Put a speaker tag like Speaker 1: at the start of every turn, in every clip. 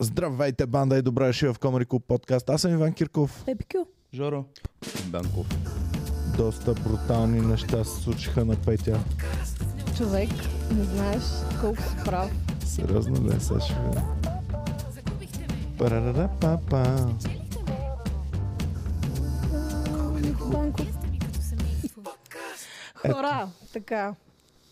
Speaker 1: Здравейте, банда и добре дошли в Comedy Club подкаст. Аз съм Иван Кирков.
Speaker 2: Епикю.
Speaker 3: Жоро. Банков.
Speaker 1: Доста брутални неща се случиха на Петя.
Speaker 2: Човек, не знаеш колко си прав.
Speaker 1: Сериозно ли е, Сашо? Парарапапа.
Speaker 2: Банко. Хора, така.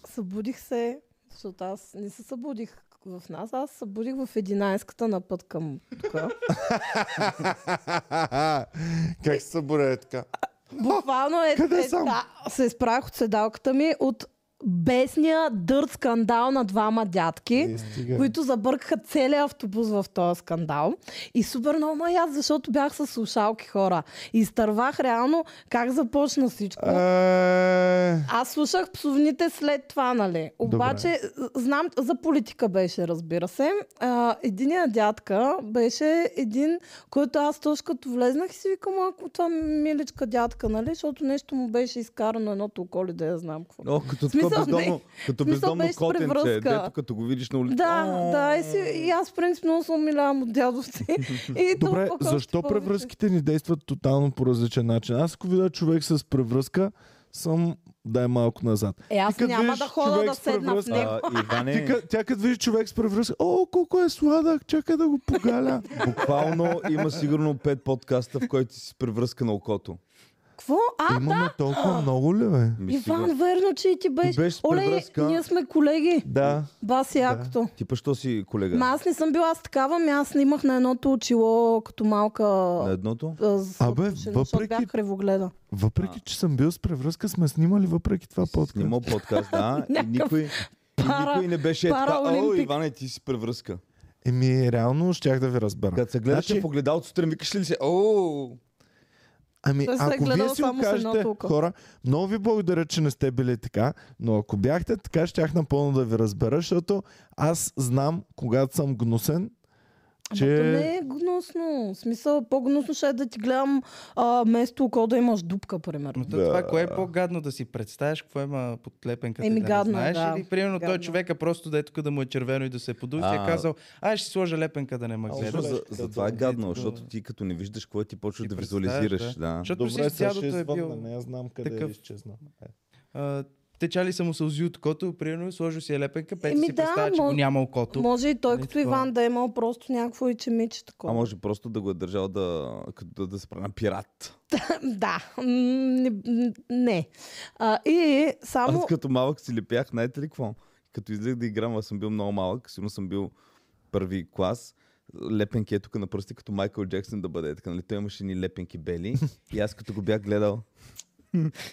Speaker 2: Събудих се, защото аз не се събудих в нас, аз се събудих в 11-ката на път към тук.
Speaker 1: как се събуде така?
Speaker 2: Буквално е,
Speaker 1: Къде
Speaker 2: е
Speaker 1: съм?
Speaker 2: да, се изправих от седалката ми от бесния дърт скандал на двама дядки.
Speaker 1: Е, стига.
Speaker 2: които забъркаха целият автобус в този скандал. И супер много ма аз, защото бях с слушалки хора. И изтървах реално как започна всичко.
Speaker 1: Е,
Speaker 2: Аз слушах псовните след това, нали? Обаче, знам, за политика беше, разбира се. А, единия дядка беше един, който аз точно като влезнах и си викам, ако това миличка дядка, нали? Защото нещо му беше изкарано едното околи, да я знам какво.
Speaker 3: О, като
Speaker 2: Смисъл,
Speaker 3: такова бездомно,
Speaker 2: не.
Speaker 3: като
Speaker 2: Смисъл,
Speaker 3: бездомно
Speaker 2: беше с
Speaker 3: котенце,
Speaker 2: превръзка.
Speaker 3: дето като го видиш на улица.
Speaker 2: Да,
Speaker 3: О,
Speaker 2: да, и, си, и аз в принцип много се умилявам от дядовци. И
Speaker 1: Добре,
Speaker 2: толкова хора
Speaker 1: защо
Speaker 2: ще повече.
Speaker 1: превръзките ни действат тотално по различен начин? Аз ако видя човек с превръзка, съм дай малко назад.
Speaker 2: Е, аз
Speaker 1: Ти като
Speaker 2: няма
Speaker 1: видиш
Speaker 2: да хода
Speaker 1: човек
Speaker 2: да
Speaker 1: с
Speaker 2: седна в
Speaker 1: превръзка-
Speaker 2: него.
Speaker 3: А,
Speaker 1: Ти,
Speaker 3: Иване,
Speaker 1: къ- тя като види човек с превръзка, о, колко е сладък, чакай да го погаля.
Speaker 3: буквално има сигурно 5 подкаста, в който си с превръзка на окото.
Speaker 2: Какво? А,
Speaker 1: Имаме толкова много ли, бе?
Speaker 3: Ми сигурно.
Speaker 2: Иван, верно, че и ти беше.
Speaker 3: беше с
Speaker 2: Оле,
Speaker 3: превръзка.
Speaker 2: ние сме колеги.
Speaker 1: Да.
Speaker 2: Баси якото.
Speaker 3: Ти па, що си колега?
Speaker 2: Ма аз не съм била с такава, ами аз снимах на едното очило като малка...
Speaker 3: На едното?
Speaker 2: а, с
Speaker 1: Абе,
Speaker 2: отпушено, защото
Speaker 1: въпреки-
Speaker 2: Бях кривогледа.
Speaker 1: Въпреки, че съм бил с превръзка, сме снимали въпреки това подкаст.
Speaker 3: Снимал подкаст, да. и
Speaker 2: Някакъв
Speaker 3: никой, и
Speaker 2: пара-
Speaker 3: никой не беше е така. О,
Speaker 2: параолимпик.
Speaker 3: Иване, ти си превръзка.
Speaker 1: Еми, реално щях да ви разбера.
Speaker 3: Като се гледаш
Speaker 1: Значи-
Speaker 3: значи... погледалото сутрин, викаш ли си? О,
Speaker 1: Ами,
Speaker 2: Той се е
Speaker 1: ако вие
Speaker 2: гледал
Speaker 1: си
Speaker 2: само с едно
Speaker 1: окажете,
Speaker 2: око.
Speaker 1: хора, много ви благодаря, че не сте били така, но ако бяхте така, щях напълно да ви разбера, защото аз знам, когато съм гнусен,
Speaker 2: Ама
Speaker 1: че...
Speaker 2: то не е гнусно. В смисъл, по-гнусно ще е да ти гледам а, место око да имаш дупка, примерно.
Speaker 4: Но то
Speaker 1: Да.
Speaker 4: това, кое е по-гадно да си представяш, какво има подлепен като
Speaker 2: Еми,
Speaker 4: да
Speaker 2: гадно е,
Speaker 4: не знаеш?
Speaker 2: да.
Speaker 4: Или примерно
Speaker 2: Гадно е.
Speaker 4: той човека просто да е тук да му е червено и да се подуви, и е
Speaker 3: А.
Speaker 4: казал, а ще си сложа лепенка да не ме
Speaker 3: Точно
Speaker 4: гледа.
Speaker 3: за, за това е
Speaker 4: да,
Speaker 3: гадно,
Speaker 4: да.
Speaker 3: защото ти като не виждаш какво е, ти почваш
Speaker 4: Ти
Speaker 3: да
Speaker 4: представяш,
Speaker 3: визуализираш.
Speaker 4: да.
Speaker 3: Да.
Speaker 4: Защото си дядото е бил...
Speaker 1: аз знам
Speaker 4: къде е такъв.
Speaker 1: изчезна.
Speaker 4: а, Течали са му сълзи от кото, примерно сложил си е лепенка, пети
Speaker 2: Еми,
Speaker 4: си
Speaker 2: да,
Speaker 4: представя, че
Speaker 2: мо-
Speaker 4: го няма окото.
Speaker 2: Може и той
Speaker 4: Не,
Speaker 2: като
Speaker 4: такова.
Speaker 2: Иван да е имал просто някакво и чемиче такова.
Speaker 3: А може просто да го е държал да, като да, да се прави на пират.
Speaker 2: Да, м, не. м, не. А, и само...
Speaker 3: Аз като малък си лепях, знаете ли какво? Като излех да играм, аз съм бил много малък, сигурно съм бил първи клас. Лепенки е тук на пръсти, като Майкъл Джексън да бъде. Така, нали? Той имаше ни лепенки бели и аз като го бях гледал.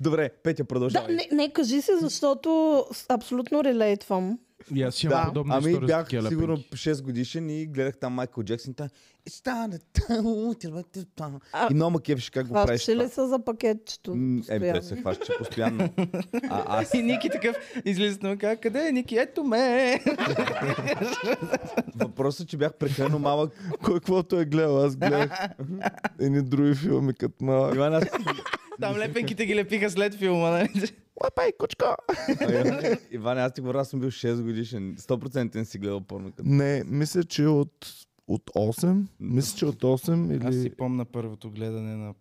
Speaker 3: Добре, Петя,
Speaker 2: Да,
Speaker 3: продължавай.
Speaker 2: не, не, кажи си, защото с- абсолютно релейтвам.
Speaker 5: И аз имам
Speaker 3: Да,
Speaker 5: подобна
Speaker 3: ами
Speaker 5: история
Speaker 3: бях
Speaker 5: с такива
Speaker 3: сигурно
Speaker 5: лепенки.
Speaker 3: 6 годишен и "Е, гледах там Майкъл Джексън. Та, «It's time to tell you what to do».
Speaker 2: А,
Speaker 3: и много ме кефиш как го правиш.
Speaker 2: Хващи ли
Speaker 3: това.
Speaker 2: са за пакетчето?
Speaker 3: М, Е,
Speaker 2: постоянно?
Speaker 3: той се хваща постоянно. А, аз
Speaker 4: И Ники такъв излиза на казва, къде е Ники? Ето ме!
Speaker 3: въпросът, е, че бях прекалено малък.
Speaker 1: Кой каквото е гледал, аз гледах едни други филми като малък.
Speaker 3: Иван, аз...
Speaker 4: Там лепенките ги лепиха след филма, нали?
Speaker 1: Лапай, кучко!
Speaker 3: Иван, аз ти говоря, аз съм бил 6 годишен. 100% не си гледал порно. като-
Speaker 1: Не, мисля, че от, от 8. Мисля, че от 8
Speaker 4: Аз си
Speaker 1: или...
Speaker 4: помна първото гледане на...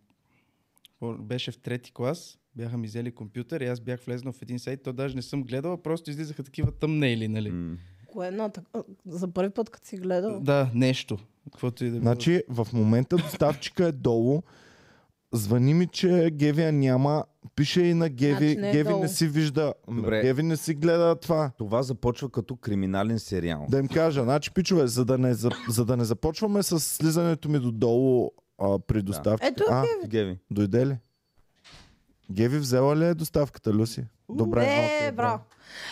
Speaker 4: Пор- Беше в трети клас, бяха ми взели компютър и аз бях влезнал в един сайт, то даже не съм гледал, а просто излизаха такива тъмнейли, нали?
Speaker 3: М.
Speaker 2: Кое е на так- а, За първи път, като си гледал.
Speaker 4: Да, нещо. Каквото и да било.
Speaker 1: Значи, в момента доставчика е долу. Звъни ми, че Гевия няма. Пише и на Геви.
Speaker 2: Значи не е
Speaker 1: Геви
Speaker 2: долу.
Speaker 1: не си вижда.
Speaker 3: Добре.
Speaker 1: Геви не си гледа това.
Speaker 3: Това започва като криминален сериал.
Speaker 1: Да им кажа, значи, пичове, за да не, за, за да не започваме с слизането ми додолу а, при доставчика.
Speaker 2: Ето,
Speaker 1: а,
Speaker 3: Геви.
Speaker 1: дойде ли? Геви взела ли е доставката, Люси? Добре.
Speaker 2: Е,
Speaker 1: окей,
Speaker 2: браво.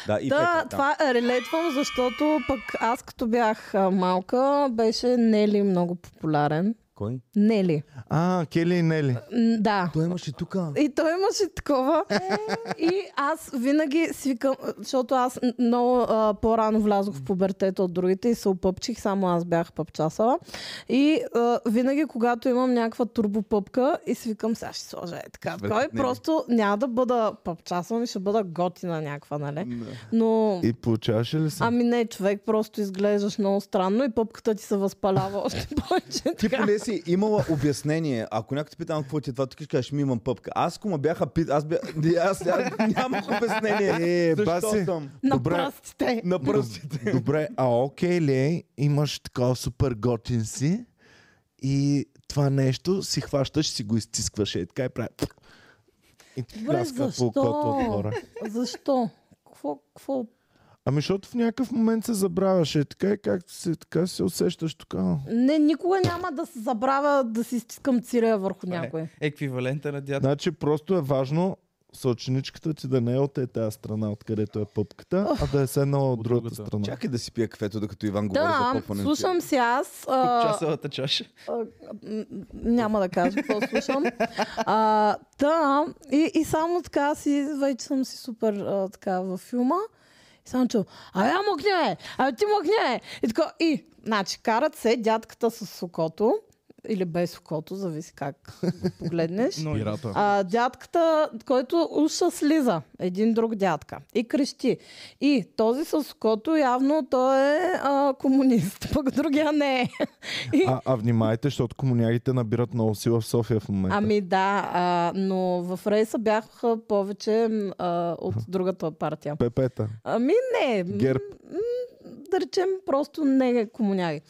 Speaker 3: Да, и
Speaker 2: Да,
Speaker 3: Петя,
Speaker 2: това е релейтвам, защото пък аз като бях а, малка, беше Нели много популярен.
Speaker 3: Кой Кой?
Speaker 2: Нели.
Speaker 1: А, Кели и Нели.
Speaker 2: М, Да.
Speaker 3: Той имаше тук.
Speaker 2: И той имаше такова. и аз винаги свикам, защото аз н- много а, по-рано влязох в пубертета от другите и се опъпчих, само аз бях пъпчасала. И а, винаги, когато имам някаква турбопъпка и свикам, сега ще сложа е така.
Speaker 3: Свърхът
Speaker 2: Кой
Speaker 3: не е.
Speaker 2: просто няма да бъда пъпчасала, ще бъда готина някаква, нали? Но...
Speaker 1: И получаваше ли се?
Speaker 2: Ами не, човек, просто изглеждаш много странно и пъпката ти се възпалява още повече.
Speaker 3: Ти
Speaker 2: така.
Speaker 3: поне си имала обяснение. Ако някой те питам какво ти е това, ти ще кажеш, ми имам пъпка. Аз ако ме бяха пит, аз, бя... Не, аз, аз нямах обяснение.
Speaker 1: Е,
Speaker 3: Защо
Speaker 1: баси.
Speaker 3: съм?
Speaker 2: На
Speaker 1: Добре.
Speaker 2: пръстите.
Speaker 3: На пръстите.
Speaker 1: Добре, а окей ли е, имаш такова супер готин си и това нещо си хващаш, си го изтискваш и така и прави. И ти
Speaker 2: Добре,
Speaker 1: пляска
Speaker 2: защо?
Speaker 1: окото отгоре.
Speaker 2: Защо? Какво, какво
Speaker 1: Ами защото в някакъв момент се забравяше и така и както си така се усещаш тук. а.
Speaker 2: Не, никога няма да се забравя да си стискам цирея върху
Speaker 4: Това е
Speaker 2: някой.
Speaker 4: Еквивалента на дядо.
Speaker 1: Значи просто е важно съученичката ти да не е от е тази страна, откъдето е пъпката, а да е седнала от другата
Speaker 4: другата.
Speaker 1: страна.
Speaker 3: Чакай да си пия кафето, докато Иван говори за
Speaker 2: Да,
Speaker 3: попването.
Speaker 2: слушам си аз. А,
Speaker 4: Часовата чаша.
Speaker 2: а, м, няма да кажа какво слушам. А, да, и, и само така си, вече съм си супер а, така във филма. И само чу, а я мъкни, бе! а ти мъкни, бе! И така, и, значи, карат се дядката с сокото, или без сокото, зависи как го погледнеш.
Speaker 4: Но
Speaker 2: А, дядката, който уша слиза, един друг дядка, и крещи. И този с кото явно той е а, комунист, пък другия не е. И,
Speaker 1: А, а внимайте, защото комунягите набират много сила в София в момента.
Speaker 2: ами да, а, но в рейса бяха повече м, а, от другата партия.
Speaker 1: Пепета.
Speaker 2: Ами не. м,
Speaker 1: Герб.
Speaker 2: м, Да речем, просто не е комуняги.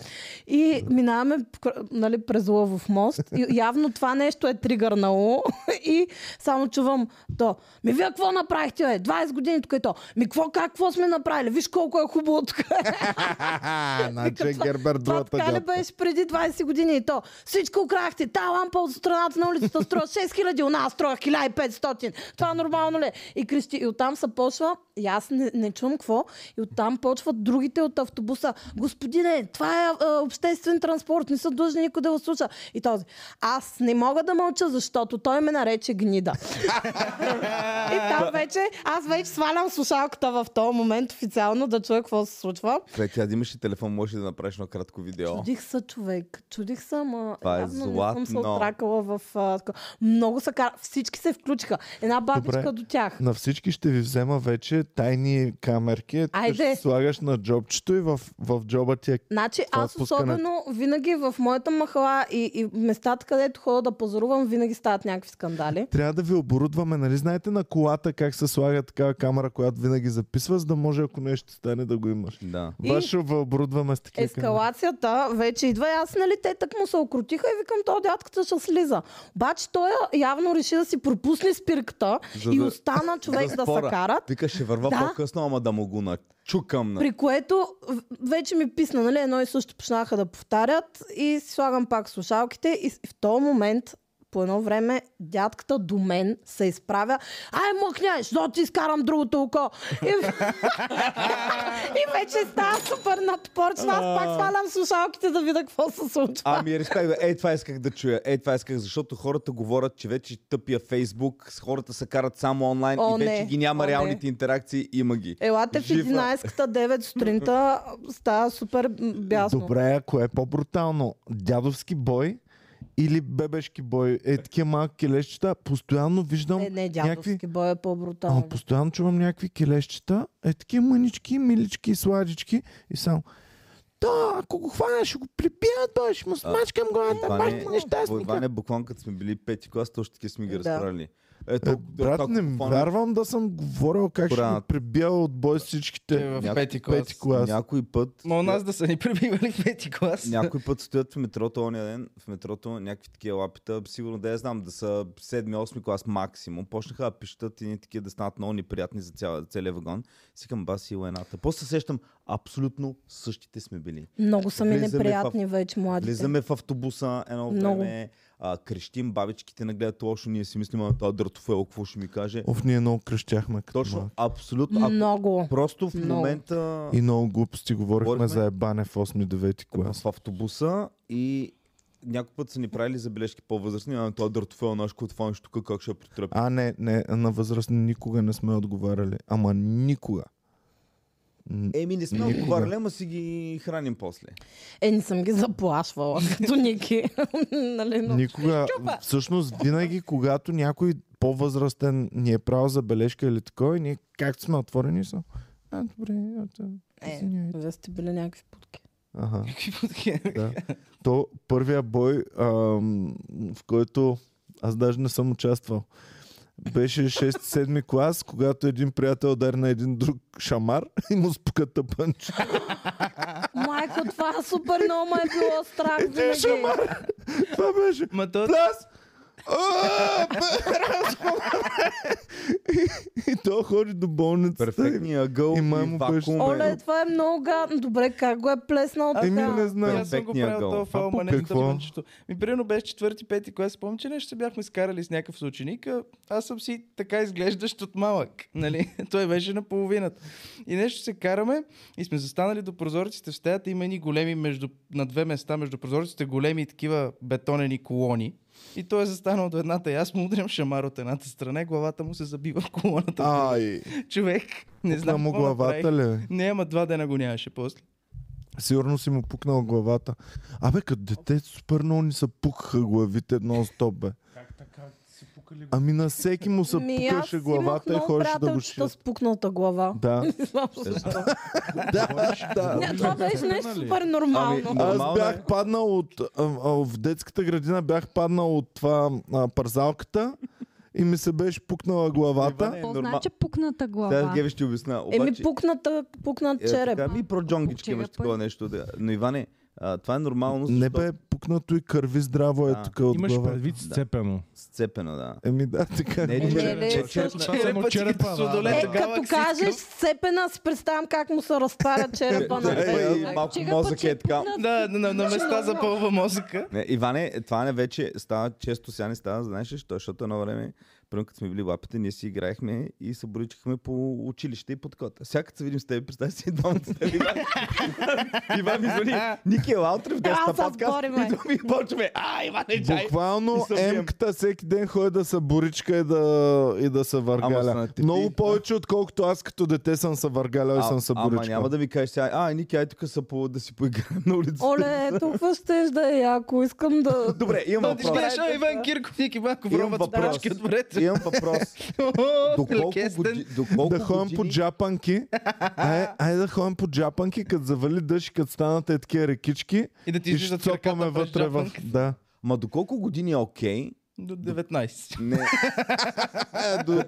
Speaker 2: И минаваме покр- нали, през Лъвов мост. И явно това нещо е тригърнало. И само чувам то. Ми вие какво направихте, бе? 20 години тук е то. Ми какво, как, какво сме направили? Виж колко е хубаво тук.
Speaker 1: Ха-ха, значи е
Speaker 2: това-
Speaker 1: Гербер
Speaker 2: Това
Speaker 1: другата
Speaker 2: така ли
Speaker 1: дядка.
Speaker 2: беше преди 20 години и то? Всичко украхте. Та лампа от страната на улицата струва 6000, у нас струва 1500. Това нормално ли? е? И крещи. И оттам се почва, и аз не, не чувам какво, и оттам почват другите от автобуса. Господине, това е, е обществен транспорт, не са длъжни никой да го слуша. И този. Аз не мога да мълча, защото той ме нарече гнида. и там вече, аз вече свалям слушалката в този момент официално да чуя какво се случва.
Speaker 3: Край, тя да имаш и телефон, може да направиш едно кратко видео.
Speaker 2: Чудих се, човек. Чудих се, ама
Speaker 3: Това е
Speaker 2: явно не съм се
Speaker 3: златно.
Speaker 2: отракала в... А, така. много са кара... Всички се включиха. Една бабичка
Speaker 1: Добре.
Speaker 2: до тях.
Speaker 1: На всички ще ви взема вече тайни камерки. Тук
Speaker 2: Айде.
Speaker 1: Ще слагаш на джобчето и в, в джоба ти е...
Speaker 2: Значи
Speaker 1: Това е
Speaker 2: аз
Speaker 1: пускането.
Speaker 2: особено винаги в моята махала и, и местата, където ходя да пазарувам, винаги стават някакви скандали.
Speaker 1: Трябва да ви оборудваме, нали знаете на колата как се слага такава камера, която винаги записва, за да може ако нещо стане да го имаш.
Speaker 3: Да.
Speaker 2: И-
Speaker 1: Ваше ще ви оборудваме с такива камери.
Speaker 2: Ескалацията вече идва и аз, нали, те так му се окрутиха и викам, то дядката ще слиза. Обаче той явно реши да си пропусне спирката
Speaker 3: За
Speaker 2: и
Speaker 3: да-
Speaker 2: остана човек да, да се
Speaker 3: спора.
Speaker 2: карат.
Speaker 3: Е, Вика, ще върва
Speaker 2: Да.
Speaker 3: по-късно, ама да му го начукам. На...
Speaker 2: При което в- вече ми писна, нали, едно и също почнаха да повтарят и си слагам пак слушалките и с- в този момент по едно време дядката до мен се изправя. Ай, мъкняй, защото ти изкарам другото око. И, и вече става супер надпорчна. Аз пак свалям слушалките да видя какво се случва.
Speaker 3: Ами, респект, бе. Ей, това исках да чуя. Ей, това исках, защото хората говорят, че вече тъпия Фейсбук, с хората се карат само онлайн
Speaker 2: О,
Speaker 3: и вече
Speaker 2: не. Е,
Speaker 3: ги няма
Speaker 2: О,
Speaker 3: реалните интеракции, има ги.
Speaker 2: Елате в
Speaker 3: Жива.
Speaker 2: 11-ката 9 сутринта, става супер м, бясно.
Speaker 1: Добре, ако е по-брутално, дядовски бой или бебешки бой, е такива малки келещчета, постоянно виждам
Speaker 2: Е, не, дядовски
Speaker 1: някакви...
Speaker 2: бой е по-брутално.
Speaker 1: Ама постоянно чувам някакви келещчета, е такива мънички, милички, сладички и само да, ако го хвана, ще го прибият, бе, ще му смачкам главата, баш
Speaker 3: Иване,
Speaker 1: му нещастника.
Speaker 3: Иване, е- буквално като сме били пети клас, точно такива сме ги
Speaker 2: е Да.
Speaker 3: разправили. Ето,
Speaker 1: Е, брат, не
Speaker 3: толкова
Speaker 1: ми
Speaker 3: фанат.
Speaker 1: вярвам да съм говорил как ще
Speaker 3: Брат.
Speaker 1: ми прибил от бой
Speaker 4: Те
Speaker 1: всичките
Speaker 4: в
Speaker 3: Някой
Speaker 4: пети клас. е-
Speaker 1: пети клас.
Speaker 3: Някой път...
Speaker 4: Ма у нас да са ни прибивали в пети клас.
Speaker 3: Някой път стоят в метрото ония ден, в метрото някакви такива лапита, сигурно да я знам, да са 7-8 клас максимум. Почнаха да пищат и такива да станат много неприятни за цяла, целия вагон. Сикам баси и лайната. После се сещам, абсолютно същите сме били.
Speaker 2: Много са ми
Speaker 3: Влизаме в-
Speaker 2: неприятни вече младите.
Speaker 3: Влизаме в автобуса едно
Speaker 2: Много.
Speaker 3: време, а, крещим, бабичките не гледат лошо, ние си мислим, а това дъртофел, какво ще ми каже.
Speaker 1: Оф, ние много кръщяхме като
Speaker 3: Точно,
Speaker 1: малки.
Speaker 3: абсолютно. Ако
Speaker 2: Много.
Speaker 3: Просто в
Speaker 2: Много.
Speaker 3: момента
Speaker 1: И много глупости говорихме
Speaker 3: Говорихме.
Speaker 1: за ебане в 8-9 клас.
Speaker 3: в автобуса и някой път са ни правили забележки по-възрастни, Ами, е а това дъртофел наш котван тук как ще я притръпи.
Speaker 1: А, не, не, на възрастни никога не сме отговаряли. Ама никога. М,
Speaker 3: Еми, не сме
Speaker 1: Никога.
Speaker 3: отговаряли, ама си ги храним после.
Speaker 2: Е, не съм ги заплашвала, като Ники. нали, но...
Speaker 1: Никога.
Speaker 2: Щупа!
Speaker 1: Всъщност, винаги, когато някой по-възрастен ни е правил забележка или такова, и ние както сме отворени са. А, добре, а, да,
Speaker 2: Е,
Speaker 1: извинявайте.
Speaker 2: вие сте били някакви путки.
Speaker 1: Аха.
Speaker 4: Какви путки?
Speaker 1: Да. То първия бой, ам, в който аз даже не съм участвал, беше 6-7 клас, когато един приятел удари на един друг шамар и му спука тъпънче.
Speaker 2: Майко, това супер много ме е било страх.
Speaker 1: Един
Speaker 2: винаги.
Speaker 1: шамар! Това беше.
Speaker 4: Ма то...
Speaker 1: Плас! А, бе, И- И то ходи до болницата. и-
Speaker 3: Перфектния ъгъл
Speaker 1: И
Speaker 3: и,
Speaker 1: май му беше
Speaker 3: вакуум.
Speaker 2: Оле, това е много гадно. Добре, как го е плеснал
Speaker 4: Аз
Speaker 1: Еми,
Speaker 2: така?
Speaker 1: не знам.
Speaker 4: Аз съм го
Speaker 3: Перфектния
Speaker 4: правил
Speaker 3: гол.
Speaker 4: този
Speaker 1: А
Speaker 4: фал,
Speaker 1: по
Speaker 4: ма не
Speaker 1: какво?
Speaker 4: какво? Ми, примерно беше четвърти, пети клас. Помня, че нещо се бяхме изкарали с някакъв съученик. а Аз съм си така изглеждащ от малък. Нали? Той беше на половината. И нещо се караме и сме застанали до прозорците в стаята. Има едни големи между, на две места между прозорците, големи такива бетонени колони. И той е застанал до едната и аз му удрям шамар от едната страна и главата му се забива в колоната.
Speaker 1: Ай,
Speaker 4: Човек, не
Speaker 1: пукна
Speaker 4: знам
Speaker 1: му
Speaker 4: какво направих.
Speaker 1: главата ли?
Speaker 4: Не, ама два дена го нямаше после.
Speaker 1: Сигурно си му пукнал главата. Абе, като дете супер много ни са пукаха главите нон-стоп, бе.
Speaker 5: Как така си пукали го?
Speaker 1: Ами на всеки му се
Speaker 2: Ми, аз
Speaker 1: пукаше
Speaker 2: имах
Speaker 1: главата и
Speaker 2: много
Speaker 1: ходеше да го
Speaker 2: приятелчета с
Speaker 1: шият.
Speaker 2: пукната глава.
Speaker 1: Да.
Speaker 2: Не знам защо.
Speaker 1: да, да.
Speaker 2: Не, Това беше нещо супер нормално.
Speaker 3: Ами,
Speaker 1: Аз
Speaker 3: Нормално
Speaker 1: бях
Speaker 3: е.
Speaker 1: паднал от... а, а, В детската градина бях паднал от това а, парзалката и ми се беше пукнала главата.
Speaker 3: Иване,
Speaker 6: Какво
Speaker 3: е норма-
Speaker 6: значи пукната
Speaker 3: Сега
Speaker 6: глава?
Speaker 3: Геви ще обясна.
Speaker 2: Еми,
Speaker 3: Обаче, е,
Speaker 2: пукната, пукнат череп.
Speaker 3: Така, ми про джонгички
Speaker 6: Черепа
Speaker 3: имаш такова
Speaker 6: е.
Speaker 3: нещо. Да. Но Иване, а, това е нормално,
Speaker 1: Не
Speaker 3: защото
Speaker 1: бе пукнато и кърви здраво е
Speaker 3: Да.
Speaker 1: тук от
Speaker 5: Имаш
Speaker 1: глава.
Speaker 5: предвид сцепено.
Speaker 3: сцепено, да.
Speaker 1: Еми да, така.
Speaker 3: Не,
Speaker 1: го
Speaker 3: не,
Speaker 1: беше.
Speaker 3: не, не,
Speaker 2: Е,
Speaker 5: Черепа,
Speaker 2: също.
Speaker 5: само черепа, да,
Speaker 4: судолет,
Speaker 5: да,
Speaker 2: Е,
Speaker 5: да.
Speaker 2: като
Speaker 4: Галаксийска.
Speaker 2: кажеш сцепена, си представям как му се разтваря черепа на
Speaker 1: Да, да,
Speaker 2: човек.
Speaker 1: и
Speaker 3: малко
Speaker 6: Чега
Speaker 3: мозъка
Speaker 6: пъче
Speaker 3: е така.
Speaker 6: пукна-
Speaker 4: Да, на, на, на места запълва мозъка.
Speaker 3: Не, Иване, е, това не вече става често, сега не става, знаеш ли, защо? защото едно време, първо като сме били лапите, ние си играехме и се боричахме по училище и под кота. Сега като се видим с теб, представи си двамата с теб, Иван. Иван ми звъни, Ники е Лаутрев,
Speaker 2: Ела,
Speaker 3: гест на
Speaker 2: се
Speaker 3: подкаст,
Speaker 2: сборим, бе.
Speaker 3: идвам и почваме, а, Иване, чай!
Speaker 1: Буквално
Speaker 3: И се бием.
Speaker 1: емката всеки ден ходи да се боричка и да, и да се
Speaker 3: Ама се
Speaker 1: въргаля.
Speaker 3: натипи.
Speaker 1: Много повече, отколкото аз като дете съм се въргалял и
Speaker 3: А,
Speaker 1: съм се
Speaker 3: ама
Speaker 1: боричкал.
Speaker 3: няма да ми кажеш сега, а, Ники, ай тук са по, да си поиграем на улицата.
Speaker 2: Оле, толкова ще да е яко. Искам да...
Speaker 3: Добре, имам
Speaker 4: Ти
Speaker 3: въпрос.
Speaker 4: гледаш, а, Иван Кирков, Ники Банков,
Speaker 3: Имам
Speaker 4: робът с
Speaker 3: въпрос.
Speaker 4: прашки отвред.
Speaker 3: Имам въпрос.
Speaker 2: е
Speaker 3: Доколко, годи, доколко
Speaker 1: да ходим по
Speaker 3: години...
Speaker 1: джапанки. Ай, ай да ходим по джапанки, като завали дъжд, и като станат е такива рекички
Speaker 4: И да ти
Speaker 1: и ще
Speaker 4: излизат
Speaker 1: цопаме
Speaker 4: ръката през
Speaker 1: вътре в...
Speaker 4: джапанката.
Speaker 1: Да.
Speaker 3: Ма до колко години е окей?
Speaker 4: До 19.
Speaker 3: Не. Е, до,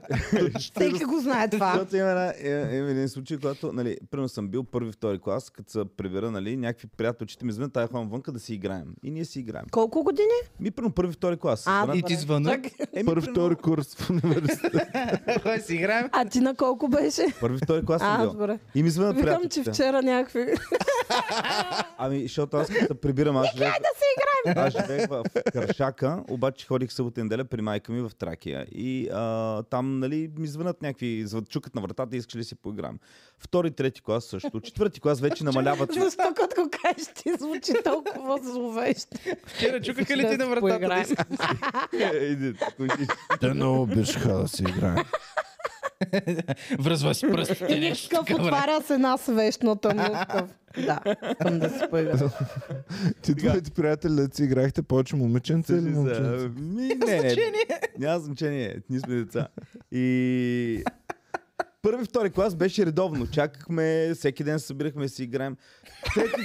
Speaker 2: Всеки го знае това.
Speaker 3: Защото има една, е- има един случай, когато, нали, примерно съм бил първи, втори клас, като се прибера, нали, някакви приятелчета ми звънят, тая ходим вънка да си играем. И ние си играем.
Speaker 2: Колко години?
Speaker 3: Ми, примерно първи, втори клас.
Speaker 2: А,
Speaker 3: Звънят,
Speaker 4: И ти звъна.
Speaker 3: еми,
Speaker 1: Първи,
Speaker 3: примерно,
Speaker 1: втори курс в университет.
Speaker 4: Хай си играем.
Speaker 2: А ти на колко беше?
Speaker 3: Първи, втори клас съм
Speaker 2: А,
Speaker 3: бил.
Speaker 2: добре.
Speaker 3: И ми звънят
Speaker 2: Викам, че
Speaker 3: приятелчета.
Speaker 2: вчера някакви...
Speaker 3: Ами, защото аз като се прибирам, аз живеех... да си играем! Аз живеех в Кършака, обаче ходих събота и неделя при майка ми в Тракия. И а, там, нали, ми звънат някакви, звън- чукат на вратата, искаш ли да си поиграем. Втори, трети клас също. Четвърти клас вече намаляват.
Speaker 2: Защо като го кажеш, ти звучи толкова зловещо.
Speaker 4: Вчера чукаха ли ти
Speaker 2: Да
Speaker 4: на
Speaker 2: си
Speaker 4: вратата? да
Speaker 2: поиграем.
Speaker 4: искаш?
Speaker 3: Иди, слушай.
Speaker 1: Те много обичаха да си играем.
Speaker 4: Връзва си пръстите. Е, нещо
Speaker 2: Къв
Speaker 4: такова, не?
Speaker 2: отваря с една свещната мука. Да, искам да си поиграя.
Speaker 1: Ти твоите приятели да си играхте повече момиченца или
Speaker 3: Слушай,
Speaker 1: момченца?
Speaker 3: за- Ми, не, не, няма значение. Ние сме деца. И първи, втори клас беше редовно. Чакахме, всеки ден се събирахме да си играем.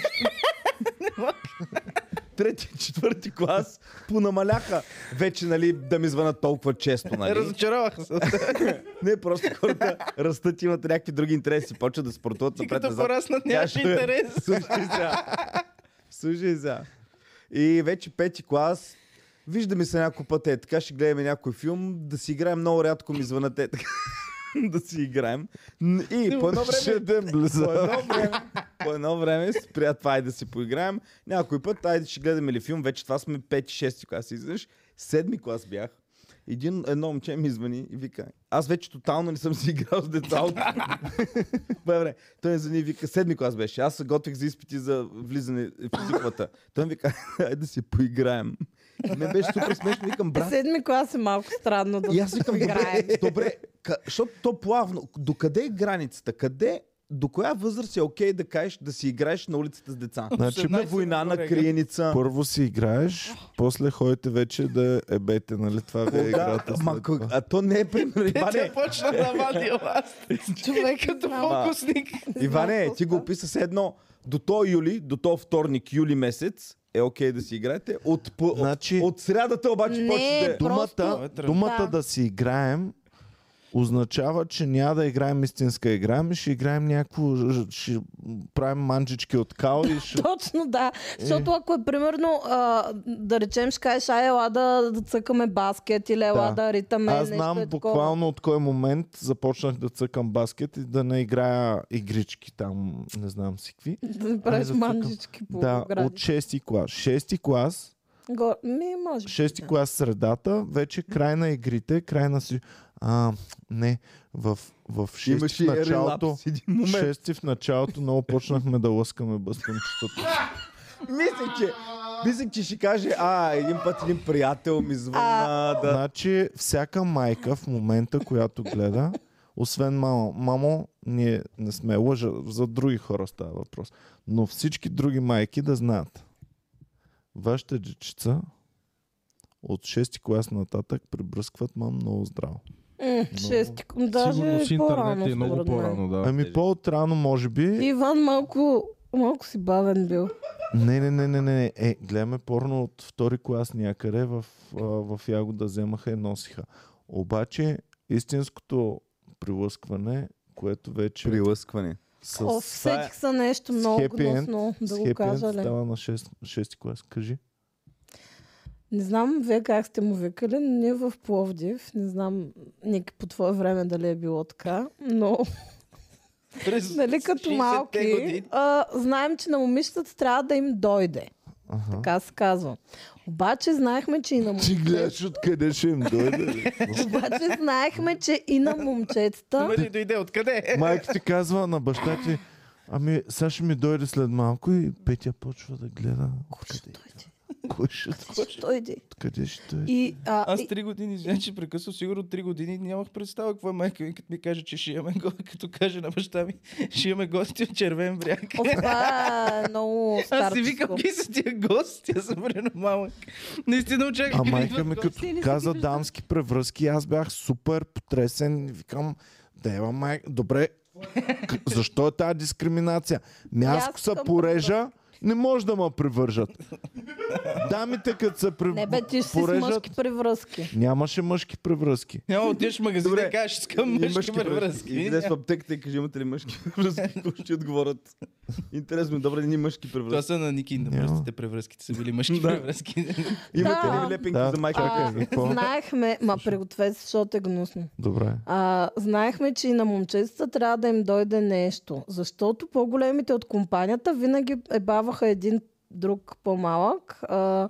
Speaker 3: Трети, чет- трети, четвърти клас понамаляха вече, нали, да ми звънат толкова често, нали?
Speaker 4: Разочароваха се.
Speaker 3: Не, просто хората растат, имат някакви други интереси, почват да спортуват
Speaker 4: Ти
Speaker 3: напред
Speaker 4: като
Speaker 3: назад.
Speaker 4: пораснат нямаш
Speaker 3: Тя ще-
Speaker 4: интерес.
Speaker 3: Слушай сега. Слушай сега. И вече пети клас. Виждаме се няколко пъти, е така ще гледаме някой филм, да си играем много рядко ми звънат е така. да си играем. Н- И по едно
Speaker 1: Ще
Speaker 3: време...
Speaker 1: едем
Speaker 3: По
Speaker 1: близа.
Speaker 3: едно време, по едно време спря това и да си поиграем. Някой път, айде ще гледаме ли филм, вече това сме 5-6 клас. Изведнъж, седми клас бях. един, едно момче ми звъни и вика, аз вече тотално не съм си играл с деца от... Бе, бре, той ми звъни и вика, седми клас беше, аз се готвих за изпити за влизане в физиквата. Той ми вика, айде да си поиграем. И Ме беше супер смешно, викам, брат,
Speaker 2: Седми клас е малко странно да
Speaker 3: и аз викам, добре,
Speaker 2: играем.
Speaker 3: добре, ка- защото то плавно, докъде е границата? Къде, до коя възраст е окей да кажеш да си играеш на улицата с деца?
Speaker 1: Значи,
Speaker 3: на война, на
Speaker 4: нагоре,
Speaker 3: криеница.
Speaker 1: Първо си играеш, после ходите вече да ебете, нали? Това ви е
Speaker 3: Да,
Speaker 1: играта.
Speaker 3: ма,
Speaker 1: след
Speaker 3: ко-
Speaker 1: това.
Speaker 3: а то не е пример.
Speaker 4: Тя
Speaker 3: Иване,
Speaker 4: почна да вади ласт.
Speaker 2: Човек
Speaker 4: Като
Speaker 2: знам.
Speaker 4: фокусник.
Speaker 3: Иване,
Speaker 2: какво
Speaker 3: ти го
Speaker 2: става.
Speaker 3: описа с едно до то юли, до то вторник, юли месец е окей да си играете. От, по,
Speaker 1: Значи-
Speaker 3: от, от средата обаче
Speaker 2: Не,
Speaker 3: почне да е.
Speaker 1: Думата,
Speaker 2: Просто-
Speaker 1: думата да.
Speaker 2: Да.
Speaker 1: си играем означава, че няма да играем истинска игра, ми ще играем някакво, ще правим манджички от кал и ще...
Speaker 2: Точно, да. Защото ако е примерно, а, да речем, ще кажеш, ай, ела да, да цъкаме баскет или ела
Speaker 1: Да.
Speaker 2: да, ритаме
Speaker 1: Аз
Speaker 2: нещо
Speaker 1: знам
Speaker 2: е такова.
Speaker 1: буквално от кой момент започнах да цъкам баскет и да не играя игрички там, не знам си какви.
Speaker 2: Да не правиш
Speaker 1: да цъкам.
Speaker 2: манджички по
Speaker 1: Да,
Speaker 2: гради.
Speaker 1: от 6 клас. 6 клас,
Speaker 2: Го... Ми, може би,
Speaker 1: 6
Speaker 2: да.
Speaker 1: клас средата, вече край на игрите, край на си... А, не, в, в 6
Speaker 3: Имаше
Speaker 1: началото...
Speaker 3: релапс един момент.
Speaker 1: Шести в началото много почнахме да лъскаме бъстънчетата.
Speaker 3: Мислех, че, мислех, че ще каже, а, един път един приятел ми звънна да...
Speaker 1: Значи всяка майка в момента, която гледа, освен мамо, мамо, ние не сме лъжа, за други хора става въпрос. Но всички други майки да знаят. Вашите дечица от 6 клас нататък прибръскват мам много здраво.
Speaker 2: М, Е, Шести,
Speaker 5: Сигурно
Speaker 2: даже
Speaker 5: си
Speaker 2: по-рано.
Speaker 5: интернет е много
Speaker 2: според мен.
Speaker 5: по-рано, да.
Speaker 1: Ами по-отрано може би...
Speaker 2: Иван малко, малко си бавен бил.
Speaker 1: Не, не, не, не, не. не. Е, гледаме порно от втори клас някъде в, а, в Ягода вземаха и носиха. Обаче истинското прилъскване, което вече...
Speaker 3: Прилъскване.
Speaker 1: С...
Speaker 2: О, всетих са нещо
Speaker 1: с
Speaker 2: много
Speaker 1: happy end-
Speaker 2: гнусно, да го кажа ли.
Speaker 1: става на 6, 6 клас. Кажи.
Speaker 2: Не знам вие как сте му викали, но ние в Пловдив, не знам Ники по твое време дали е било така, но
Speaker 4: През
Speaker 2: нали като
Speaker 4: 60-те
Speaker 2: малки,
Speaker 4: години.
Speaker 2: а, знаем, че на момичетата трябва да им дойде.
Speaker 1: Аха.
Speaker 2: Така се казва. Обаче знаехме, че и на
Speaker 1: Ти
Speaker 2: момчетата,
Speaker 1: гледаш откъде ще им дойде.
Speaker 2: обаче знаехме, че и на момчетата
Speaker 4: Ама ти дойде откъде?
Speaker 1: Майка ти казва на баща ти, ами сега ще ми дойде след малко и Петя почва да гледа.
Speaker 2: Кой ще
Speaker 1: Откъде?
Speaker 2: дойде?
Speaker 1: Кой ще
Speaker 2: Кой ще дойде?
Speaker 1: Къде ще дойде?
Speaker 2: И, а,
Speaker 4: Аз
Speaker 2: и,
Speaker 4: три години, значи прекъсвам, сигурно три години нямах представа какво е майка ми, като ми каже, че ще имаме го, като каже на баща ми, ще имаме гости от червен бряг.
Speaker 2: о, това е много
Speaker 4: Аз си
Speaker 2: старческо.
Speaker 4: викам, ги са тия гости, аз съм прено малък. Наистина очаквах.
Speaker 1: А
Speaker 4: да
Speaker 1: майка
Speaker 4: идват
Speaker 1: ми
Speaker 4: гости.
Speaker 1: като каза дамски превръзки, аз бях супер потресен. и Викам, да ева майка, добре, к- защо е тази дискриминация? Ми аз
Speaker 2: аз
Speaker 1: ако се
Speaker 2: съм
Speaker 1: порежа, не може да ме превържат. Дамите като се
Speaker 2: Не бе, ти ще си с
Speaker 1: порежат,
Speaker 2: мъжки привръзки.
Speaker 1: нямаше мъжки превръзки.
Speaker 4: Няма да отидеш в магазин
Speaker 3: Добре.
Speaker 4: да кажеш, искам
Speaker 3: И
Speaker 4: мъжки
Speaker 3: И
Speaker 4: превръзки.
Speaker 3: влез в аптеката и кажи, имате ли мъжки превръзки? Какво ще отговорят? Интересно, добре, ни мъжки
Speaker 4: Това
Speaker 3: превръзки.
Speaker 4: са на Ники на
Speaker 1: Няма.
Speaker 4: пръстите превръзките са били мъжки превръзки.
Speaker 3: Имате
Speaker 2: Да.
Speaker 3: ли лепенки
Speaker 1: Да.
Speaker 3: за майка?
Speaker 2: А,
Speaker 1: Чакай, какво?
Speaker 2: знаехме, ма пригответе, се, защото е гнусно.
Speaker 1: Добре.
Speaker 2: А, знаехме, че и на момчетата трябва да им дойде нещо, защото по-големите от компанията винаги ебаваха един друг по-малък. А,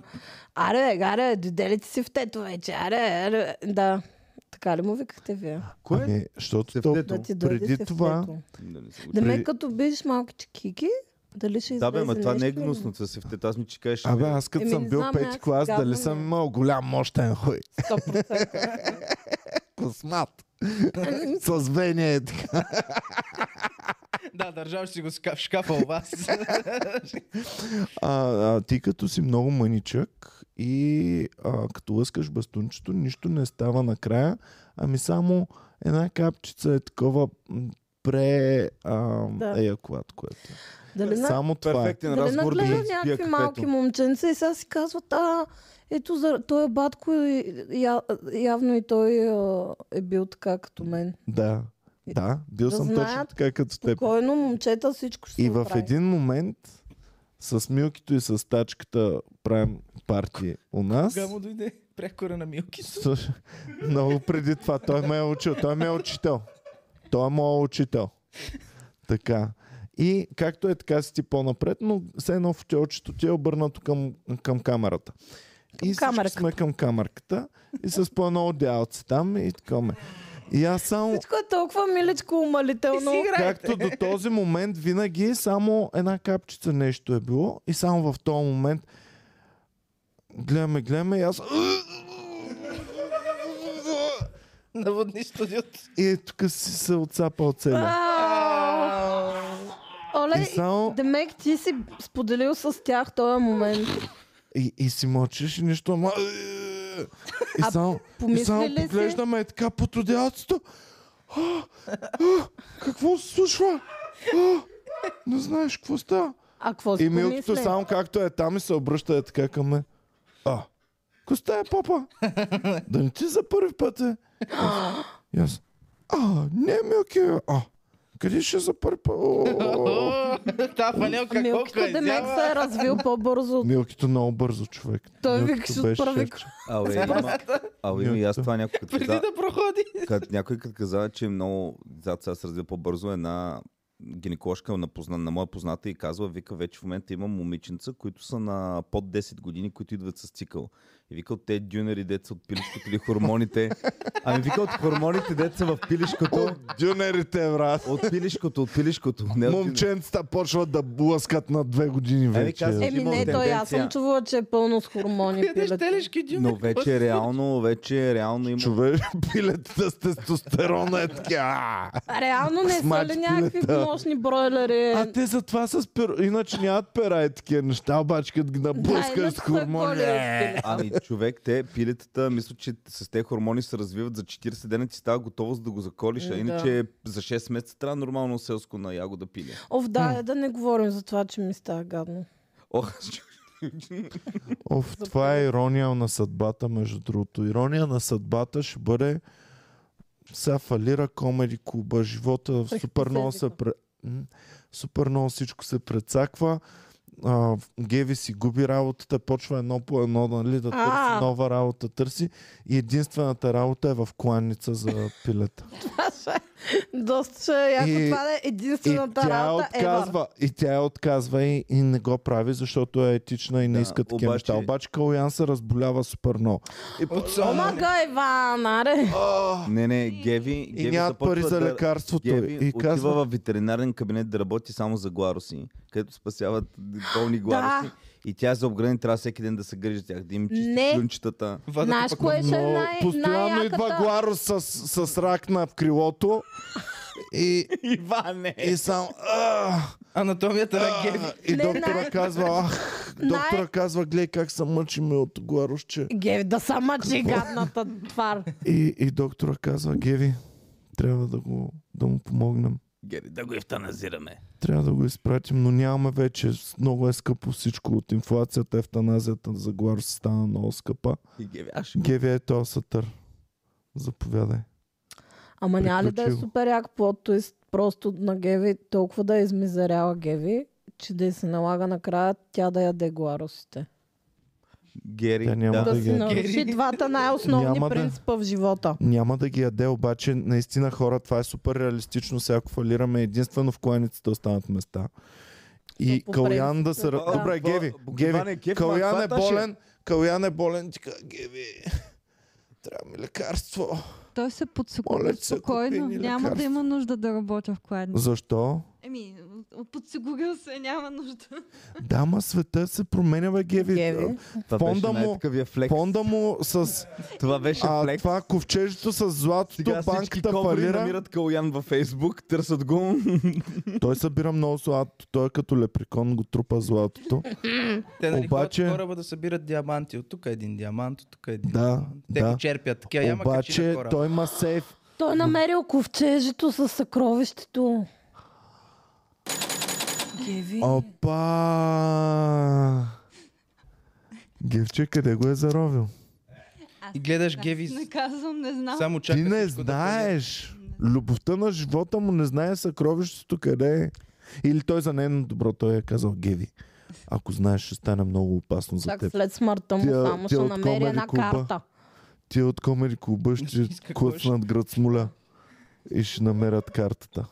Speaker 2: аре, аре, дойде ли ти си в тето вече? Аре, аре, да. Така ли му викахте вие?
Speaker 3: Кое?
Speaker 1: Ами, защото то,
Speaker 3: Севтето.
Speaker 2: Да ти дойде
Speaker 1: преди
Speaker 2: си
Speaker 1: това-
Speaker 2: в тето.
Speaker 3: Да, не съм го
Speaker 2: Да ме
Speaker 1: преди-
Speaker 2: като биеш малки чекики, дали ще
Speaker 3: Да,
Speaker 2: излезе
Speaker 3: бе, ма това не е
Speaker 2: нещо или
Speaker 3: гнусно, това се втета. Аз ми че кажеш.
Speaker 1: Абе, аз като
Speaker 2: Еми,
Speaker 1: съм
Speaker 2: не
Speaker 1: бил
Speaker 2: знам,
Speaker 1: пети
Speaker 2: аз
Speaker 1: клас,
Speaker 2: гадна
Speaker 1: дали
Speaker 2: ми
Speaker 1: съм
Speaker 2: е.
Speaker 1: имал голям мощен хуй?
Speaker 2: 100%.
Speaker 1: Космат.
Speaker 2: Ами,
Speaker 1: С вене е така.
Speaker 4: Да, държаваш си го в шкаф- в шкафа у вас.
Speaker 1: А, а ти като си много мъничък и а, като лъскаш бастунчето, нищо не става накрая, ами само една капчица е такова м, пре а,
Speaker 2: Да.
Speaker 1: да. еякулат, което. е.
Speaker 2: Дали на
Speaker 1: Само това е.
Speaker 3: Перфектен
Speaker 2: Дали
Speaker 3: разговор.
Speaker 2: нагледа
Speaker 3: докато си пия
Speaker 2: някакви
Speaker 3: кафето.
Speaker 2: малки момченца и сега си казват, а, ето за той е батко и я, явно и той а, е бил така като мен.
Speaker 1: Да. Да, бил
Speaker 2: Да
Speaker 1: съм точно
Speaker 2: знаят
Speaker 1: така като теб.
Speaker 2: Спокойно, момчета, всичко ще
Speaker 1: И
Speaker 2: се
Speaker 1: в
Speaker 2: оправи.
Speaker 1: един момент с милкито и с тачката правим парти у нас.
Speaker 4: Кога му дойде прякора на милки.
Speaker 1: Слушай, много преди това. Той ме е учил. Той ме е учител. Той е моят учител. Така. И както е така си ти по-напред, но все едно в телчето ти е обърнато към, към камерата. И всички
Speaker 2: камерката.
Speaker 1: сме към камерката. И с по едно отделце там и такаме. И аз само...
Speaker 2: Всичко е толкова миличко умалително.
Speaker 1: Както до този момент винаги само една капчица нещо е било и само в този момент гледаме, гледаме и аз
Speaker 4: Наводни студиото.
Speaker 1: и тук си се отцапал целия.
Speaker 2: Ау! Оле,
Speaker 1: И само-
Speaker 2: Демек, ти си споделил с тях този момент.
Speaker 1: И, и си мълчиш и нищо, ама... е, И
Speaker 2: А
Speaker 1: само, и
Speaker 2: помисли
Speaker 1: само
Speaker 2: ли си?
Speaker 1: поглеждаме е така под одеялцето. А, а, Какво се случва? А, Не знаеш какво става.
Speaker 2: А какво си
Speaker 1: И Милкито
Speaker 2: помисли?
Speaker 1: само както е там и се обръща е така към мен. А, коста е попа? да не ти за първи път е. И аз. А, не Милки, а. Къде ще за първи път? О, о, о.
Speaker 4: Та фанелка колко
Speaker 2: Милкито
Speaker 4: е
Speaker 2: Демек
Speaker 4: изява.
Speaker 2: се е развил по-бързо. от-
Speaker 1: Милкито много бързо, човек.
Speaker 2: Той
Speaker 1: Милкито
Speaker 2: викаше
Speaker 1: беше
Speaker 2: отправи
Speaker 1: шефче.
Speaker 3: Абе, има, абе, има и аз това някой като
Speaker 4: Преди
Speaker 3: каза,
Speaker 4: да проходи.
Speaker 3: кът, някой като каза, че е много децата сега се развива по-бързо, една гинеколожка на, позна, на моя позната и казва, вика, вече в момента има момиченца, които са на под 10 години, които идват с цикъл. И вика от те дюнери, деца от пилишкото или хормоните. Ами вика от хормоните, деца в пилишкото.
Speaker 1: Дюнерите, брат.
Speaker 3: От пилишкото, от пилишкото. Не от дюнери.
Speaker 1: Момченцата почват да блъскат на две години вече.
Speaker 3: казвам,
Speaker 2: Еми
Speaker 3: Има
Speaker 2: не, той аз съм
Speaker 3: тенденция.
Speaker 2: чувала, че е пълно с хормони.
Speaker 4: Ядеш
Speaker 2: пилето.
Speaker 4: телешки дюни.
Speaker 3: Но вече е реално, вече реално има
Speaker 1: Човек, пилетата с тестостерона е така.
Speaker 2: Реално не са ли
Speaker 1: Смачкали,
Speaker 2: някакви
Speaker 1: да.
Speaker 2: мощни бройлери?
Speaker 1: А те затова са спир... Иначе нямат пера и такива неща, обаче като ги наблъскаш
Speaker 2: иначе
Speaker 1: с
Speaker 2: са голи
Speaker 1: хормони. е.
Speaker 2: разпилени.
Speaker 3: Ами човек, те пилетата, мисля, че с те хормони се развиват за 40 дена, ти става готовост да го заколиш, а
Speaker 2: М,
Speaker 3: иначе за 6 месеца трябва нормално селско на яго да пиле.
Speaker 2: Ов, да, е, да не говорим за това, че ми става гадно.
Speaker 3: Ох, аз чух.
Speaker 1: Оф, това е ирония на съдбата, между другото. Ирония на съдбата ще бъде сега фалира комеди клуба,
Speaker 2: Е,
Speaker 1: живота супер много се
Speaker 2: Хипотезико.
Speaker 1: пре... М, супер много всичко се прецаква. А, Геви си губи работата, почва едно по едно, нали, да
Speaker 2: А.
Speaker 1: търси нова работа, търси. И единствената работа е в кланница за пилета.
Speaker 2: Това ще е доста ще е яко.
Speaker 1: И-
Speaker 2: Това е
Speaker 1: И
Speaker 2: единствената
Speaker 1: тя
Speaker 2: работа е ever.
Speaker 1: отказва, и тя я отказва и, и не го прави, защото е етична и не
Speaker 3: Да,
Speaker 1: иска такива
Speaker 3: обаче-
Speaker 1: неща. Обаче Калоян се разболява супер много. И,
Speaker 2: Помага, Иван, аре.
Speaker 3: Не, не, Геви.
Speaker 1: и
Speaker 3: Геви
Speaker 1: нямат
Speaker 3: започва
Speaker 1: пари за
Speaker 3: да-
Speaker 1: лекарството.
Speaker 3: Геви
Speaker 1: и
Speaker 3: отива
Speaker 1: казва,
Speaker 3: в ветеринарен кабинет да работи само за гларуси, където спасяват болни гларуси. И тя е за обграни трябва всеки ден да се грижи за тях, да им чисти
Speaker 2: Не.
Speaker 3: клюнчетата.
Speaker 4: Вадата
Speaker 2: Знаеш
Speaker 4: пък
Speaker 2: кое ще е
Speaker 1: но
Speaker 2: най-
Speaker 1: постоянно идва
Speaker 2: най-яката?
Speaker 1: Гларус с, с, с рак на в крилото. И,
Speaker 3: Иване!
Speaker 1: и само... А,
Speaker 4: Анатомията на Геви.
Speaker 1: и
Speaker 2: Не,
Speaker 1: доктора
Speaker 2: най-
Speaker 1: казва... Ах, доктора
Speaker 2: най-
Speaker 1: казва, гледай как се мъчи ме от Гларусче.
Speaker 2: Гев, да са мъчи гадната твар.
Speaker 1: И, и доктора казва, Геви, трябва да, го, да му помогнем.
Speaker 3: Гери, да го евтаназираме.
Speaker 1: Трябва да го изпратим, но нямаме вече. Много е скъпо всичко. От инфлацията, евтаназията за Гларус стана много скъпа.
Speaker 3: И Геви, аз ще го...
Speaker 1: Геви е този сатър. Заповядай.
Speaker 2: Ама няма ли да е
Speaker 1: Приключил.
Speaker 2: супер як плод, т.е. просто на Геви, толкова да е измизеряла Геви, че да й се налага накрая тя да яде гларусите.
Speaker 3: Гери,
Speaker 1: Тя няма
Speaker 3: да.
Speaker 1: да
Speaker 2: Да, да си
Speaker 1: ги-
Speaker 2: наруши
Speaker 4: Геви.
Speaker 2: двата най-основни
Speaker 1: Няма да-
Speaker 2: принципа в живота.
Speaker 1: Няма да ги яде, обаче наистина хора, това е супер реалистично. Сега ако фалираме единствено в кланицата останат места. И
Speaker 2: То по
Speaker 1: Калян да
Speaker 2: принцип е
Speaker 1: се...
Speaker 2: така.
Speaker 1: Да. Добре, Геви,
Speaker 3: Бо- Богдане,
Speaker 1: Геви.
Speaker 3: кеф,
Speaker 1: Калян
Speaker 3: ма,
Speaker 1: е
Speaker 3: това ще-
Speaker 1: болен, Калян е болен, ти кажа, Геви, трябва ми лекарство.
Speaker 6: Той се
Speaker 1: Моля
Speaker 6: подсигури
Speaker 1: ти се, купи
Speaker 6: спокойно.
Speaker 1: ни
Speaker 6: Няма да
Speaker 1: лекарство.
Speaker 6: има нужда да работя в кладница.
Speaker 1: Защо?
Speaker 6: Еми, подсигурил се, няма нужда.
Speaker 1: Да, ма света се променя, бе, Геви.
Speaker 2: Геви.
Speaker 3: Това
Speaker 1: Фонда
Speaker 3: беше
Speaker 1: му-
Speaker 3: най-такъвия флекс.
Speaker 1: Фонда му с
Speaker 3: Това беше
Speaker 1: а,
Speaker 3: флекс.
Speaker 1: това ковчежето с златото,
Speaker 3: Сега всички
Speaker 1: банката
Speaker 3: кобри
Speaker 1: фалира.
Speaker 3: намират Калуян във Фейсбук, търсят го.
Speaker 1: Той събира много злато, той е като лепрекон го трупа златото.
Speaker 4: Те
Speaker 1: Обаче-
Speaker 4: нали обаче... кораба да събират диаманти. От тук е един диамант, от тук е един
Speaker 1: Да,
Speaker 4: диамант. Те
Speaker 1: да.
Speaker 4: го черпят. Такива яма качи на
Speaker 1: Обаче
Speaker 4: кораба.
Speaker 1: той има сейф
Speaker 2: Той е намерил ковчежето с съкровището. Геви.
Speaker 1: Опа! Гевче, къде го е заровил?
Speaker 6: Аз
Speaker 4: И гледаш Геви.
Speaker 6: Не казвам, не знам.
Speaker 4: Само
Speaker 1: Ти
Speaker 4: чакай
Speaker 1: не
Speaker 4: всичко да влезе.
Speaker 1: знаеш! Любовта на живота му не знае съкровището къде е. Или той за нейно добро, той е казал Геви. Ако знаеш, ще стане много опасно за
Speaker 2: Так
Speaker 1: теб.
Speaker 2: след смъртта му
Speaker 1: Тя-
Speaker 2: само
Speaker 1: тя
Speaker 2: ще
Speaker 1: от
Speaker 2: намери
Speaker 1: Комеди
Speaker 2: една
Speaker 1: клуба.
Speaker 2: карта.
Speaker 1: Ти от комери клуба ще
Speaker 4: Иска
Speaker 1: клъцнат град Смоля и ще намерят картата.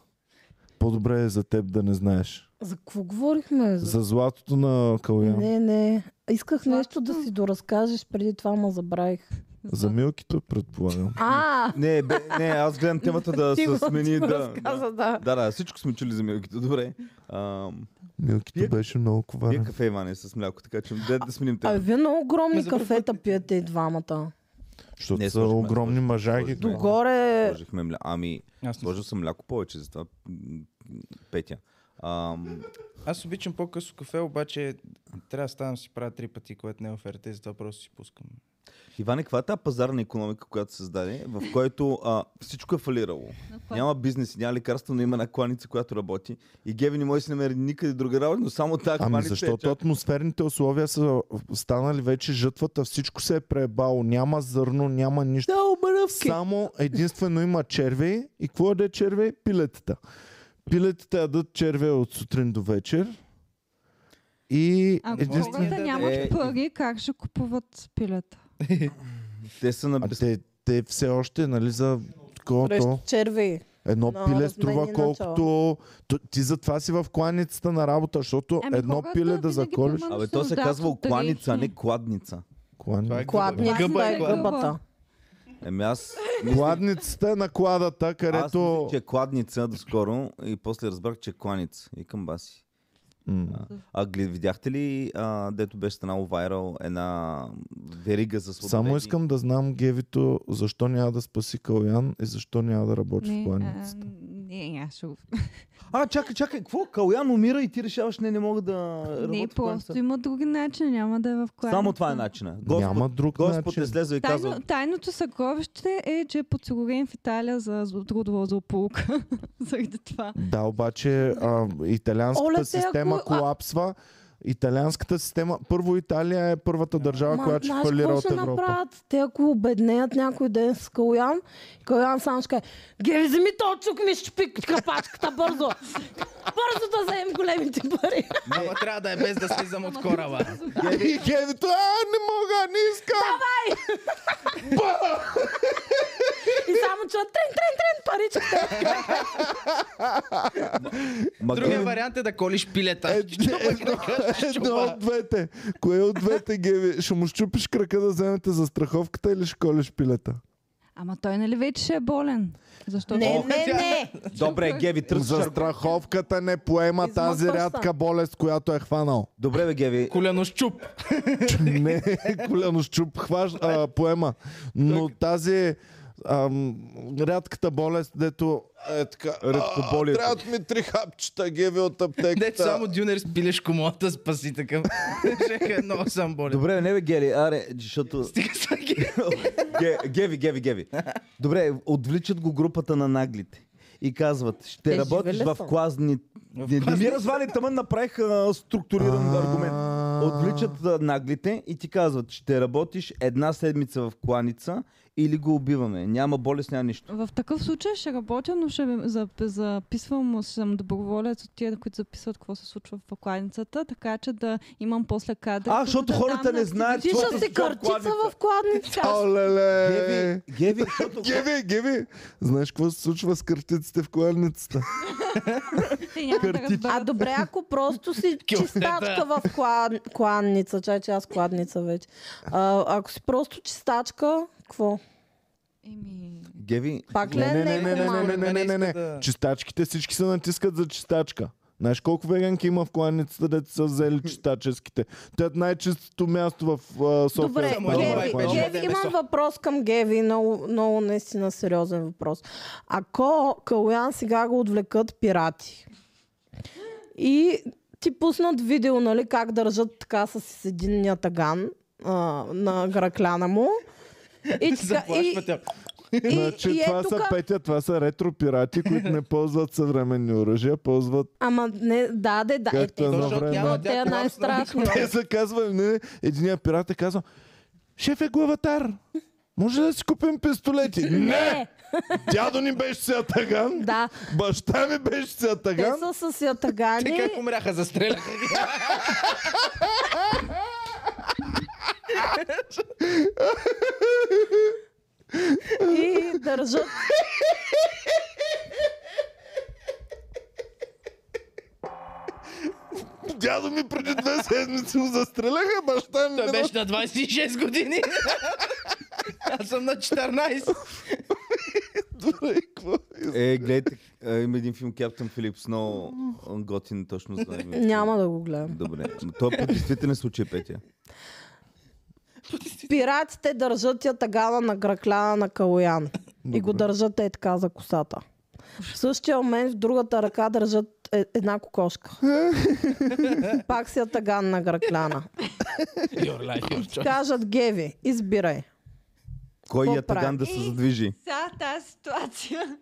Speaker 1: По-добре е за теб да не знаеш.
Speaker 2: За какво говорихме? За...
Speaker 1: За златото на Калуян.
Speaker 2: Не, не. Исках
Speaker 6: Сладко.
Speaker 2: нещо да си доразкажеш, преди това ма забравих.
Speaker 1: За милкито, предполагам.
Speaker 2: А,
Speaker 3: Не, бе, не, аз гледам темата да
Speaker 2: ти
Speaker 3: се
Speaker 2: го- ти
Speaker 3: смени.
Speaker 2: го
Speaker 3: Да, да.
Speaker 2: разказа, да.
Speaker 3: да, да, всичко сме чули за милките. Добре. Ам, Пие-
Speaker 1: Милкито беше много
Speaker 3: Пия
Speaker 1: коварен.
Speaker 3: кафе, Иване, с мляко, така че да, да сменим
Speaker 2: А
Speaker 3: темата.
Speaker 2: вие много
Speaker 4: Ме
Speaker 2: огромни
Speaker 4: за пръв
Speaker 2: кафета пиете и двамата.
Speaker 1: Защото
Speaker 3: Не,
Speaker 1: са
Speaker 3: сложихме-
Speaker 1: огромни мъжаги.
Speaker 3: сложихме-
Speaker 1: да.
Speaker 2: Догоре...
Speaker 3: Сложихме мля... Ами,
Speaker 4: Аз, не...
Speaker 3: сложил съм мляко повече, затова м, петя. Ам,
Speaker 4: Аз обичам по-късо кафе, обаче трябва да ставам да си правя три пъти, което не е оферта и затова просто си пускам.
Speaker 3: Иване, каква е тази пазарна економика, която се създаде, в която а, всичко е фалирало? Няма бизнес, няма лекарство, но има една кланица, която работи. И Геви не може да си намери никъде друга работа, но само тази
Speaker 1: Ами
Speaker 3: кланица
Speaker 1: защото
Speaker 3: е...
Speaker 1: атмосферните условия са станали вече жътвата, всичко се е пребало, няма зърно, няма нищо.
Speaker 2: Да, обръвки.
Speaker 1: Само единствено има червей и какво яде червей? Пилетата. Пилетата ядат червей от сутрин до вечер и
Speaker 6: Ако
Speaker 1: единствено...
Speaker 4: мога
Speaker 6: хората нямат
Speaker 3: Е,
Speaker 6: пари, как ще купуват пилета?
Speaker 3: Ами, Те са
Speaker 1: А
Speaker 3: на...
Speaker 1: те, те все още, нали, за колкото...
Speaker 2: Срещу черви.
Speaker 1: Едно
Speaker 2: на
Speaker 1: пиле
Speaker 2: разменни
Speaker 1: струва
Speaker 2: начала.
Speaker 1: колкото... Т- Ти затова си в кланицата на работа, защото
Speaker 6: Ами
Speaker 1: едно
Speaker 6: хората
Speaker 1: пиле да
Speaker 6: винаги
Speaker 1: заколиш...
Speaker 6: помагат.
Speaker 3: Абе, то се
Speaker 6: Нуждата
Speaker 3: казва
Speaker 6: от
Speaker 3: кланица, а не
Speaker 6: тарифи.
Speaker 3: кладница.
Speaker 1: Клани...
Speaker 2: Кладница
Speaker 6: Гъба е
Speaker 2: е
Speaker 6: гъба.
Speaker 2: гъбата.
Speaker 3: Еми аз...
Speaker 1: Кладницата е на кладата,
Speaker 3: Аз
Speaker 1: където...
Speaker 3: мислех, че е кладница доскоро и после разбрах, че е кланица. И към баси.
Speaker 1: М.
Speaker 3: А глед, видяхте ли, а, дето беше станало вайрал, една верига за сладоледи?
Speaker 1: Само искам да знам Гевито, защо няма да спаси Калян и защо няма да работи в
Speaker 6: Не, а,
Speaker 1: кланицата.
Speaker 6: не, аз ще го
Speaker 3: А, чакай, чакай, какво? Калян умира и ти решаваш, не, не мога да работя
Speaker 6: Не,
Speaker 3: в кланица.
Speaker 6: просто има други начини, няма да е в кланица.
Speaker 3: Само това е начина. Господ,
Speaker 1: Няма друг
Speaker 3: Господ
Speaker 1: начин.
Speaker 3: е слезал и казва,
Speaker 6: Тайно, тайното съкровище е, че е подсигурен в Италия за зло- трудова злополука. Заради това.
Speaker 1: Да, обаче а, италианската
Speaker 2: Оле, те,
Speaker 1: система
Speaker 2: ако- а-
Speaker 1: колапсва. Италианската система... Първо Италия е първата държава,
Speaker 2: Ма,
Speaker 1: която ще
Speaker 2: знаеш
Speaker 1: фалира
Speaker 2: какво
Speaker 1: от
Speaker 2: ще
Speaker 1: Европа.
Speaker 2: направят? Те ако обеднеят някой ден с Калян, Калян само ще каже, Геви, вземи то чук ми щупи капачката бързо. бързо да вземем големите пари.
Speaker 4: Ама трябва да е без да слизам от кораба.
Speaker 1: И Гевито, а, не мога, не искам!
Speaker 2: И само чуят трен, трен, трен паричките.
Speaker 3: ма
Speaker 4: Другия
Speaker 3: Геви,
Speaker 4: вариант е да колиш пилета.
Speaker 1: Е, е, Едно от двете. Кое от двете, Геви? Ще му щупиш крака да вземете за страховката или ще колиш пилета?
Speaker 6: Ама той нали вече ще е болен? Защото...
Speaker 2: не, не, не.
Speaker 3: добре, Геви, тръсваш
Speaker 1: За
Speaker 3: аргумент.
Speaker 1: страховката не поема
Speaker 2: Измъкваш
Speaker 1: тази
Speaker 2: се.
Speaker 1: рядка болест, която е хванал.
Speaker 3: Добре, бе, Геви.
Speaker 4: Коляно щуп.
Speaker 1: Не, коляно щуп хваш, а, поема. Но тази ам, рядката болест, дето е така...
Speaker 3: Редкоболието.
Speaker 1: «А, Трябват ми три хапчета, геви от аптеката.
Speaker 4: Дето само дюнер с пилешко мога да спаси такъв. Ще е много съм болен.
Speaker 3: Добре, бе, не бе, Гели, аре, защото...
Speaker 4: Стига са ги.
Speaker 3: Ге- Геви, Геви, Геви. Добре, отвличат го групата на наглите. И казват, ще
Speaker 2: Те
Speaker 3: работиш
Speaker 2: живели
Speaker 3: в
Speaker 2: са.
Speaker 3: клазни... Не, не ми развали, тъмън направиха структуриран
Speaker 1: А.
Speaker 3: аргумент. Отвличат а, наглите и ти казват, ще работиш една седмица в кланица или го убиваме. Няма болест, няма нищо.
Speaker 6: В такъв случай ще работя, но ще ви- зап- записвам, ще съм доброволец от тия, които записват какво се случва в кланицата, така че да имам после кадри.
Speaker 3: А,
Speaker 6: които
Speaker 3: защото
Speaker 6: да
Speaker 3: хората
Speaker 6: дам
Speaker 3: не
Speaker 6: на
Speaker 3: знаят,
Speaker 6: телевизията.
Speaker 3: че-
Speaker 2: Пиша си картица в кладница.
Speaker 1: Оле-ле!
Speaker 3: Геви, Геви, защото...
Speaker 1: Геви, геви! Знаеш какво се случва с картиците в коледницата?
Speaker 6: Те Е, няма да
Speaker 1: картица.
Speaker 6: разберат.
Speaker 2: А добре, ако просто си чистачка в клан, кланница, чай, че аз кладница вече. А, ако си просто чистачка, какво?
Speaker 6: Еми,
Speaker 3: Геви,
Speaker 2: Пак ли е
Speaker 1: не, не, не, не, не, не,
Speaker 2: нехуманно?
Speaker 1: не, не, не, не.
Speaker 4: Да.
Speaker 1: Чистачките всички се натискат за чистачка. Знаеш колко веганки има в кланицата, дето са взели чистаческите? Те е най-чистото място в а, София.
Speaker 2: Добре,
Speaker 1: става
Speaker 4: Само
Speaker 1: на
Speaker 4: е
Speaker 2: Геви,
Speaker 1: кланицата.
Speaker 4: Геви.
Speaker 2: Геви, имам въпрос към Геви, много, много наистина сериозен въпрос. Ако Калуян сега го отвлекат пирати и ти пуснат видео, нали, как държат така с единния таган а, на гракляна му. И, така, и,
Speaker 4: Заплашва тя.
Speaker 2: и,
Speaker 1: Значи
Speaker 2: и е
Speaker 1: това са
Speaker 2: тука-
Speaker 1: петя, това са ретропирати, които не ползват съвременни оръжия, ползват...
Speaker 2: Ама не, да, де, да, е,
Speaker 1: Както
Speaker 2: те,
Speaker 1: едно
Speaker 4: Защото
Speaker 1: време.
Speaker 4: няма
Speaker 2: те е
Speaker 4: тя колапсна.
Speaker 2: най-страшни.
Speaker 1: Те са казвали, не, единия пират е казал, шеф е главатар, може ли да си купим пистолети? не! Дядо ни беше сега таган,
Speaker 2: да,
Speaker 1: баща ми беше сега
Speaker 2: те
Speaker 1: таган.
Speaker 2: са с
Speaker 4: Те
Speaker 2: ятагани.
Speaker 4: как умряха, застреляха ги.
Speaker 2: и държат.
Speaker 1: Дядо ми преди две седмица му застреляха, баща ми.
Speaker 4: Той
Speaker 1: минал-
Speaker 4: беше на 26 години. Аз съм на 14.
Speaker 1: Добре, и какво?
Speaker 3: Е, гледайте, е, има един филм Captain Phillips, много готин точно за английски.
Speaker 2: Няма да го гледам.
Speaker 3: Добре. Ама Той е по действителен случай, Петя.
Speaker 2: Пиратите държат я тагана на гракляна на Калоян. И го държат е така за косата. В същия момент в другата ръка държат е, една кокошка. Пак си я таган на гракляна.
Speaker 4: Your life, your choice.
Speaker 2: Кажат Геви, избирай.
Speaker 3: Кой
Speaker 2: Какво
Speaker 3: я таган да се
Speaker 6: прави?
Speaker 3: задвижи?
Speaker 6: Сега тази ситуация.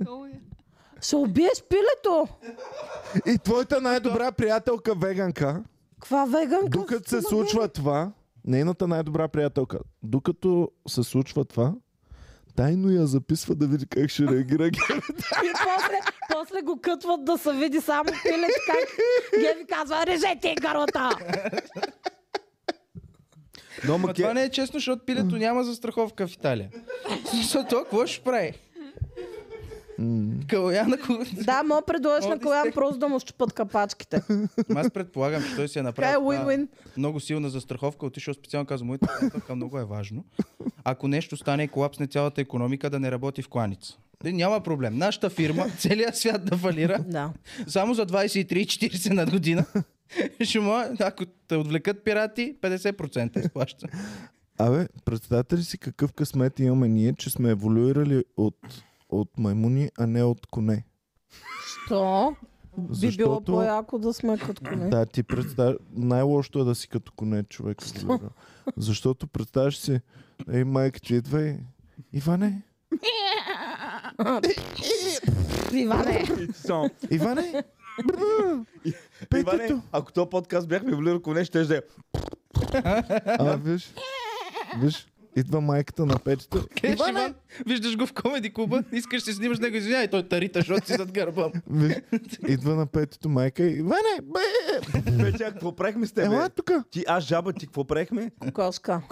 Speaker 6: Много е.
Speaker 2: Ще убиеш пилето!
Speaker 1: И твоята най-добра приятелка веганка,
Speaker 2: Каква веганка?
Speaker 1: докато
Speaker 2: си
Speaker 1: се
Speaker 2: на
Speaker 1: случва това, нейната най-добра приятелка, докато се случва това, тайно я записва да види как ще реагира.
Speaker 2: веганка? И после, после го кътват да се види само пилето как Геви казва, режете гърлата!
Speaker 3: Но
Speaker 4: Ма
Speaker 3: ма
Speaker 4: това
Speaker 3: ке...
Speaker 4: не е честно, защото пилето няма застраховка в Италия. Защото какво ще прави? Калояна, кога...
Speaker 2: Да, мога предложиш
Speaker 4: Мога
Speaker 2: на
Speaker 4: да
Speaker 2: Калоян
Speaker 4: изтекне.
Speaker 2: просто да му щупат капачките.
Speaker 4: Ама Аз предполагам, че той си
Speaker 2: Така
Speaker 4: е
Speaker 2: е
Speaker 4: направил една
Speaker 2: win-win.
Speaker 4: много силна застраховка, отишъл специално каза моята приятелка, много е важно. Ако нещо стане и колапсне цялата економика, да не работи в кланица. Е, Няма проблем. Нашата фирма, целият свят да фалира,
Speaker 2: Да.
Speaker 4: само за 23-40 на година. Ще мога, ако те отвлекат пирати, 50% изплаща.
Speaker 1: Абе, представете ли си какъв късмет имаме ние, че сме еволюирали от, от маймуни, а не от коне?
Speaker 2: Що? Би било
Speaker 1: Защото-
Speaker 2: по-яко да сме като коне.
Speaker 1: Да, ти представяш, най-лошото е да си като коне човек. еволюира. Защото представяш си, ей, майка ти идва и... Иване,
Speaker 2: Иване,
Speaker 1: Иване, Бррр!
Speaker 3: Иване,
Speaker 1: Петето.
Speaker 3: ако този подкаст бяхме влили коне, ще да е.
Speaker 1: А, виж, виж, идва майката на петето.
Speaker 4: Къде ще Иван, Е, виждаш го в комеди клуба, искаш да си снимаш него, извинявай, той тарита, защото си зад гърба. му.
Speaker 1: Виж, идва на петето майка и... Иване, бе,
Speaker 3: Петя, какво правихме с тебе?
Speaker 1: ела тука.
Speaker 3: Ти, аз жаба, ти какво правихме?
Speaker 2: кокошка.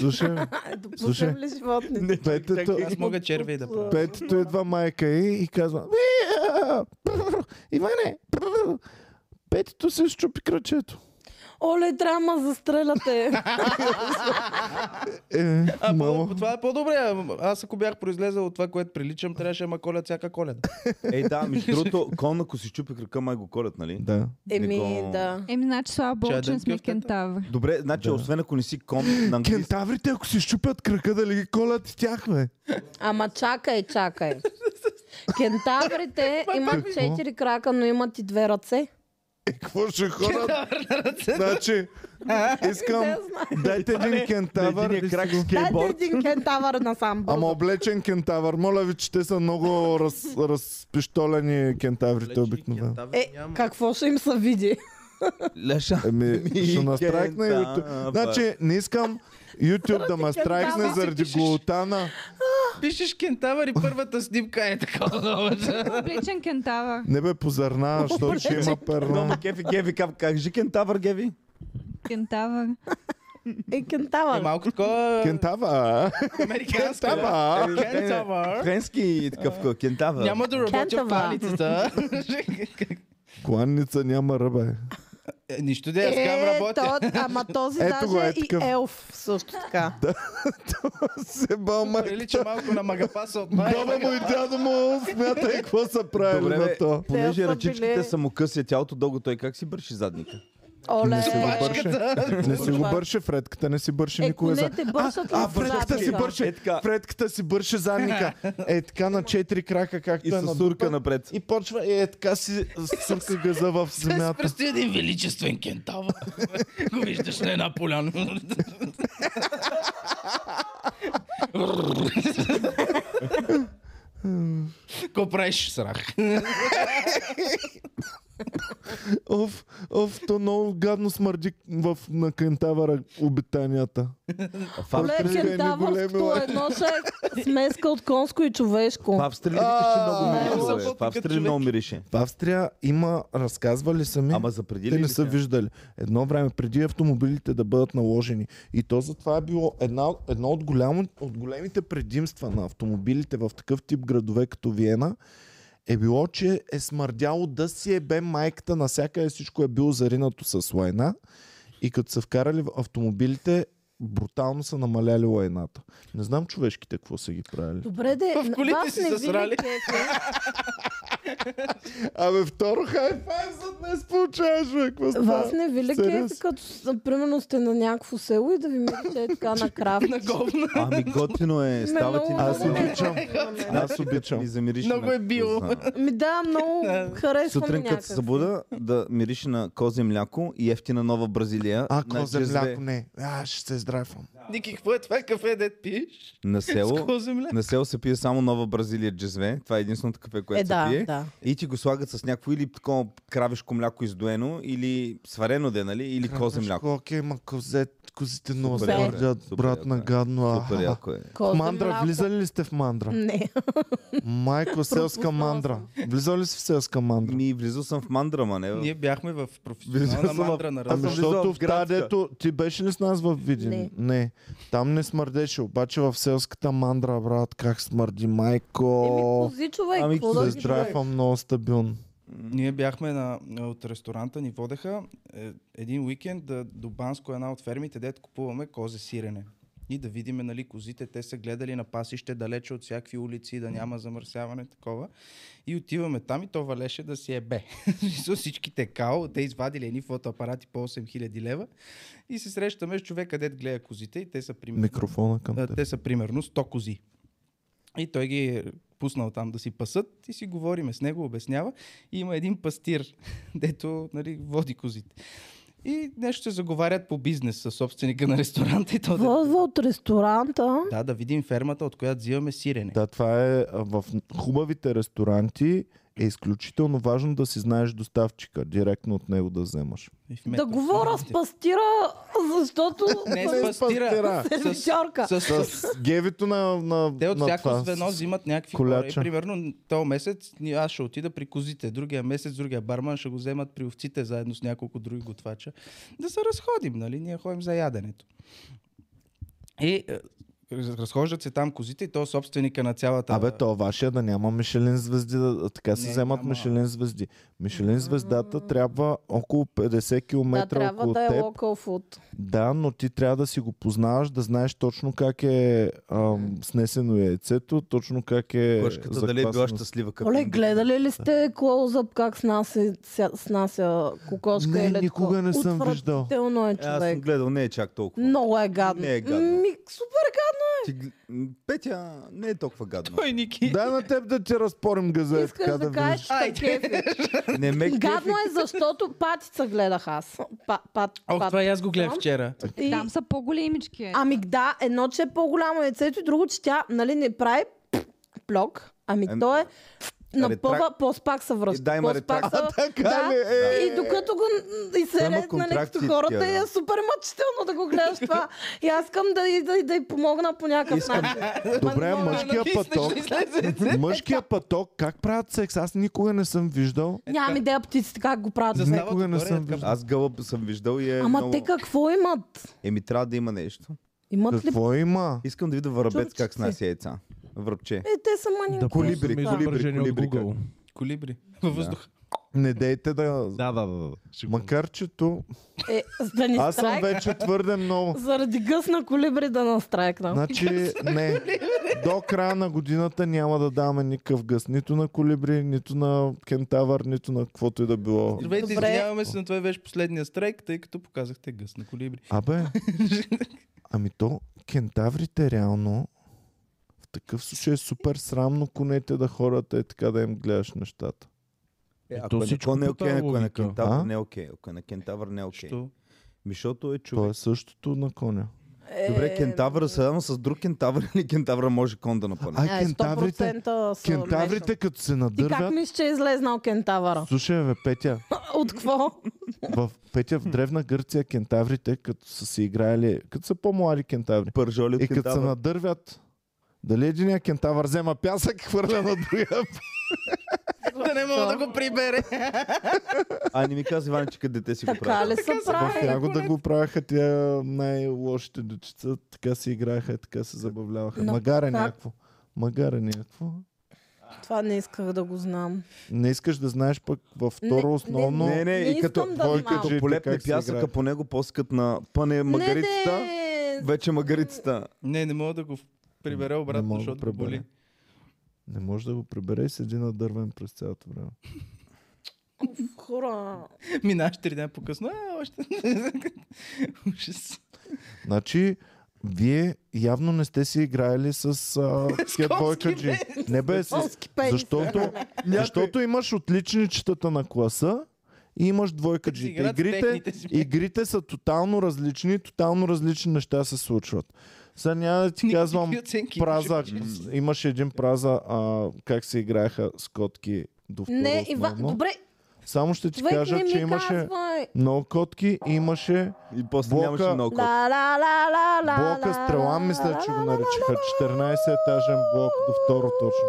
Speaker 1: Слушай, Слушай.
Speaker 2: Е, Допуснем ли животни?
Speaker 1: петето...
Speaker 4: Аз мога черви да правя.
Speaker 1: Петето идва майка и, и казва «Мия! Пррр! Иване! пррр!» Петето се щупи кръчето.
Speaker 2: Оле, трябва да застреляте.
Speaker 1: Е,
Speaker 4: А, по,
Speaker 1: мамо,
Speaker 4: по- това е по-добре. а, Аз ако бях произлезал от това, което приличам, трябваше да ма колят всяка коледа.
Speaker 3: Ей, да, между другото, кон, ако си чупи крака, май го колят, нали?
Speaker 1: да.
Speaker 2: Еми,
Speaker 3: Него-
Speaker 2: да.
Speaker 6: Еми, значи, слава
Speaker 4: Чай
Speaker 6: Бог,
Speaker 4: да
Speaker 6: че не сме
Speaker 4: кюфтата.
Speaker 6: кентаври.
Speaker 3: Добре, значи,
Speaker 1: Да.
Speaker 3: освен ако не си кон на английски.
Speaker 1: Кентаврите, ако си щупят крака, дали ги колят и тях, бе?
Speaker 2: Ама чакай, чакай. Кентаврите имат
Speaker 1: Какво?
Speaker 2: четири крака, но имат и две ръце.
Speaker 1: Е, какво ще хорат? Значи, искам...
Speaker 2: Не знам.
Speaker 1: Дайте един кентавър.
Speaker 3: Единия крак с
Speaker 2: Е, Дайте
Speaker 3: кейборд.
Speaker 2: един кентавър на сам.
Speaker 1: Ама облечен кентавър. Моля ви, че те са много раз, разпиштолени кентаврите обикновено.
Speaker 2: Е, какво ще им се види?
Speaker 3: Леша.
Speaker 1: Еми, ще настрайкна
Speaker 3: Ами, кентавър.
Speaker 1: YouTube. Значи, не искам YouTube да ме страйкне
Speaker 2: кентавър.
Speaker 1: заради голотана.
Speaker 4: Пишеш кентавър и първата снимка е такова много.
Speaker 6: Обличен кентавър.
Speaker 1: Не бе по зърна, защото ще има перна.
Speaker 3: Много кефи, Геви, как кажи кентавър, Геви?
Speaker 6: Кентавър.
Speaker 2: Е,
Speaker 4: Е,
Speaker 2: кентавър.
Speaker 4: малко такова
Speaker 1: Кентава!
Speaker 4: американско.
Speaker 3: Е,
Speaker 1: Кентава!
Speaker 4: Кентавър.
Speaker 3: Френски такъв кентавър.
Speaker 4: Няма да работя в
Speaker 2: Кентавър.
Speaker 4: палицата.
Speaker 1: Кланница няма ръба.
Speaker 4: Е, Нищо да аз кам работя.
Speaker 2: то, ама този
Speaker 1: Ето
Speaker 2: даже
Speaker 1: го е
Speaker 2: е и
Speaker 1: такъв.
Speaker 2: елф също така.
Speaker 1: Се
Speaker 4: Прилича малко на магапаса от май.
Speaker 1: Баба му и дядо му смятай какво са правили
Speaker 3: Добре,
Speaker 1: на
Speaker 3: бе,
Speaker 1: то.
Speaker 3: понеже
Speaker 2: Те са
Speaker 3: ръчичките
Speaker 2: били-
Speaker 3: са му къси, тялото дълго, той как си бърши задника?
Speaker 1: Не си го
Speaker 2: Оле.
Speaker 1: бърше. Не си го бърше фредката, не си бърше
Speaker 2: Е,
Speaker 1: никога за...
Speaker 2: конете бършат
Speaker 1: А,
Speaker 2: на
Speaker 1: фредката
Speaker 2: задника.
Speaker 1: си бърше,
Speaker 3: Е така.
Speaker 1: фредката си бърше задника. Е така на четири крака, както
Speaker 3: И
Speaker 1: е
Speaker 3: с
Speaker 1: на
Speaker 3: сурка
Speaker 1: дупа.
Speaker 3: напред.
Speaker 1: И почва, е така си сурка газа в
Speaker 4: С
Speaker 1: земята.
Speaker 4: пръсти един величествен кентавър. Го виждаш на една поляна. Ко правиш срах?
Speaker 1: Оф, оф, то много гадно смърди в, на кентавъра обитанията.
Speaker 3: Факт.
Speaker 2: Оле,
Speaker 1: Австралия е
Speaker 2: кентавърското
Speaker 1: неголеми,
Speaker 2: едно ще е смеска от конско и човешко.
Speaker 3: В Австрия ще много
Speaker 4: Най-лошото
Speaker 3: мирише. бе. В
Speaker 4: като
Speaker 3: Австрия
Speaker 4: човек.
Speaker 3: много мирише.
Speaker 1: В Австрия има, разказвали сами,
Speaker 3: Ама за преди
Speaker 1: те
Speaker 3: ли
Speaker 1: не
Speaker 3: ли
Speaker 1: са
Speaker 3: сега?
Speaker 1: виждали. Едно време, преди автомобилите да бъдат наложени. И то затова е било една, едно от, голямо, от големите предимства на автомобилите в такъв тип градове като Виена, е било, че е смърдяло да си ебе майката, насякъде всичко е било заринато с лайна и като са вкарали в автомобилите, брутално са намаляли лайната. Не знам човешките какво са ги правили.
Speaker 2: Добре, де,
Speaker 4: В колите
Speaker 2: вас
Speaker 4: си
Speaker 2: не ви ли
Speaker 4: засрали.
Speaker 2: кефи?
Speaker 1: Абе, второ хай-файв за днес получаваш, бе, какво става?
Speaker 2: Вас не ви ли
Speaker 1: Сериозно?
Speaker 2: кефи, като с- примерно сте на някакво село и да ви мирите така на крав?
Speaker 4: На говна.
Speaker 3: Ами готино е, става ти Ами,
Speaker 2: много-
Speaker 1: Аз
Speaker 2: много ме-
Speaker 1: обичам. Аз
Speaker 3: Ми
Speaker 1: обичам.
Speaker 3: замириш
Speaker 4: Много
Speaker 3: на
Speaker 4: е било.
Speaker 3: коза.
Speaker 2: Ми Ами да, много харесвам
Speaker 3: Сутрин, като се събуда, да мириш на козе мляко и ефтина нова Бразилия.
Speaker 1: А,
Speaker 3: на
Speaker 1: козе
Speaker 3: джезве.
Speaker 1: мляко не. А, ще се здравям.
Speaker 4: Ники, какво е това кафе, дед пиеш?
Speaker 3: На
Speaker 4: С
Speaker 3: село,
Speaker 4: козе мляко.
Speaker 3: на село се пие само нова Бразилия джезве. Това е единственото кафе, което
Speaker 2: Е,
Speaker 3: се
Speaker 2: да,
Speaker 3: пие.
Speaker 2: да.
Speaker 3: И ти го слагат с някакво или такова кравешко мляко издоено, или сварено де, нали? Или козе мляко.
Speaker 1: Окей, ма козе, козите много
Speaker 3: Супер
Speaker 2: яко е.
Speaker 1: смърдят,
Speaker 3: Супер
Speaker 1: брат
Speaker 3: яко
Speaker 1: на
Speaker 3: е.
Speaker 1: гадно.
Speaker 3: Супер
Speaker 1: аха.
Speaker 3: яко е.
Speaker 2: Коза
Speaker 1: Мандра,
Speaker 2: мляко.
Speaker 1: влизали ли сте в мандра?
Speaker 2: Не. ами
Speaker 1: Майко, селска
Speaker 2: Пропуснала
Speaker 1: мандра. Влизали ли си в селска мандра?
Speaker 3: Ми влизал съм в мандра, ма не. в-
Speaker 4: Ние бяхме в
Speaker 3: Влизал
Speaker 4: професионална
Speaker 3: съм в-
Speaker 4: мандра на
Speaker 1: Ами
Speaker 3: съм
Speaker 4: разговор.
Speaker 1: защото
Speaker 3: влизал
Speaker 1: в
Speaker 3: в
Speaker 1: тази
Speaker 3: градска.
Speaker 1: дето ти беше ли с нас в Видин?
Speaker 2: Не.
Speaker 1: не. Там не смърдеше, обаче в селската мандра, брат, как смърди,
Speaker 2: Еми,
Speaker 1: майко.
Speaker 2: кози, човек,
Speaker 3: Ами,
Speaker 2: какво да
Speaker 1: Се
Speaker 2: ги прави?
Speaker 1: здравям много стабилно.
Speaker 4: Ние бяхме на, от ресторанта, ни водеха е, един уикенд да, до Банско, една от фермите, дето купуваме козе сирене. И да видим нали, козите, те са гледали на пасище далече от всякакви улици, да няма замърсяване, такова. И отиваме там и то валеше да си ебе. С всичките као, те извадили едни фотоапарати по 8000 лева и се срещаме с човека, дед гледа козите и те са примерно
Speaker 1: Микрофона към
Speaker 3: Е,
Speaker 4: а,
Speaker 1: теб.
Speaker 4: Е, те са примерно 100 кози. И той ги е пуснал там да си пасат и си говориме с него, обяснява. И има един пастир, дето нали, води козите. И нещо се заговарят по бизнес с собственика на ресторанта. И то да,
Speaker 2: Возва от ресторанта.
Speaker 4: да, да видим фермата, от която взимаме сирене.
Speaker 1: Да, това е а, в хубавите ресторанти е изключително важно да си знаеш доставчика, директно от него да вземаш.
Speaker 4: И в
Speaker 2: Да
Speaker 4: метро
Speaker 2: говоря с
Speaker 4: фермите.
Speaker 2: пастира, защото...
Speaker 4: Не
Speaker 1: Не
Speaker 4: с
Speaker 1: с
Speaker 4: пастира.
Speaker 1: пастира.
Speaker 2: Сервитьорка.
Speaker 4: С, с, с,
Speaker 1: С гевито на, на,
Speaker 4: те от
Speaker 1: на
Speaker 4: всяко
Speaker 1: това.
Speaker 4: звено взимат някакви хора. И,
Speaker 1: коляча.
Speaker 4: примерно, този месец ни- аз ще отида при козите, другия месец другия барман ще го вземат при овците, заедно с няколко други готвача. Да се разходим, нали? Ние ходим за яденето. И е, раз- разхождат се там козите и то е собственика на цялата...
Speaker 1: Абе, то вашия да няма Мишелин звезди, да, така се
Speaker 4: Не,
Speaker 1: вземат
Speaker 4: няма.
Speaker 1: Мишелин звезди. Мишелин звездата трябва около 50
Speaker 2: Да,
Speaker 1: км
Speaker 2: трябва
Speaker 1: около
Speaker 2: да е
Speaker 1: теб.
Speaker 2: local food.
Speaker 1: Да, но ти трябва да си го познаваш, да знаеш точно как е ам, снесено яйцето, точно как е
Speaker 3: Кошката дали е била
Speaker 1: заквасено.
Speaker 3: щастлива като...
Speaker 2: Оле, гледали ли сте клоузъп как снася, ся- снася кокошка
Speaker 1: Не,
Speaker 2: или
Speaker 1: никога не съм виждал.
Speaker 2: Отвратително е
Speaker 3: Е, Аз съм
Speaker 2: човек.
Speaker 3: гледал, не е чак толкова.
Speaker 2: Много е гадно.
Speaker 3: Не е гадно.
Speaker 2: Ми, супер гадно.
Speaker 3: Ти... гл- м, Петя не е толкова гадно.
Speaker 4: Той Ники...
Speaker 1: Дай на теб да ти разпорим газа. е
Speaker 2: Искаш
Speaker 1: така
Speaker 2: да,
Speaker 1: видиш.
Speaker 2: кажеш, че те кефи.
Speaker 3: Не ме
Speaker 2: Гадно е, защото патица гледах аз. Па, пат,
Speaker 4: Ох,
Speaker 2: пат.
Speaker 4: това и аз го гледах
Speaker 2: Знам.
Speaker 4: вчера.
Speaker 2: И-
Speaker 6: Там са по-големички. е.
Speaker 2: Ами да, едно, че е по-голямо яйцето и друго, че тя нали, не прави плок. Ами
Speaker 3: Ем,
Speaker 2: то е на
Speaker 3: ретрак-
Speaker 2: пъва, после пак се връща.
Speaker 3: Е, да, има
Speaker 2: после пак
Speaker 3: ретрак-
Speaker 2: се- да, И докато го н- и се
Speaker 3: Той има
Speaker 2: реднали
Speaker 3: контракти
Speaker 2: като
Speaker 3: и
Speaker 2: хората,
Speaker 3: такива,
Speaker 2: и е
Speaker 3: да.
Speaker 2: супер мъчително да го гледаш това. И аз искам да, и- да, и да й помогна по някакъв начин.
Speaker 1: Добре, а мъжкия паток. Мъжкия паток, как правят секс? Аз никога не съм виждал.
Speaker 2: Нямам идея птиците как го правят. бе.
Speaker 4: Застава
Speaker 1: Никога не
Speaker 4: отгоре,
Speaker 1: съм
Speaker 4: така,
Speaker 1: виждал.
Speaker 3: Аз гълъб съм виждал и е
Speaker 2: Ама
Speaker 3: много...
Speaker 2: те какво имат?
Speaker 3: Еми трябва да има нещо.
Speaker 2: Имат ли...
Speaker 1: Какво има?
Speaker 3: Искам да видя върбец
Speaker 2: Чурчици.
Speaker 3: как снася яйца. Връбче.
Speaker 2: Е, те са маниаки.
Speaker 5: Да
Speaker 2: Колибри,
Speaker 5: пуснем
Speaker 2: колибри,
Speaker 5: изображение от
Speaker 3: колибри,
Speaker 5: Google.
Speaker 4: Колибри. Във въздуха.
Speaker 1: Не дейте да...
Speaker 5: Да, да, да. да. Ще го-
Speaker 1: Макар, че то...
Speaker 2: Е, да ни
Speaker 1: Аз съм
Speaker 2: страйк,
Speaker 1: вече твърде много.
Speaker 2: заради гъс на колибри да настрайкна.
Speaker 1: Значи, не. До края на годината няма да даваме никакъв гъс. Нито на колибри, нито на кентавър, нито на каквото и да било.
Speaker 4: Здравейте,
Speaker 2: Добре.
Speaker 4: извиняваме се, но това беше последния страйк, тъй като показахте гъс на колибри.
Speaker 1: Абе, ами то кентаврите реално в такъв случай е супер срамно конете да хората е така да им гледаш нещата.
Speaker 3: Е,
Speaker 5: то
Speaker 3: ако е
Speaker 5: всичко
Speaker 3: на- не е
Speaker 5: по
Speaker 3: окей,
Speaker 5: тая
Speaker 3: ако е на
Speaker 5: логика.
Speaker 1: А?
Speaker 3: кентавър, не е окей. Ако е на кентавър, не е окей.
Speaker 4: Що?
Speaker 3: Мишото е
Speaker 1: То е
Speaker 3: човек.
Speaker 1: същото на коня.
Speaker 2: Е,
Speaker 3: Добре, кентавъра само с друг кентавър или кентавра може кон да напъне.
Speaker 1: А
Speaker 2: е, 100%
Speaker 1: кентаврите,
Speaker 2: са
Speaker 1: кентаврите
Speaker 2: мешани.
Speaker 1: като се
Speaker 2: Ти как
Speaker 1: надървят...
Speaker 2: мислиш, че е излезнал кентавъра?
Speaker 1: Слушай, бе, Петя,
Speaker 2: От какво?
Speaker 1: в, Петя, в Древна Гърция кентаврите, като са си играли, като са по-млади кентаври,
Speaker 3: Пържоли
Speaker 1: и
Speaker 3: от
Speaker 1: като се
Speaker 3: кентавър.
Speaker 1: надървят, дали единия кентавър взема пясък и хвърля на другия?
Speaker 4: Да не мога да го прибере.
Speaker 3: А не ми каза Иван, че къде дете си го
Speaker 2: Така
Speaker 3: прави.
Speaker 2: ли са
Speaker 1: В
Speaker 2: прави?
Speaker 1: Яго да го правяха тия най-лошите дечица, така си играха, така се забавляваха.
Speaker 2: Но
Speaker 1: Магаре
Speaker 2: как?
Speaker 1: някакво. Магаре някакво.
Speaker 2: Това не исках да го знам.
Speaker 1: Не искаш да знаеш пък във второ
Speaker 2: не,
Speaker 1: основно...
Speaker 3: Не, не,
Speaker 2: не
Speaker 3: и
Speaker 2: искам
Speaker 3: като,
Speaker 2: да знам.
Speaker 3: като
Speaker 1: Кажете
Speaker 3: полепне
Speaker 1: как се
Speaker 3: пясъка
Speaker 1: играе.
Speaker 3: по него, по-скът на пъне магарицата.
Speaker 2: Не, де!
Speaker 3: Вече магарицата.
Speaker 4: Не, не мога да го в- прибера обратно,
Speaker 1: мога да
Speaker 4: защото го
Speaker 1: прибера.
Speaker 4: боли.
Speaker 1: Не може да го прибере и седи на дървен през цялото време.
Speaker 2: Хора.
Speaker 4: Минаш три дни по-късно. А, още. Ужас.
Speaker 1: Значи, вие явно не сте си играели с Кетбойка Джи. Не бе, с...
Speaker 2: Полски пенис.
Speaker 1: Защото, защото имаш отличничетата на класа и имаш двойка
Speaker 4: Си
Speaker 1: G.
Speaker 4: играят с
Speaker 1: Игрите,
Speaker 4: техните си.
Speaker 1: игрите са тотално различни, тотално различни неща се случват. Сега няма да ти
Speaker 4: Никакви
Speaker 1: казвам
Speaker 4: оценки.
Speaker 1: праза.
Speaker 4: Ще кажа.
Speaker 1: Имаше един праза, а, как се играеха с котки до второ
Speaker 2: Не, Ива...
Speaker 1: основно.
Speaker 2: Добре,
Speaker 1: Само ще ти
Speaker 2: човек
Speaker 1: кажа,
Speaker 2: не ми
Speaker 1: че имаше
Speaker 2: казвай.
Speaker 1: много котки, имаше
Speaker 3: И после
Speaker 1: Блока.
Speaker 3: нямаше много кот.
Speaker 2: Ла, ла, ла, ла, ла,
Speaker 1: блока
Speaker 2: ла,
Speaker 1: стрела,
Speaker 2: ла,
Speaker 1: мисля, че го
Speaker 2: ла, ла,
Speaker 1: наричаха.
Speaker 2: ла, ла, ла,
Speaker 1: 14 етажен блок до второ точно.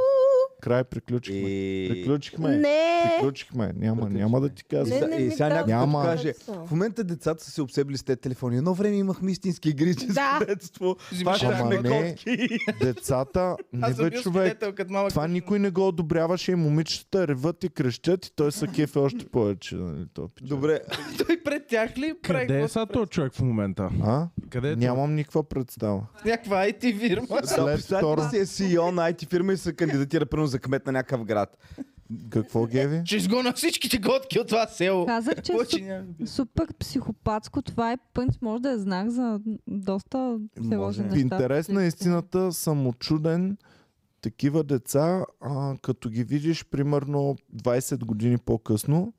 Speaker 1: Край, приключихме.
Speaker 3: И...
Speaker 1: Приключихме.
Speaker 2: Не.
Speaker 1: Приключихме. Няма, няма да ти
Speaker 3: И
Speaker 1: казвам.
Speaker 2: Не,
Speaker 3: са-
Speaker 2: не
Speaker 3: и
Speaker 2: ми
Speaker 3: сега някой
Speaker 1: казвай.
Speaker 3: като каже,
Speaker 2: Няма.
Speaker 3: в момента децата са се обсебли с те телефони. Едно време имахме истински игри с
Speaker 2: Да.
Speaker 3: детство.
Speaker 4: Взимаш
Speaker 3: Това
Speaker 1: Ама
Speaker 3: бяхме
Speaker 1: не,
Speaker 3: котки.
Speaker 1: децата, не
Speaker 4: Аз съм
Speaker 1: бе
Speaker 4: бил
Speaker 1: човек.
Speaker 4: свидетел като малък.
Speaker 1: Това никой не го одобряваше и момичетата реват и крещят и той са кефе още повече. Нали, то пич.
Speaker 3: Добре,
Speaker 4: Той пред тях ли прави
Speaker 5: Къде е
Speaker 4: какво-
Speaker 5: сега този човек в момента?
Speaker 1: А?
Speaker 5: Къде е той?
Speaker 1: Нямам никаква представа.
Speaker 4: някаква IT фирма?
Speaker 1: След
Speaker 3: След
Speaker 1: второ.
Speaker 3: си е CEO на IT фирма и се кандидатира примерно за кмет на някакъв град.
Speaker 1: Какво, Геви?
Speaker 4: Ще изгона всичките готки от това село.
Speaker 6: Казах, че е
Speaker 4: Повече
Speaker 6: су-
Speaker 4: няма.
Speaker 6: супер психопатско. Това е пънч, може да е знак за доста сериозни
Speaker 3: Може.
Speaker 1: В
Speaker 6: неща.
Speaker 1: интерес на истината съм очуден такива деца, а, като ги видиш примерно 20 години по-късно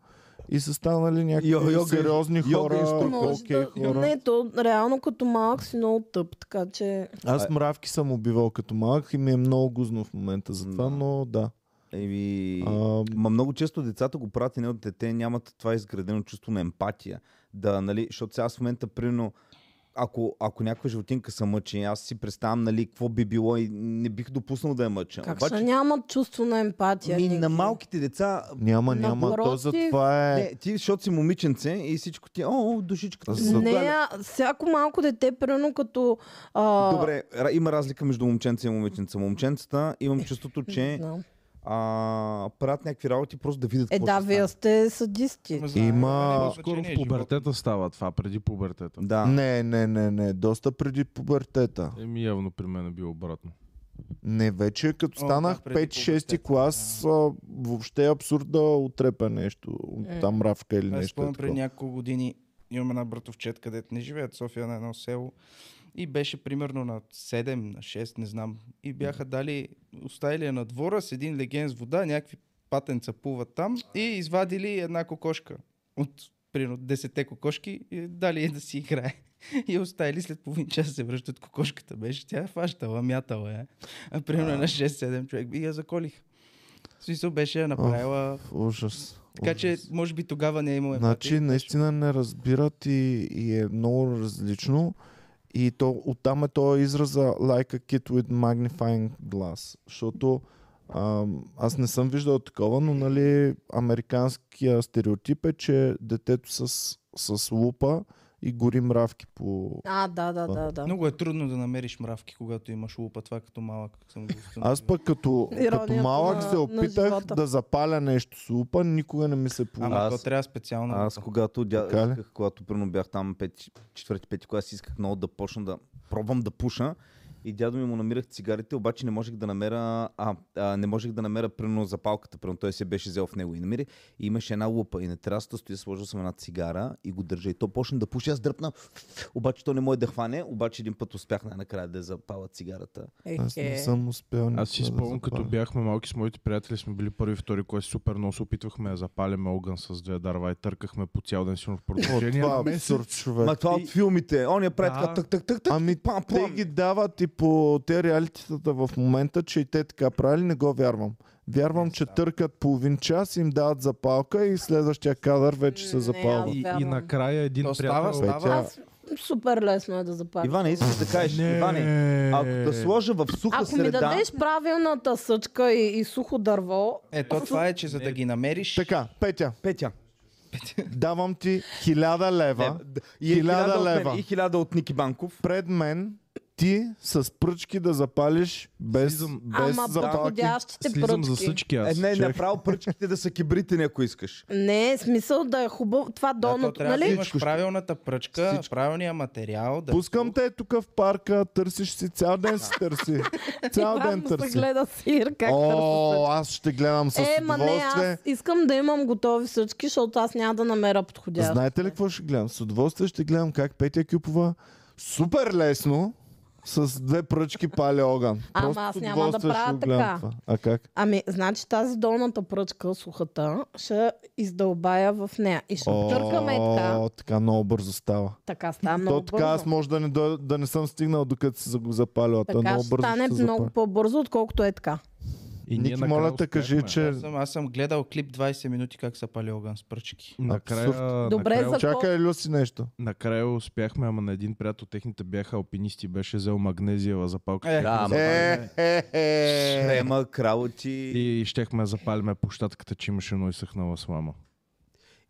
Speaker 1: и са станали някакви
Speaker 3: Йо- йога-
Speaker 1: сериозни
Speaker 3: йога
Speaker 1: хора,
Speaker 3: инструктор.
Speaker 2: Може
Speaker 1: окей
Speaker 2: да...
Speaker 1: е хора.
Speaker 2: Не, то реално като малък си много тъп, така че...
Speaker 1: Аз мравки съм убивал като малък и ми е много гузно в момента за това,
Speaker 3: Да.
Speaker 1: но да.
Speaker 3: Еми,
Speaker 1: А,
Speaker 3: ма много често децата го правят и не от дете, нямат това изградено чувство на емпатия. Да, нали, защото сега аз в момента, примерно, ако, ако някоя животинка се мъчи, аз си представям, нали, какво би било и не бих допуснал да я мъча.
Speaker 2: Как ще нямат чувство на емпатия?
Speaker 3: ми,
Speaker 2: Ники?
Speaker 3: на малките деца,
Speaker 1: няма, няма. То
Speaker 2: Напротив.
Speaker 1: за това е...
Speaker 3: не, ти, защото си момиченце и всичко ти, е, о, душичката.
Speaker 1: За-
Speaker 2: Не, а всяко малко дете, примерно като... А...
Speaker 3: Добре, ра- има разлика между момченца и момиченца. Момченцата имам чувството,
Speaker 2: не
Speaker 3: че
Speaker 2: знам.
Speaker 3: а, правят някакви работи просто да видят
Speaker 2: Е,
Speaker 3: какво
Speaker 2: да,
Speaker 3: ще
Speaker 2: вие
Speaker 3: стане.
Speaker 2: сте садисти.
Speaker 4: Ама знае,
Speaker 1: Има-
Speaker 4: няма
Speaker 5: Скоро в
Speaker 4: значение, е
Speaker 5: пубертета става това, преди пубертета.
Speaker 3: Да.
Speaker 1: Не, не, не, не. Доста преди пубертета.
Speaker 5: Еми явно при мен е било обратно.
Speaker 1: Не, вече като
Speaker 4: О,
Speaker 1: станах
Speaker 4: да, преди
Speaker 1: 5-6
Speaker 4: пубертета,
Speaker 1: клас, а, въобще е абсурд да отрепя нещо.
Speaker 2: Е.
Speaker 1: Там мравка или
Speaker 4: живот. Аз
Speaker 1: нещо. е
Speaker 4: спомням преди
Speaker 1: такова.
Speaker 4: няколко години имам една братовчет, където не живеят в София на едно село. И беше примерно на 7, на 6, не знам. И бяха дали, оставили я на двора с един леген с вода, някакви патенца плуват там и извадили една кокошка от примерно 10 кокошки и дали я да си играе. И я оставили след половин час се връщат кокошката. Беше тя е фащала, мятала е. А примерно на 6-7 човек. И я заколих. В смисъл беше я направила.
Speaker 1: Ужас.
Speaker 4: Така че,
Speaker 1: ужас.
Speaker 4: може би тогава не е имало
Speaker 1: Значи,
Speaker 4: емпатия.
Speaker 1: наистина не разбират и, и е много различно. И то, оттам е този израза like a kid with magnifying glass. Защото ам, аз не съм виждал такова, но нали, американския стереотип е, че детето с, с лупа и гори мравки по...
Speaker 2: А, да, да, да, да.
Speaker 4: Много е трудно да намериш мравки, когато имаш лупа. Това е като малък съм го установил.
Speaker 1: Аз пък като, като
Speaker 2: Иронията
Speaker 1: малък
Speaker 2: на-
Speaker 1: се
Speaker 2: на
Speaker 1: опитах
Speaker 2: живота.
Speaker 1: да запаля нещо с лупа, никога не ми се получи.
Speaker 4: Ама
Speaker 3: Аз-
Speaker 4: то трябва специално.
Speaker 3: Аз когато, дя,
Speaker 1: Така ли?
Speaker 3: исках, когато примерно бях там 4-5 клас, исках много да почна да пробвам да пуша. И дядо ми му намирах цигарите, обаче не можех да намеря, а, а не можех да намеря примерно запалката, примерно той се беше взел в него и намери. И имаше една лупа и на терасата стоя, сложил съм една цигара и го държа. И то почна да пуши, аз дръпна, обаче то не може да хване, обаче един път успях най-накрая да я запала цигарата.
Speaker 1: Аз не
Speaker 4: е.
Speaker 2: Ехе.
Speaker 1: съм успял.
Speaker 5: Аз си
Speaker 1: никога да
Speaker 5: спомням, като
Speaker 1: запаля.
Speaker 5: бяхме малки с моите приятели, сме били първи, втори, кой супер много се опитвахме да запалим огън с две дърва и търкахме по цял ден сигурно в
Speaker 1: О,
Speaker 5: продължение.
Speaker 1: това
Speaker 5: на
Speaker 1: е
Speaker 5: месец.
Speaker 1: абсурд, човек.
Speaker 3: Ма това от филмите, он я прави
Speaker 5: Да.
Speaker 3: така, так, так, так, так,
Speaker 1: Ами
Speaker 3: пам,
Speaker 1: те
Speaker 3: пам.
Speaker 1: ги дават и по те реалитетата в момента, че и те така правили, не го вярвам. Вярвам, че търкат половин час, им дават запалка и следващия кадър вече се
Speaker 2: Не,
Speaker 1: запалва.
Speaker 2: аз-
Speaker 5: И, и
Speaker 2: Вярвам.
Speaker 5: накрая един
Speaker 4: То
Speaker 5: приятел...
Speaker 4: става, става.
Speaker 1: Петя,
Speaker 4: Аз...
Speaker 2: Аз супер лесно е да запаля.
Speaker 3: Иване, искаш да кажеш, Иване, ако да сложа в суха
Speaker 2: Ако ми
Speaker 3: среда...
Speaker 2: дадеш правилната съчка и, и сухо дърво,
Speaker 4: Ето това е, че за да ги намериш...
Speaker 1: Така, Петя,
Speaker 3: Петя,
Speaker 1: давам ти хиляда лева
Speaker 3: Не, д- И е
Speaker 1: Хиляда
Speaker 3: хиляда от мен,
Speaker 1: лева.
Speaker 3: И хиляда от Ники Банков.
Speaker 1: пред мен ти с пръчки да запалиш без,
Speaker 5: Слизам.
Speaker 1: без
Speaker 2: Ама
Speaker 1: запалки.
Speaker 2: подходящите
Speaker 5: Слизам за
Speaker 2: пръчки.
Speaker 5: всички аз.
Speaker 3: Е, не,
Speaker 1: чакай.
Speaker 3: направо пръчките да са кибритени, ако искаш.
Speaker 2: Не, смисъл да е хубаво. Това
Speaker 4: Да, то
Speaker 2: долното,
Speaker 4: трябва да
Speaker 2: нали?
Speaker 4: имаш правилната пръчка,
Speaker 1: Всичко.
Speaker 4: правилния материал. Да
Speaker 1: Пускам те тук в парка, търсиш си, цял ден си търси. Цял
Speaker 2: Иван
Speaker 1: ден
Speaker 2: му се
Speaker 1: търси.
Speaker 2: гледа сир, как търси.
Speaker 1: О, аз ще гледам с
Speaker 2: Е, ма не,
Speaker 1: удоволствие.
Speaker 2: аз искам да имам готови всички, защото аз няма да намеря подходящ.
Speaker 1: Знаете ли какво ще гледам? С удоволствие ще гледам как Петя Кюпова супер лесно с две пръчки пали огън.
Speaker 2: Ама
Speaker 1: Просто
Speaker 2: аз
Speaker 1: с
Speaker 2: няма да
Speaker 1: удоволствие ще
Speaker 2: правя
Speaker 1: го гледам
Speaker 2: така.
Speaker 1: това. А как?
Speaker 2: Ами, значи тази долната пръчка, сухата, ще издълбая в нея. И ще
Speaker 1: О,
Speaker 2: търкаме е така.
Speaker 1: така много бързо става.
Speaker 2: Така става много
Speaker 1: То така аз
Speaker 2: бързо.
Speaker 1: може да не, дой- да не съм стигнал докато си го запалила. Та
Speaker 2: Така
Speaker 1: много
Speaker 2: ще
Speaker 1: бързо
Speaker 2: стане
Speaker 1: се
Speaker 2: много
Speaker 1: запали.
Speaker 2: по-бързо, отколкото е така.
Speaker 5: И ние
Speaker 1: Ники,
Speaker 5: накрая
Speaker 1: моля те, кажи,
Speaker 5: успяхме.
Speaker 1: че...
Speaker 4: Аз съм, аз съм гледал клип 20 минути как са пали огън с пръчки.
Speaker 5: Накрая,
Speaker 2: Добре,
Speaker 5: накрая,
Speaker 2: за-
Speaker 1: Чакай, Люси, нещо.
Speaker 5: накрая успяхме, ама на един приятел техните бяха алпинисти, беше взел магнезиева запалка.
Speaker 4: Е,
Speaker 3: Да, ама
Speaker 1: Е, е, е.
Speaker 3: Крема, кралоти.
Speaker 5: И щехме да запалиме площадката, че имаше едно изсъхнала слама.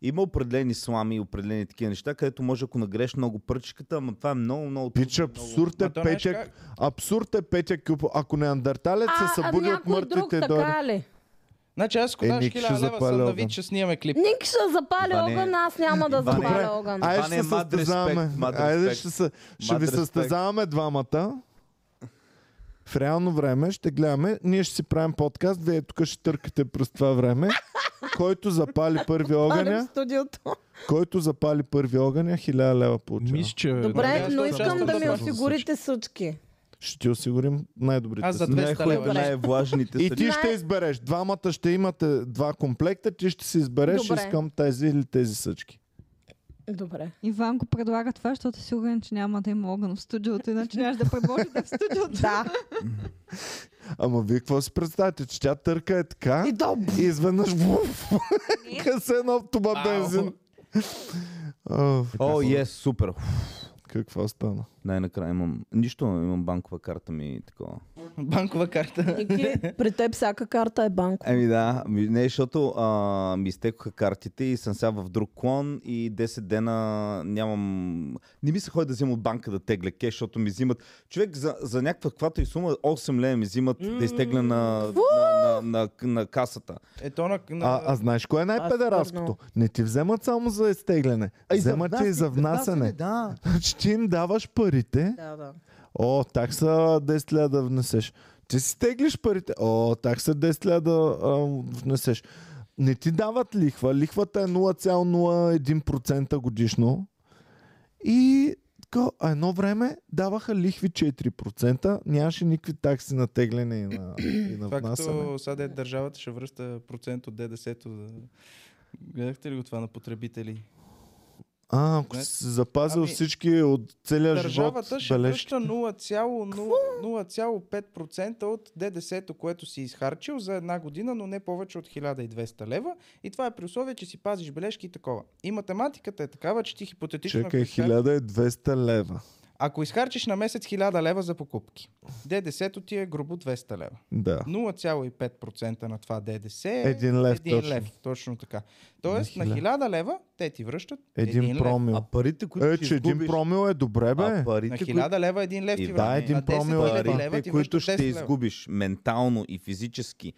Speaker 3: Има определени слами и определени такива неща, където може, ако нагреш много пръчката, ама това е много, много... трудно.
Speaker 1: Пич, абсурд е
Speaker 4: Ма то не знаеш
Speaker 1: Петя,
Speaker 4: как?
Speaker 1: абсурд е Петя Кюпо. Ако неандерталец се
Speaker 2: А, а
Speaker 1: събуди от
Speaker 2: някой друг
Speaker 1: мъртвите дори.
Speaker 2: така ли?
Speaker 4: Значи аз ако
Speaker 1: Е,
Speaker 4: даш
Speaker 1: Ник ще
Speaker 4: 1000 лева
Speaker 1: запали
Speaker 4: съм на
Speaker 1: огън.
Speaker 4: вид, че снимаме клип.
Speaker 2: Ник ще запали
Speaker 3: Иване-
Speaker 2: огън, аз няма да
Speaker 3: Иване-
Speaker 2: запаля огън.
Speaker 1: Айде
Speaker 3: Това не
Speaker 1: ще
Speaker 3: е
Speaker 1: се
Speaker 3: мад респект,
Speaker 1: състезаваме.
Speaker 3: мад
Speaker 1: Айде
Speaker 3: респект.
Speaker 1: ще, се, ще
Speaker 3: Мад
Speaker 1: ви
Speaker 3: респект.
Speaker 1: състезаваме двамата. В реално време ще гледаме. Ние ще си правим подкаст. Вие тук ще търкате през това време. Който запали първи
Speaker 2: Огъня?
Speaker 1: огъня,
Speaker 2: студиото.
Speaker 1: който запали първи огъня, 1000 лева получава.
Speaker 5: Мисля, че...
Speaker 2: Добре,
Speaker 4: аз
Speaker 2: но
Speaker 4: съм
Speaker 2: искам
Speaker 4: частен
Speaker 2: да ми
Speaker 4: доставчик.
Speaker 2: осигурите сучки.
Speaker 1: Ще ти осигурим най-добрите.
Speaker 4: Аз за
Speaker 1: си.
Speaker 3: е
Speaker 4: 200 лева.
Speaker 3: Най-хубаво,
Speaker 2: Добре.
Speaker 3: най-влажните
Speaker 1: И
Speaker 3: са.
Speaker 1: ти
Speaker 2: Най-
Speaker 1: ще избереш. Двамата ще имате два комплекта. Ти ще си избереш
Speaker 2: Добре.
Speaker 1: искам тези или тези съчки.
Speaker 2: Добре.
Speaker 6: Иван го предлага това, защото е сигурен, че няма да има огън в студиото, иначе нямаш да предложите в студиото.
Speaker 2: Да.
Speaker 1: Ама вие какво си представите? Че тя търка е така
Speaker 2: И доб.
Speaker 1: и изведнъж вуф, къс едно туба бензин. О,
Speaker 3: О, е, супер.
Speaker 1: какво стана?
Speaker 3: Най-накрая имам... Нищо, имам банкова карта ми и такова.
Speaker 4: Банкова карта.
Speaker 2: Ники, при теб всяка карта е банко.
Speaker 3: Еми Ами да, ми- не, защото а, ми изтекоха картите и съм сега в друг клон и 10 дена нямам... Не ми се ходи да взема от банка да тегля кеш, защото ми взимат... Човек за, за някаква каквато и сума 8 лева ми взимат да изтегля на, на, на, на, на касата.
Speaker 4: Ето на... на...
Speaker 1: А, а знаеш кое е най-педералското? Не ти вземат само за изтегляне. Вземат ти и за внасяне.
Speaker 3: Да.
Speaker 1: Значи ти им даваш парите.
Speaker 2: Да, да.
Speaker 1: О, такса 10 000 да внесеш. Ти си теглиш парите. О, такса 10 000 да а, внесеш. Не ти дават лихва. Лихвата е 0,01% годишно. И така, а едно време даваха лихви 4%. Нямаше никакви такси на тегляне и на, и на
Speaker 4: Това
Speaker 1: внасяне.
Speaker 4: като сега де държавата ще връща процент от ДДС-то. За... Гледахте ли го това на потребители?
Speaker 1: А, ако
Speaker 4: Знаете-
Speaker 1: си си запазил
Speaker 4: Ами,
Speaker 1: всички от целия живот
Speaker 4: Държавата ще
Speaker 1: бележки.
Speaker 4: връща 0,0 0,5% от ДДС-то, което си изхарчил за една година, но не повече от 1200 лева. И това е при условие, че си пазиш бележки и такова. И математиката е такава, че ти хипотетично... ако
Speaker 1: Чекай,
Speaker 4: изхар-
Speaker 1: 1200 лева.
Speaker 4: Ако изхарчиш на месец 1000 лева за покупки, ДДС-то ти е грубо 200 лева.
Speaker 1: Да.
Speaker 4: 0,5% на това ДДС е
Speaker 1: Един лев
Speaker 4: един
Speaker 1: точно.
Speaker 4: лев. Точно така. Тоест на
Speaker 1: хиляда.
Speaker 4: 1000 лева те ти връщат
Speaker 1: Един,
Speaker 4: един лев.
Speaker 1: промил.
Speaker 3: А парите, които
Speaker 1: Е,
Speaker 3: ти
Speaker 1: че един
Speaker 3: изгубиш-
Speaker 1: промил е добре, бе.
Speaker 3: А
Speaker 4: На
Speaker 3: парите, които
Speaker 4: 1000 лева един лев
Speaker 3: И да,
Speaker 4: ти връщат.
Speaker 1: един
Speaker 4: На 10
Speaker 1: промил е
Speaker 4: хиляди
Speaker 1: това.
Speaker 4: лева ти
Speaker 3: парите, които
Speaker 4: връщат
Speaker 3: ще
Speaker 4: 10 лева.
Speaker 3: изгубиш ментално и физически,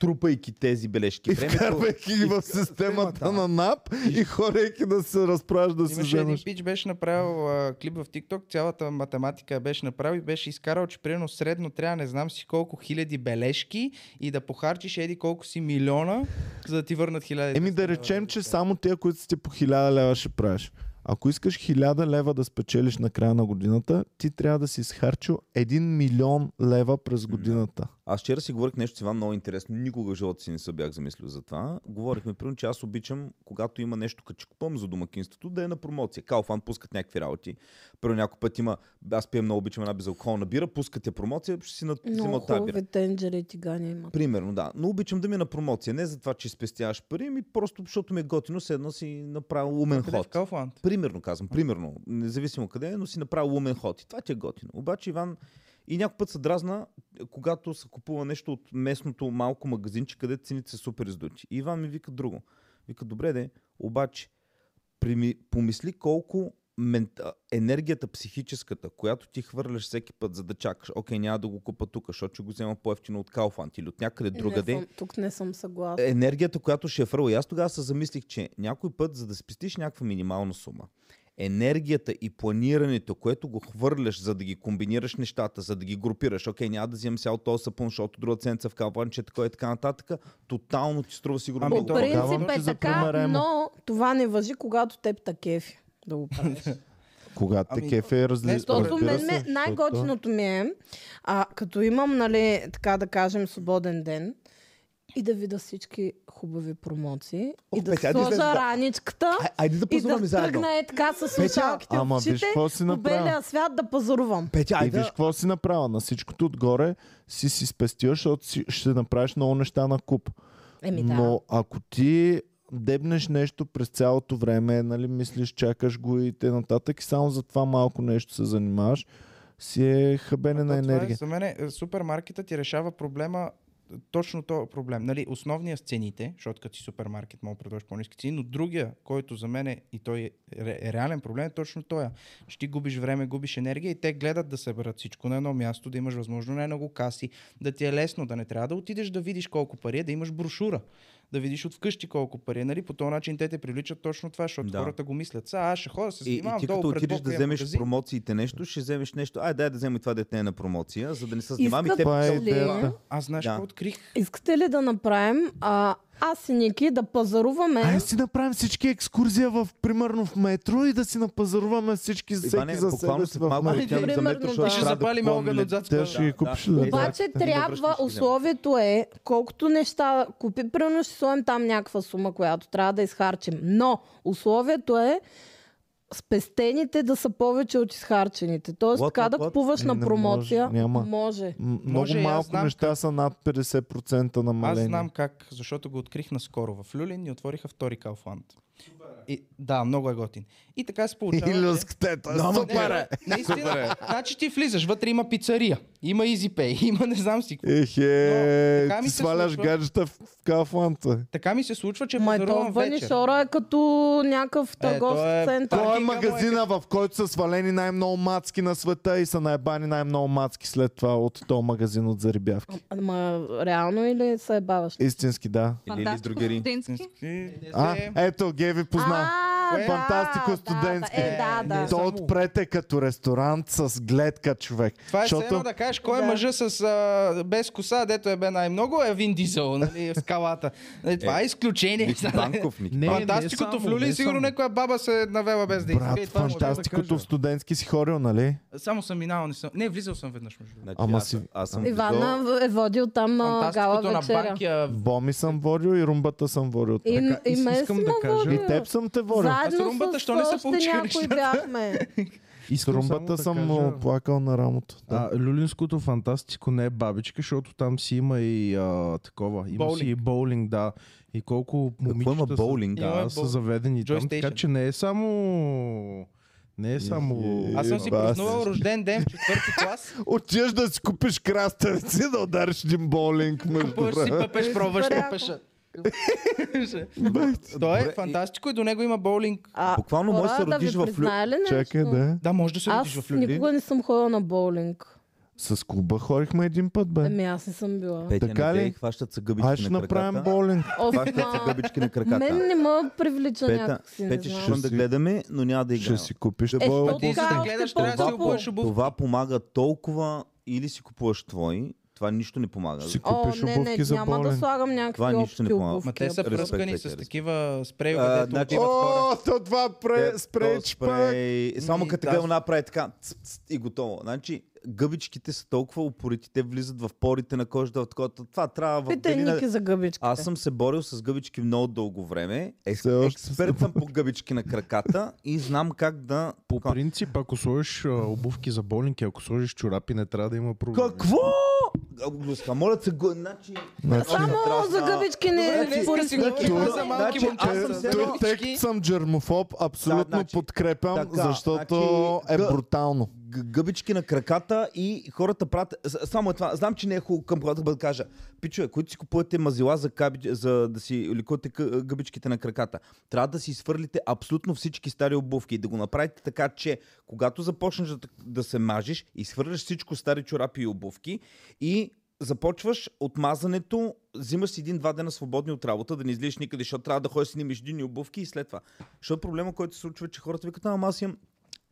Speaker 3: трупайки тези бележки.
Speaker 1: И
Speaker 3: Времето-
Speaker 1: вкарвайки ги в системата на НАП и хорейки да се разправяш да си
Speaker 4: Имаше един
Speaker 1: вземеш.
Speaker 4: пич, беше направил а, клип в TikTok, цялата математика я беше направил и беше изкарал, че примерно средно трябва не знам си колко хиляди бележки и да похарчиш еди колко си милиона, за да ти върнат хиляди.
Speaker 1: Еми да речем, че само тия, които са ти по 1000 лева ще правиш. Ако искаш 1000 лева да спечелиш на края на годината, ти трябва да си изхарчил 1 милион лева през годината.
Speaker 3: Аз вчера си говорих нещо с Иван много интересно. Никога в живота си не се бях замислил за това. Говорихме, примерно, че аз обичам, когато има нещо като че купувам за домакинството, да е на промоция. Калфан пускат някакви работи. Първо някой път има, аз пия много обичам една безалкохолна бира, пускат я промоция, ще си на
Speaker 2: Много
Speaker 3: взима тази бира.
Speaker 2: хубави тенджери и тигани имат.
Speaker 3: Примерно, да. Но обичам да ми е на промоция. Не за това, че спестяваш пари, ми просто защото ми е готино, все едно си направил умен
Speaker 4: Къде в
Speaker 3: ход.
Speaker 4: Kaufland?
Speaker 3: Примерно казвам, примерно, независимо къде е, но си направил умен ход. И това ти е готино. Обаче Иван и някой път се дразна, е, когато се купува нещо от местното малко магазинче, където цените са супер издути. И Иван ми вика друго. Вика, добре де, обаче, прими, помисли колко мент... а, енергията психическата, която ти хвърляш всеки път, за да чакаш, окей, няма да го купа тук, защото ще го взема по-ефтино от Калфанд или от някъде другаде.
Speaker 2: Не съм, тук не съм съгласна.
Speaker 3: енергията, която ще е фърла. И аз тогава се замислих, че някой път, за да спестиш някаква минимална сума, енергията и планирането, което го хвърляш, за да ги комбинираш нещата, за да ги групираш. Окей, няма да взимам сега от този сапун, защото друга ценца в калпанче, така и така нататък. Тотално ти струва сигурно
Speaker 4: Ами
Speaker 2: По
Speaker 3: много.
Speaker 4: то-
Speaker 3: повече.
Speaker 1: давам
Speaker 2: принцип
Speaker 1: ти
Speaker 2: е
Speaker 1: за пример,
Speaker 2: така,
Speaker 1: Емо.
Speaker 2: но това не въжи, когато теб та кефи да го правиш.
Speaker 1: Когато те
Speaker 4: Ами,
Speaker 1: кефе е разли...
Speaker 4: не,
Speaker 2: Защото
Speaker 1: разбира
Speaker 2: мен
Speaker 1: се,
Speaker 2: ме,
Speaker 1: защото-
Speaker 2: най-готиното ми е, а, като имам, нали, така да кажем, свободен ден, и да видя всички хубави промоции,
Speaker 3: О,
Speaker 2: и да
Speaker 3: Петя,
Speaker 2: си
Speaker 3: айде
Speaker 2: сложа
Speaker 3: излез, да.
Speaker 2: раничката,
Speaker 3: Ай- Айде да
Speaker 2: и да
Speaker 3: пазаруваме заедно.
Speaker 2: тръгна е така с
Speaker 3: Петя,
Speaker 2: слушалките в
Speaker 1: ама виж
Speaker 2: очите,
Speaker 1: какво си
Speaker 2: по
Speaker 1: направила.
Speaker 2: белия свят да пазарувам.
Speaker 1: И
Speaker 3: Петя, айде.
Speaker 1: виж какво си направила. На всичкото отгоре си си спестил, защото си, ще направиш много неща на куп.
Speaker 2: Еми да.
Speaker 1: Но ако ти дебнеш нещо през цялото време, нали, мислиш, чакаш го и те нататък и само за това малко нещо се занимаваш, си е хъбене на
Speaker 4: То това е
Speaker 1: енергия.
Speaker 4: За мен е, супермаркетът ти решава проблема е, точно този проблем. Нали, основния с цените, защото като си супермаркет мога да предложиш по-низки цени, но другия, който за мен е, и той е ре- е реален проблем, е точно той. Че ти губиш време, губиш енергия и те гледат да съберат всичко на едно място, да имаш възможно най-много каси, да ти е лесно, да не трябва да отидеш да видиш колко пари е, да имаш брошура, да видиш от вкъщи колко пари е. Нали, по този начин те те привличат точно това, защото
Speaker 3: Да.
Speaker 4: да. хората го мислят. Са, аз ще ходя, се
Speaker 3: И, и
Speaker 4: занимавам
Speaker 3: ти
Speaker 4: долу
Speaker 3: като
Speaker 4: пред
Speaker 3: отидеш да
Speaker 4: блока, имам
Speaker 3: вземеш
Speaker 4: магазин.
Speaker 3: промоциите нещо, ще вземеш нещо. Ай, дай да взема и това дете е на промоция, за да не се занимавам и
Speaker 2: Искат
Speaker 3: те
Speaker 1: Това е
Speaker 2: Добре.
Speaker 1: идеята.
Speaker 4: Аз знаеш
Speaker 3: Да.
Speaker 4: какво открих?
Speaker 2: Искате ли да направим а, аз и Ники да пазаруваме?
Speaker 1: Ай си направим всички екскурзия в, примерно в метро и да си напазаруваме всички за
Speaker 3: Иване,
Speaker 1: всеки за
Speaker 3: буквално
Speaker 1: себе
Speaker 3: се
Speaker 1: си в
Speaker 3: малко
Speaker 1: метро.
Speaker 3: отивам за
Speaker 2: Примерно,
Speaker 3: метро,
Speaker 2: да.
Speaker 3: защото
Speaker 4: Ще
Speaker 3: трябва да
Speaker 4: запалим
Speaker 3: купувам
Speaker 4: огън
Speaker 3: лед.
Speaker 4: отзад
Speaker 1: Те
Speaker 4: Да,
Speaker 1: ще ги
Speaker 3: да.
Speaker 1: купиш ли? да?
Speaker 2: Обаче
Speaker 3: да, да,
Speaker 2: трябва,
Speaker 3: връщаш ги, да.
Speaker 2: условието е, колкото неща купи, примерно ще сложим там някаква сума, която трябва да изхарчим. Но условието е спестените да са повече от изхарчените. Тоест,
Speaker 3: What,
Speaker 2: така
Speaker 3: what,
Speaker 2: да
Speaker 3: what?
Speaker 2: купуваш на
Speaker 1: Не
Speaker 2: промоция,
Speaker 1: може, няма.
Speaker 2: може.
Speaker 1: М-
Speaker 4: Може,
Speaker 1: Много
Speaker 4: аз
Speaker 1: малко
Speaker 4: знам
Speaker 1: неща са над 50%
Speaker 4: Аз
Speaker 1: намалени.
Speaker 4: знам как, защото го открих наскоро. В Люлин и отвориха втори Калфанд. И, да, много е готин. И така се получава.
Speaker 1: И
Speaker 4: че-
Speaker 1: люската е това. Супер е!
Speaker 4: Наистина. значи ти влизаш, вътре има пицария, има EasyPay, има не знам си. какво.
Speaker 1: Ехе,
Speaker 4: Но така ми
Speaker 1: ти
Speaker 4: се
Speaker 1: сваляш
Speaker 4: случва.
Speaker 1: гаджета в кафланта.
Speaker 4: Така ми се случва, че
Speaker 2: Май то
Speaker 4: пазарувам
Speaker 2: Вани
Speaker 4: вечер.
Speaker 2: Шора е като някакъв
Speaker 4: то е-
Speaker 2: търговски център.
Speaker 1: Той е
Speaker 4: Паркинга му е
Speaker 1: магазина, в който са свалени най-много мацки на света и са наебани най-много мацки след това от този магазин от зарибявки.
Speaker 2: Ама реално или се е ебаваш?
Speaker 1: Истински, да.
Speaker 3: Или Лили с другери.
Speaker 6: Фантастико-студентски.
Speaker 4: И-
Speaker 1: А,
Speaker 4: Е,
Speaker 1: ето, Геви позна.
Speaker 2: А, да,
Speaker 4: Кое?
Speaker 1: Фантастико
Speaker 2: да,
Speaker 1: студентски.
Speaker 2: Да, е, да, да.
Speaker 4: Не,
Speaker 1: То
Speaker 4: само.
Speaker 1: отпред е като ресторант с гледка, човек.
Speaker 4: Това е все
Speaker 1: Защото
Speaker 4: едно да кажеш кой е
Speaker 2: Да.
Speaker 4: мъжа с, а, без коса, дето е бе най-много, е Вин Дизел, нали, в скалата. Нали, това е изключение.
Speaker 3: Ник Банков, Ник
Speaker 5: Не, не
Speaker 4: Фантастикото в
Speaker 5: само,
Speaker 4: Люлин,
Speaker 5: не
Speaker 4: сигурно
Speaker 5: само.
Speaker 4: някоя баба се е навела без да иска.
Speaker 1: Брат,
Speaker 4: И това може да е
Speaker 1: фантастикото
Speaker 4: кажа.
Speaker 1: в студентски си хорил, нали?
Speaker 4: Само съм минал, не съм. Не, влизал съм веднъж между другото.
Speaker 3: Значи,
Speaker 1: Ама
Speaker 3: аз,
Speaker 1: си-
Speaker 3: аз съм влизал-
Speaker 2: Ивана е водил там а, гала
Speaker 4: Фантастикото на
Speaker 2: вечеря.
Speaker 4: банкия.
Speaker 1: Боми съм водил и румбата съм водил.
Speaker 2: И,
Speaker 5: Така,
Speaker 2: и
Speaker 5: ис-
Speaker 2: ме е
Speaker 5: искам
Speaker 2: си
Speaker 5: да
Speaker 2: ме
Speaker 5: кажа-
Speaker 2: водил.
Speaker 1: И теб съм те водил.
Speaker 2: Заедно
Speaker 4: А с румбата,
Speaker 2: с
Speaker 4: що не се
Speaker 2: още
Speaker 4: получиха
Speaker 2: някои
Speaker 4: нещата?
Speaker 2: бяхме.
Speaker 1: И с румбата съм му плакал на рамото. Да.
Speaker 5: А, люлинското фантастико не е бабичка, защото там си има и а, такова. Има си и боулинг, да. И колко
Speaker 3: Какво има
Speaker 5: момичета са-
Speaker 3: боулинг?
Speaker 4: Има
Speaker 5: Да, са
Speaker 4: боулинг.
Speaker 5: заведени там,
Speaker 4: Joy
Speaker 5: така
Speaker 4: Station.
Speaker 5: че не е само... Не е само...
Speaker 1: е,
Speaker 4: Аз съм си
Speaker 1: Еба,
Speaker 4: празнувал
Speaker 1: си.
Speaker 4: рожден ден в четвърти клас.
Speaker 1: Отиваш да си купиш краставици, да удариш един боулинг между
Speaker 4: Пъш си
Speaker 1: време.
Speaker 4: пъпеш, пробваш
Speaker 2: Пряко.
Speaker 4: пъпеша. Той е
Speaker 3: Добре,
Speaker 4: фантастико и до него има боулинг.
Speaker 2: А,
Speaker 3: Буквално може да се
Speaker 2: хора,
Speaker 3: родиш
Speaker 2: ви
Speaker 3: в лю-
Speaker 2: призная ли нещо?
Speaker 1: Чакай да.
Speaker 4: Да, може да се родиш
Speaker 2: Аз
Speaker 4: в Люлин.
Speaker 2: никога не съм ходила на боулинг.
Speaker 1: С клуба ходихме един път, бе.
Speaker 2: Ами аз не съм била.
Speaker 3: Петя,
Speaker 1: Така
Speaker 3: не
Speaker 1: ли?
Speaker 3: дей, хващат се
Speaker 1: Аз ще
Speaker 3: гъбички на
Speaker 1: направим
Speaker 3: краката.
Speaker 1: боулинг.
Speaker 2: Оф,
Speaker 3: Хващат се
Speaker 2: ма,
Speaker 3: гъбички на
Speaker 2: мен
Speaker 3: краката.
Speaker 2: не ме привлича
Speaker 3: Петя,
Speaker 2: някакси, не
Speaker 3: Петя ще
Speaker 2: знам.
Speaker 3: шум да
Speaker 1: Ще си-
Speaker 3: гледаме, но няма да
Speaker 1: Ще
Speaker 3: играем.
Speaker 1: си купиш
Speaker 2: Е, що
Speaker 1: боулинг.
Speaker 4: Ти за
Speaker 2: Още
Speaker 4: да гледаш, трябва да си
Speaker 2: по-тъпо.
Speaker 4: обуваш обувки.
Speaker 3: Това помага толкова или си купуваш твои, това нищо не помага.
Speaker 1: Ще си
Speaker 2: О,
Speaker 1: купиш
Speaker 2: не, не,
Speaker 1: обувки за
Speaker 2: няма да
Speaker 1: боулинг.
Speaker 2: слагам някакви
Speaker 3: Това нищо
Speaker 2: общи
Speaker 3: не помага.
Speaker 2: обувки.
Speaker 4: Ма те са
Speaker 2: абсолютно.
Speaker 3: Респект,
Speaker 4: пръскани
Speaker 3: Петя,
Speaker 4: с
Speaker 3: респект.
Speaker 4: такива
Speaker 3: е А,
Speaker 4: спрейове, дето
Speaker 3: значи-
Speaker 4: отиват хора.
Speaker 1: О, то това пре,
Speaker 3: Те-
Speaker 1: спрей,
Speaker 3: то
Speaker 1: чпак.
Speaker 3: спрей, Само
Speaker 4: Ми,
Speaker 3: като
Speaker 4: да.
Speaker 3: гледам направи така ц, ц, и готово. Значи, гъбичките са толкова упорити, те влизат в порите на кожата, в такова. Това трябва в
Speaker 2: Питай
Speaker 3: дали на-
Speaker 2: Ники за гъбичките.
Speaker 3: Аз съм се борил с гъбички много дълго време. Ек,
Speaker 1: Все още се
Speaker 3: експерт съм по гъбички на краката и знам как да...
Speaker 5: По принцип, ако сложиш а, обувки за боулинг и ако сложиш чорапи, не трябва да има проблем.
Speaker 3: Какво? Глуска, моля се, го... значи...
Speaker 1: Значи,
Speaker 2: Само за гъбички не
Speaker 4: Добре,
Speaker 2: според
Speaker 4: нека си
Speaker 2: мен.
Speaker 4: го купим
Speaker 1: Значи,
Speaker 4: за малки
Speaker 3: аз
Speaker 4: момчета.
Speaker 3: съм
Speaker 4: за
Speaker 3: се-
Speaker 4: дългички.
Speaker 1: Тъй като съм джермофоб, абсолютно
Speaker 3: значи,
Speaker 1: подкрепям,
Speaker 3: така,
Speaker 1: защото е
Speaker 3: значи, гъ-
Speaker 1: брутално.
Speaker 3: г- гъбички на краката и хората правят... с- Само е това. Знам, че не е хубаво към хората да бъда кажа. Пичове, които си купувате мазила за, кабич... за да си лекувате къ- гъбичките на краката, трябва да си свърлите абсолютно всички стари обувки и да го направите така, че когато започнеш да, да се мажиш, изхвърляш всичко стари чорапи и обувки и започваш отмазането, взимаш си един-два дена свободни от работа, да не излизаш никъде, защото трябва да ходиш с едни междинни обувки и след това. Защото проблема, който се случва, е, че хората викат, ама аз имам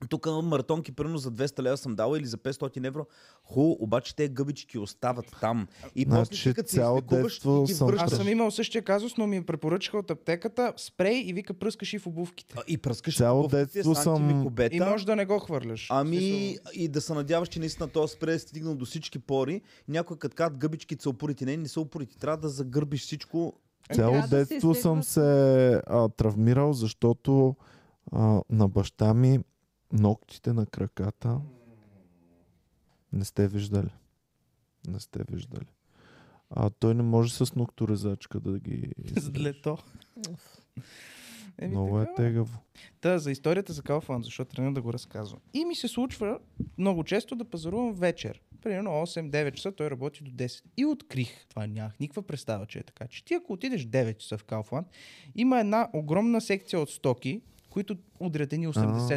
Speaker 3: тук маратонки, примерно за 200 лева съм дала или за 500 евро. Хубаво, обаче те гъбички остават там. И после
Speaker 1: Значи,
Speaker 3: ти, като се
Speaker 1: цяло
Speaker 3: излекуваш, ти
Speaker 1: детство
Speaker 3: ги
Speaker 1: съм
Speaker 4: Аз
Speaker 3: връщаш.
Speaker 4: съм имал същия казус, но ми препоръчаха от аптеката спрей и вика пръскаш и в обувките.
Speaker 3: А, И пръскаш
Speaker 1: Цяло
Speaker 3: обувките
Speaker 1: детство
Speaker 3: с
Speaker 1: съм-
Speaker 3: антимикробета.
Speaker 4: И може да не го хвърляш.
Speaker 3: Ами
Speaker 4: Смисъл,
Speaker 3: и да се надяваш, че наистина този спре е стигнал до всички пори. Някой като кат гъбички са упорити. Не, не са упорити. Трябва да загърбиш всичко.
Speaker 4: Е,
Speaker 1: Цяло
Speaker 6: трябва да се
Speaker 1: детство съм
Speaker 6: изтегват.
Speaker 1: се а, травмирал, защото а, на баща ми ногтите на краката не сте виждали. Не сте виждали. А той не може с нокторезачка да ги...
Speaker 4: С
Speaker 1: изреже.
Speaker 4: длето. Еми,
Speaker 1: Много е
Speaker 4: така, бе.
Speaker 1: тегаво.
Speaker 4: Та, за историята за Калфанд, защото трябва да го разказвам. И ми се случва много често да пазарувам вечер. Примерно 8-9 часа, той работи до 10. И открих, това нямах никаква представа, че е така, че ти ако отидеш 9 часа в Калфанд, има една огромна секция от стоки, които удрятени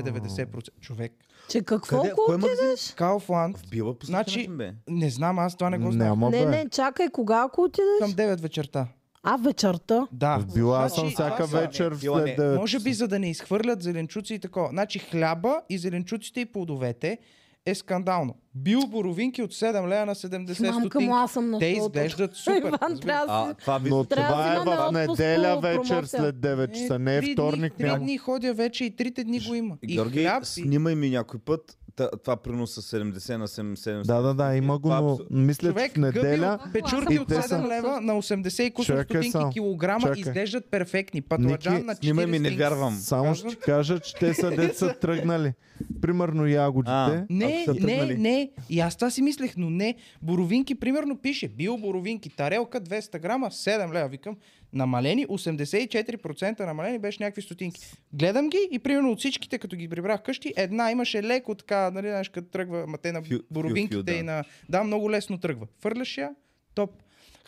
Speaker 4: 80-90%. Човек,
Speaker 2: Че какво
Speaker 3: Къде?
Speaker 2: го
Speaker 3: Кой магазин?
Speaker 2: отидеш?
Speaker 4: Калфанд,
Speaker 3: В била по
Speaker 4: Значи-
Speaker 3: значи... бе.
Speaker 4: не знам, аз това не го знам.
Speaker 1: Няма
Speaker 2: Не,
Speaker 1: бе.
Speaker 2: не, чакай, кога ако отидеш?
Speaker 4: Към 9 вечерта.
Speaker 2: А, вечерта.
Speaker 4: Да.
Speaker 1: Била аз съм
Speaker 4: Значи,
Speaker 1: всяка
Speaker 4: това са-
Speaker 1: вечер
Speaker 3: била не.
Speaker 1: след 9
Speaker 4: Може би за да не изхвърлят зеленчуци и такова. Значи хляба и зеленчуците и плодовете е скандално. Бил боровинки от 7 лея на 70
Speaker 2: Мамка
Speaker 4: стотинки.
Speaker 2: му, аз съм на
Speaker 4: Те
Speaker 2: шоуто.
Speaker 4: изглеждат супер.
Speaker 2: Иван,
Speaker 4: разбира-
Speaker 2: трябва да
Speaker 3: А,
Speaker 2: си...
Speaker 3: това ви...
Speaker 1: Но
Speaker 2: Трябва да
Speaker 1: това е
Speaker 2: има на
Speaker 1: в
Speaker 2: отпуск
Speaker 1: неделя
Speaker 2: по
Speaker 1: вечер
Speaker 2: промоция.
Speaker 1: след 9 часа. Не е
Speaker 4: три
Speaker 1: вторник.
Speaker 4: Дни, три
Speaker 1: няма.
Speaker 4: дни ходя вече и трите дни го има. И
Speaker 3: Георги,
Speaker 4: хляб, и...
Speaker 3: снимай ми някой път. Та- Това принос с 70 на 77.
Speaker 1: Да, да, да,
Speaker 4: Е,
Speaker 1: има го, но
Speaker 3: Абсо-
Speaker 1: мисля, че
Speaker 4: Човек,
Speaker 1: в неделя...
Speaker 4: гъби от- печурки
Speaker 1: и
Speaker 4: от
Speaker 1: те
Speaker 4: 7
Speaker 1: са-
Speaker 4: лева на 80 и кусор
Speaker 1: Чакай
Speaker 4: стотинки
Speaker 1: само,
Speaker 4: килограма
Speaker 1: чакай.
Speaker 4: изглеждат перфектни. Патладжан
Speaker 1: Ники,
Speaker 4: на 40
Speaker 3: Снимай ми, не
Speaker 4: стотинки.
Speaker 3: вярвам.
Speaker 1: Само ще ти кажа, че те са деца тръгнали. Примерно ягодите.
Speaker 3: А.
Speaker 4: Не,
Speaker 3: Ако са
Speaker 4: не,
Speaker 3: тръгнали.
Speaker 4: не. И аз това си мислех, но не. Боровинки, примерно, пише. Бил боровинки, тарелка 200 грама, 7 лева. Викам, намалени, 84% намалени, беше някакви стотинки. Гледам ги и примерно от всичките, като ги прибрах къщи, една имаше леко така, нали, знаеш, като тръгва, ма те на
Speaker 3: Фю- фю- фю,
Speaker 4: боровинките
Speaker 3: да.
Speaker 4: и на... Да, много лесно тръгва. Фърляш я, топ.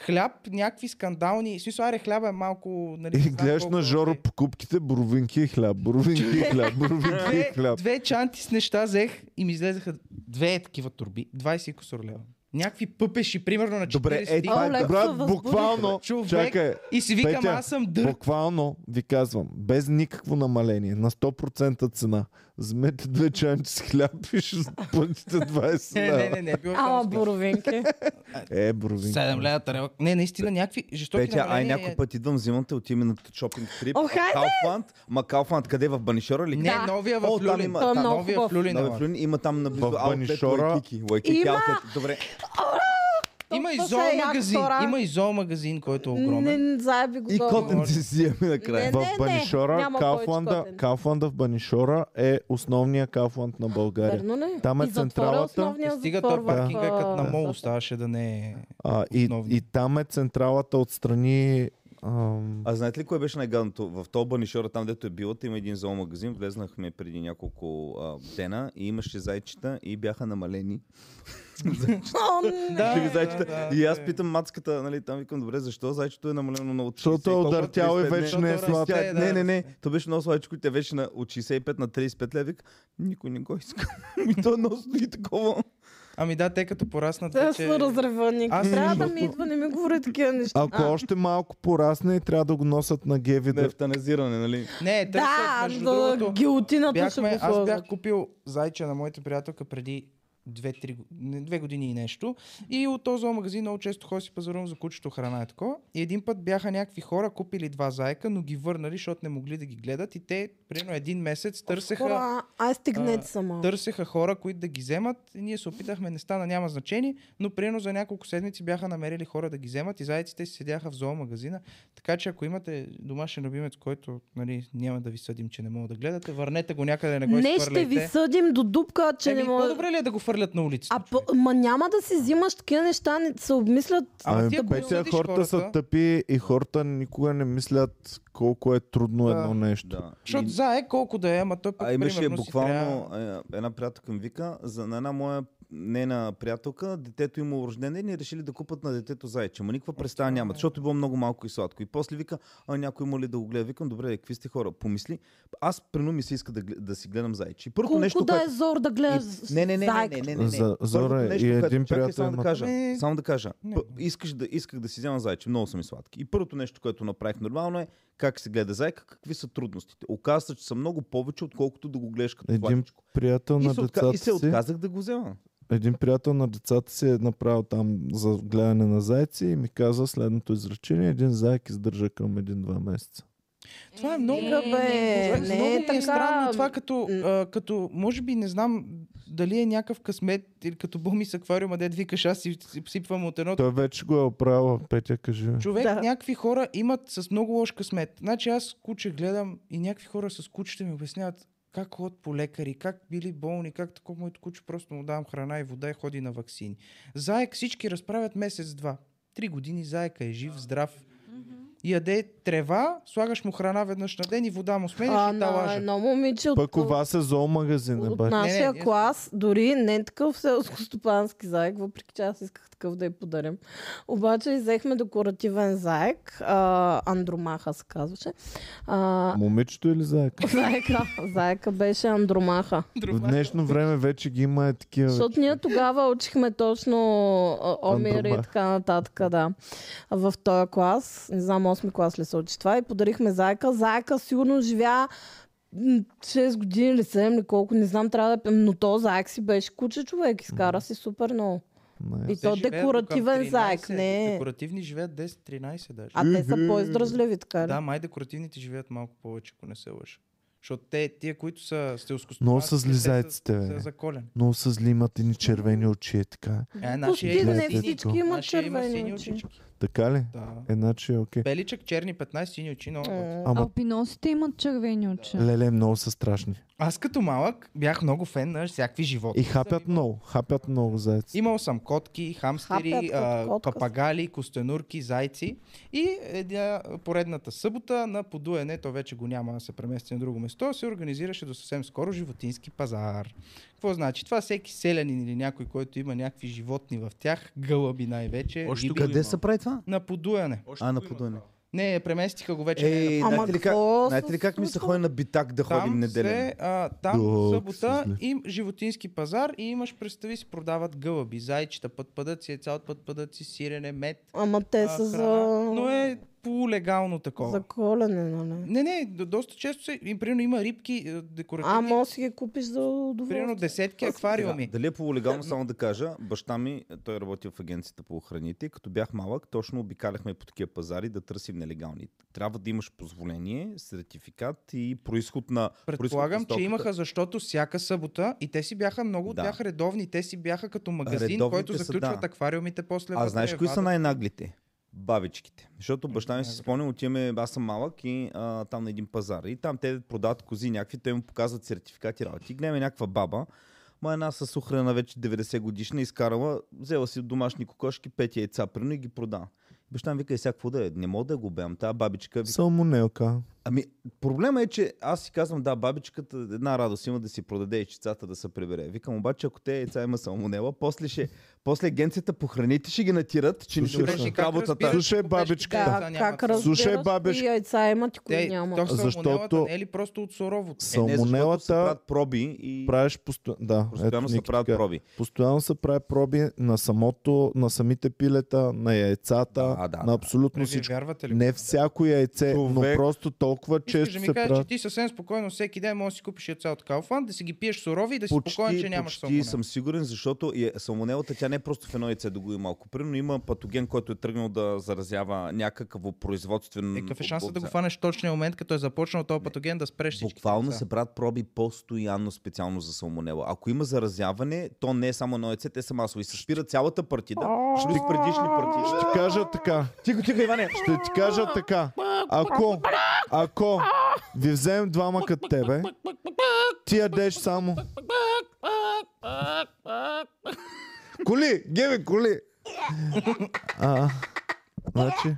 Speaker 4: Хляб, някакви скандални. Сисо, аре, хляба е малко... Нали,
Speaker 1: И
Speaker 4: не знам
Speaker 1: гледаш
Speaker 4: колко
Speaker 1: на
Speaker 4: е.
Speaker 1: Жоро покупките, боровинки и хляб, боровинки и хляб, боровинки и
Speaker 4: две,
Speaker 1: хляб.
Speaker 4: Е, две чанти с неща взех и ми излезаха две такива турби. 20 и кусор лева. Някакви пъпеши, примерно на 40.
Speaker 3: Добре, е, това
Speaker 2: О,
Speaker 3: е...
Speaker 2: ле.
Speaker 3: да.
Speaker 1: Брат,
Speaker 2: възбудих.
Speaker 1: буквално,
Speaker 4: Човек,
Speaker 1: чакай,
Speaker 4: и си викам,
Speaker 1: Петя,
Speaker 4: аз съм дър.
Speaker 1: буквално ви казвам, без никакво намаление, на 100% цена, вземете две чанчи с хляб и ще платите 20
Speaker 4: Не, не,
Speaker 1: лева.
Speaker 4: не, не, било
Speaker 2: Ама
Speaker 4: само смешно.
Speaker 2: боровинки.
Speaker 1: Е, боровинки.
Speaker 4: 7 лева тарел. Не, наистина, някакви жестоки
Speaker 3: Петя, ай
Speaker 4: намаления.
Speaker 3: някой път идвам, взимам те, отиваме на шопинг трип.
Speaker 2: О,
Speaker 3: А
Speaker 2: хайде!
Speaker 3: Калфанд, ма Калфанд къде в Банишора ли?
Speaker 4: Не,
Speaker 2: Да.
Speaker 4: новия в
Speaker 3: О, там
Speaker 4: Люлин.
Speaker 3: има-
Speaker 4: Та,
Speaker 2: Той е много
Speaker 4: новия в
Speaker 2: хубав.
Speaker 4: Люлин.
Speaker 3: Нови
Speaker 4: ама.
Speaker 3: Флюни, има там наблизо
Speaker 1: В
Speaker 3: аутлет,
Speaker 1: Банишора.
Speaker 3: лайкики. Лайкики
Speaker 2: Има!
Speaker 3: аутлет. Добре,
Speaker 4: Има и
Speaker 2: Това са
Speaker 4: зоомагазин.
Speaker 2: як хора.
Speaker 4: Има и зоомагазин, който е
Speaker 2: е Не,
Speaker 4: огромен.
Speaker 2: не, заеби го
Speaker 3: и
Speaker 2: долу.
Speaker 3: котен си си имаме накрая.
Speaker 2: Не,
Speaker 1: В
Speaker 2: не, не,
Speaker 1: Банишора,
Speaker 2: няма е повече
Speaker 1: Калфланда,
Speaker 2: котен.
Speaker 1: Калфланда в Банишора е основния Калфланд на България.
Speaker 2: Верно ли?
Speaker 1: Там е
Speaker 2: И затвора
Speaker 1: централата.
Speaker 2: основния
Speaker 4: Стига
Speaker 2: затвор
Speaker 4: то
Speaker 2: в,
Speaker 4: паркинга,
Speaker 2: а,
Speaker 4: като на мол оставаше да не е...
Speaker 1: А, и,
Speaker 4: Основния.
Speaker 1: и там е централата отстрани... Ам,
Speaker 3: А знаете ли кое беше най-гадното? В този банишора, там дето е билата, има един зоомагазин. Влезнахме преди няколко а, дена и имаше зайчета и бяха намалени.
Speaker 2: О, не.
Speaker 4: Да,
Speaker 3: Живи
Speaker 4: да,
Speaker 3: зайчета.
Speaker 4: да,
Speaker 3: и аз
Speaker 4: да.
Speaker 3: питам мацката, нали, там викам, добре, защо зайчето е намалено много? от
Speaker 1: защото е
Speaker 3: 60 и колко?
Speaker 1: удъртял и
Speaker 3: 35,
Speaker 1: вече не е
Speaker 4: Защото расте.
Speaker 1: сладко.
Speaker 3: Тя,
Speaker 4: Е, да,
Speaker 3: не, не,
Speaker 4: да.
Speaker 3: не. То беше много сладичко и тя беше на, от 65 на 35 левик. Никой не го иска. и то носно и такова.
Speaker 4: Ами да, те като пораснат
Speaker 2: Те
Speaker 4: вече...
Speaker 2: са разревани.
Speaker 4: Аз-
Speaker 2: Трябва да ми идва, не ми говори такива неща.
Speaker 1: Ако още малко порасне, трябва да го носят на геви
Speaker 3: На
Speaker 1: да...
Speaker 3: Е, ефтаназиране, нали?
Speaker 4: Не, те
Speaker 2: Да,
Speaker 4: са, между
Speaker 2: да,
Speaker 4: другото...
Speaker 2: гилотината ще
Speaker 4: Бяхме,
Speaker 2: го
Speaker 4: аз
Speaker 2: слагат.
Speaker 4: бях купил зайче на моята приятелка преди 2-3 две години и нещо. И от този магазин много често ходя си пазарувам за кучето храна и такова. И един път бяха някакви хора купили два зайка, но ги върнали, защото не могли да ги гледат. И те, примерно един месец, търсеха,
Speaker 2: Хора, ай стигнете сама.
Speaker 4: търсеха хора, които да ги вземат. И ние се опитахме, не стана, няма значение. Но примерно за няколко седмици бяха намерили хора да ги вземат и зайците си седяха в зоомагазина. Така че ако имате домашен любимец, който нали, няма да ви съдим, че не мога да гледате, върнете го някъде, не го
Speaker 2: Не
Speaker 4: изхвърляйте.
Speaker 2: ще ви съдим до дупка, че
Speaker 4: Еми,
Speaker 2: не може.
Speaker 4: По-добре ли е да го хвърлят на улицата.
Speaker 2: А по, ма няма да си взимаш такива неща, не се обмислят.
Speaker 4: Ама
Speaker 1: Ами,
Speaker 4: ти ако
Speaker 1: Петя,
Speaker 4: осъдиш
Speaker 1: хората са
Speaker 4: хората-
Speaker 1: тъпи и хората никога не мислят колко е трудно
Speaker 4: Да.
Speaker 1: едно нещо.
Speaker 3: Да.
Speaker 4: Защото
Speaker 3: И-
Speaker 4: знае колко да е, ама той пък
Speaker 3: Ами- А имаше
Speaker 4: примерно си
Speaker 3: буквално
Speaker 4: трябва-
Speaker 3: е, една приятелка ми вика, за на една моя нейна приятелка, детето има рожден ден и решили да купат на детето зайче. Ма никаква представа нямат, защото е било много малко и сладко. И после вика, а някой има ли да го гледа? Викам, добре, какви сте хора? Помисли, аз прено ми се иска да, гле- да си гледам зайче. И първото
Speaker 2: Колко
Speaker 3: нещо,
Speaker 2: да
Speaker 3: което...
Speaker 2: е зор да гледаш
Speaker 3: И- Не, не, не, не, не, не, не, не.
Speaker 1: За-
Speaker 3: Първото
Speaker 1: Зора,
Speaker 3: нещо,
Speaker 1: и
Speaker 3: което-
Speaker 1: един
Speaker 3: чакай,
Speaker 1: приятел
Speaker 3: само да
Speaker 1: има-
Speaker 3: кажа.
Speaker 4: Не.
Speaker 3: Само да кажа.
Speaker 4: Не.
Speaker 3: П- Искаш да, исках да си взема зайче. Много са ми сладки. И първото нещо, което направих нормално е как се гледа зайка, какви са трудностите. Оказва се, че са много повече, отколкото да го гледаш като
Speaker 1: Един
Speaker 3: платичко.
Speaker 1: приятел
Speaker 3: И
Speaker 1: на
Speaker 3: се, отка... и
Speaker 1: децата
Speaker 3: се
Speaker 1: си,
Speaker 3: отказах да го взема.
Speaker 1: един приятел на децата си е направил там за гледане на зайци и ми каза следното изречение. Един заек издържа към един-два месеца.
Speaker 4: Това е много...
Speaker 2: Нека, бе,
Speaker 4: Човек,
Speaker 2: не
Speaker 4: много
Speaker 2: е
Speaker 4: ми
Speaker 2: така.
Speaker 4: е странно това, като,
Speaker 2: М.
Speaker 4: а, като, може би, не знам дали е някакъв късмет или като буми с аквариума, дед викаш, аз си, си псипвам от едното.
Speaker 1: Той вече го е оправил, Петя, кажи. бе.
Speaker 4: Човек,
Speaker 2: Да.
Speaker 4: да. някакви хора имат с много лош късмет. Значи аз куче гледам и някакви хора с кучета ми обясняват как ходят по лекари, как били болни, как такова моето куче просто му давам храна и вода и ходи на ваксини. Заек всички разправят месец-два. Три години заека е жив, здрав. Яде трева, слагаш му храна веднъж на ден и вода му сменяш
Speaker 2: А,
Speaker 4: и та
Speaker 2: на
Speaker 4: лажа.
Speaker 2: едно момиче от,
Speaker 1: Пък у
Speaker 2: от,
Speaker 1: вас е зоомагазин, е
Speaker 2: от
Speaker 1: бати.
Speaker 2: нашия
Speaker 4: Не, не,
Speaker 2: клас, дори не такъв селско-стопански заек, въпреки че аз исках такъв да я подарим. Обаче взехме декоративен заек, а, Андромаха се казваше. А,
Speaker 1: Момичето или заек?
Speaker 2: заека, заека беше Андромаха.
Speaker 1: В днешно време вече ги има е такива.
Speaker 2: Защото ние тогава учихме точно а, Омир и
Speaker 1: Андромах.
Speaker 2: така нататък, да. В този клас, не знам, 8 клас ли се учи това, и подарихме зайка. Зайка сигурно живя м, 6 години или 7 или колко, не знам, трябва да... Но то заек си беше куче човек, изкара си супер много.
Speaker 1: Не.
Speaker 2: И
Speaker 4: Те
Speaker 2: то
Speaker 4: живеят до към
Speaker 2: декоративен
Speaker 4: 13,
Speaker 2: заек, не е.
Speaker 4: Декоративни живеят 10-13 даже.
Speaker 2: А те са по-издръжливи, така ли?
Speaker 4: Да, май декоративните живеят малко повече, ако не се лъжа. Защото те, тия, които са стелскостопански,
Speaker 1: Много са зли
Speaker 4: те
Speaker 1: зайците, бе.
Speaker 4: Са за колен.
Speaker 1: Много са зли, имат едни червени очи, е така.
Speaker 4: Е,
Speaker 2: Почти
Speaker 1: има
Speaker 2: не
Speaker 1: сини.
Speaker 2: всички имат
Speaker 4: нашия има
Speaker 2: червени
Speaker 4: сини
Speaker 2: очи.
Speaker 4: очички.
Speaker 1: Така ли?
Speaker 4: Да.
Speaker 1: Еначе, окей.
Speaker 4: Беличък, черни 15, сини очи, много. готино.
Speaker 2: М.
Speaker 1: Ама-
Speaker 6: Алпиносите имат червени
Speaker 2: Е,
Speaker 6: очи.
Speaker 1: Леле, много са страшни.
Speaker 4: Аз като малък бях много фен на всякакви животни.
Speaker 1: И хапят много, хапят много зайци.
Speaker 4: Имал съм котки,
Speaker 2: Хапят
Speaker 4: хамстери,
Speaker 2: като
Speaker 4: а,
Speaker 2: котка.
Speaker 4: папагали, костенурки, зайци. И една поредната събота на подуене, то вече го няма да се премести на друго место, се организираше до съвсем скоро животински пазар. Какво значи? Това всеки селянин или някой, който има някакви животни в тях, гълъби най-вече,
Speaker 5: Още
Speaker 4: риби,
Speaker 5: го има.
Speaker 3: Къде се прави това?
Speaker 4: на подуяне.
Speaker 5: Още
Speaker 3: А,
Speaker 5: го
Speaker 3: на
Speaker 5: има
Speaker 3: подуне.
Speaker 5: това.
Speaker 4: Не, преместиха го вече. не е
Speaker 3: Ей,
Speaker 2: Ама
Speaker 3: знаете ли как,
Speaker 2: какво
Speaker 3: знаете ли
Speaker 2: се
Speaker 3: как ми се
Speaker 2: случва?
Speaker 3: ходи на битак да ходим
Speaker 4: там
Speaker 3: неделя?
Speaker 4: се, а, там
Speaker 1: Ох,
Speaker 4: в
Speaker 1: се
Speaker 4: събота
Speaker 1: зле.
Speaker 4: им животински пазар и имаш, представи си, продават гълъби, зайчета, пътпадъци, яйца от пътпадъци, сирене, мед,
Speaker 2: Ама те
Speaker 4: а,
Speaker 2: са за...
Speaker 4: храна, но е полулегално такова.
Speaker 2: е За колене, нали?
Speaker 4: Не, не, до- доста често се, им, примерно има рибки, е, декоративни,
Speaker 2: А, може да си ги купиш за
Speaker 4: примерно
Speaker 2: удоволствие.
Speaker 4: десетки аквариуми.
Speaker 3: Дали е полулегално, само да кажа, баща ми, той работи в агенцията по храните, като бях малък, точно обикаляхме по такива пазари да търсим нелегални. Трябва да имаш позволение, сертификат и происход на... происход на
Speaker 4: Предполагам, че
Speaker 3: стоката.
Speaker 4: имаха, защото всяка събота и те си бяха много от
Speaker 3: Да.
Speaker 4: тях редовни, те си бяха като магазин,
Speaker 3: Редовните
Speaker 4: който
Speaker 3: са,
Speaker 4: заключват
Speaker 3: да.
Speaker 4: аквариумите после.
Speaker 3: А
Speaker 4: вътре
Speaker 3: знаеш кои са
Speaker 4: вадат. Ами,
Speaker 3: най-наглите? Бабичките. Защото баща ми си
Speaker 4: Най-добре.
Speaker 3: спомня, отиваме, аз съм малък и а, там на един пазар. И там те продават кози някакви, те му показват сертификати работи. И гледаме някаква баба, ма една с ухрена вече 90 годишна, изкарала, взела си домашни кокошки, пет яйца, прино и ги прода. Баща ми вика, и сега какво да е? Не мога да я го бям. Та бабичка вика,
Speaker 1: Само нелка.
Speaker 3: Ами, проблема е, че аз си казвам, да, бабичката една радост има да си продаде яйцата да се прибере. Викам, обаче, ако те яйца има салмонела, после, ще, после агенцията по храните ще ги натират, че не ще
Speaker 1: Слушай,
Speaker 4: Беше
Speaker 3: вършат
Speaker 4: как
Speaker 3: работата.
Speaker 4: разбираш,
Speaker 1: Слушай,
Speaker 4: че купешки
Speaker 1: бабичката.
Speaker 4: яйца
Speaker 2: Да,
Speaker 4: нямат.
Speaker 2: как разбираш,
Speaker 1: Слушай,
Speaker 2: Слушай,
Speaker 1: бабиш-
Speaker 2: кои яйца имат и кои
Speaker 4: Те,
Speaker 2: няма.
Speaker 4: то
Speaker 1: Защото-
Speaker 4: Защото... не е ли просто от сурово?
Speaker 3: Е, не, защото се
Speaker 1: Салмонелата
Speaker 3: правят проби и
Speaker 1: правиш постоянно. Да,
Speaker 3: постоянно
Speaker 1: ето,
Speaker 3: се
Speaker 1: Ники
Speaker 3: правят
Speaker 1: така.
Speaker 3: проби.
Speaker 1: Постоянно се прави проби на самото, на самите пилета, на яйцата,
Speaker 3: Да, да,
Speaker 1: на
Speaker 3: да.
Speaker 1: абсолютно
Speaker 4: Вие
Speaker 1: всичко.
Speaker 4: Вярвате ли? е?
Speaker 1: Не всяко яйце, но
Speaker 3: Човек.
Speaker 1: просто толкова
Speaker 4: Искаш да
Speaker 1: често
Speaker 4: ми
Speaker 1: се
Speaker 4: кажеш, че
Speaker 1: правят.
Speaker 4: ти съвсем спокойно всеки ден можеш да си купиш яйца от Кауфланд, да си ги пиеш сурови и да си спокоен, че нямаш
Speaker 3: почти
Speaker 4: салмонела.
Speaker 3: съм сигурен, защото и салмонелата тя не е просто в едно яйце да го има малко. Примерно има патоген, който е тръгнал да заразява някакво производствен...
Speaker 4: Е, какъв е шансът да го
Speaker 3: обзар.
Speaker 4: хванеш в точния момент, като е започнал този патоген, да спреш всички
Speaker 3: Буквално
Speaker 4: яйца?
Speaker 3: се правят проби постоянно специално за салмонела. Ако има заразяване, то не е само едно яйце, те са масово. И се спира цялата партида, плюс предишни партиди.
Speaker 1: Ще кажа така.
Speaker 3: Тихо, тихо, Иване!
Speaker 1: Ще ти кажа така. Ако, ако ви вземем двама като тебе, ти ядеш само. Коли! Геви, коли! А, значи,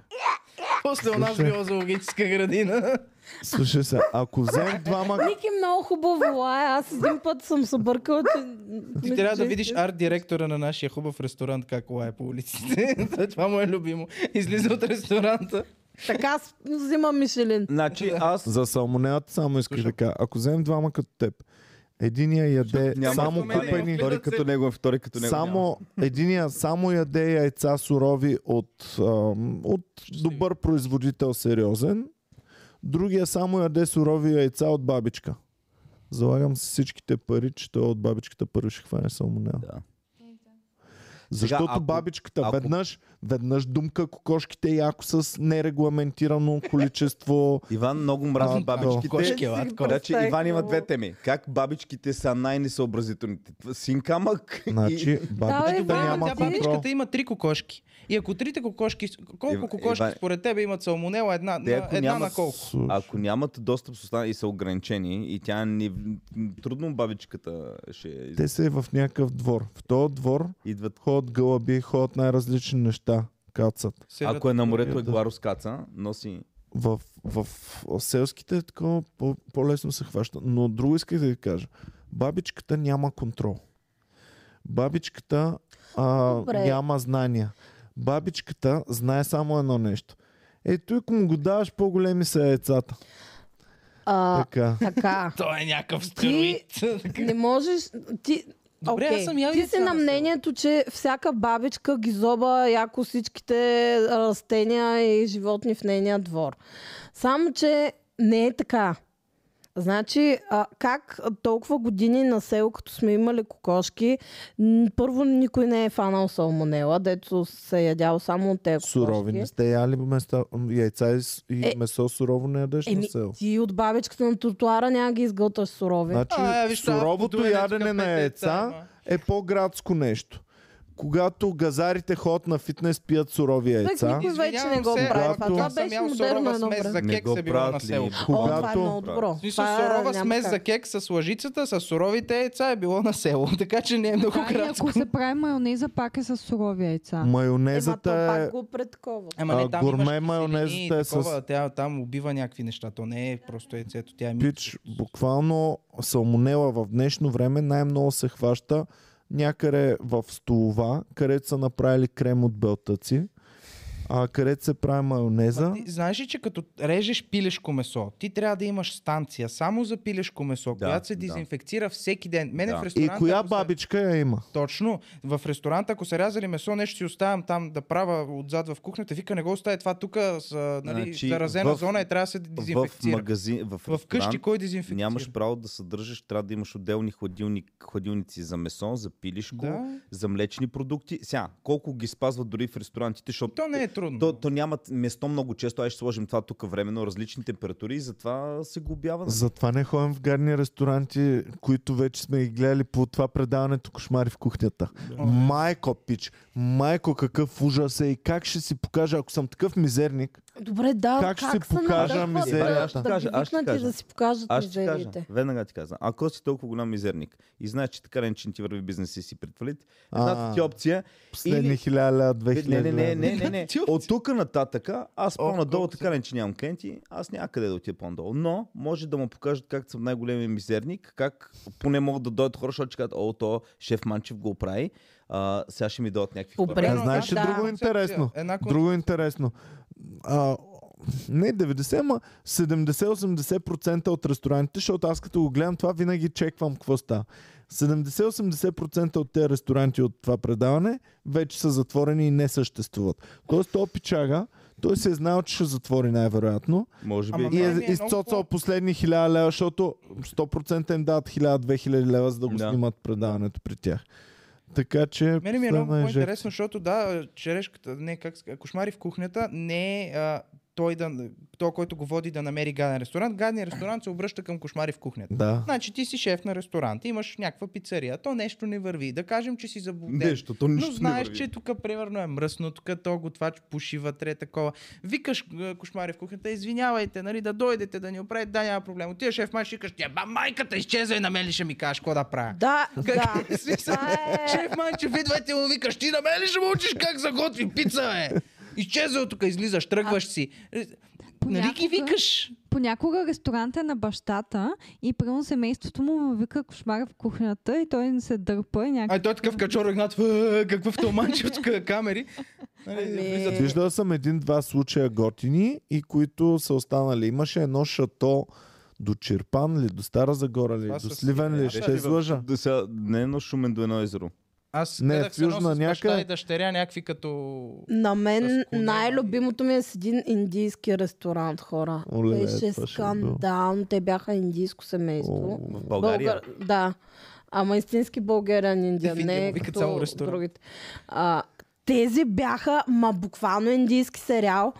Speaker 4: После у нас
Speaker 1: Слушай.
Speaker 4: било зоологическа градина.
Speaker 1: слушай се, ако вземем двама...
Speaker 2: Ники много хубаво лая. Аз един път съм се бъркала, че...
Speaker 4: Ти
Speaker 2: мисля,
Speaker 4: трябва да
Speaker 2: че-
Speaker 4: видиш арт-директора на нашия хубав ресторант как лае по улиците. Това му е любимо. Излиза от ресторанта.
Speaker 2: Така аз взимам Мишелин.
Speaker 3: Значи аз...
Speaker 1: За салмонелата само искаш да кажа. Ако вземем двама като теб, единия яде
Speaker 3: Няма
Speaker 1: само
Speaker 4: в момента
Speaker 1: купени...
Speaker 3: Втори като него, втори като него. няма.
Speaker 1: Само единия само яде яйца сурови от, ам, от добър производител, сериозен. Другия само яде сурови яйца от бабичка. Залагам си всичките пари, че той от бабичката първи ще хване салмонела.
Speaker 3: Да.
Speaker 1: Защото
Speaker 3: Сега, ако-
Speaker 1: бабичката
Speaker 3: ако-
Speaker 1: веднъж, веднъж думка кокошките яко с нерегламентирано количество.
Speaker 3: Иван много мразва
Speaker 1: А,
Speaker 3: бабичките.
Speaker 4: Кошки,
Speaker 2: Си
Speaker 4: лад,
Speaker 2: го
Speaker 4: кошки.
Speaker 3: Значи Иван има
Speaker 2: Представих
Speaker 3: две теми. Как бабичките са най-несъобразителните? Това- Син камък и...
Speaker 1: Значи бабичката
Speaker 2: Иван,
Speaker 1: няма
Speaker 4: Е, Тя
Speaker 1: контрол.
Speaker 4: бабичката има три кокошки. И ако трите кокошки, колко
Speaker 3: Ива-
Speaker 4: кокошки
Speaker 3: Ива-
Speaker 4: според тебе имат салмонела, една,
Speaker 3: Те,
Speaker 4: на,
Speaker 3: ако
Speaker 4: една
Speaker 3: няма
Speaker 4: на колко?
Speaker 3: Ако нямат достъп с остан... и са ограничени и тя ни... Трудно бабичката ще... из-
Speaker 1: Те са и в някакъв двор. В този двор
Speaker 3: Идват...
Speaker 1: ходят гълъби, ходят най-различни неща, кацат.
Speaker 4: Серият-
Speaker 3: Ако е на морето е
Speaker 1: Да.
Speaker 3: гларус каца, носи...
Speaker 1: В, в, в селските е такова по- по-лесно се хваща. Но друго исках да ви кажа. Бабичката няма контрол. Бабичката а,
Speaker 2: Добре.
Speaker 1: няма знания. Бабичката знае само едно нещо. Ето, ако му го даваш, по-големи са яйцата.
Speaker 2: А,
Speaker 1: Така.
Speaker 2: така.
Speaker 4: Той е някакъв стероид.
Speaker 2: Не можеш... Ти...
Speaker 4: Добре,
Speaker 2: Окей,
Speaker 4: аз съм я
Speaker 2: Ти си
Speaker 4: яйца
Speaker 2: на
Speaker 4: на
Speaker 2: мнението, че всяка бабичка ги зоба яко всичките растения и животни в нейния двор. Само, че не е така. Значи, а, как толкова години на село, като сме имали кокошки, н- първо никой не е фанал салмонела, дето се е ядял само от тези
Speaker 1: Сурови.
Speaker 2: кокошки.
Speaker 1: Не сте яли места, яйца и, с- и
Speaker 2: Е,
Speaker 1: месо сурово не ядеш на
Speaker 2: Еми,
Speaker 1: село.
Speaker 2: ти от бабичката на тротуара няма ги изгълташ сурови.
Speaker 1: Значи
Speaker 4: А, е,
Speaker 1: а,
Speaker 4: виж, това
Speaker 1: суровото
Speaker 4: автодуене
Speaker 1: ядене
Speaker 4: тук
Speaker 1: на
Speaker 4: пет яйца
Speaker 1: яйца
Speaker 4: има.
Speaker 1: е по-градско нещо. Когато газарите ход на фитнес пият сурови яйца,
Speaker 2: никой вече не го
Speaker 4: Извинявам се,
Speaker 1: прави
Speaker 4: ама
Speaker 1: това.
Speaker 4: Това
Speaker 2: Това
Speaker 4: съм
Speaker 2: беше
Speaker 4: ял
Speaker 2: модерно
Speaker 4: сурова
Speaker 2: едно
Speaker 4: смес за
Speaker 3: време. Не
Speaker 4: кекс
Speaker 3: го
Speaker 4: е било на
Speaker 3: правят ли?
Speaker 4: село.
Speaker 2: О, това е много
Speaker 1: когато...
Speaker 2: добро.
Speaker 4: В смисъл,
Speaker 2: Това
Speaker 4: сурова
Speaker 2: няма
Speaker 4: смес
Speaker 2: как.
Speaker 4: за кекса с лъжицата, с суровите яйца е било на село, така че не е много
Speaker 2: Ами,
Speaker 6: Да, и
Speaker 4: кратко.
Speaker 6: ако се прави майонеза, пак е с сурови
Speaker 1: Нали
Speaker 6: яйца.
Speaker 2: Ема то
Speaker 1: Майонезата е-
Speaker 2: пак го предкова.
Speaker 4: Ама
Speaker 1: А,
Speaker 4: не, там
Speaker 1: гурме
Speaker 4: имаш киселини
Speaker 1: майонезът
Speaker 4: и
Speaker 1: е с-
Speaker 4: такова, Тя там убива някакви неща. То не е просто яйцето. Тя е
Speaker 1: е
Speaker 4: микс.
Speaker 1: пич, буквално салмонела в днешно време най-много се хваща някъде в столова, където са направили крем от белтъци, а където се прави майонеза.
Speaker 4: Ма ти знаеш ли, че като режеш пилешко месо, ти трябва да имаш станция само за пилешко месо,
Speaker 3: Да,
Speaker 4: която се
Speaker 3: да.
Speaker 4: дезинфекцира всеки ден. Мене
Speaker 3: Да. И
Speaker 4: в
Speaker 1: И
Speaker 4: ресторанта...
Speaker 1: коя
Speaker 4: ако се-
Speaker 1: бабичка я има?
Speaker 4: Точно. В ресторанта, ако са рязали месо, нещо си оставям там да правя отзад в кухнята. Вика, не го оставя това тук, с, нали,
Speaker 3: Значи,
Speaker 4: заразена
Speaker 3: в-
Speaker 4: зона и трябва да се
Speaker 3: В
Speaker 4: дезинфекцира.
Speaker 3: магазин, в,
Speaker 4: В, къщи
Speaker 3: ресторант
Speaker 4: кой дезинфекцира?
Speaker 3: нямаш право да съдържаш, трябва да имаш отделни хладилни, хладилници за месо, за пилишко,
Speaker 4: Да.
Speaker 3: за млечни продукти. Сега, колко ги спазват дори в ресторантите, защото
Speaker 4: То не е трудно.
Speaker 3: То, то нямат место много често, аз ще сложим това тук временно, различни температури и затова се глобява.
Speaker 1: Затова не ходим в гадни ресторанти, които вече сме ги гледали по това предаването Кошмари в кухнята. Майко, пич, майко, какъв ужас е и как ще си покажа, ако съм такъв мизерник,
Speaker 2: Добре, да,
Speaker 1: Как ще
Speaker 2: се
Speaker 1: покажа
Speaker 2: надъхват
Speaker 1: мизерията?
Speaker 2: да-
Speaker 1: Аз ще
Speaker 2: да
Speaker 3: кажа,
Speaker 2: ги
Speaker 3: аз ще
Speaker 2: викнат и
Speaker 3: кажа.
Speaker 2: да си покажат
Speaker 3: Аз ще ти кажа,
Speaker 2: мизериите.
Speaker 3: веднага ти казвам, ако си толкова голям мизерник и знаеш, че така не, че не ти върви бизнес и си предвалит,
Speaker 1: А.
Speaker 3: едната ти опция...
Speaker 1: последни
Speaker 3: Или-
Speaker 1: хиляда, две
Speaker 3: Не,
Speaker 1: хиляди.
Speaker 3: Е, не, не, не, не, не, не.
Speaker 4: Ти опция.
Speaker 3: От тук нататъка, аз по-надолу,
Speaker 4: колко
Speaker 3: така не, че нямам клиенти, аз няма къде да отида по-надолу. Но може да му покажат как съм най-големия мизерник, как поне могат да дойдат хора, защото ще кажат, о, то шеф Манчев го прави, а, сега ще ми дойдат някакви хора.
Speaker 2: Добре.
Speaker 1: А,
Speaker 2: Примерно,
Speaker 1: знаеш ли
Speaker 2: да.
Speaker 1: друго интересно?
Speaker 4: Една концепция.
Speaker 1: Друго интересно. А, не 90, ама 70-80% от ресторантите, защото аз като го гледам това, винаги чеквам какво става. 70-80% от тези ресторанти от това предаване вече са затворени и не съществуват. Тоест, то пичага, той се е знал, че ще затвори най-вероятно.
Speaker 3: Може би.
Speaker 4: Ама
Speaker 1: И
Speaker 4: не,
Speaker 1: е
Speaker 4: ми е много
Speaker 1: изцоцал
Speaker 4: по-
Speaker 1: последни 1000 лева, защото 100% им дават 1000-2000 лева, за да го
Speaker 3: Да.
Speaker 1: снимат предаването при тях. Така че...
Speaker 4: Мене ми е
Speaker 1: последна
Speaker 4: много
Speaker 1: жест.
Speaker 4: по-интересно, защото да, черешката, не, как, се- кошмари в кухнята не е а, той, да, той, който го води да намери гаден ресторант, гадният ресторант се обръща към кошмари в кухнята.
Speaker 1: Да.
Speaker 4: Значи ти си шеф на ресторант, имаш някаква пицария, то нещо не върви. Да кажем, че си заблуден.
Speaker 3: Нещо, то
Speaker 4: е Но
Speaker 3: нищо не
Speaker 4: знаеш,
Speaker 3: върви.
Speaker 4: че тук примерно е мръсно, тук то готвач пуши вътре, такова. Викаш е, кошмари в кухнята, извинявайте, нали, да дойдете, да ни оправите, да, няма проблем. Отива шеф, май ще викаш, тя ба, майката изчезва и на мен ли ще ми кажеш, какво да правя?
Speaker 2: Да, да.
Speaker 4: Как, смисъл,
Speaker 2: Това е-
Speaker 4: шеф Манчев, идвайте му викаш, ти на мен ли ще му учиш как заготви пица, бе? Изчезва от тук, излизаш, тръгваш си. Е, Нали ги
Speaker 6: Понякога-
Speaker 4: викаш?
Speaker 6: Понякога ресторант е на бащата и прямо семейството му му вика кошмар в кухнята и той се дърпа и някак...
Speaker 4: Ай, той е такъв качор Игнат, какъв то Манчев тук камери. Нали,
Speaker 2: Ами-
Speaker 4: влизат.
Speaker 1: Виждал съм един-два случая готини и които са останали. Имаше едно шато до Чирпан ли, до Стара Загора ли,
Speaker 4: Това
Speaker 1: до
Speaker 4: са
Speaker 1: Сливен ли,
Speaker 4: Сливен,
Speaker 1: ще излъжа.
Speaker 3: До сега, не е на Шумен до едно езеро.
Speaker 4: Аз
Speaker 1: Не,
Speaker 4: гледах
Speaker 1: в
Speaker 4: се едно
Speaker 1: Южна
Speaker 4: с баща
Speaker 1: някъде.
Speaker 4: и дъщеря някакви като...
Speaker 2: На мен
Speaker 4: С коня
Speaker 2: най-любимото ми е с един индийски ресторант, хора.
Speaker 1: Оле,
Speaker 2: Беше
Speaker 1: това ще е
Speaker 2: скандално. Те бяха индийско семейство.
Speaker 1: О,
Speaker 3: В България. Българ...
Speaker 2: Българ... Да. Ама истински българен индия,
Speaker 4: В Индия
Speaker 2: не
Speaker 4: му викат
Speaker 2: като
Speaker 4: само ресторант.
Speaker 2: другите. А, тези бяха, ма буквално индийски сериал.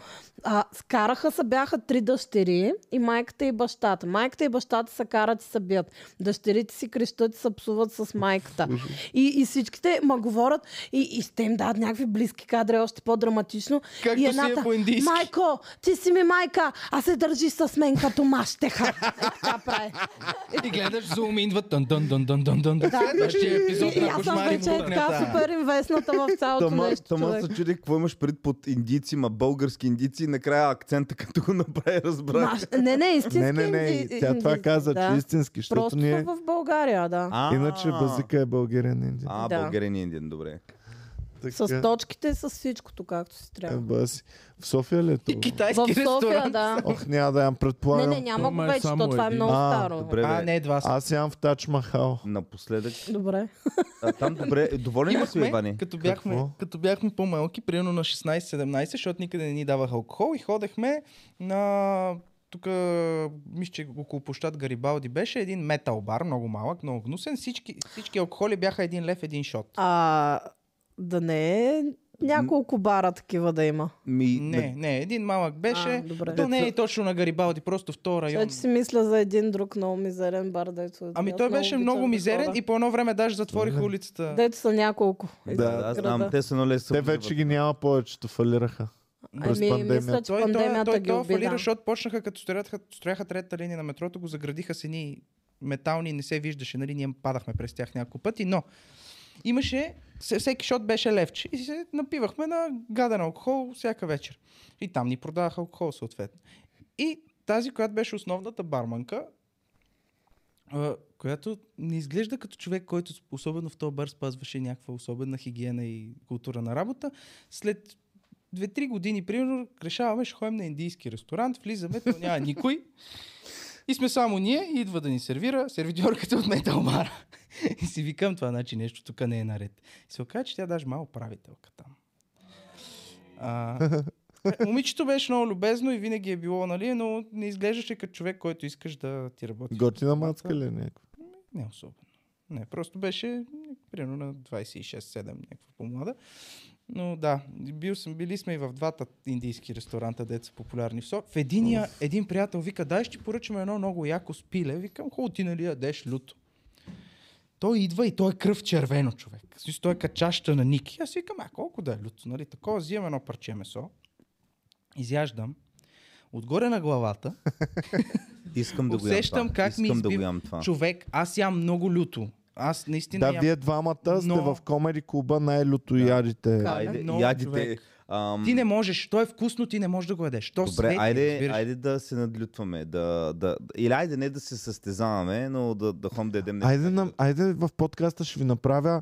Speaker 2: А, скараха се бяха три дъщери и майката и бащата. Майката и бащата се карат и се бият. Дъщерите си крещат и се псуват с майката. И, и всичките ма говорят и, и ще им дадат някакви близки кадри, още по-драматично.
Speaker 4: Както
Speaker 2: и
Speaker 4: си е
Speaker 2: едната,
Speaker 4: по-индийски.
Speaker 2: Майко, ти си ми майка, а се държи с мен като мащеха. Така прави.
Speaker 4: И гледаш зум и идват дън дън дън дън дън дън.
Speaker 2: Да.
Speaker 4: Следващия Значи, е епизод
Speaker 2: Значи, И- и
Speaker 4: на
Speaker 2: аз съм
Speaker 4: кошмари в
Speaker 2: вече така
Speaker 4: кухнята.
Speaker 2: супер инвестната в цялото
Speaker 3: Тама,
Speaker 2: нещо.
Speaker 3: тама
Speaker 2: човек.
Speaker 3: се чуди какво имаш пред под индийци, ма български индийци и накрая акцента като го направи разбрах.
Speaker 2: Маш- Не, не, истински
Speaker 1: Не, не, не,
Speaker 2: инди-
Speaker 1: тя това
Speaker 2: индийци,
Speaker 1: каза,
Speaker 2: да.
Speaker 1: че е истински, защото
Speaker 2: Просто са
Speaker 1: ние...
Speaker 2: в България, да.
Speaker 3: А,
Speaker 1: Иначе базика е българен индия.
Speaker 3: А,
Speaker 2: Да.
Speaker 3: българин е индиен, добре.
Speaker 2: С точките, с всичкото, както си трябва.
Speaker 1: Еба си. Е, В София ли е
Speaker 4: И
Speaker 1: това?
Speaker 2: В
Speaker 4: китайски
Speaker 2: София,
Speaker 4: ресторант.
Speaker 2: да.
Speaker 1: Ох, няма да ям
Speaker 2: Не,
Speaker 1: предполагам.
Speaker 2: не, няма
Speaker 5: Тома
Speaker 2: го
Speaker 5: е
Speaker 2: вече, то
Speaker 5: само
Speaker 2: това е
Speaker 5: един.
Speaker 2: много
Speaker 1: А,
Speaker 2: старо.
Speaker 3: Добре,
Speaker 4: А,
Speaker 3: бе.
Speaker 4: не, два са.
Speaker 1: Аз ям в Тач Махал.
Speaker 3: Напоследък.
Speaker 2: Добре.
Speaker 3: А, там добре. Доволен ли си,
Speaker 4: Имахме,
Speaker 3: Иване?
Speaker 4: като бяхме,
Speaker 1: Какво?
Speaker 4: като бяхме по-малки, примерно на 16-17, защото никъде не ни даваха алкохол и ходехме на тук, мисля, че около площад Гарибалди беше един метал бар, много малък, много гнусен. Всички, всички алкохоли бяха един лев, един шот.
Speaker 2: А, да не е няколко бара такива да има.
Speaker 3: Ми,
Speaker 4: Не, не, един малък беше.
Speaker 2: А, добре.
Speaker 4: То не е и точно на Гарибалди, просто в този район.
Speaker 2: Сега, че си мисля за един друг много мизерен бар, дето... е
Speaker 4: Ами
Speaker 2: аз
Speaker 4: той беше
Speaker 2: обичам
Speaker 4: много
Speaker 2: такова.
Speaker 4: мизерен и по едно време даже затвориха улицата.
Speaker 2: Дето са няколко.
Speaker 3: Да, да, аз знам,
Speaker 2: града.
Speaker 3: те са налез.
Speaker 1: Те вече ги няма повечето, фалираха. През
Speaker 2: Ами, мисля,
Speaker 1: пандемията.
Speaker 2: че
Speaker 4: Той, той,
Speaker 2: пандемията
Speaker 4: той, е
Speaker 2: ги
Speaker 4: той фалира,
Speaker 2: обида.
Speaker 4: защото почнаха, като строяха, строяха третата линия на метрото, го заградиха с едни метални, не се виждаше, нали, ние падахме през тях няколко пъти, но имаше, се- всеки шот беше левче и се напивахме на гаден алкохол всяка вечер. И там ни продаваха алкохол, съответно. И тази, която беше основната барманка, а, която не изглежда като човек, който с- особено в този бар спазваше някаква особена хигиена и култура на работа, след 2-3 години, примерно, решаваме, ще ходим на индийски ресторант, влизаме, то няма никой. И сме само ние, и идва да ни сервира сервитьорката от Металмара. И си викам, това значи нещо тук не е наред. И се оказа, че тя даже малко правителка там. А, е, момичето беше много любезно и винаги е било, нали, но не изглеждаше като човек, който искаш да ти работи.
Speaker 1: Готина мацка ли е някаква?
Speaker 4: Не особено. Не, просто беше примерно на 26-7, някаква по-млада. Но да, бил съм, били сме и в двата индийски ресторанта, деца популярни в София. В единия, един приятел вика, дай ще ти поръчаме едно много яко спиле. Викам, хубаво ти нали ядеш люто. Той идва и той е кръв червено човек. В смисъл, Той е качаща на Ники. Аз си викам, а колко да е люто, нали? Такова, взимам едно парче месо, изяждам, отгоре на главата,
Speaker 3: Искам да го ям.
Speaker 4: усещам
Speaker 3: това.
Speaker 4: как ми
Speaker 3: Искам да го
Speaker 4: избива-
Speaker 3: ям това.
Speaker 4: човек, аз ям много люто. Аз наистина
Speaker 1: Да,
Speaker 4: ям...
Speaker 1: вие двамата сте
Speaker 4: Но-
Speaker 1: в комеди клуба най-люто ядите.
Speaker 2: Как?
Speaker 3: Айде,
Speaker 4: Много,
Speaker 3: ядите.
Speaker 4: човек.
Speaker 3: Ам,
Speaker 4: Ти не можеш, то е вкусно, ти не можеш да го ядеш. То
Speaker 3: Добре,
Speaker 4: свети,
Speaker 3: айде,
Speaker 4: разбираш.
Speaker 3: айде да се надлютваме. Да, да, или айде не да се състезаваме, но да, да хом да едем нещо.
Speaker 1: Айде, на, айде в подкаста ще ви направя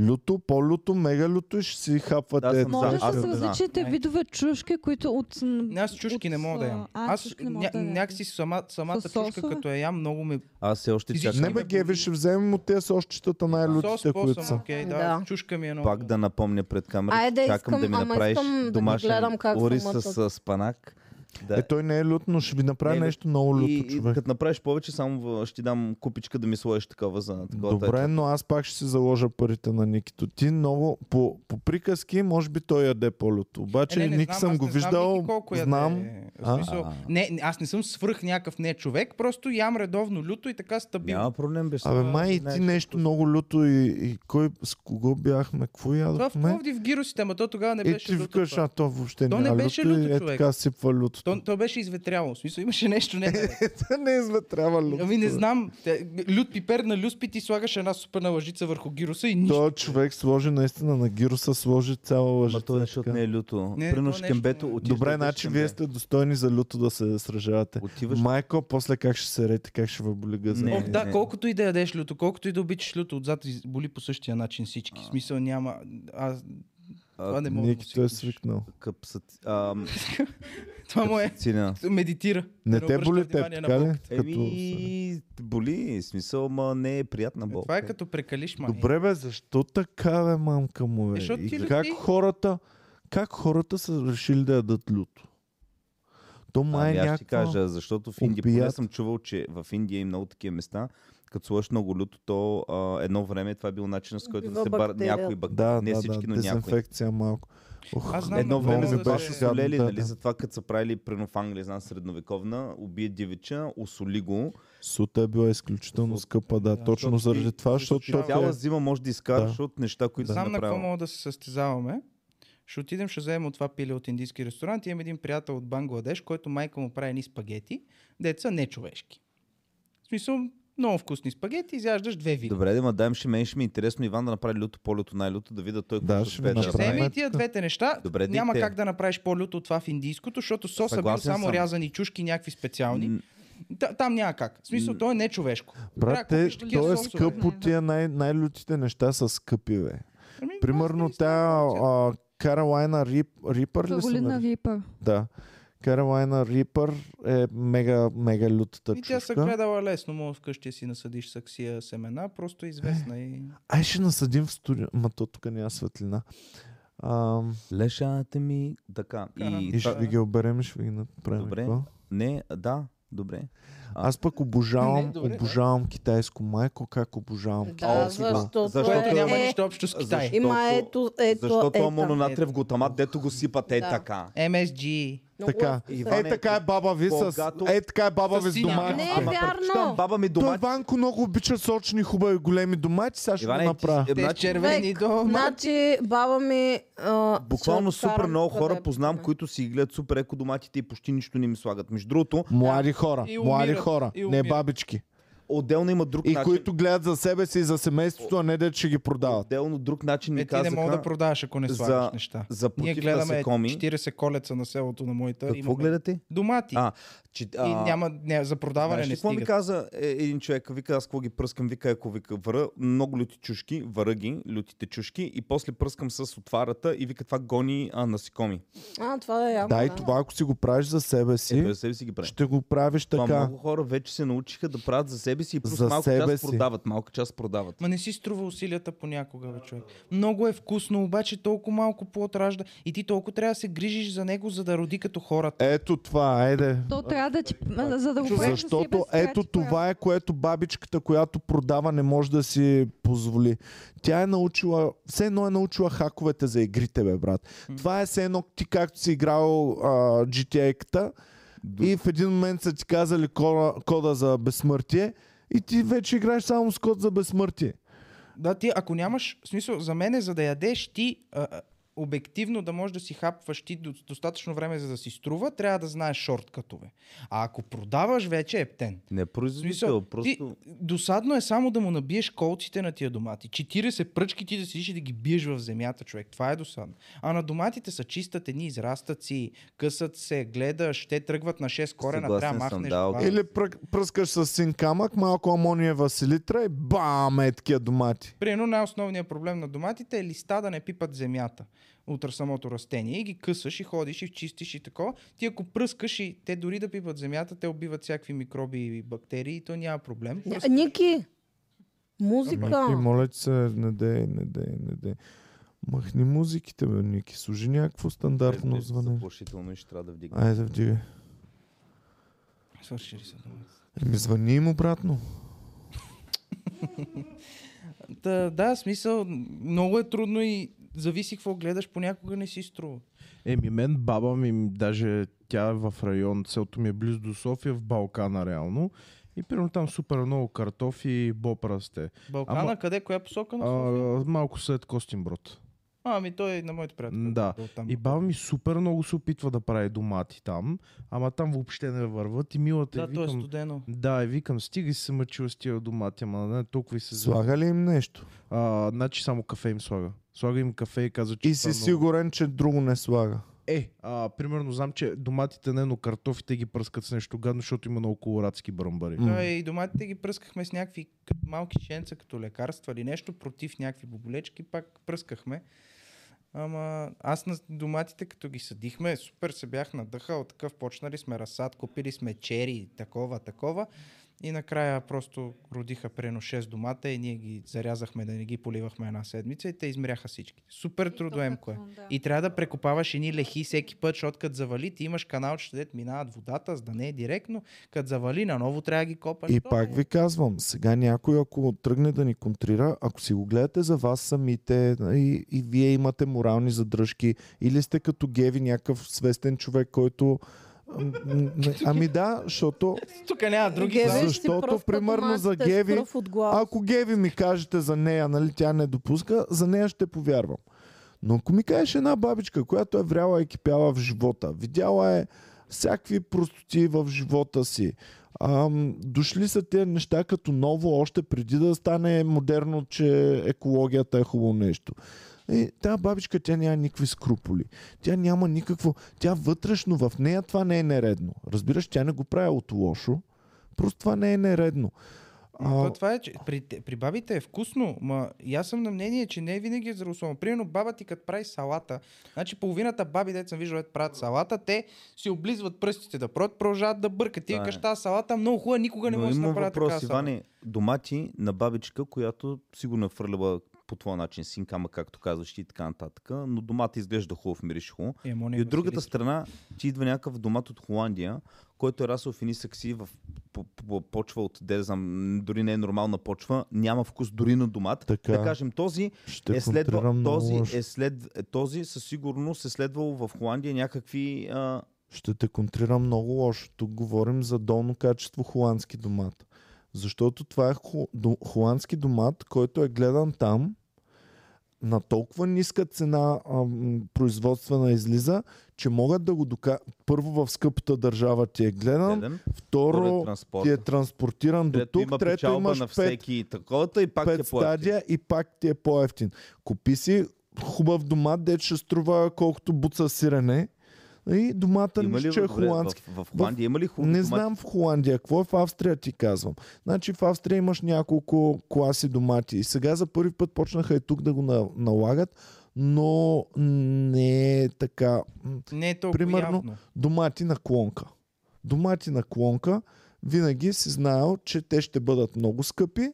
Speaker 1: люто, по-люто, мега люто и ще си
Speaker 3: Да,
Speaker 1: хапвате.
Speaker 3: съм
Speaker 1: една-
Speaker 6: Може
Speaker 3: за- аз
Speaker 6: с
Speaker 3: съм за.
Speaker 6: различните
Speaker 4: Не.
Speaker 6: видове чушки, които от...
Speaker 4: Е. Не, Аз чушки
Speaker 6: от,
Speaker 4: не мога да
Speaker 6: а,
Speaker 4: ям.
Speaker 6: а,
Speaker 4: Аз
Speaker 6: чушки не мога
Speaker 4: ня,
Speaker 6: да ям.
Speaker 4: някакси сама, самата
Speaker 6: Със
Speaker 4: чушка,
Speaker 6: сосове?
Speaker 4: като я ям, много ми...
Speaker 3: Аз все още
Speaker 4: Физически.
Speaker 1: Не
Speaker 3: чакам
Speaker 1: бе, Геви, ще вземем от тези още
Speaker 4: Сос,
Speaker 1: най-лютите, е които
Speaker 4: по-съм
Speaker 1: са.
Speaker 4: окей, да.
Speaker 2: Да.
Speaker 4: Чушка ми е много...
Speaker 3: пак да напомня пред камерата.
Speaker 2: Айде,
Speaker 3: чакам
Speaker 2: искам-
Speaker 3: да ми
Speaker 2: ама
Speaker 3: направиш
Speaker 2: искам да ги
Speaker 3: домашен
Speaker 2: гледам как се
Speaker 3: ориз
Speaker 2: мътат.
Speaker 3: с а, спанак.
Speaker 1: Да. Е, той не е лют, но ще ви направи
Speaker 3: Не,
Speaker 1: не,
Speaker 3: да.
Speaker 1: нещо много люто,
Speaker 3: и, и
Speaker 1: човек.
Speaker 3: като направиш повече, само в- ще ти дам купичка да ми сложиш такова за такова.
Speaker 1: Добре, но аз пак ще си заложа парите на Никито. Ти много по, по приказки, може би той яде по-люто. Обаче
Speaker 4: Е, не, не,
Speaker 1: Ник
Speaker 4: знам,
Speaker 1: съм
Speaker 4: аз
Speaker 1: го
Speaker 4: не
Speaker 1: виждал,
Speaker 4: Знам, Ники колко яде.
Speaker 1: знам.
Speaker 4: В смисъл, не, не, аз не съм свръх някакъв не човек, просто ям редовно люто и така стабилно.
Speaker 3: Няма проблем, Ами беше.
Speaker 1: Абе, май
Speaker 4: е
Speaker 1: и
Speaker 3: значи-
Speaker 1: ти нещо много люто и, и кой, с кого бяхме, какво
Speaker 4: Това в
Speaker 1: ядохме?
Speaker 4: Пловдив гиросите, ама то тогава не
Speaker 1: Е,
Speaker 4: беше
Speaker 1: ти
Speaker 4: люто.
Speaker 1: викаш,
Speaker 4: това.
Speaker 1: а то въобще
Speaker 4: То
Speaker 1: не,
Speaker 4: не
Speaker 1: е
Speaker 4: беше
Speaker 1: люто
Speaker 4: люто,
Speaker 1: и е
Speaker 4: човек.
Speaker 1: така сипва люто.
Speaker 4: То, то беше изветряло, в смисъл имаше нещо не. наред.
Speaker 1: не е изветрява люто.
Speaker 4: Ами не
Speaker 1: бе.
Speaker 4: знам, те- лют пипер на люспи ти слагаш една супена лъжица върху гироса и нищо.
Speaker 1: Той човек сложи наистина на гируса, сложи цяла лъжа.
Speaker 3: Ма то защото не е люто.
Speaker 4: Не,
Speaker 3: Примерно
Speaker 4: то нещо
Speaker 3: шкембето
Speaker 4: не е.
Speaker 3: отиваш. да
Speaker 1: Добре,
Speaker 3: ядеш
Speaker 1: значи
Speaker 3: шкембе.
Speaker 1: вие сте достойни за люто да се сражавате.
Speaker 3: Отиваш.
Speaker 1: Майко, после как ще се рете, как ще ви боли газа?
Speaker 3: Не,
Speaker 4: Ох,
Speaker 3: не,
Speaker 4: да,
Speaker 3: не.
Speaker 4: колкото и да ядеш люто, колкото и да обичаш люто, отзад ти боли по същия начин всички. В смисъл няма... Аз... Това не мога да му
Speaker 1: Ники, той е
Speaker 4: свикнеш.
Speaker 1: свикнал.
Speaker 3: Къпсат. ам,
Speaker 4: Това му е...
Speaker 3: Цина.
Speaker 4: Медитира.
Speaker 1: Не
Speaker 4: Да
Speaker 1: те
Speaker 4: обръща
Speaker 1: боли теб,
Speaker 4: внимание на
Speaker 1: така ли?
Speaker 4: болката.
Speaker 3: Еми, боли, смисъл, ма не е приятна
Speaker 4: Е,
Speaker 3: болка.
Speaker 4: Това е като прекалиш, май.
Speaker 1: Добре бе, защо така бе, мамка му бе?
Speaker 4: Защото ти
Speaker 1: И как
Speaker 4: люти.
Speaker 1: хората, как хората са решили да ядат люто? То май
Speaker 3: Ами,
Speaker 1: е
Speaker 3: аз ще ти
Speaker 1: някаква...
Speaker 3: кажа, защото в Индия, поне
Speaker 1: опият.
Speaker 3: съм чувал, че в Индия и много такива места, като сложиш много люто, то а, едно време това е бил начинът с който да
Speaker 2: Убива
Speaker 3: се бар
Speaker 2: бактерия.
Speaker 3: някои бактерии,
Speaker 1: Да,
Speaker 3: не
Speaker 1: да,
Speaker 3: всички,
Speaker 1: да,
Speaker 3: но някои.
Speaker 1: дезинфекция малко. Ох,
Speaker 4: Аз знам,
Speaker 3: Едно
Speaker 4: Много
Speaker 3: време
Speaker 4: ми
Speaker 3: се
Speaker 4: беше
Speaker 3: беше
Speaker 4: гадно.
Speaker 3: солели,
Speaker 1: Да,
Speaker 3: нали,
Speaker 1: да.
Speaker 3: за това като са правили прено в Англия, знам средновековна, убие дивича, осоли го.
Speaker 1: Сута е била изключително скъпа, да, точно
Speaker 3: защото
Speaker 1: заради
Speaker 3: ти-
Speaker 1: това, защото тя
Speaker 4: защото
Speaker 3: Цяла
Speaker 1: е...
Speaker 3: зима може да изкараш
Speaker 1: Да.
Speaker 3: от неща, които си
Speaker 4: Знам на какво
Speaker 3: направил.
Speaker 4: мога да се състезаваме. Ще отидем, ще вземем от това пиле от индийски ресторант. Имам един приятел от Бангладеш, който майка му прави едни спагети, деца не човешки. В смисъл, много вкусни спагети, изяждаш две вида.
Speaker 3: Добре, да, ма дайм ще мен ще ми е интересно Иван да направи люто по-люто най-люто, да видя той
Speaker 1: Да,
Speaker 3: какво
Speaker 1: ще ви
Speaker 3: успее да
Speaker 4: Ще
Speaker 1: направи.
Speaker 4: вземе
Speaker 3: направи.
Speaker 4: и тия
Speaker 1: Така.
Speaker 4: двете неща.
Speaker 3: Добре,
Speaker 4: Няма
Speaker 3: дикте.
Speaker 4: как да направиш по-люто от това в индийското, защото соса бил
Speaker 3: Съгласен
Speaker 4: само
Speaker 3: съм.
Speaker 4: рязани чушки, някакви специални.
Speaker 3: М.
Speaker 4: Та, там няма как. В смисъл, то е не човешко.
Speaker 1: Брате, то е скъпо,
Speaker 6: Не, да.
Speaker 1: тия най- най-лютите неща са скъпи, бе.
Speaker 4: Ами,
Speaker 1: Примерно
Speaker 4: просто не
Speaker 1: тя
Speaker 4: става цяло.
Speaker 1: а, Каролайна Рип, Рипър ли се
Speaker 6: Голина
Speaker 1: нарича?
Speaker 6: випър.
Speaker 1: Да. Каролайна Рипър е мега, мега лютата
Speaker 4: И Ами, тя се
Speaker 1: чушка.
Speaker 4: гледала лесно, мога вкъщи да си насъдиш саксия семена, просто е известна и...
Speaker 1: Ай ще насъдим в студио. Ма то тук няма светлина. А,
Speaker 3: Лешата ми, така.
Speaker 4: Ага.
Speaker 3: И,
Speaker 1: и ще
Speaker 3: това- е.
Speaker 1: ви ги оберем и ще ви ги направим.
Speaker 3: Добре.
Speaker 1: какво?
Speaker 3: Не, да, добре.
Speaker 1: Аз пък обожавам,
Speaker 4: Не, добре, да.
Speaker 1: обожавам китайско майко, как обожавам
Speaker 2: Да,
Speaker 3: О, сега.
Speaker 2: защото,
Speaker 3: Защото
Speaker 4: Което
Speaker 2: е,
Speaker 4: няма нищо общо с Китай.
Speaker 3: Защо?
Speaker 2: Има
Speaker 3: Защото-
Speaker 2: ето, ето,
Speaker 3: Защото
Speaker 2: ето.
Speaker 3: е, мононатрев глутамат, дето го сипат е
Speaker 2: Да.
Speaker 3: така.
Speaker 4: MSG.
Speaker 2: Много
Speaker 1: Така.
Speaker 2: е
Speaker 1: Е,
Speaker 3: Иване,
Speaker 1: така е баба ви с...
Speaker 3: когато-
Speaker 1: Е, така е баба
Speaker 4: С
Speaker 1: ви с
Speaker 4: синя.
Speaker 1: домати.
Speaker 2: Не е
Speaker 3: Ама Там
Speaker 2: вярно.
Speaker 3: баба ми
Speaker 1: Той
Speaker 3: домати.
Speaker 1: Ванко много обича сочни, хубави, големи домати. Сега ще го
Speaker 3: Иване, ти-
Speaker 1: направя.
Speaker 3: е,
Speaker 4: Те с
Speaker 3: значи,
Speaker 4: червени
Speaker 2: Век,
Speaker 4: до...
Speaker 2: Значи, баба ми... А,
Speaker 3: буквално
Speaker 2: ще я
Speaker 3: супер
Speaker 2: карам
Speaker 3: много
Speaker 2: тук да е
Speaker 3: хора
Speaker 2: я
Speaker 3: познам,
Speaker 2: пусне.
Speaker 3: които си гледат супер еко доматите и почти нищо не ми слагат. Между другото,
Speaker 1: Млади хора,
Speaker 4: И
Speaker 1: млади
Speaker 4: умират,
Speaker 1: хора,
Speaker 4: и
Speaker 1: не
Speaker 4: умират.
Speaker 1: бабички.
Speaker 3: отделно има друг
Speaker 1: И
Speaker 3: начин.
Speaker 1: които гледат за себе си и за семейството, а не да ще ги продават.
Speaker 3: Отделно друг начин ми
Speaker 4: Е, ти не мога да
Speaker 3: казаха
Speaker 4: продаваш, ако не
Speaker 3: за-
Speaker 4: слагаш неща.
Speaker 3: за
Speaker 4: Ние
Speaker 3: против
Speaker 4: гледаме
Speaker 3: насекоми.
Speaker 4: 40 колеца на селото на моята.
Speaker 3: Какво
Speaker 4: имаме
Speaker 3: гледате?
Speaker 4: Домати.
Speaker 3: А, че, а,
Speaker 4: и няма, не, за продаване
Speaker 3: Знаеш ли
Speaker 4: не
Speaker 3: какво ми
Speaker 4: стига.
Speaker 3: каза е, един човек? Вика, аз какво ги пръскам? Вика, ако вика, вара много люти чушки, вара ги, лютите чушки и после пръскам с отварата и вика, това гони а, насекоми.
Speaker 2: А, това е яко.
Speaker 1: Да, и това, ако си го правиш за себе
Speaker 3: Е, той
Speaker 1: си,
Speaker 3: себе си ги прави.
Speaker 1: ще го правиш
Speaker 3: Това
Speaker 1: така.
Speaker 3: много хора вече се научиха да правят за себе си и плюс
Speaker 1: За
Speaker 3: малко
Speaker 1: себе
Speaker 3: част
Speaker 1: си.
Speaker 3: продават. Малка част продават.
Speaker 4: Ма не си струва усилията понякога, бе, човек. Много е вкусно, обаче толкова малко плод ражда и ти толкова трябва да се грижиш за него, за да роди като хората.
Speaker 1: Ето това, айде.
Speaker 6: То трябва да ти,
Speaker 4: Е,
Speaker 6: за да го правиш за себе
Speaker 1: Защото
Speaker 6: си, трябва
Speaker 1: ето
Speaker 6: ти трябва.
Speaker 1: това е, което бабичката, която продава, не може да си позволи. Тя е научила, все едно е научила хаковете за игрите, бе, брат. Това е все едно ти както си играл а, GTA-ката и в един момент са ти казали кода, кода за безсмъртие и ти вече играеш само с код за безсмъртие.
Speaker 4: Да, ти, ако нямаш, в смисъл, за мен е за да ядеш ти а, а, обективно да можеш да си хапваш ти до- достатъчно време, за да си струва, трябва да знаеш шорткатове. А ако продаваш, вече е птен.
Speaker 3: Не
Speaker 4: В
Speaker 3: производител,
Speaker 4: Смисъл,
Speaker 3: просто...
Speaker 4: ти, досадно е само да му набиеш колците на тия домати. 40 пръчки ти да седиш и да ги биеш в земята, човек. Това е досадно. А на доматите са чистат едни израстъци, късат се, гледаш, те тръгват на 6 корена,
Speaker 3: Съгласен
Speaker 4: трябва да
Speaker 3: съм,
Speaker 4: махнеш
Speaker 3: да,
Speaker 4: това.
Speaker 3: окей.
Speaker 1: Или прък- пръскаш с син камък, малко амониева селитра и бам, е такива домати.
Speaker 4: Примерно най-основният проблем на доматите е листа да не пипат земята от самото растение и ги късаш и ходиш и чистиш и такова. Ти ако пръскаш и те дори да пипат земята, те убиват всякакви микроби и бактерии и то няма проблем.
Speaker 2: Ня- Ники, музика.
Speaker 1: Ники, моля Ами, ти се, не дей, не дей, не дей. Махни музиките, бе, Ники. Служи някакво
Speaker 3: Без-
Speaker 1: стандартно
Speaker 3: без-
Speaker 1: звъне.
Speaker 3: Заплашително и ще трябва да вдигна.
Speaker 1: Айде, вдигай.
Speaker 4: Свърши ли се?
Speaker 1: Ми звъни им обратно.
Speaker 4: Та, да, смисъл, много е трудно и зависи какво гледаш, понякога не си струва.
Speaker 5: Еми, мен баба ми, м, даже тя е в район, селото ми е близо до София, в Балкана реално. И примерно там супер много картофи и боб расте.
Speaker 4: Балкана,
Speaker 5: Ама-
Speaker 4: къде, коя посока на
Speaker 5: А,
Speaker 4: София?
Speaker 5: малко след Костинброд.
Speaker 4: А, ами той е на моите приятели.
Speaker 5: М, да.
Speaker 4: От там.
Speaker 5: И баба ми супер много се опитва да прави домати там, ама там въобще не върват и милата
Speaker 4: да,
Speaker 5: е
Speaker 4: то е
Speaker 5: викам...
Speaker 4: студено.
Speaker 5: Да, и викам, стига си се мъчила с тия домати, ама не, толкова и се...
Speaker 1: Слага ли им нещо?
Speaker 5: А, значи само кафе им слага. Слага им кафе и казва, че...
Speaker 1: И
Speaker 5: това е
Speaker 1: си
Speaker 5: много-
Speaker 1: сигурен, че друго не слага.
Speaker 5: Е, а, примерно знам, че доматите не, но картофите ги пръскат с нещо гадно, защото има много колорадски бръмбари.
Speaker 1: М.
Speaker 4: Да, е, и доматите ги пръскахме с някакви к- малки шенца като лекарства или нещо против някакви боболечки, пак пръскахме. Ама аз на доматите като ги съдихме, супер се бях надъхал, такъв почнали сме разсад, купили сме чери, такова, такова. И накрая просто родиха прено 6 домата и ние ги зарязахме да не ги поливахме една седмица и те измряха всички. Супер трудоемко е. И трябва да прекопаваш едни лехи всеки път, защото като завали, ти имаш каналчета, дето минават водата, за да не е директно. Като завали, наново трябва да ги копаш.
Speaker 1: И
Speaker 4: То
Speaker 1: пак
Speaker 4: е-
Speaker 1: ви казвам, сега някой, ако тръгне да ни контрира, ако си го гледате за вас самите и, и вие имате морални задръжки, или сте като Геви, някакъв свестен човек, който... м, м, не- Ами да, защото
Speaker 4: Тук няма други.
Speaker 2: Геви ще си
Speaker 1: Защото,
Speaker 2: пръв като
Speaker 1: примерно,
Speaker 2: мацата
Speaker 1: за
Speaker 2: с
Speaker 1: Геви,
Speaker 2: пръв от глава.
Speaker 1: ако Геви ми кажете за нея, нали тя не допуска, за нея ще повярвам. Но ако ми кажеш една бабичка, която е вряла и кипяла в живота, видяла е всякакви простоти в живота си, ам, дошли са тези неща като ново, още преди да стане модерно, че екологията е хубаво нещо. И тая бабичка, тя няма никакви скруполи. Тя няма никакво... Тя вътрешно в нея това не е нередно. Разбираш, тя не го прави от лошо. Просто това не е нередно.
Speaker 4: А... То,
Speaker 1: А,
Speaker 4: това е, че при, те- при бабите е вкусно, ма и аз съм на мнение, че не е винаги е здравословно. Примерно баба ти като прави салата, значи половината баби, дето съм виждал, дето правят салата, те си облизват пръстите да прот, продължават да бъркат. Ти
Speaker 3: Да,
Speaker 4: викаш,
Speaker 3: е.
Speaker 4: тази салата е много хубава, никога не
Speaker 3: Но
Speaker 4: може да
Speaker 3: има
Speaker 4: направя
Speaker 3: въпрос,
Speaker 4: така салата.
Speaker 3: Иване, домати на бабичка, която сигурно е фърляла по този начин синкама, както казваш и така нататък, но домата изглежда хубав, мирише хубаво.
Speaker 4: Е, мо, не
Speaker 3: И
Speaker 4: го
Speaker 3: от другата
Speaker 4: силиш.
Speaker 3: страна ти идва някакъв домат от Холандия, който е расъл в едни сакси в по- по- по- почва от, де да знам, дори не е нормална почва, няма вкус дори на домат.
Speaker 1: Така.
Speaker 3: Да кажем, този
Speaker 1: ще
Speaker 3: е следва,
Speaker 1: контрирам много лошо.
Speaker 3: този, е след, е, този със сигурност е следвал в Холандия някакви... А,
Speaker 1: Ще те контрирам много лошо. Тук говорим за долно качество холандски домат. Защото това е хо- до- холандски домат, който е гледан там на толкова ниска цена ам, производствена излиза, че могат да го докажат. Първо в скъпата държава ти е гледан,
Speaker 3: гледан,
Speaker 1: второ
Speaker 3: според транспорта.
Speaker 1: ти е транспортиран до
Speaker 3: където
Speaker 1: тук,
Speaker 3: има
Speaker 1: трето
Speaker 3: печалба
Speaker 1: имаш
Speaker 3: на
Speaker 1: пет
Speaker 3: всеки пет, таковата и пак е
Speaker 1: пет
Speaker 3: платен.
Speaker 1: стадия и пак ти е по-ефтин. Купи си хубав домат, дет ще струва колкото буца сирене и домата
Speaker 3: Има ли
Speaker 1: нищо е
Speaker 3: добре,
Speaker 1: холандски.
Speaker 3: В, в Холандия има ли хубави
Speaker 1: Не
Speaker 3: домати?
Speaker 1: знам в Холандия. Какво е в Австрия, ти казвам. Значи в Австрия имаш няколко класи домати. И сега за първи път почнаха и тук да го на- налагат, но не е така. М,
Speaker 4: Не е толкова
Speaker 1: Примерно,
Speaker 4: явно.
Speaker 1: Домати на клонка. Домати на клонка винаги си знаел, че те ще бъдат много скъпи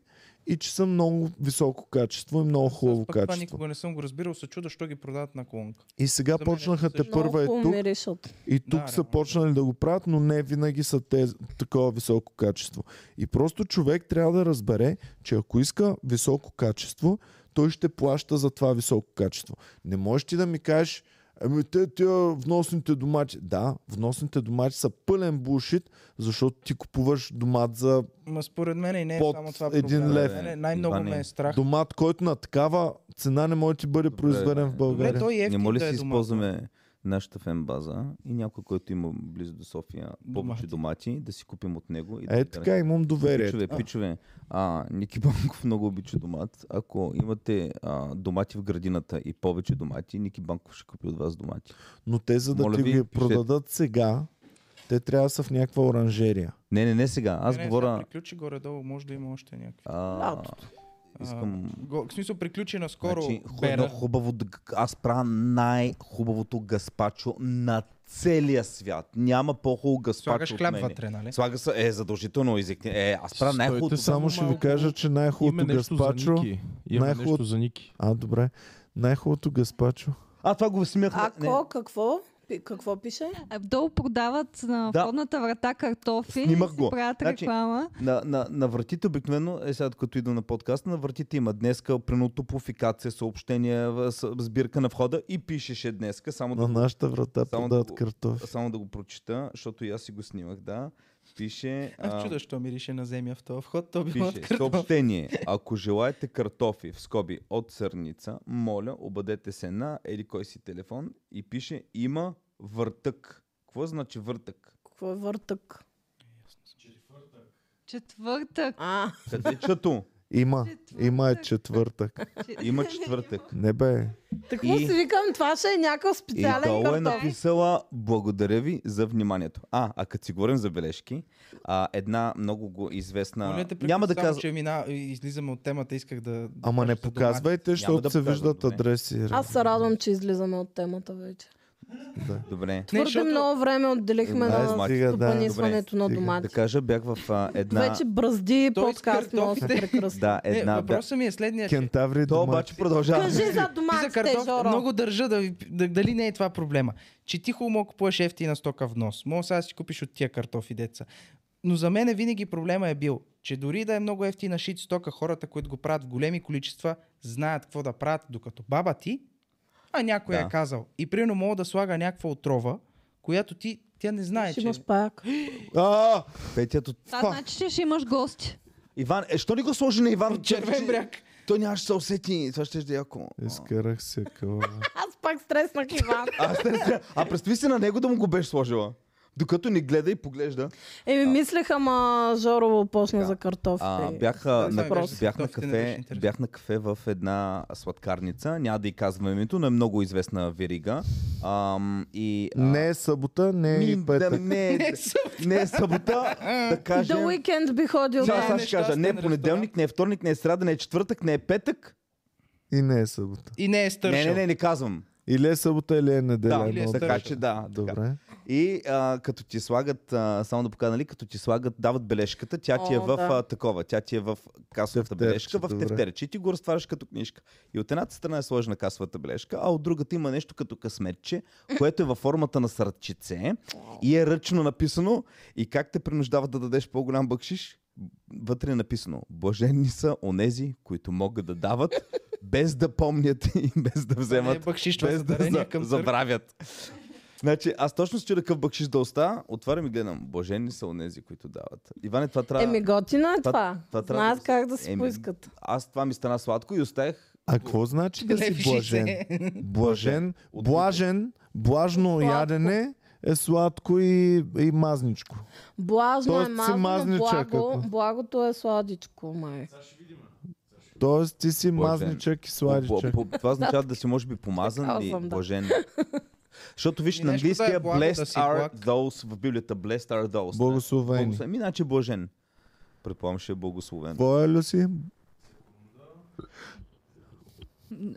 Speaker 1: и че са много високо качество и много
Speaker 4: Аз
Speaker 1: хубаво
Speaker 4: пък това
Speaker 1: качество.
Speaker 4: никога не съм го разбирал, се чуда, що ги продават на клонка.
Speaker 1: И сега
Speaker 4: За мен е
Speaker 1: почнаха те
Speaker 4: също.
Speaker 1: първа е
Speaker 2: Много
Speaker 1: тук.
Speaker 2: помириш от
Speaker 1: И тук
Speaker 4: Да,
Speaker 1: да, са
Speaker 4: реално.
Speaker 1: почнали да го правят, но не винаги са те, такова високо качество. И просто човек трябва да разбере, че ако иска високо качество, той ще плаща за това високо качество. Не можеш ти да ми кажеш, ами те, тия вносните домати. Да, вносните домати са пълен булшит, защото ти купуваш домат за
Speaker 4: Ма според мен и не е
Speaker 1: Под
Speaker 4: само това
Speaker 1: един
Speaker 4: проблема.
Speaker 1: лев.
Speaker 4: Мене Най-много
Speaker 3: Иване,
Speaker 4: ме е страх.
Speaker 1: домат, който на такава цена не може да ти бъде
Speaker 3: Добре,
Speaker 1: произведен в
Speaker 3: добре,
Speaker 1: България.
Speaker 4: Добре, той е
Speaker 3: Не
Speaker 4: ефтин
Speaker 3: моля
Speaker 4: да
Speaker 3: да
Speaker 4: е
Speaker 3: си
Speaker 4: домат.
Speaker 3: използваме нашата фенбаза и някой, който има близо до София повече
Speaker 4: Домати.
Speaker 3: домати, да си купим от него. И да
Speaker 1: Е
Speaker 3: ги
Speaker 1: така, имам доверие.
Speaker 3: Пичове,
Speaker 1: А,
Speaker 3: пичове. А, Ники Банков много обича домат. Ако имате а, домати в градината и повече домати, Ники Банков ще купи от вас домати.
Speaker 1: Но те, за да
Speaker 3: Моля
Speaker 1: ти
Speaker 3: ви,
Speaker 1: ги
Speaker 3: пишете.
Speaker 1: продадат сега, те трябва да са в някаква оранжерия.
Speaker 3: Не, не, не сега. Аз
Speaker 4: Не, не, сега
Speaker 3: говоря...
Speaker 4: Приключи горе-долу, може да има още някакви.
Speaker 3: А,
Speaker 2: лятото.
Speaker 3: искам...
Speaker 4: А, го, в смисъл, приключи наскоро
Speaker 3: значи,
Speaker 4: значи,
Speaker 3: хубаво-
Speaker 4: Бера.
Speaker 3: хубаво, да- аз правя най-хубавото гаспачо на целия свят. Няма по-хубаво гаспачо
Speaker 4: Слагаш
Speaker 3: от
Speaker 4: хляб
Speaker 3: мене.
Speaker 4: вътре, нали?
Speaker 3: Слага се, е, задължително език. Е, аз правя
Speaker 5: Стойте
Speaker 3: най-хубавото.
Speaker 5: са-
Speaker 1: Само ще ви
Speaker 5: малко
Speaker 1: кажа, че
Speaker 5: Има
Speaker 1: най-хубавото
Speaker 5: нещо за
Speaker 1: гаспачо...
Speaker 5: Ники. Има
Speaker 1: най-хубаво-
Speaker 5: нещо за Ники.
Speaker 1: А, добре. Най-хубавото гаспачо.
Speaker 3: А, това го смях.
Speaker 2: Ако, какво? Пи- Какво пише?
Speaker 6: А Вдолу продават на
Speaker 3: Да.
Speaker 6: входната врата картофи
Speaker 3: Снимах
Speaker 6: и си
Speaker 3: го.
Speaker 6: правят
Speaker 3: Значи,
Speaker 6: реклама.
Speaker 3: На, на, на вратите обикновено, е сега като идвам на подкаста, на вратите има днеска, примерно топофикация, съобщение, в- с- сбирка на входа и пишеше днеска, само
Speaker 1: На
Speaker 3: да,
Speaker 1: нашата врата
Speaker 3: Само да
Speaker 1: продават
Speaker 3: го-
Speaker 1: картофи.
Speaker 3: само да го прочита, защото и аз си го снимах, да. Пише...
Speaker 4: Аз
Speaker 3: а,
Speaker 4: чудо, що мирише на земя в този вход. То било
Speaker 3: Пише,
Speaker 4: открито.
Speaker 3: съобщение. Ако желаете картофи, в скоби, от сърница, моля, обадете се на еди кой си телефон и пише има въртък. Какво значи въртък?
Speaker 2: Какво е въртък?
Speaker 6: Четвъртък.
Speaker 2: А,
Speaker 3: Къде е чето?
Speaker 1: Има.
Speaker 6: Четвъртък.
Speaker 1: Има е четвъртък.
Speaker 3: Има четвъртък.
Speaker 1: Не бе.
Speaker 2: така
Speaker 3: И-
Speaker 2: си викам, това ще е някакъв
Speaker 3: И
Speaker 2: специален
Speaker 3: долу е
Speaker 2: картоф.
Speaker 3: написала благодаря ви за вниманието. А, а като си говорим за бележки, а, една много го известна...
Speaker 4: Моля те,
Speaker 3: Няма да казвам...
Speaker 4: Че мина, излизаме от темата, исках да... да
Speaker 1: Ама не
Speaker 4: кажа за домати.
Speaker 1: показвайте, защото
Speaker 3: да
Speaker 1: се
Speaker 3: показвам, нали?
Speaker 1: виждат
Speaker 3: добре.
Speaker 1: адреси.
Speaker 2: Аз се радвам, че излизаме от темата вече.
Speaker 3: Добре.
Speaker 2: Твърде
Speaker 4: защото-
Speaker 2: много време отделихме
Speaker 3: Е, да,
Speaker 2: на
Speaker 3: е,
Speaker 1: стига, да.
Speaker 2: стопанисването на
Speaker 1: Добре, стига.
Speaker 3: Да
Speaker 4: Значи-
Speaker 2: домати.
Speaker 3: кажа, бях в а, една...
Speaker 2: Вече бръзди
Speaker 4: Той с
Speaker 2: подкаст много се
Speaker 4: картофите.
Speaker 2: прекръсва.
Speaker 3: Да,
Speaker 4: Не,
Speaker 3: една... да.
Speaker 4: въпросът ми е следния. че-
Speaker 1: Кентаври
Speaker 3: То
Speaker 1: дома.
Speaker 3: обаче продължава.
Speaker 2: Кажи за
Speaker 4: Ти за
Speaker 2: доматите,
Speaker 4: картоф
Speaker 2: Жоро.
Speaker 4: много държа да, ви- да, дали не е това проблема. Че ти хубаво мога купуваш ефтина стока в нос. Мога сега да си купиш от тия картофи деца. Но за мен винаги проблема е бил, че дори да е много ефтина шит стока, хората, които го правят в големи количества, знаят какво да правят, докато баба ти, а някой
Speaker 3: Да.
Speaker 4: е казал. И примерно мога да слага някаква отрова, която ти, тя не знае,
Speaker 2: Ще
Speaker 4: че... е
Speaker 2: имаш паяк.
Speaker 1: А,
Speaker 3: Петият от...
Speaker 6: Това значи, че ще имаш гости.
Speaker 3: Иван, е, що ли го сложи на Иван?
Speaker 4: Червен бряг.
Speaker 3: Той нямаше да се усети. Това ще е яко.
Speaker 1: изкарах се кала.
Speaker 2: Аз пак стреснах Иван.
Speaker 3: А, сте- сте- а представи си на него да му го беше сложила. Докато ни гледа и поглежда.
Speaker 2: Еми, мислех, ама Жоро почна
Speaker 3: Да. за
Speaker 2: за картофите.
Speaker 3: А, бях, а,
Speaker 4: Той
Speaker 3: на,
Speaker 4: ми беше
Speaker 3: бях, на
Speaker 4: доста интересен,
Speaker 3: кафе,
Speaker 4: интересен.
Speaker 3: бях на кафе в една сладкарница, няма да й казвам името, но е много известна верига. Ам, и, а,
Speaker 1: Не е събота, не е
Speaker 3: ми,
Speaker 1: и
Speaker 3: да,
Speaker 1: петък.
Speaker 3: не, е- не е събота, да
Speaker 2: The
Speaker 3: кажем.
Speaker 2: Weekend би ходил.
Speaker 3: Сега
Speaker 4: Не,
Speaker 3: сега
Speaker 4: не
Speaker 3: ще кажа, не е
Speaker 4: щастен
Speaker 3: понеделник, не е вторник, не е сряда, не е четвъртък, не е петък.
Speaker 1: И не е събота.
Speaker 4: И не е
Speaker 3: Не, не,
Speaker 4: стършал.
Speaker 3: не, не казвам.
Speaker 1: Или е събота, или е неделя.
Speaker 3: Да,
Speaker 1: едно от
Speaker 3: така
Speaker 1: двете.
Speaker 3: че да. така.
Speaker 1: Добре.
Speaker 3: И а, като ти слагат, а, само да покажа, нали, като ти слагат, дават бележката, тя ти е
Speaker 2: О,
Speaker 3: в
Speaker 2: да.
Speaker 3: а, такова, тя ти е в касовата
Speaker 1: Тефтерче,
Speaker 3: бележка, в
Speaker 1: добре.
Speaker 3: тефтерче и ти го разтваряш като книжка. И от едната страна е сложена касовата бележка, а от другата има нещо като късметче, което е във формата на сърчице и е ръчно написано. И как те принуждават да дадеш по-голям бъкшиш? Вътре е написано, блаженни са онези, които могат да дават, без да помнят и без да
Speaker 4: не е
Speaker 3: вземат
Speaker 4: бакшиш, това е
Speaker 3: без да
Speaker 4: дарение
Speaker 3: за,
Speaker 4: към църква.
Speaker 3: забравят. Значи, аз точно се чудя какъв бъкшиш да оста, отварям и гледам. Блажени са онези, които дават. Иване, това трябва...
Speaker 2: Еми, готино е
Speaker 3: това-
Speaker 2: това.
Speaker 3: това трябва
Speaker 2: Знаят
Speaker 3: да се-
Speaker 2: как да си
Speaker 3: Еми,
Speaker 2: поискат.
Speaker 3: Аз това ми стана сладко и оставих...
Speaker 1: А какво значи да си
Speaker 4: Лев и
Speaker 1: блажен?
Speaker 4: шисе.
Speaker 1: Блажен, блажен, блажно
Speaker 2: Сладко.
Speaker 1: ядене е сладко и, и мазничко.
Speaker 2: Блажно е
Speaker 1: Тоест си
Speaker 2: мазно,
Speaker 1: мазничък,
Speaker 2: благо,
Speaker 1: ако-
Speaker 2: благото е сладичко, май.
Speaker 1: Тоест ти си
Speaker 3: Блажен.
Speaker 1: мазничък и
Speaker 3: По,
Speaker 1: сладичък.
Speaker 3: по, това означава да си може би помазан
Speaker 2: Такава
Speaker 3: и
Speaker 2: съм, да.
Speaker 3: блажен. Защото виж,
Speaker 4: Ми
Speaker 3: на
Speaker 4: нещо да е
Speaker 3: английския
Speaker 4: благо да
Speaker 3: blessed
Speaker 4: си
Speaker 3: are
Speaker 4: благ.
Speaker 3: those в Библията. Blessed are those. да.
Speaker 1: Благословени.
Speaker 3: Благословен. Ами, значи блажен. Предполагам, ще е благословен.
Speaker 1: Твоя ли си?
Speaker 6: М,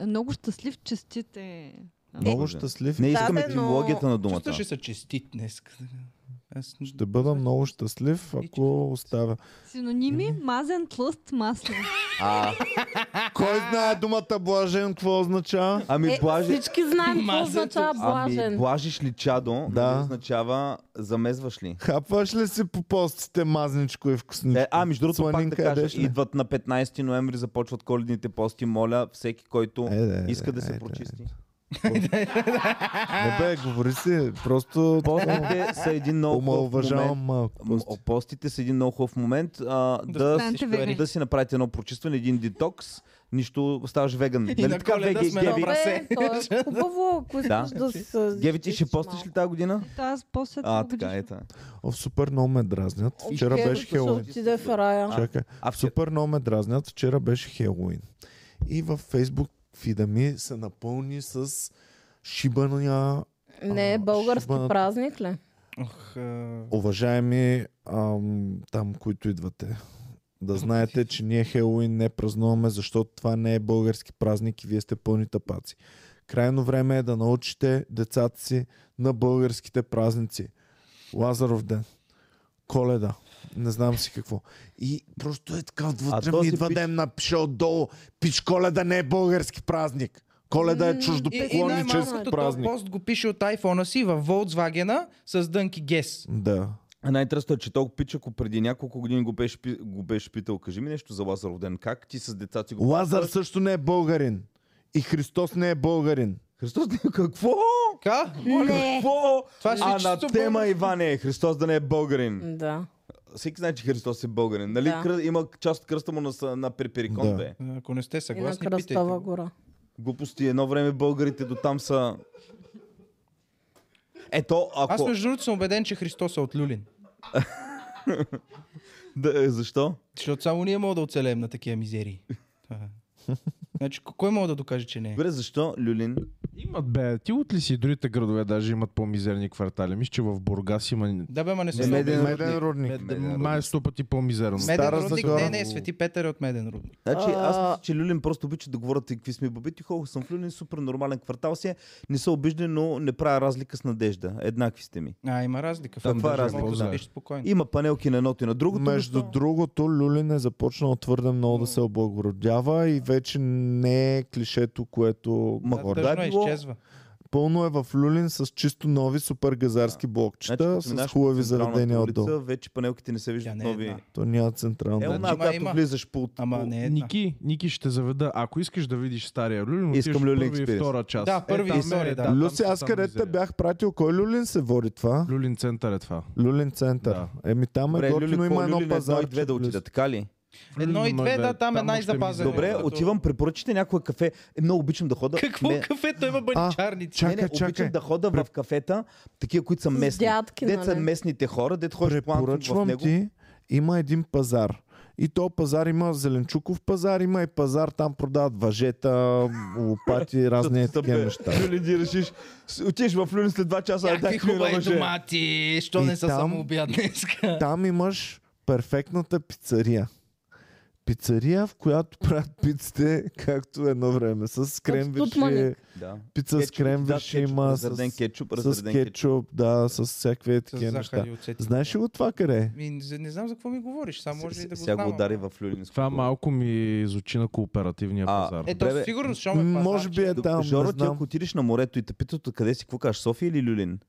Speaker 6: Много щастлив, е. честите.
Speaker 1: Много
Speaker 3: Блажен.
Speaker 1: щастлив.
Speaker 3: Не
Speaker 2: Да,
Speaker 3: искам
Speaker 2: бе, но-
Speaker 3: етимологията на думата.
Speaker 4: Чувстваше се честит днес. Аз...
Speaker 1: Ще бъда много щастлив, ако оставя.
Speaker 6: Синоними, мазен, тлъст, масло.
Speaker 3: А,
Speaker 1: Кой знае думата блажен, какво означава?
Speaker 3: ами
Speaker 2: Е,
Speaker 3: блажен.
Speaker 2: всички знаем какво
Speaker 4: Мазето.
Speaker 2: означава
Speaker 3: Ами,
Speaker 2: блажен.
Speaker 3: блажиш ли чадо,
Speaker 1: Да.
Speaker 3: да. означава замезваш ли.
Speaker 1: Хапваш ли си по постите мазничко и вкусничко?
Speaker 3: Е, а, между другото, пак да
Speaker 1: Планинка
Speaker 3: кажа,
Speaker 1: ядеш ли?
Speaker 3: идват на 15 ноември, започват коледните пости. Моля, всеки, който
Speaker 1: Е, да, е,
Speaker 3: иска да
Speaker 1: е,
Speaker 3: се
Speaker 1: е,
Speaker 3: прочисти.
Speaker 1: Не бе, говори си, просто
Speaker 3: Постите са един много хубав
Speaker 1: омалуважавам
Speaker 3: момент.
Speaker 1: малко.
Speaker 3: М,
Speaker 1: просто.
Speaker 3: Постите са един много хубав момент а, да,
Speaker 6: станете
Speaker 3: си-
Speaker 6: вегани.
Speaker 3: да си направите едно прочистване, един детокс, нищо ставаш веган.
Speaker 4: И на коледа
Speaker 3: Геви-
Speaker 4: сме
Speaker 3: Геви-
Speaker 4: добре.
Speaker 2: Добре,
Speaker 4: се.
Speaker 2: то е хубаво, ако искаш да се...
Speaker 3: Геви, ти ще постиш ли тази година?
Speaker 6: Ето аз после
Speaker 3: А,
Speaker 6: това
Speaker 3: така е.
Speaker 6: годишно.
Speaker 3: та.
Speaker 1: О, супер много ме дразнят. Вчера беше Хелоуин.
Speaker 2: Ще отиде в рая.
Speaker 1: Чакай.
Speaker 3: А, вчера-
Speaker 1: Супер много ме дразнят. Вчера беше Хелоуин. И във Фейсбук фида ми се напълни с шибания
Speaker 2: Не, е
Speaker 1: А,
Speaker 2: български
Speaker 1: шибаната.
Speaker 2: празник ли?
Speaker 4: Ох, а...
Speaker 1: уважаеми ам, там, които идвате. Да знаете, че ние Хелоуин не празнуваме, защото това не е български празник и вие сте пълни тапаци. Крайно време е да научите децата си на българските празници. Лазаров ден, Коледа, не знам си какво. И просто е така,
Speaker 3: А
Speaker 1: отвътре ми
Speaker 3: този
Speaker 1: идва
Speaker 3: пич-
Speaker 1: да им напиша отдолу, пич Коледа не е български празник. Коледа е
Speaker 2: М,
Speaker 4: И, и
Speaker 1: чуждопоклоннически
Speaker 4: най-малкото този
Speaker 1: празник.
Speaker 4: пост го пише от iPhone-а си в Volkswagen с дънки Гес.
Speaker 1: Да.
Speaker 3: А най-тръсто е, че толкова пич, ако преди няколко години го беше, пи- го беше питал, кажи ми нещо за Лазаров ден, как ти с децата си го...
Speaker 1: Лазар също не е българин. И Христос не е българин.
Speaker 3: Христос, не- е какво?
Speaker 4: Ка?
Speaker 2: Не.
Speaker 3: Какво?
Speaker 4: Това ще
Speaker 3: а
Speaker 4: е
Speaker 3: на
Speaker 4: чисто
Speaker 3: тема,
Speaker 4: българ-
Speaker 3: Иване, Христос да не е българин.
Speaker 2: Да.
Speaker 3: Всеки знае, че Христос е българин. Нали?
Speaker 2: Да.
Speaker 3: Кръ... Има част от кръста му на, са- на перперикон,
Speaker 1: Да.
Speaker 3: бе.
Speaker 4: Ако не
Speaker 2: И
Speaker 4: сте
Speaker 2: на
Speaker 4: съгласни, Е, питайте.
Speaker 2: Кръстова
Speaker 4: го.
Speaker 2: гора.
Speaker 3: Глупости. Едно време българите до там са... Ето, ако...
Speaker 4: Аз между другото съм убеден, че Христос е от Люлин.
Speaker 3: Да, е, защо?
Speaker 4: Защото само ние мога да оцелеем на такива мизерии. Това е. Значи, к- кой мога да докаже, че не е?
Speaker 3: Добре, защо, Люлин?
Speaker 5: Имат бе, ти от ли си другите градове даже имат по-мизерни квартали? Мисля, че в Бургас има
Speaker 4: Да бе, ма не
Speaker 3: е
Speaker 4: съм
Speaker 1: Меден,
Speaker 4: убеден.
Speaker 1: меден рудник.
Speaker 5: м- май сто пъти по-мизерно.
Speaker 4: Меден
Speaker 1: Стара
Speaker 4: рудник,
Speaker 1: Загора.
Speaker 4: не, не, Свети Петър е от Меден рудник.
Speaker 3: Значи, аз
Speaker 2: А.
Speaker 3: мисля, че Люлин просто обича да говорят и какви сме бабити. Хора, съм в Люлин, супер нормален квартал си. е. Не са обиждани, но не правя разлика с надежда. Еднакви сте ми.
Speaker 4: А, има разлика.
Speaker 3: Там
Speaker 4: Факт,
Speaker 3: е
Speaker 4: даже
Speaker 3: разлика,
Speaker 4: мога
Speaker 5: да.
Speaker 4: спиш спокойно.
Speaker 3: Има панелки на едното и на другото.
Speaker 1: Между другото, Люлин е започнал твърде много да се облагородява и вече не е клишето, което
Speaker 3: Ма,
Speaker 1: говори.
Speaker 3: да,
Speaker 4: Тъжно е,
Speaker 3: било-
Speaker 4: изчезва.
Speaker 1: Пълно е в Люлин с чисто нови супер газарски блокчета,
Speaker 3: Значи, като
Speaker 1: с
Speaker 3: минаваш
Speaker 1: хубави
Speaker 3: по централната
Speaker 1: заведения
Speaker 3: улица,
Speaker 1: отдолу.
Speaker 3: Вече панелките не се
Speaker 4: Тя
Speaker 3: виждат
Speaker 4: не е
Speaker 3: нови.
Speaker 4: една.
Speaker 1: То няма
Speaker 3: Е,
Speaker 1: централна.
Speaker 3: она,
Speaker 4: Ама
Speaker 3: когато
Speaker 4: има.
Speaker 3: влизаш по...
Speaker 4: Ама
Speaker 3: по-
Speaker 4: не е една.
Speaker 5: Ники, Ники ще заведа. Ако искаш да видиш стария Люлин,
Speaker 3: Искам
Speaker 5: отиваш
Speaker 3: Люлин
Speaker 5: първи и
Speaker 3: Experience.
Speaker 5: втора част.
Speaker 4: Да, първи
Speaker 5: там
Speaker 4: и втори,
Speaker 5: е,
Speaker 4: да.
Speaker 5: там
Speaker 1: Люси,
Speaker 5: са
Speaker 1: аз
Speaker 5: само
Speaker 1: къде те
Speaker 5: мизерия.
Speaker 1: бях пратил, кой Люлин се води това?
Speaker 5: Люлин център е това.
Speaker 1: Люлин център.
Speaker 5: Да.
Speaker 1: Еми там е
Speaker 3: Добре,
Speaker 1: готино,
Speaker 3: Люлин,
Speaker 1: има
Speaker 3: има
Speaker 1: едно
Speaker 3: Люлин, едно
Speaker 1: пазар.
Speaker 3: и две да отида, така ли?
Speaker 4: Едно и
Speaker 5: Люлин,
Speaker 4: две,
Speaker 5: ма,
Speaker 4: да,
Speaker 5: бе,
Speaker 4: там е
Speaker 5: още
Speaker 4: най-запазено.
Speaker 5: мизерия.
Speaker 3: Добре,
Speaker 4: като-
Speaker 3: отивам, препоръчите някое кафе. Е, Много обичам да хода.
Speaker 4: Какво
Speaker 3: Ме-
Speaker 4: кафето има баничарници?
Speaker 1: чакай,
Speaker 3: не, не,
Speaker 1: чакай.
Speaker 3: обичам да хода в кафета, такива, които са
Speaker 2: С
Speaker 3: местни.
Speaker 2: дядки,
Speaker 3: Дет са
Speaker 2: нали?
Speaker 3: местните хора, дет ходиш планфунт в
Speaker 1: Препоръчвам
Speaker 3: него.
Speaker 1: ти, има един пазар. И то пазар има зеленчуков пазар, има и пазар, там продават въжета, лопати, разни е такива неща.
Speaker 3: Люли, ти решиш, с- отиваш в Люлин след 2 часа, ай,
Speaker 4: Някакви
Speaker 3: дай хубава
Speaker 4: хубави
Speaker 3: мъже.
Speaker 4: домати, що
Speaker 1: И
Speaker 4: не са
Speaker 1: там-
Speaker 4: самообяд днеска.
Speaker 1: Там имаш перфектната пицария. Пицария, в която правят пиците, както едно време, с кремвиши,
Speaker 2: тутманик.
Speaker 3: Да.
Speaker 1: пица с
Speaker 3: Кетчуп, да,
Speaker 1: кремвиши
Speaker 3: кетчуп,
Speaker 1: има,
Speaker 3: разреден
Speaker 1: с,
Speaker 3: кетчуп,
Speaker 1: с
Speaker 3: разреден кетчуп.
Speaker 1: кетчуп, да, с всякакви такива неща.
Speaker 4: захар и оцет.
Speaker 1: Знаеш ли го това къде е?
Speaker 4: Ми, не не знам за какво ми говориш, само може ли да го
Speaker 3: Сега го
Speaker 4: знам.
Speaker 3: удари
Speaker 4: ама.
Speaker 3: в Люлин.
Speaker 5: Това малко ми звучи на кооперативния
Speaker 3: А,
Speaker 5: пазар.
Speaker 4: Е, то
Speaker 3: Бебе,
Speaker 4: със сигурност, значи що ме
Speaker 1: Може би е там, не
Speaker 3: Жоро, ти
Speaker 1: знам.
Speaker 3: ако отидеш на морето и те питат къде си, какво кажеш, София или Люлин?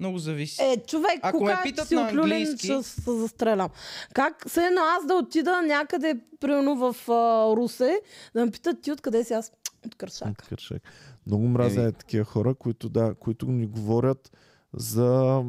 Speaker 4: Много зависи.
Speaker 2: Е, човек,
Speaker 4: Ако ме
Speaker 2: кога ще
Speaker 4: питат
Speaker 2: си
Speaker 4: на
Speaker 2: от Люлин,
Speaker 4: английски-
Speaker 2: ще се застрелям. Как се едно аз да отида някъде, примерно в а, Русе, да ме питат ти откъде си аз? От Кършак.
Speaker 1: Кършак. Много мразя
Speaker 3: Еми.
Speaker 1: е такива хора, които, да, които ни говорят за...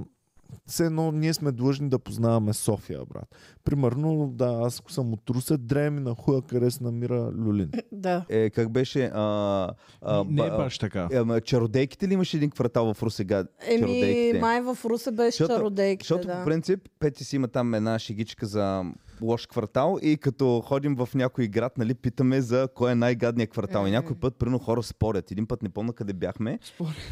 Speaker 1: Все едно ние сме длъжни да познаваме София, брат. Примерно, да, аз ако съм от Русе, дреми на хуя къде се намира Люлин.
Speaker 2: Да.
Speaker 3: Е, как беше? А, а,
Speaker 5: не е
Speaker 3: ба-
Speaker 5: баш така.
Speaker 3: Е, Ама чародейките ли имаше един квартал в Русега?
Speaker 2: Еми, май в Русе беше
Speaker 3: Защото-
Speaker 2: чародейките,
Speaker 3: Защото
Speaker 2: да.
Speaker 3: по принцип Пети си има там една шигичка за лош квартал и като ходим в някой град, нали, питаме за кой е най-гадният квартал. И някой път, прино хора спорят. Един път не помня къде бяхме.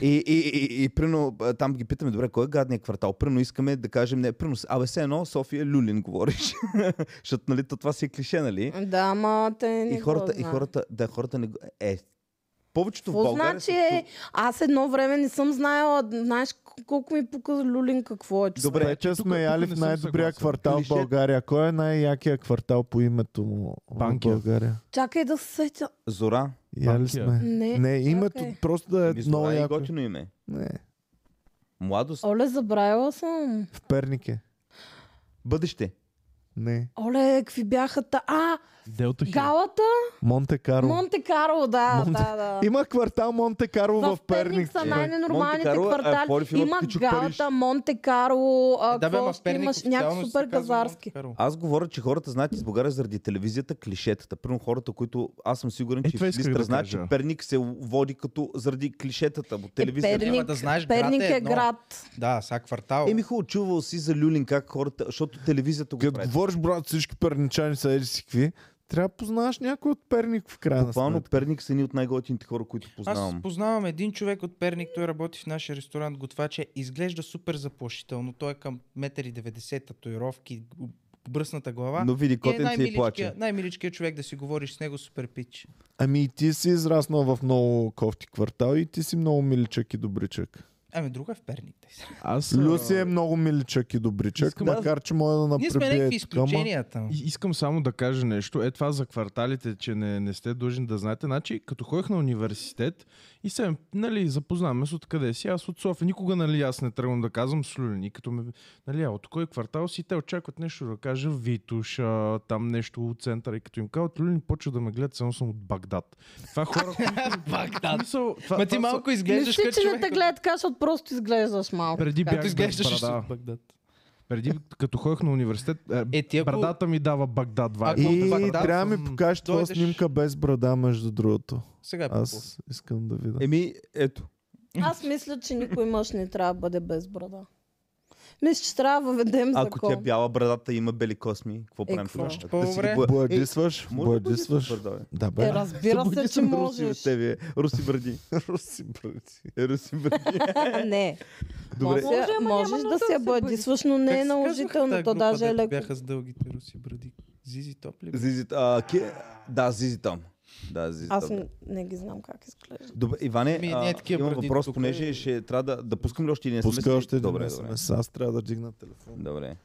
Speaker 3: И, и, и, и прино, а, там ги питаме, добре, кой е гадният квартал? Прино искаме да кажем, не, прино, абе все едно София Люлин говориш. Защото, нали, то това си е клише, нали?
Speaker 2: Да, ама те не
Speaker 3: И хората,
Speaker 2: го
Speaker 3: и
Speaker 2: знаят.
Speaker 3: хората, да, хората не го... Е, повечето в
Speaker 2: Какво
Speaker 3: България...
Speaker 2: значи
Speaker 3: са-
Speaker 2: е? Аз едно време не съм знаела, знаеш колко ми пука Люлин какво е. че
Speaker 3: Добре,
Speaker 1: Добре, че
Speaker 5: тук- тук
Speaker 1: сме яли в
Speaker 5: не съм
Speaker 1: най-добрия
Speaker 5: съгласен.
Speaker 1: квартал в
Speaker 3: Клише.
Speaker 1: България. Кой е най-якия квартал по името му в
Speaker 5: Банкия.
Speaker 1: България?
Speaker 2: Чакай да се сетя.
Speaker 3: Зора,
Speaker 1: Яли
Speaker 5: Банкия.
Speaker 1: сме.
Speaker 2: Не,
Speaker 1: Не, името
Speaker 2: чакай.
Speaker 1: просто да е
Speaker 3: Ами,
Speaker 1: много
Speaker 3: Зора е
Speaker 1: яко.
Speaker 3: готино име.
Speaker 1: Не,
Speaker 3: Младост.
Speaker 2: Оле, забравила съм.
Speaker 1: в Перник е.
Speaker 3: Бъдеще.
Speaker 1: Не.
Speaker 2: Оле, какви бяха та... А,
Speaker 5: Делта Хил.
Speaker 2: Галата?
Speaker 1: Монте Карло.
Speaker 2: Монте Карло, да,
Speaker 1: Монте-
Speaker 2: да, да.
Speaker 1: Има квартал Монте Карло
Speaker 2: В
Speaker 1: в Перник.
Speaker 2: Перник са
Speaker 1: човек.
Speaker 2: най-ненормалните
Speaker 3: Монте Карло, а в
Speaker 2: квартали.
Speaker 3: Пловдив има
Speaker 2: Има
Speaker 3: Птичок Париж.
Speaker 2: Галата, Монте Карло, а,
Speaker 4: Е, Да, бе,
Speaker 2: какво
Speaker 4: ма в
Speaker 2: още
Speaker 4: Перник
Speaker 2: имаш
Speaker 4: официално
Speaker 2: някакви
Speaker 4: се
Speaker 2: супер
Speaker 4: казва
Speaker 2: газарски.
Speaker 4: Монте Карло.
Speaker 3: Аз говоря, че хората знаят из България заради телевизията клишетата. Примерно хората, които аз съм сигурен,
Speaker 5: Е,
Speaker 3: че
Speaker 5: това
Speaker 3: в
Speaker 5: исках
Speaker 3: Листра
Speaker 5: да
Speaker 3: знаят, че
Speaker 5: кажа.
Speaker 3: Перник се води като заради клишетата от телевизията.
Speaker 4: Няма да знаеш, град е
Speaker 2: Е, Перник е
Speaker 4: едно.
Speaker 2: град.
Speaker 4: Да, сега квартал.
Speaker 3: Еми хубаво, чувал си за Люлин как хората, защото телевизията го
Speaker 1: Като
Speaker 3: прави.
Speaker 1: говориш, брат, всички перничани са еди си какви, трябва да познаваш някой от Перник в крайна
Speaker 3: Буквално
Speaker 1: сметка.
Speaker 3: Перник са едни от най-готините хора, които
Speaker 4: Аз
Speaker 3: познавам.
Speaker 4: познавам един човек от Перник, той работи в нашия ресторант, готвач е, изглежда супер заплашително. Той е към 1,90 м, татуировки, бръсната глава.
Speaker 3: Но види,
Speaker 4: И е
Speaker 3: котен ти и плаче.
Speaker 4: най-миличкият, най-миличкият човек да си говориш с него, супер пич.
Speaker 1: Ами и ти си израснал в много кофти квартал и ти си много миличък и добричък.
Speaker 4: Ами друга е в Перник. Те са.
Speaker 5: Аз, а,
Speaker 1: Люси е много миличък и добричък,
Speaker 5: Искам аз-
Speaker 1: макар че може да
Speaker 4: Ние сме някакви
Speaker 1: напребие тук, ама-
Speaker 4: изключения там.
Speaker 5: и- Искам само да кажа нещо. Е това за кварталите, че не, не сте длъжни да знаете. Значи, като ходих на университет и се, нали, запознаваме с откъде си. Аз от София никога, нали, аз не тръгвам да казвам Слюлин. И като ме, нали, а от кой квартал си, те очакват нещо да кажа Витуша, там нещо от центъра. И като им кажа от Люлин, почва да ме гледат, само съм от Багдад. Това хора, които...
Speaker 4: Багдад.
Speaker 5: Мисъл, това,
Speaker 4: Ма ти
Speaker 5: това са-
Speaker 4: малко
Speaker 2: Не
Speaker 4: изглеждаш
Speaker 2: си,
Speaker 4: като
Speaker 2: че не
Speaker 4: човек.
Speaker 2: те гледат така, защото просто изглеждаш малко.
Speaker 5: Преди бях
Speaker 4: Както
Speaker 5: без
Speaker 4: изглеждаш ще
Speaker 5: брада.
Speaker 4: от Багдад.
Speaker 5: Преди, като ходих на университет, е,
Speaker 4: Е, ти ако...
Speaker 5: брадата ми дава Багдад вайб.
Speaker 4: Ако
Speaker 1: И
Speaker 4: от Багдад
Speaker 1: трябва да ми
Speaker 5: съм-
Speaker 1: покажеш това
Speaker 4: дойдеш-
Speaker 1: снимка без брада, между другото.
Speaker 4: Сега е по-хубаво.
Speaker 1: Аз искам да видя.
Speaker 3: Еми, ето.
Speaker 2: Аз мисля, че никой мъж не трябва да бъде без брада. Мисля, че трябва да въведем
Speaker 3: Ако
Speaker 2: закон.
Speaker 3: тя бяла брадата има бели косми, какво правим
Speaker 2: Е, какво?
Speaker 3: тогава?
Speaker 4: Ще
Speaker 3: Да си ги
Speaker 4: по-добре.
Speaker 3: бла- Ей,
Speaker 1: Бладисваш,
Speaker 3: може ли да бъдеш
Speaker 1: бладисваш.
Speaker 3: бърда, бе?
Speaker 1: Да,
Speaker 2: Е,
Speaker 1: бе.
Speaker 2: разбира се, че
Speaker 3: Съм руси от
Speaker 2: можеш.
Speaker 3: тебе. Руси бради. Руси бради. Руси бради.
Speaker 2: Е, не.
Speaker 3: Добре.
Speaker 2: Може,
Speaker 6: Може, ама
Speaker 2: можеш
Speaker 6: няма
Speaker 2: да
Speaker 6: нужда
Speaker 2: се
Speaker 6: да се
Speaker 2: бъдисваш, но не е
Speaker 4: Как се
Speaker 2: наложително.
Speaker 4: казваха
Speaker 2: То
Speaker 4: тая група,
Speaker 2: даже е
Speaker 4: дето
Speaker 2: леко.
Speaker 4: Бяха с дългите руси бради. Зизи топ ли? бе?
Speaker 3: Зизи, а, ке... Да, Зизи там. Да, Зизи
Speaker 2: Аз
Speaker 3: там.
Speaker 2: н- не ги знам как изглежда.
Speaker 3: Добре, Иване,
Speaker 4: Ми,
Speaker 3: а,
Speaker 4: ние такива
Speaker 3: имам
Speaker 4: бради
Speaker 3: въпрос,
Speaker 4: тук,
Speaker 3: понеже
Speaker 4: е.
Speaker 3: ще трябва да, да пускам ли още един
Speaker 1: Пускай
Speaker 3: SMS?
Speaker 1: още един
Speaker 3: Добре, добре.
Speaker 1: SMS. Аз трябва да дигна телефон.
Speaker 3: Добре.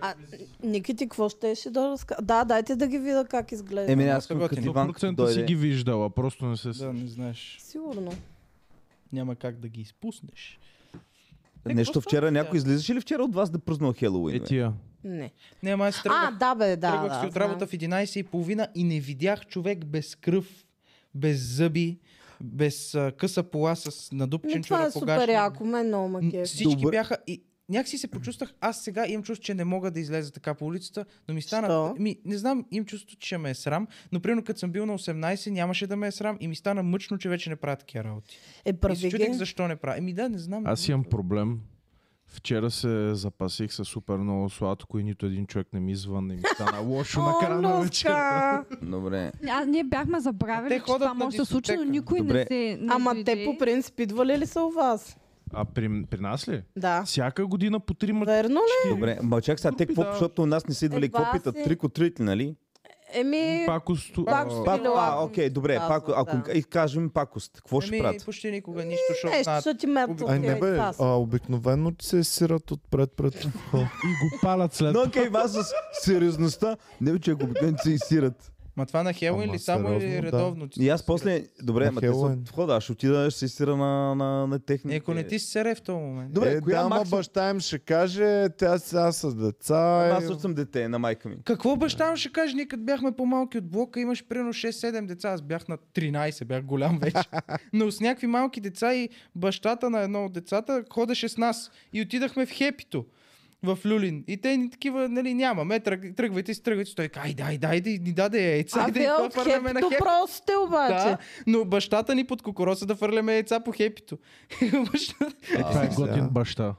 Speaker 2: А, Ники, ти какво ще ще да разкажа? Да, дайте да ги видя как изглежда.
Speaker 3: Еми, аз
Speaker 4: Супер
Speaker 3: като
Speaker 4: готин.
Speaker 3: Иван като
Speaker 5: 100% си
Speaker 3: дойде...
Speaker 5: ги виждала, просто не се...
Speaker 4: Да, не знаеш.
Speaker 2: Сигурно.
Speaker 4: Няма как да ги изпуснеш. Е, какво
Speaker 3: Нещо вчера,
Speaker 4: става?
Speaker 3: някой излизаше ли вчера от вас да празнува Хелоуин?
Speaker 5: Е,
Speaker 3: бе?
Speaker 5: тия.
Speaker 2: Не.
Speaker 4: Не, ама аз тръгвах,
Speaker 2: А, да бе, да.
Speaker 4: тръгвах
Speaker 2: да,
Speaker 4: си от
Speaker 2: знам.
Speaker 4: работа в 11.30 и не видях човек без кръв, без зъби, без а, къса пола с
Speaker 2: Ми,
Speaker 4: надупчен
Speaker 2: това е супер
Speaker 4: чурапогашник.
Speaker 2: яко, мен много
Speaker 4: М,
Speaker 2: макеш.
Speaker 4: е Всички
Speaker 1: Добър.
Speaker 4: бяха и някакси се почувствах, аз сега имам чувство, че не мога да излеза така по улицата, но ми стана,
Speaker 2: Що?
Speaker 4: ми, не знам, имам чувство, че ще ме е срам, но примерно като съм бил на 18, нямаше да ме е срам и ми стана мъчно, че вече не правя такива работи.
Speaker 2: Е,
Speaker 4: и се
Speaker 2: прави
Speaker 4: чудих
Speaker 2: ги.
Speaker 4: защо не правя. Еми да, не знам.
Speaker 5: Аз имам проблем. Вчера се запасих със супер много сладко и нито един човек не ми звънна и ми стана лошо на края на вечерта.
Speaker 2: Луска!
Speaker 3: Добре.
Speaker 6: А, ние бяхме
Speaker 4: Те
Speaker 6: забравили, че
Speaker 4: ходят
Speaker 6: това
Speaker 4: на
Speaker 6: може да се случи, но
Speaker 4: дискотека.
Speaker 6: никой
Speaker 3: Добре.
Speaker 6: не се... Не
Speaker 2: Ама
Speaker 6: дойде.
Speaker 2: те по принцип идвали ли са у вас?
Speaker 5: А при, при нас ли?
Speaker 2: Да.
Speaker 5: Всяка година по три мъчки.
Speaker 2: Верно ли?
Speaker 3: Добре, ма чак сега, те какво,
Speaker 5: да.
Speaker 3: защото у нас не са идвали,
Speaker 2: Едва
Speaker 3: какво питат?
Speaker 2: си.
Speaker 3: Трик от трите, нали?
Speaker 2: Еми,
Speaker 5: Пакосто...
Speaker 2: пак
Speaker 5: а,
Speaker 2: ще
Speaker 3: Пак,
Speaker 2: Пилела,
Speaker 3: а,
Speaker 2: ако
Speaker 3: окей,
Speaker 2: ми
Speaker 3: добре,
Speaker 2: казват,
Speaker 3: пак, ако им
Speaker 2: да.
Speaker 3: и кажем пакост, какво ще
Speaker 4: Еми,
Speaker 3: правят?
Speaker 4: Ами, почти никога нищо, защото
Speaker 2: нещо,
Speaker 4: знаят.
Speaker 2: защото е ти ме
Speaker 4: Ами
Speaker 1: Ай, не бе,
Speaker 2: това са.
Speaker 1: а, обикновено се сират отпред пред
Speaker 5: И го палят след...
Speaker 3: Но окей, аз с сериозността, не бе, че ако обикновено се изсират.
Speaker 4: Ма това на Хелуин
Speaker 1: Ама
Speaker 4: ли само
Speaker 1: сериозно,
Speaker 4: или
Speaker 1: да.
Speaker 4: редовно? ти
Speaker 3: И аз
Speaker 4: се
Speaker 3: после, добре,
Speaker 1: На
Speaker 3: ма те са
Speaker 1: Хелоуин.
Speaker 3: входа, аз ще отида, ще се изсира на, на, на
Speaker 4: сират? Е,
Speaker 3: техните.
Speaker 4: Ако не ти се сере в този момент.
Speaker 3: Добре,
Speaker 1: е,
Speaker 3: коя
Speaker 1: да, ама
Speaker 3: максим-
Speaker 1: баща им ще каже, тя сега с деца. е,
Speaker 3: Аз
Speaker 1: и-
Speaker 3: също съм дете на майка ми.
Speaker 4: Какво баща му ще каже? Ние като бяхме по-малки от блока, имаш примерно 6-7 деца. Аз бях на 13, бях голям вече. Но с някакви малки деца и бащата на едно от децата ходеше с нас. И отидахме в Хепито в Люлин. И те ни такива, нали, нямаме. Тръг, тръгвайте си, тръгвайте си. Той кай, дай, дай, дай, ни даде яйца.
Speaker 2: А
Speaker 4: и да
Speaker 2: вие
Speaker 4: им
Speaker 2: от
Speaker 4: хвърляме
Speaker 2: хепто простите
Speaker 4: Да,
Speaker 2: обаче.
Speaker 4: но бащата ни под кокороса да фърляме яйца по хепито. Бащата-
Speaker 5: Е, това е готин
Speaker 1: сега.
Speaker 5: баща.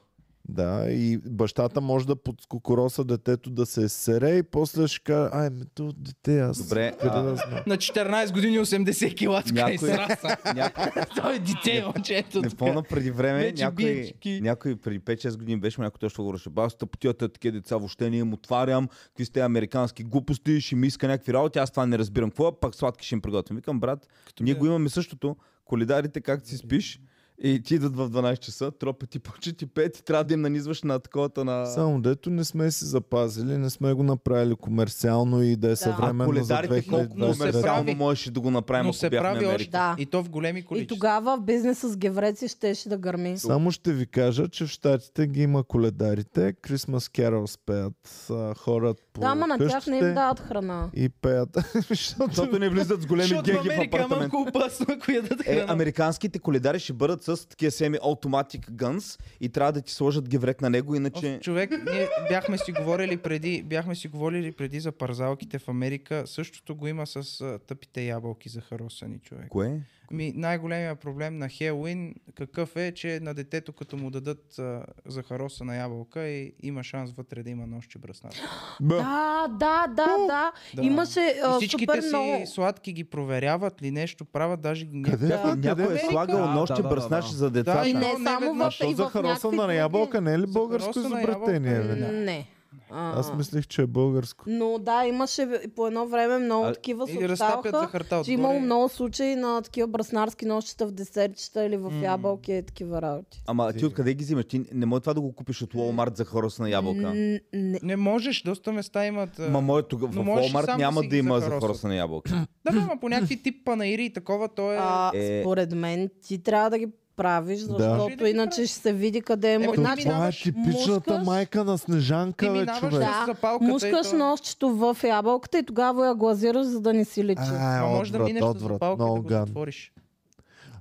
Speaker 1: Да, и бащата може да подскокороса детето да се сере и после ще каже, ай, ме то дете, аз
Speaker 3: Добре,
Speaker 1: къде
Speaker 3: а-
Speaker 1: да знам.
Speaker 4: на 14 години 80 кила. тук е
Speaker 3: Някой-
Speaker 4: сраса.
Speaker 3: Някой,
Speaker 4: Той е дете, момчето.
Speaker 3: не
Speaker 4: тук.
Speaker 3: помня преди време,
Speaker 4: Вече
Speaker 3: някой,
Speaker 4: биечки.
Speaker 3: някой преди 5-6 години беше ме някой точно го разшиба. Аз тъпотията, такива деца въобще не им отварям, какви сте американски глупости, ще ми иска някакви работи, аз това не разбирам. Какво е, пак сладки ще им приготвим. Викам, брат, ние го имаме същото, колидарите как си спиш, и ти идват в 12 часа, тропят ти почти ти пет и трябва да им нанизваш на таковата на...
Speaker 1: Само дето не сме си запазили, не сме го направили комерциално и да е
Speaker 3: а
Speaker 1: съвременно за
Speaker 3: коледарите колко
Speaker 4: но се
Speaker 1: 2020.
Speaker 4: прави.
Speaker 3: комерциално можеше да го направим,
Speaker 4: Но
Speaker 3: е, ако
Speaker 4: се
Speaker 3: бяхме
Speaker 4: прави още.
Speaker 3: Америка.
Speaker 2: Да.
Speaker 4: И то в големи
Speaker 2: И
Speaker 4: количества.
Speaker 2: тогава в бизнеса с гевреци щеше да гърми.
Speaker 1: Само ще ви кажа, че в щатите ги има коледарите, Christmas Carols пеят а, хора по
Speaker 2: Да, ама на тях не
Speaker 1: къщите
Speaker 2: им дават храна.
Speaker 1: и пеят. Защото
Speaker 3: Защото не влизат с големи
Speaker 4: Защото в
Speaker 3: геги в
Speaker 4: Америка е
Speaker 3: апартамент.
Speaker 4: малко опасно, ако ядат
Speaker 3: Е,
Speaker 4: храна.
Speaker 3: американските коледари ще бъдат с такива семи automatic guns и трябва да ти сложат геврек на него, иначе...
Speaker 4: Оф, Човек, ние бяхме си говорили преди, бяхме си говорили преди за парзалките в Америка. Същото го има с а, тъпите ябълки за харосани човек.
Speaker 3: Кое? е
Speaker 4: Ми, най-големия проблем на Хелуин какъв е, че на детето като му дадат а, за харосана ябълка и има шанс вътре да има нощи бръсната.
Speaker 1: Е.
Speaker 2: Да, да, да, да.
Speaker 4: Да.
Speaker 2: Имаше
Speaker 4: И
Speaker 2: а,
Speaker 4: всичките
Speaker 2: Е, супер
Speaker 4: си
Speaker 2: много...
Speaker 4: сладки ги проверяват ли нещо, правят даже ги
Speaker 1: Къде?
Speaker 4: някак-
Speaker 1: Да,
Speaker 3: Някой
Speaker 1: къде?
Speaker 3: е слагал
Speaker 5: Да,
Speaker 3: нощи
Speaker 5: да, да,
Speaker 3: бръснаш
Speaker 5: да.
Speaker 3: за децата.
Speaker 4: Да, и
Speaker 2: Ами Не
Speaker 4: Но не
Speaker 2: само
Speaker 4: веднъж.
Speaker 2: в...
Speaker 1: Защо за
Speaker 2: и в някакви
Speaker 1: харосана на
Speaker 2: други-
Speaker 1: ябълка не е ли българско
Speaker 4: харосана ябълка
Speaker 1: изобретение?
Speaker 4: е-
Speaker 1: бе?
Speaker 4: Да.
Speaker 2: Не. А,
Speaker 1: Аз мислих, че е българско.
Speaker 2: Но да, имаше по едно време много
Speaker 3: А,
Speaker 2: такива
Speaker 4: И разтапят
Speaker 2: съобщаваха,
Speaker 4: захарта отгоре.
Speaker 2: че е имало много случаи на такива браснарски нощчета в десертчета или в ябълки и такива работи.
Speaker 3: Ама ти откъде ги взимаш? Ти не може това да го купиш от Walmart за хоросна ябълка.
Speaker 2: Н- не,
Speaker 4: Не можеш, доста места имат. а,
Speaker 3: Ма мое тук в
Speaker 4: Но можеш и
Speaker 3: Walmart
Speaker 4: сам да
Speaker 3: няма
Speaker 4: си
Speaker 3: да
Speaker 4: ги
Speaker 3: има за
Speaker 4: захаросат.
Speaker 3: хоросна ябълка.
Speaker 4: Да, да, ма по някакви тип панаири и такова, то е...
Speaker 2: а,
Speaker 3: Е.
Speaker 2: Според мен ти трябва да ги правиш, защото
Speaker 4: Е, Да.
Speaker 2: иначе ще се види къде е...
Speaker 4: Еми,
Speaker 2: мо-
Speaker 4: ти
Speaker 2: Значи,
Speaker 4: минаваш-
Speaker 1: Това е типичната
Speaker 2: мускаш-
Speaker 1: майка на
Speaker 4: ти
Speaker 1: Снежанка, бе,
Speaker 4: минаваш
Speaker 1: човек. Е,
Speaker 4: с запалката
Speaker 2: Мускаш
Speaker 4: и то...
Speaker 2: нощчето в ябълката и тогава я глазираш, за да не си личи.
Speaker 1: А,
Speaker 4: Ма може да
Speaker 1: Е, отврат,
Speaker 4: минеш с
Speaker 1: отврат,
Speaker 4: запалката и да
Speaker 1: много
Speaker 4: го
Speaker 1: ган.
Speaker 4: затвориш.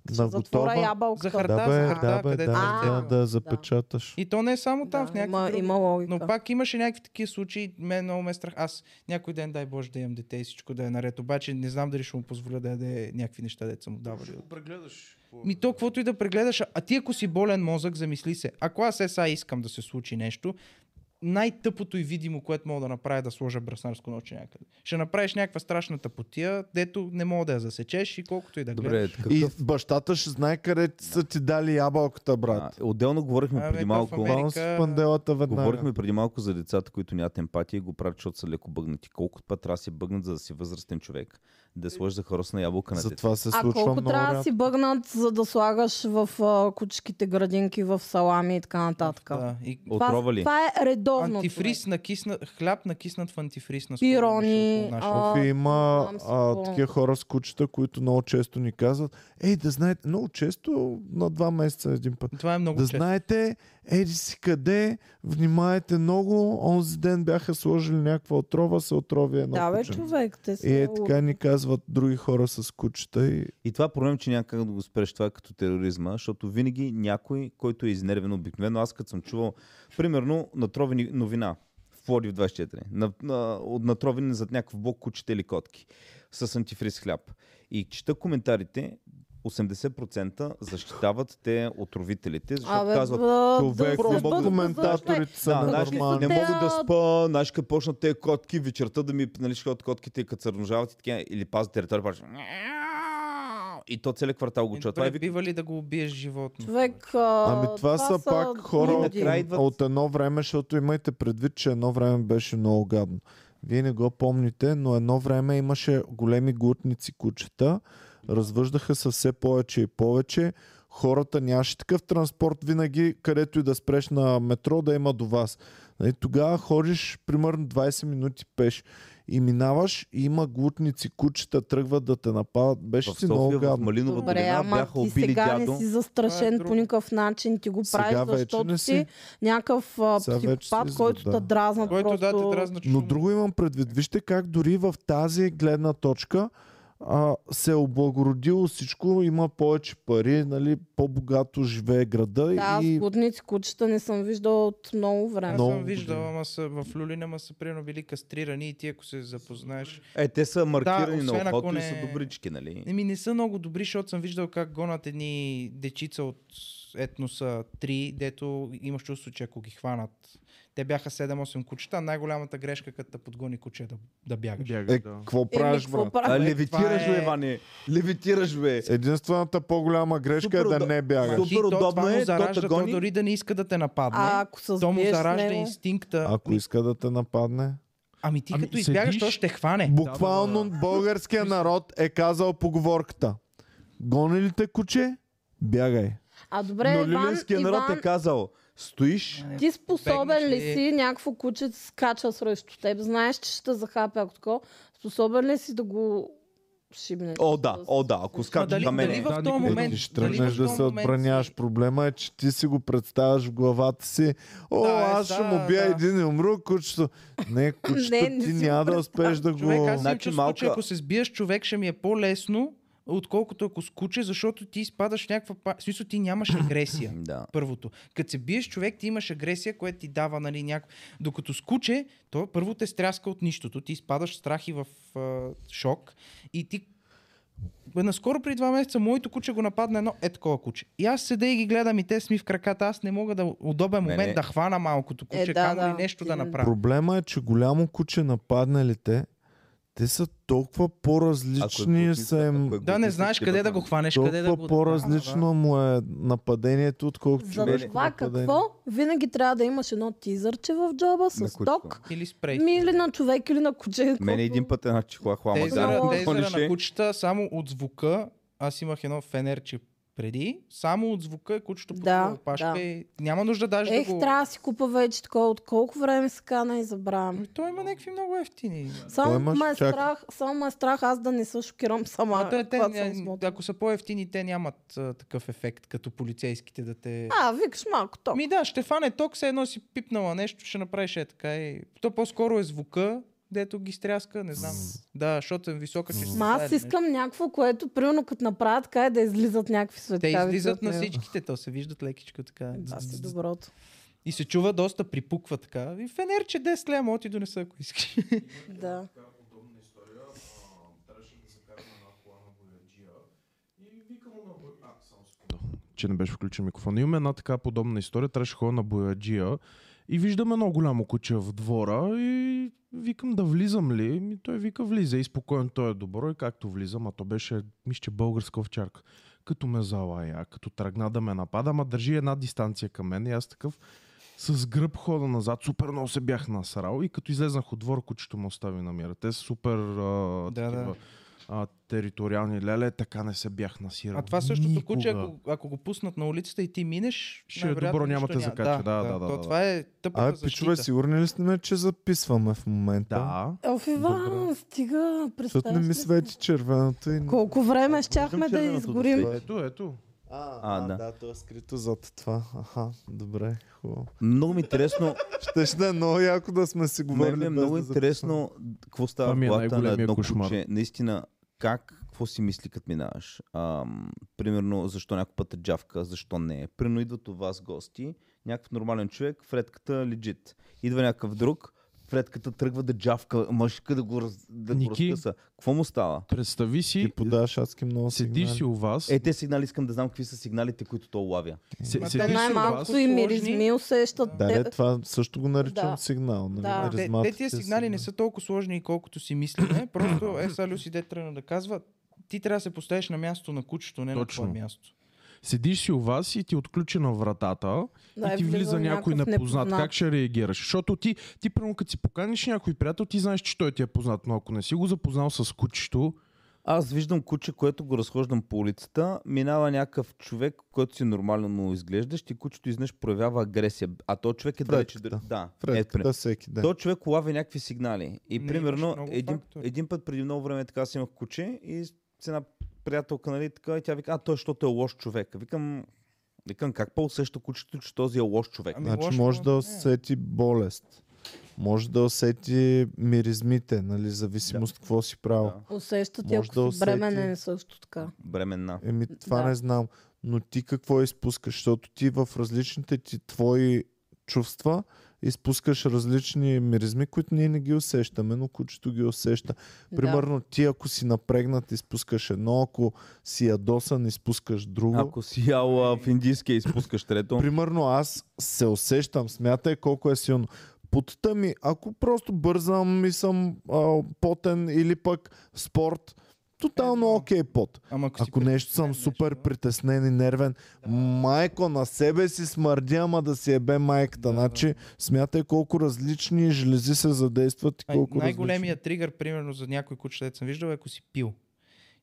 Speaker 1: На
Speaker 2: Затвора
Speaker 1: готова.
Speaker 2: ябълката.
Speaker 4: Захар-
Speaker 1: Да,
Speaker 4: Да,
Speaker 1: бе,
Speaker 4: захар-
Speaker 1: да, бе, да,
Speaker 4: да, където
Speaker 2: се
Speaker 1: да,
Speaker 2: цепи.
Speaker 1: да, запечаташ.
Speaker 4: И то не е само там, в
Speaker 2: Да,
Speaker 4: някакви
Speaker 2: има,
Speaker 4: други.
Speaker 2: има логика.
Speaker 4: Но пак имаше някакви такива случаи, мен много ме страх. Аз някой ден, дай Боже, да имам дете и всичко да е наред. Обаче не знам дали ще му позволя да яде някакви неща, деца му давали.
Speaker 5: Прегледаш.
Speaker 4: Ми то, каквото и да прегледаш, а ти ако си болен мозък, замисли се. Ако аз е сега искам да се случи нещо, най-тъпото и видимо, което мога да направя е да сложа браснарско ноче някъде. Ще направиш някаква страшна тъпотия, дето не мога да я засечеш и колкото и да
Speaker 3: Добре,
Speaker 4: гледаш.
Speaker 1: И
Speaker 3: какъв...
Speaker 1: бащата ще знае къде са ти дали ябълката,
Speaker 3: а,
Speaker 1: брат.
Speaker 3: Отделно говорихме
Speaker 4: Абе,
Speaker 3: преди
Speaker 4: то в
Speaker 3: малко.
Speaker 4: Америка-
Speaker 1: Бам с панделата веднага.
Speaker 3: Говорихме преди малко за децата, които нямат емпатия и го правят, защото са леко бъгнати. Колко път трябва да си бъгнат, за да си възрастен човек? Да сложиш за хоросна ябълка на дете.
Speaker 1: Затова се
Speaker 2: А
Speaker 1: случва
Speaker 2: колко
Speaker 1: много
Speaker 2: трябва да
Speaker 1: рядко.
Speaker 2: си бъгнат, за да слагаш в а, кучките градинки, в салами и така нататък?
Speaker 4: Да, и
Speaker 3: Отрова
Speaker 2: Това,
Speaker 3: ли?
Speaker 2: това е редовно.
Speaker 4: антифриз, накисна, хляб накиснат в антифриз на
Speaker 2: Пирони,
Speaker 4: скоро беше около
Speaker 2: а,
Speaker 4: нашия.
Speaker 1: Офи, има
Speaker 2: знам си
Speaker 1: а,
Speaker 2: какво.
Speaker 1: такива хора с кучета, които много често ни казват, ей, да знаете, много често, на два месеца един път.
Speaker 4: Това е много
Speaker 1: Да
Speaker 4: често.
Speaker 1: знаете, еди си къде, внимайте много, онзи ден бяха сложили някаква отрова, се отрови едно
Speaker 2: Да, бе,
Speaker 1: куче.
Speaker 2: човек, те са...
Speaker 1: И е
Speaker 2: луди.
Speaker 1: така ни казват други хора с кучета и
Speaker 3: И това е проблем, че няма как да го спреш това е като тероризма, защото винаги някой, който е изнервен обикновено, аз като съм чувал, примерно, натровени новина в Плодив 24, на, на, от натровени зад някакъв блок кучета или котки с антифриз хляб. И чета коментарите, 80% защитават те отровителите, защото
Speaker 2: Абе,
Speaker 3: казват,
Speaker 2: да,
Speaker 1: човек,
Speaker 2: да,
Speaker 1: не
Speaker 2: да, значи,
Speaker 1: мога
Speaker 2: да,
Speaker 1: коментаторите са
Speaker 3: Да, знаеш,
Speaker 1: ненормални.
Speaker 3: не
Speaker 2: Те,
Speaker 3: мога да
Speaker 2: а-
Speaker 3: спа, знаеш, като почнат тези котки вечерта да ми, нали, ще ходят котките, като се размножават и така, или пазят територия, паче. И то целият квартал го
Speaker 4: Е,
Speaker 3: чува. Това
Speaker 4: добре,
Speaker 3: е вик...
Speaker 4: бива ли да го убиеш животно?
Speaker 2: Човек, а,
Speaker 1: Ами това, са, пак хора
Speaker 2: луди.
Speaker 1: от,
Speaker 3: накрая идват-
Speaker 1: от едно време, защото имайте предвид, че едно време беше много гадно. Вие не го помните, но едно време имаше големи глутници кучета, развъждаха се все повече и повече. Хората нямаше такъв транспорт винаги, където и да спреш на метро, да има до вас. Нали, Тогава ходиш примерно 20 минути пеш и минаваш и има глутници, кучета тръгват да те нападат. Беше
Speaker 3: В
Speaker 1: си много
Speaker 3: София, в
Speaker 1: гадно.
Speaker 3: Малинова
Speaker 2: Добре,
Speaker 3: долина
Speaker 2: ама
Speaker 3: бяха
Speaker 2: ти
Speaker 3: убили
Speaker 2: сега
Speaker 3: дядо.
Speaker 2: не си
Speaker 4: Това е
Speaker 2: застрашен
Speaker 4: друго.
Speaker 2: по никакъв начин. Ти го
Speaker 1: Сега
Speaker 2: правиш,
Speaker 1: вече не
Speaker 2: защото
Speaker 1: си.
Speaker 2: си някакъв а,
Speaker 1: Сега вече си
Speaker 2: психопат,
Speaker 1: зло,
Speaker 2: който
Speaker 1: да.
Speaker 2: те дразна.
Speaker 4: Който да
Speaker 2: просто-
Speaker 4: те дразна
Speaker 1: Но
Speaker 4: чума.
Speaker 1: друго имам предвид. Вижте как дори в тази гледна точка а, се е облагородило всичко, има повече пари, нали, по-богато живее града
Speaker 2: Да, аз
Speaker 1: и
Speaker 2: глутници кучета не съм виждала от много време.
Speaker 4: Аз
Speaker 1: Много
Speaker 4: съм виждал,
Speaker 1: години.
Speaker 4: ама са в Люлина, ама са примерно били кастрирани и ти ако се запознаеш.
Speaker 3: Е, те са маркирани на
Speaker 4: освен ако
Speaker 3: ухото и
Speaker 4: не-
Speaker 3: са добрички, нали?
Speaker 4: Еми не са много добри, защото съм виждал как гонат едни дечица от етноса 3, дето имаш чувство, че ако ги хванат. Те бяха 7-8 кучета. Най-голямата грешка, като те подгони куче е да, да бягаш.
Speaker 5: Бягаш,
Speaker 1: е,
Speaker 5: да.
Speaker 1: какво
Speaker 2: Еми,
Speaker 1: правиш,
Speaker 2: какво
Speaker 1: брат?
Speaker 3: А,
Speaker 2: правиш?
Speaker 3: левитираш,
Speaker 4: това
Speaker 3: бе,
Speaker 4: е-
Speaker 3: Иване. Левитираш, бе.
Speaker 1: Единствената по-голяма грешка
Speaker 3: Супер
Speaker 1: е да
Speaker 3: удоб-
Speaker 1: не
Speaker 4: Ма
Speaker 1: бягаш.
Speaker 3: Супер
Speaker 4: хи, то
Speaker 3: удобно
Speaker 4: това
Speaker 3: е,
Speaker 4: му
Speaker 3: то те
Speaker 4: заражда, то
Speaker 3: гони.
Speaker 4: дори да не иска да те нападне.
Speaker 2: А ако се
Speaker 4: то му
Speaker 2: сбиеш с
Speaker 4: заражда
Speaker 2: него...
Speaker 4: инстинкта.
Speaker 1: Ако иска да те нападне.
Speaker 4: Ами ти
Speaker 5: Ами,
Speaker 4: като избягаш,
Speaker 5: седиш-
Speaker 4: то ще те хване.
Speaker 1: Буквално
Speaker 5: да, да.
Speaker 1: българския народ е казал поговорката. Гони ли те куче? Бягай.
Speaker 2: А добре,
Speaker 3: Но
Speaker 2: Иван,
Speaker 3: люлинския народ
Speaker 2: Иван,
Speaker 3: е казал, стоиш,
Speaker 2: Ти способен ли
Speaker 4: Бегнеш ли?
Speaker 2: си някакво куче да скача срещу теб? Знаеш, че ще те захапя ако такова. Способен ли си да го шибнеш?
Speaker 3: О, да,
Speaker 2: С-
Speaker 3: о, да, ако
Speaker 2: с-
Speaker 3: скача
Speaker 4: дали-
Speaker 3: на
Speaker 4: дали
Speaker 3: мен.
Speaker 4: в-
Speaker 5: Да,
Speaker 4: този
Speaker 5: никога-
Speaker 1: Е,
Speaker 4: момент-
Speaker 1: ти ще
Speaker 4: дали
Speaker 1: тръгнеш
Speaker 4: в
Speaker 1: да
Speaker 4: този
Speaker 1: се
Speaker 4: момент
Speaker 1: отбраняваш.
Speaker 4: си-
Speaker 1: Проблема е, че ти си го представяш в главата си. О,
Speaker 4: Да, е,
Speaker 1: аз ще
Speaker 4: да,
Speaker 1: му бия
Speaker 4: да.
Speaker 1: един и умру, кучето. Не, кучето
Speaker 2: Не, не
Speaker 1: ти
Speaker 2: си го
Speaker 1: няма да успееш да
Speaker 4: Човек, аз
Speaker 1: го...
Speaker 4: имам
Speaker 3: Значи
Speaker 4: чувство, че
Speaker 3: малка-
Speaker 4: ако се сбиеш човек, ще ми е по-лесно, отколкото ако скуче, защото ти изпадаш в някаква... па- В смисъл, ти нямаш агресия.
Speaker 3: Да.
Speaker 4: Първото. Като се биеш човек, ти имаш агресия, която ти дава нали, някакво... Докато скуче, то първо те стряска от нищото. Ти изпадаш в страх и в а, шок. И ти... Бе, Наскоро преди два месеца моето куче го нападна едно е такова куче. И аз седя и ги гледам и те сми в краката. Аз не мога да удобен
Speaker 3: Не,
Speaker 4: момент
Speaker 3: не.
Speaker 4: да хвана малкото куче,
Speaker 2: Е, да,
Speaker 4: камо
Speaker 2: да.
Speaker 4: ли нещо да
Speaker 2: Именно.
Speaker 4: направя.
Speaker 1: Проблема е, че голямо куче нападналите, Те са толкова по-различни,
Speaker 3: бутник,
Speaker 1: са им...
Speaker 3: е ако е
Speaker 4: Да, не
Speaker 3: бутник,
Speaker 4: знаеш
Speaker 3: ти
Speaker 4: къде
Speaker 3: да
Speaker 4: да го хванеш, къде да
Speaker 1: Толкова
Speaker 4: го...
Speaker 1: по-различно му е нападението, отколкото
Speaker 2: За
Speaker 1: човешко
Speaker 2: това
Speaker 1: нападение.
Speaker 2: какво? Винаги трябва да имаш едно тизърче в джоба
Speaker 3: На
Speaker 2: с
Speaker 3: кучето.
Speaker 2: ток.
Speaker 4: Или спрей.
Speaker 2: Ми или на човек, или на куче.
Speaker 3: Мене един път е, значи, една чихла хлама
Speaker 4: Тейзъра,
Speaker 3: гара.
Speaker 4: тейзъра на кучета, само от звука, аз имах едно фенерче преди, само от звука е кучето
Speaker 2: Да,
Speaker 4: да, пашка
Speaker 2: да.
Speaker 4: и няма нужда даже
Speaker 2: Ех,
Speaker 4: да го...
Speaker 2: трябва да си купа вече такова. От колко време се кана и забравям.
Speaker 4: Ами Той има някакви много ефтини.
Speaker 1: Кой
Speaker 2: Само
Speaker 1: имаш?
Speaker 2: ме е
Speaker 1: Чакай.
Speaker 2: страх, само ме е страх аз да не се шокирам сама.
Speaker 4: А, е те, те,
Speaker 2: когато съм
Speaker 4: ня-
Speaker 2: смотана.
Speaker 4: ако са по-ефтини, те нямат а, такъв ефект, като полицейските да те...
Speaker 2: А, викаш малко ток.
Speaker 4: Ми да, ще фане ток, все едно си пипнала нещо, ще направиш е така и... То по-скоро е звука, дето ги стряска, не знам. Да, защото е висока честота.
Speaker 2: Ма аз
Speaker 4: или нещо.
Speaker 2: искам някакво, което, примерно, като направят така, е да излизат някакви
Speaker 4: Те
Speaker 2: светкавици.
Speaker 4: излизат
Speaker 2: от
Speaker 4: на
Speaker 2: него.
Speaker 4: всичките, то се виждат лекичко така.
Speaker 2: Да, си доброто.
Speaker 4: И се чува доста припуква така. И фенерче 10 лея мога ти донеса, ако искаш.
Speaker 2: Да.
Speaker 5: че не беше включен микрофон. Имаме една така подобна история. Трябваше да ходя на бояджия и виждам едно голямо куче в двора и викам да влизам ли. И той вика влиза и спокоен той е добро и както влизам, а то беше, мисля, че българска овчарка. Като ме залая, като тръгна да ме напада, ма държи една дистанция към мен и аз такъв с гръб хода назад, супер много се бях насрал и като излезнах от двора, кучето ме остави на мира. Те са супер
Speaker 4: Да,
Speaker 5: а,
Speaker 4: да.
Speaker 5: такива, а, териториални леле, така не се бях насирал.
Speaker 4: А това същото
Speaker 5: Никога.
Speaker 4: куче, ако, ако го пуснат на улицата и ти минеш,
Speaker 5: Ще е
Speaker 4: най-вероятно
Speaker 5: добро, няма
Speaker 4: нищо
Speaker 5: те
Speaker 4: няма.
Speaker 5: закача. Да, да, да,
Speaker 4: То
Speaker 5: да.
Speaker 4: Това е тъпата
Speaker 1: Абе, пичове,
Speaker 4: защита.
Speaker 1: сигурни ли сме, че записваме в момента?
Speaker 5: Да.
Speaker 2: Оф, Иван, стига,
Speaker 1: Защото
Speaker 2: представяш
Speaker 1: не ми
Speaker 2: ли?
Speaker 1: свети червеното и...
Speaker 2: Колко време щяхме да изгорим.
Speaker 5: Ето, ето.
Speaker 1: А,
Speaker 3: А,
Speaker 1: а,
Speaker 3: да.
Speaker 1: да. да, то е скрито зад това. Аха, добре, хубаво.
Speaker 3: Много ми е интересно,
Speaker 1: Щеше да е много яко да сме си
Speaker 3: мен
Speaker 1: говорили.
Speaker 3: ми е
Speaker 1: без
Speaker 3: много
Speaker 1: да записваме.
Speaker 3: интересно какво става
Speaker 5: Това
Speaker 3: в
Speaker 5: ми е
Speaker 3: главата на
Speaker 5: най-големия
Speaker 3: едно
Speaker 5: кошмар.
Speaker 3: куче. Наистина, как, какво си мисли като минаваш? Ам, примерно, защо някой път е джавка, защо не е? Примерно идват у вас гости, някакъв нормален човек, фредката лежит. Идва някакъв друг, фредката тръгва да джавка, мъжка да го, раз, да го
Speaker 5: Ники?
Speaker 3: разкъса. Какво му става?
Speaker 5: Представи
Speaker 1: Ти
Speaker 5: си,
Speaker 1: подаваш адски много
Speaker 5: седиш
Speaker 1: сигнали.
Speaker 5: си у вас,
Speaker 3: Е, те сигнали искам да знам какви са сигналите, които то лавя.
Speaker 5: се-
Speaker 4: Ма те
Speaker 5: седиш
Speaker 2: Те
Speaker 5: си у вас,
Speaker 2: най-малкото и
Speaker 4: сложни.
Speaker 2: миризми усещат.
Speaker 1: Да,
Speaker 2: Те-
Speaker 1: не, това също го наричам
Speaker 2: Да.
Speaker 1: да. сигнал. Нали?
Speaker 2: Да.
Speaker 4: Те,
Speaker 1: Миризматите
Speaker 4: те тия сигнали не са толкова сложни, колкото си мислиме. Просто е, сега Люси де тръгна да казва, ти трябва да се поставиш на мястото на кучето, не
Speaker 5: Точно.
Speaker 4: на твое място.
Speaker 5: седиш си у вас и ти е отключена вратата
Speaker 2: Да,
Speaker 5: и
Speaker 2: е
Speaker 5: ти влиза
Speaker 2: влизал
Speaker 5: някой
Speaker 2: някакъв
Speaker 5: непознат. Как ще реагираш? Защото ти, ти прямо като си поканиш някой приятел, ти знаеш, че той ти е познат, но ако не си го запознал с кучето,
Speaker 3: Аз виждам куче, което го разхождам по улицата, минава някакъв човек, който си нормално му изглеждащ и кучето изнеш проявява агресия. А то човек е далече. Да,
Speaker 1: Фредката.
Speaker 3: да е,
Speaker 1: Фредката
Speaker 3: пример.
Speaker 1: всеки ден.
Speaker 3: То човек лави някакви сигнали. И
Speaker 4: Не, имаш
Speaker 3: примерно
Speaker 4: много
Speaker 3: един,
Speaker 4: фактори.
Speaker 3: един, път преди много време така си имах куче и с една приятелка, нали, така, и тя вика, а той, защото е лош човек. Викам, викам как по-усеща кучето, че този е лош човек.
Speaker 4: Ами,
Speaker 1: Значи
Speaker 4: лошо,
Speaker 1: може да
Speaker 4: не.
Speaker 1: усети болест. Може да усети миризмите, нали, зависимост какво си правил.
Speaker 3: Да.
Speaker 2: Усещат, и
Speaker 1: Може
Speaker 2: ако
Speaker 1: да
Speaker 2: си
Speaker 1: усети.
Speaker 2: бременен е също така.
Speaker 3: Бременна.
Speaker 1: Еми, това
Speaker 2: Да.
Speaker 1: не знам. Но ти какво изпускаш? Защото ти в различните ти твои чувства изпускаш различни миризми, които ние не ги усещаме, но кучето ги усеща. Примерно ти ако си напрегнат, изпускаш едно, ако си ядосан, изпускаш друго.
Speaker 3: Ако си ял а, в индийския изпускаш трето.
Speaker 1: Примерно аз се усещам, смятай колко е силно. Потта ми, ако просто бързам и съм а, потен или пък спорт, тотално
Speaker 4: Едно.
Speaker 1: окей пот.
Speaker 4: Ама ако, си
Speaker 1: Ако нещо
Speaker 4: притеснен
Speaker 1: съм супер
Speaker 4: нещо, е.
Speaker 1: притеснен и нервен, майко на себе си смърдя, ама да си ебе майката.
Speaker 4: Да, да.
Speaker 1: значи смятай колко различни жлези се задействат и
Speaker 4: А,
Speaker 1: колко
Speaker 4: най-големия тригър, примерно, за някой куче, дето съм виждал, е ако си пил.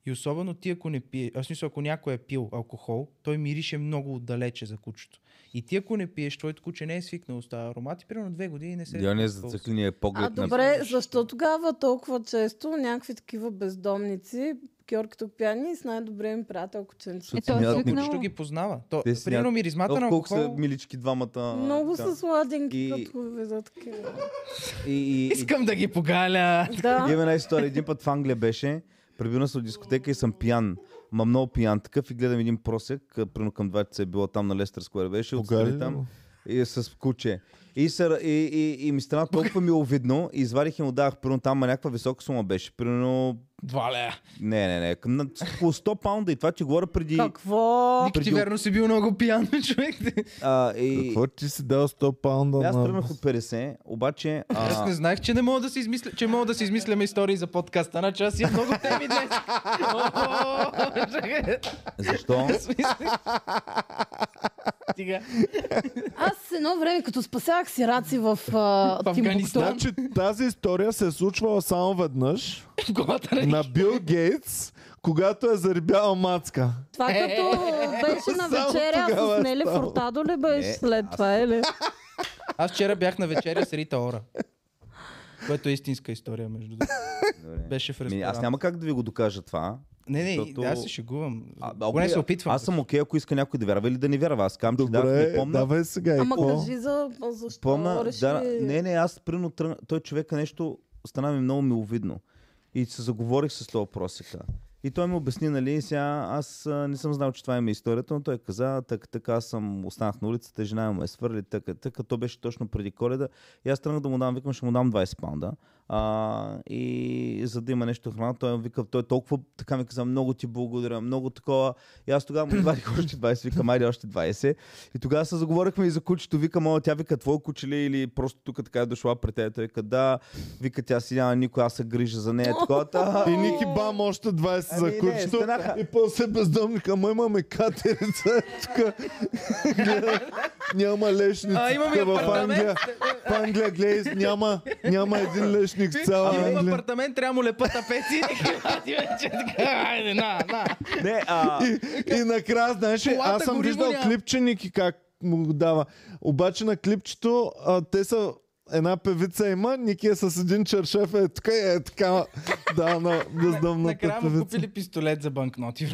Speaker 4: И особено ти, ако не пие, аз мисля, ако някой е пил алкохол, той мирише много отдалече за кучето. И ти, ако не пиеш, твоето куче не е свикнал с тази аромат и примерно две години не се е
Speaker 3: Дионе
Speaker 4: свикнал.
Speaker 3: за циклиния поглед
Speaker 2: А
Speaker 3: на
Speaker 2: добре, защо тогава толкова често някакви такива бездомници, кьорки тук пияни и с най-добрия им приятел кученце?
Speaker 6: е
Speaker 3: Защото си
Speaker 6: той е
Speaker 3: мятат
Speaker 4: Кучето
Speaker 6: свикнал.
Speaker 4: ги познава. То,
Speaker 3: Те си
Speaker 4: примерно
Speaker 3: нямат-
Speaker 4: миризмата на
Speaker 3: О, колко са
Speaker 4: алкохол.
Speaker 3: милички двамата.
Speaker 2: Много
Speaker 3: така.
Speaker 2: са сладенки,
Speaker 3: И-
Speaker 2: като видят такива.
Speaker 3: И, и, и,
Speaker 4: Искам да ги погаля.
Speaker 3: и
Speaker 2: Да,
Speaker 3: има една история. Един път в Англия беше, прибирам се от дискотека и съм пиян. Ма много пиян такъв и гледам един просек, а, примерно към 20 е било там на Лестър Сквер беше,
Speaker 1: Погали
Speaker 3: отстрани
Speaker 1: ли
Speaker 3: там.
Speaker 1: го?
Speaker 3: и е с куче. И, са, и, и, и ми стана толкова миловидно, и извадих и му дах, примерно там ма някаква висока сума беше, примерно...
Speaker 4: Два лея.
Speaker 3: Не, не, не, към, на, около 100 паунда и това, че говоря преди...
Speaker 2: Какво?
Speaker 4: Ник, ти
Speaker 3: преди-
Speaker 4: верно си бил много пиян, човек.
Speaker 3: А, и,
Speaker 1: Какво е ти си дал 100 паунда
Speaker 3: Аз
Speaker 1: на...
Speaker 3: тръгнах от 50, обаче...
Speaker 4: Аз
Speaker 3: А,
Speaker 4: не знаех, че не мога да си измисля, че мога да си измисляме истории за подкаста. Значи аз имам много теми днес. О, чакай.
Speaker 3: защо?
Speaker 4: Смисли. Стига.
Speaker 2: Аз едно време, като спасявах сираци в а,
Speaker 4: Афганистан.
Speaker 2: Тимбукту,
Speaker 1: Значи тази история се е случвала само веднъж
Speaker 4: В главата на
Speaker 1: на Бил Гейтс, когато е зарибял мацка.
Speaker 2: това като беше на
Speaker 1: Само
Speaker 2: вечеря
Speaker 1: тогава
Speaker 2: с
Speaker 1: е
Speaker 2: Нели
Speaker 1: ставало.
Speaker 2: Фуртадо ли беше
Speaker 3: Не,
Speaker 2: след това, или?
Speaker 4: Аз вчера бях на вечеря с Рита Ора. Което е истинска история, между другото.
Speaker 3: Добре.
Speaker 4: Беше в
Speaker 3: Ми,
Speaker 4: ресторант.
Speaker 3: Ами, аз няма как да ви го докажа това.
Speaker 4: Не, не,
Speaker 3: защото-
Speaker 4: аз се шегувам.
Speaker 3: А,
Speaker 4: А, Поне
Speaker 3: окей,
Speaker 4: се опитвам.
Speaker 3: Аз съм окей, ако иска някой да вярва или да не вярва. Аз кам, че да, не
Speaker 1: Добре,
Speaker 3: помня.
Speaker 1: давай сега. и
Speaker 2: Ама
Speaker 1: какво?
Speaker 2: кажи за защо
Speaker 3: Помна,
Speaker 2: реши...
Speaker 3: да, не, е не, аз прино тръгна, той човека нещо стана ми много миловидно. И се заговорих с този просека. И той ми обясни, нали, сега аз а, не съм знал, че това има историята, но той каза, така, така аз съм останах на улицата, жена ми ме свърли, така, така, то беше точно преди коледа. И аз тръгнах да му дам, викам, ще му дам 20 паунда. А, и за да има нещо храна, той ми вика, той толкова, така ми каза, много ти благодаря, много такова. И аз тогава му извадих още 20, викам, айде още 20. И тогава се заговорихме и за кучето. Викам, о, тя вика, твое куче ли е или просто тук така е дошла при теб. Той вика, да, вика, тя си няма никой, аз се грижа за нея. е Такова, та.
Speaker 1: И Ники бам още 20
Speaker 3: Ами
Speaker 1: за
Speaker 3: не,
Speaker 1: кучето.
Speaker 3: станаха.
Speaker 1: И после бездомника. Ама имаме катерица. е Тук няма лешница.
Speaker 4: А, имаме
Speaker 1: тука в
Speaker 4: апартамент.
Speaker 1: Англия. В Англия, гледай, няма, няма един лешник в цяла
Speaker 4: Имам
Speaker 1: Англия.
Speaker 4: апартамент, трябва му лепа тапети и такива. ти вече така, Айде, на, на.
Speaker 3: Не, а,
Speaker 1: И, и накрая, знаеш, ли,
Speaker 4: Колата
Speaker 1: аз съм
Speaker 4: гориво
Speaker 1: виждал
Speaker 4: няма.
Speaker 1: клипче Ники как му го дава. Обаче на клипчето а, те са една певица има, Ники е с един чершеф, е така, и е така, да, на бездомната
Speaker 4: Накрая му
Speaker 1: певица.
Speaker 4: купили пистолет за банкноти.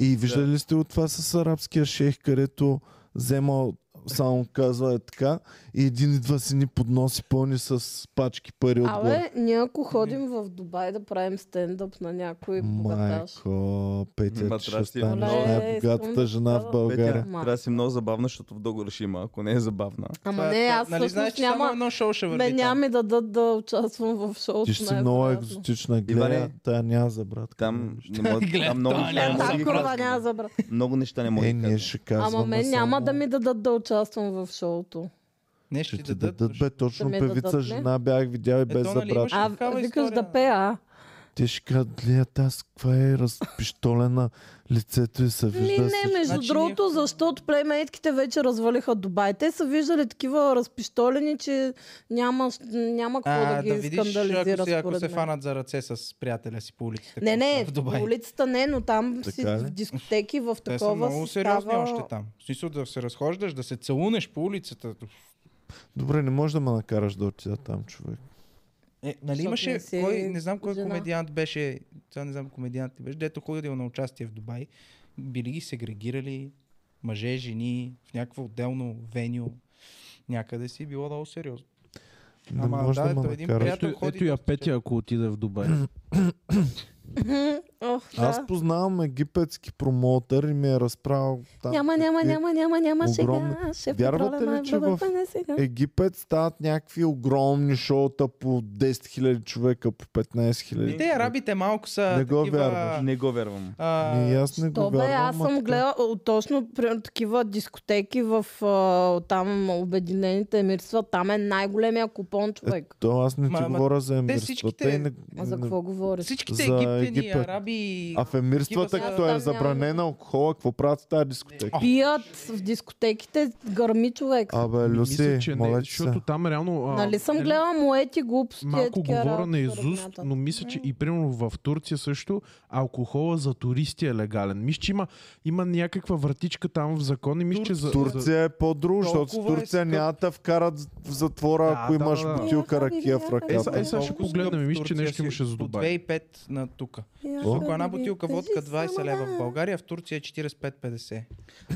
Speaker 1: И виждали ли сте от това с арабския шейх, където взема само казва е така и един идва си ни подноси пълни с пачки пари отгоре.
Speaker 2: Абе, ние ако ходим в Дубай да правим стендъп на някой
Speaker 1: е
Speaker 2: богаташ.
Speaker 1: Майко, Петя,
Speaker 3: Ма,
Speaker 1: ти ще
Speaker 3: трябва си
Speaker 1: станеш
Speaker 2: много-
Speaker 1: най-богатата жена в
Speaker 3: Петя,
Speaker 1: България.
Speaker 2: Ма.
Speaker 3: трябва да си много забавна, защото в договора ще има, ако не е забавна.
Speaker 2: Ама не, аз
Speaker 4: нали знаеш,
Speaker 2: всъщност
Speaker 4: че само
Speaker 2: няма...
Speaker 4: едно шоу ще върви
Speaker 2: Ме
Speaker 4: там?
Speaker 2: няма ми дадат да участвам в шоуто.
Speaker 1: Ти ще си
Speaker 2: най-вероятно.
Speaker 1: много екзотична гледа.
Speaker 3: Иване,
Speaker 1: Тая няма за брат.
Speaker 3: Там, не мога,
Speaker 4: Гледай,
Speaker 3: там много
Speaker 4: той
Speaker 3: неща не мога
Speaker 4: няма
Speaker 3: да
Speaker 2: Аз
Speaker 3: ги
Speaker 2: курва
Speaker 3: кажа.
Speaker 2: няма да забра.
Speaker 3: Много неща не мога
Speaker 1: Е,
Speaker 3: да ги
Speaker 1: ние
Speaker 3: кажа.
Speaker 1: ще казваме
Speaker 2: Ама мен няма
Speaker 1: само-
Speaker 2: да ми дадат да участвам в шоуто.
Speaker 4: Не,
Speaker 1: Ще
Speaker 4: ще
Speaker 1: ти
Speaker 4: дадат.
Speaker 1: дадат, бе, точно
Speaker 2: Ще ми дадат,
Speaker 1: певица
Speaker 2: не?
Speaker 1: жена бях видял и без
Speaker 4: нали
Speaker 1: за брат.
Speaker 4: имаш
Speaker 2: А,
Speaker 4: такава
Speaker 2: викаш
Speaker 4: история.
Speaker 2: да пея.
Speaker 1: Те ще кажат, гледат аз каква е разпиштолена лицето и се
Speaker 2: Ми
Speaker 1: вижда
Speaker 2: не, между
Speaker 4: Значи
Speaker 2: другото, защото племейтките вече развалиха Дубай. Те са виждали такива разпиштолени, че няма, няма какво
Speaker 4: А,
Speaker 2: да ги
Speaker 4: да видиш, ако
Speaker 2: скандализира
Speaker 4: се, ако
Speaker 2: според
Speaker 4: се
Speaker 2: мен.
Speaker 4: фанат за ръце с приятеля си по улиците.
Speaker 2: Не, не,
Speaker 4: в
Speaker 2: по
Speaker 4: Дубай.
Speaker 2: улицата не, но там си
Speaker 1: Така ли?
Speaker 2: в дискотеки, в
Speaker 4: Те са
Speaker 2: такова
Speaker 4: много
Speaker 2: си
Speaker 4: сериозни
Speaker 2: става...
Speaker 4: още там. В смисъл да се разхождаш, да се целунеш по улицата.
Speaker 1: Добре, не можеш да ме накараш да отида там, човек.
Speaker 4: Е, нали
Speaker 2: Защото
Speaker 4: имаше,
Speaker 2: не си
Speaker 4: кой, не знам кой
Speaker 2: жена.
Speaker 4: комедиант беше, сега не знам комедиант ли беше, дето ходил на участие в Дубай, били ги сегрегирали, мъже, жени, в някакво отделно веню, някъде си, било много сериозно.
Speaker 1: Не
Speaker 4: Ама,
Speaker 1: може
Speaker 4: да,
Speaker 1: да,
Speaker 4: той
Speaker 1: ме
Speaker 4: един
Speaker 1: накараш.
Speaker 4: приятел-
Speaker 5: Ето,
Speaker 4: Приятел ходи
Speaker 5: ето я
Speaker 4: доста
Speaker 5: Петя, ако отида в Дубай.
Speaker 2: Ох, да.
Speaker 1: Аз познавам египетски промоутър и ми е разправил там. Е,
Speaker 2: Няма, няма,
Speaker 1: какви-
Speaker 2: няма, няма, няма
Speaker 1: огромни-
Speaker 2: сега. Шеф,
Speaker 1: Вярвате
Speaker 2: контрола
Speaker 1: ли,
Speaker 2: на
Speaker 1: че в-
Speaker 2: ББП не сега.
Speaker 1: Египет стават някакви огромни шоута по 10 000 човека, по 15 000.
Speaker 4: И те арабите малко са
Speaker 1: Не го
Speaker 4: такива...
Speaker 1: вярваш.
Speaker 3: Не го вярвам.
Speaker 4: А,
Speaker 1: Ми, и аз не
Speaker 2: То
Speaker 1: го
Speaker 2: бе,
Speaker 1: вярвам.
Speaker 2: аз
Speaker 1: ма
Speaker 2: съм
Speaker 1: така.
Speaker 2: гледала о, точно при, такива дискотеки в а, там Обединените емирства. Там е най-големия купон човек.
Speaker 1: То аз не
Speaker 4: Ма,
Speaker 1: ти
Speaker 4: ма,
Speaker 1: говоря за
Speaker 4: всичките-
Speaker 1: емирствата. и не-
Speaker 2: А за
Speaker 1: Е, не-
Speaker 2: какво говориш?
Speaker 4: Всичките
Speaker 1: за
Speaker 4: египтяни,
Speaker 1: Египет.
Speaker 4: араби...
Speaker 1: А в емирствата,
Speaker 4: Такива са-
Speaker 1: като е
Speaker 2: Аз там
Speaker 1: забранена алкохола, какво правят в тази дискотека?
Speaker 2: Пият в дискотеките, гърми човек.
Speaker 1: Абе,
Speaker 5: Мисля,
Speaker 1: Люси,
Speaker 5: че не,
Speaker 1: моля ти се.
Speaker 5: защото там реално... а,
Speaker 2: нали съм
Speaker 1: е,
Speaker 5: нали,
Speaker 2: гледала моети глупости? е
Speaker 5: Малко
Speaker 2: такива
Speaker 5: говоря
Speaker 2: работи
Speaker 5: на
Speaker 2: за
Speaker 5: изуст,
Speaker 2: ръкната.
Speaker 5: но мисля, че и примерно в Турция също алкохола за туристи е легален. Мисля, че има, има някаква вратичка там в закон и мисля, че за... за...
Speaker 1: Турция е по-друго, защото в
Speaker 4: Толкова е
Speaker 1: Турция
Speaker 4: скъп.
Speaker 1: няма да те вкарат в затвора,
Speaker 5: Да,
Speaker 1: ако
Speaker 5: да,
Speaker 1: имаш
Speaker 5: да, да.
Speaker 1: бутилка ракия в
Speaker 2: Е,
Speaker 5: Е,
Speaker 1: ръката.
Speaker 5: са- е, сега ще
Speaker 4: Толкова
Speaker 5: погледнем,
Speaker 4: скъп
Speaker 5: мисля, че
Speaker 4: Турция
Speaker 5: нещо
Speaker 4: си
Speaker 5: имаше за
Speaker 4: от
Speaker 5: Дубай.
Speaker 4: 2,5 на тука.
Speaker 2: Я.
Speaker 1: О, Какво?
Speaker 4: Ако е една бутилка
Speaker 2: Кажи
Speaker 4: водка
Speaker 2: само
Speaker 4: 20 лева
Speaker 2: да.
Speaker 4: в България, в Турция е 45-50.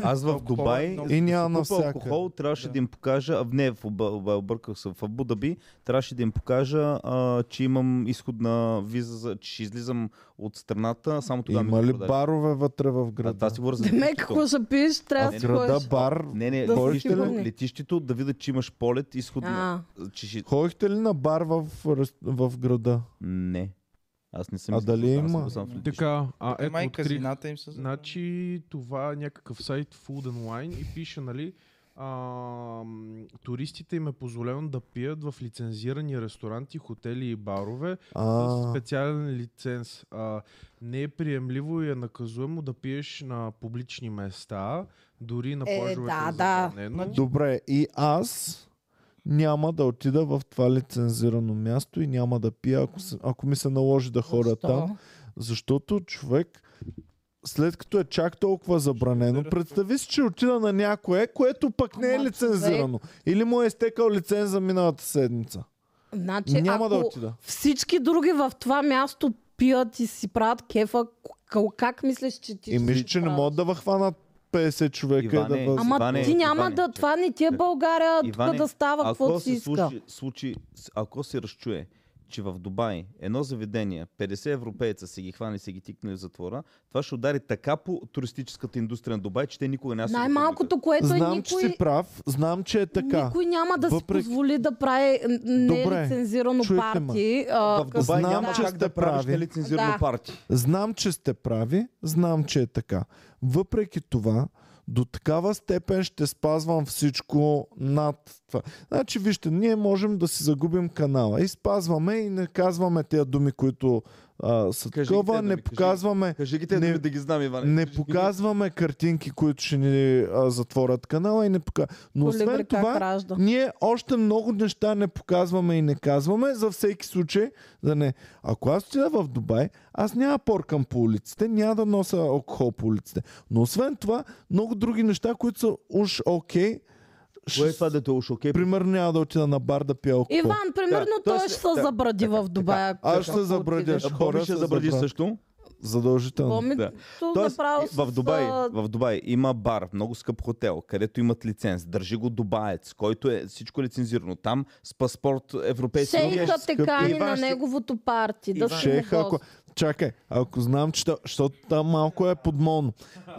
Speaker 3: Аз в
Speaker 4: Алкохол е
Speaker 3: Дубай
Speaker 4: много-
Speaker 1: И няма
Speaker 3: си купа
Speaker 1: навсякъде.
Speaker 3: алкохол, трябваше да. им покажа, а не, в Оба- Оба- обърках се, в Абу Даби, трябваше да им покажа, а, че имам изходна виза, за, че ще излизам от страната, само тогава
Speaker 1: Има
Speaker 3: ми
Speaker 1: ли
Speaker 3: продажа.
Speaker 1: барове вътре в
Speaker 3: А,
Speaker 1: града?
Speaker 3: аз си говоря за
Speaker 2: Демек,
Speaker 3: летището.
Speaker 2: какво ще пиеш, трябва да
Speaker 1: в
Speaker 2: си
Speaker 1: града
Speaker 2: ходиш.
Speaker 1: бар.
Speaker 3: Не, не,
Speaker 2: Да
Speaker 1: си
Speaker 3: летището,
Speaker 2: сигурни.
Speaker 3: летището, да видят, че имаш полет, изходна.
Speaker 2: А,
Speaker 3: Че ще...
Speaker 1: Ходихте ли на бар в, рес- в града?
Speaker 3: Не. Аз не съм.
Speaker 1: А
Speaker 3: искал
Speaker 1: дали
Speaker 3: да съм
Speaker 1: има?
Speaker 3: бил Сам в летището.
Speaker 5: Така, а ето
Speaker 4: Май
Speaker 5: Е, открих.
Speaker 4: казината им са...
Speaker 5: Значи това е някакъв сайт Food and Wine и пише, нали, а, м, туристите им е позволено да пият в лицензирани ресторанти, хотели и барове с
Speaker 1: А,
Speaker 5: специален лиценз. А, не е приемливо и е наказуемо да пиеш на публични места, дори на
Speaker 2: Е,
Speaker 5: плажовете
Speaker 2: да,
Speaker 5: е
Speaker 2: да.
Speaker 5: забранено.
Speaker 1: добре, и аз няма да отида в това лицензирано място и няма да пия, ако, се, ако ми се наложи да ходя там.
Speaker 2: защо?
Speaker 1: Защото човек, след като е чак толкова забранено, представи си, че отида на някое, което пък не е
Speaker 2: Ама,
Speaker 1: лицензирано. Или му е изтекал лиценза миналата седмица.
Speaker 2: Значи,
Speaker 1: Няма да
Speaker 2: ако
Speaker 1: отида.
Speaker 2: всички други в това място пият и си правят кефа, к- как мислиш, че ти
Speaker 1: И
Speaker 2: ще
Speaker 1: мисля,
Speaker 2: се
Speaker 1: че не
Speaker 2: справиш?
Speaker 1: могат да въхванат 50 човека и
Speaker 3: Иване,
Speaker 1: да въз...
Speaker 2: Ама
Speaker 3: Иване,
Speaker 2: ти няма
Speaker 3: Иване,
Speaker 2: да...
Speaker 3: чакай.
Speaker 2: Това не ти е България, тук
Speaker 3: Иване,
Speaker 2: да става
Speaker 3: Ако
Speaker 2: каквото си
Speaker 3: се
Speaker 2: иска.
Speaker 3: случи, случи, с- ако се разчуе, че в Дубай едно заведение, 50 европейца си ги хванали, си ги тикнали в затвора, това ще удари така по туристическата индустрия на Дубай, че те никога няма да се
Speaker 2: Най-малкото, което
Speaker 1: Знам,
Speaker 2: е
Speaker 1: че
Speaker 2: никой...
Speaker 1: си прав, знам, че е така.
Speaker 2: Никой няма да
Speaker 1: Въпреки-
Speaker 2: си позволи да прави м, нелицензирано
Speaker 1: чуйте ме.
Speaker 2: парти. а,
Speaker 3: В
Speaker 2: къс-
Speaker 3: Дубай
Speaker 1: Знам,
Speaker 3: няма
Speaker 1: че
Speaker 3: как
Speaker 1: сте
Speaker 3: да правиш
Speaker 1: прави.
Speaker 3: нелицензирано
Speaker 2: Да.
Speaker 3: парти.
Speaker 1: Знам, че сте прави, знам, че е така. Въпреки това, до такава степен ще спазвам всичко над това. Значи, вижте, ние можем да си загубим канала. И спазваме и не казваме тези думи, които а, са
Speaker 3: Кажи ги
Speaker 1: такова,
Speaker 3: те думи,
Speaker 1: не
Speaker 3: кажи ги.
Speaker 1: показваме.
Speaker 3: Кажи ги те
Speaker 1: Не-
Speaker 3: думи да ги знам, Иване.
Speaker 1: Не
Speaker 3: Кажи ги.
Speaker 1: показваме картинки, които ще ни а, затворят канала и не показваме. Но освен
Speaker 2: Колибри как
Speaker 1: това,
Speaker 2: ражда.
Speaker 1: ние още много неща не показваме и не казваме, за всеки случай да не. Ако аз отида в Дубай, аз няма да поркам по улиците, няма да нося алкохол по улиците. Но освен това, много други неща, които са уж окей,
Speaker 3: Кое е
Speaker 1: ще-
Speaker 3: това да те ушоке?
Speaker 1: примерно няма да отида на бар да пия алкохол.
Speaker 2: Иван, примерно
Speaker 3: Да,
Speaker 2: той
Speaker 3: тоест-
Speaker 2: ще се
Speaker 3: да,
Speaker 2: забради
Speaker 3: така,
Speaker 2: в Дубай. ако-
Speaker 1: Аз ще
Speaker 2: ако
Speaker 1: забрадя.
Speaker 2: отидеш.
Speaker 1: хора
Speaker 3: Боби ще
Speaker 1: се
Speaker 3: забради
Speaker 1: забравят.
Speaker 3: също.
Speaker 1: Задължително.
Speaker 2: Помито
Speaker 3: Тоест,
Speaker 2: направо
Speaker 3: и- в,
Speaker 2: с,
Speaker 3: Дубай,
Speaker 2: а,
Speaker 3: в Дубай има бар, много скъп хотел, където имат лиценз. Държи го дубаец, който е всичко е лицензирано. Там с паспорт европейски.
Speaker 2: Шейха те
Speaker 1: скъпи.
Speaker 2: кани
Speaker 3: Иван
Speaker 2: на
Speaker 3: ще-
Speaker 2: неговото парти. Да си му
Speaker 1: Шеха,
Speaker 2: гост.
Speaker 1: ако... Чакай, ако знам, че... та- Защото там малко е подмолно.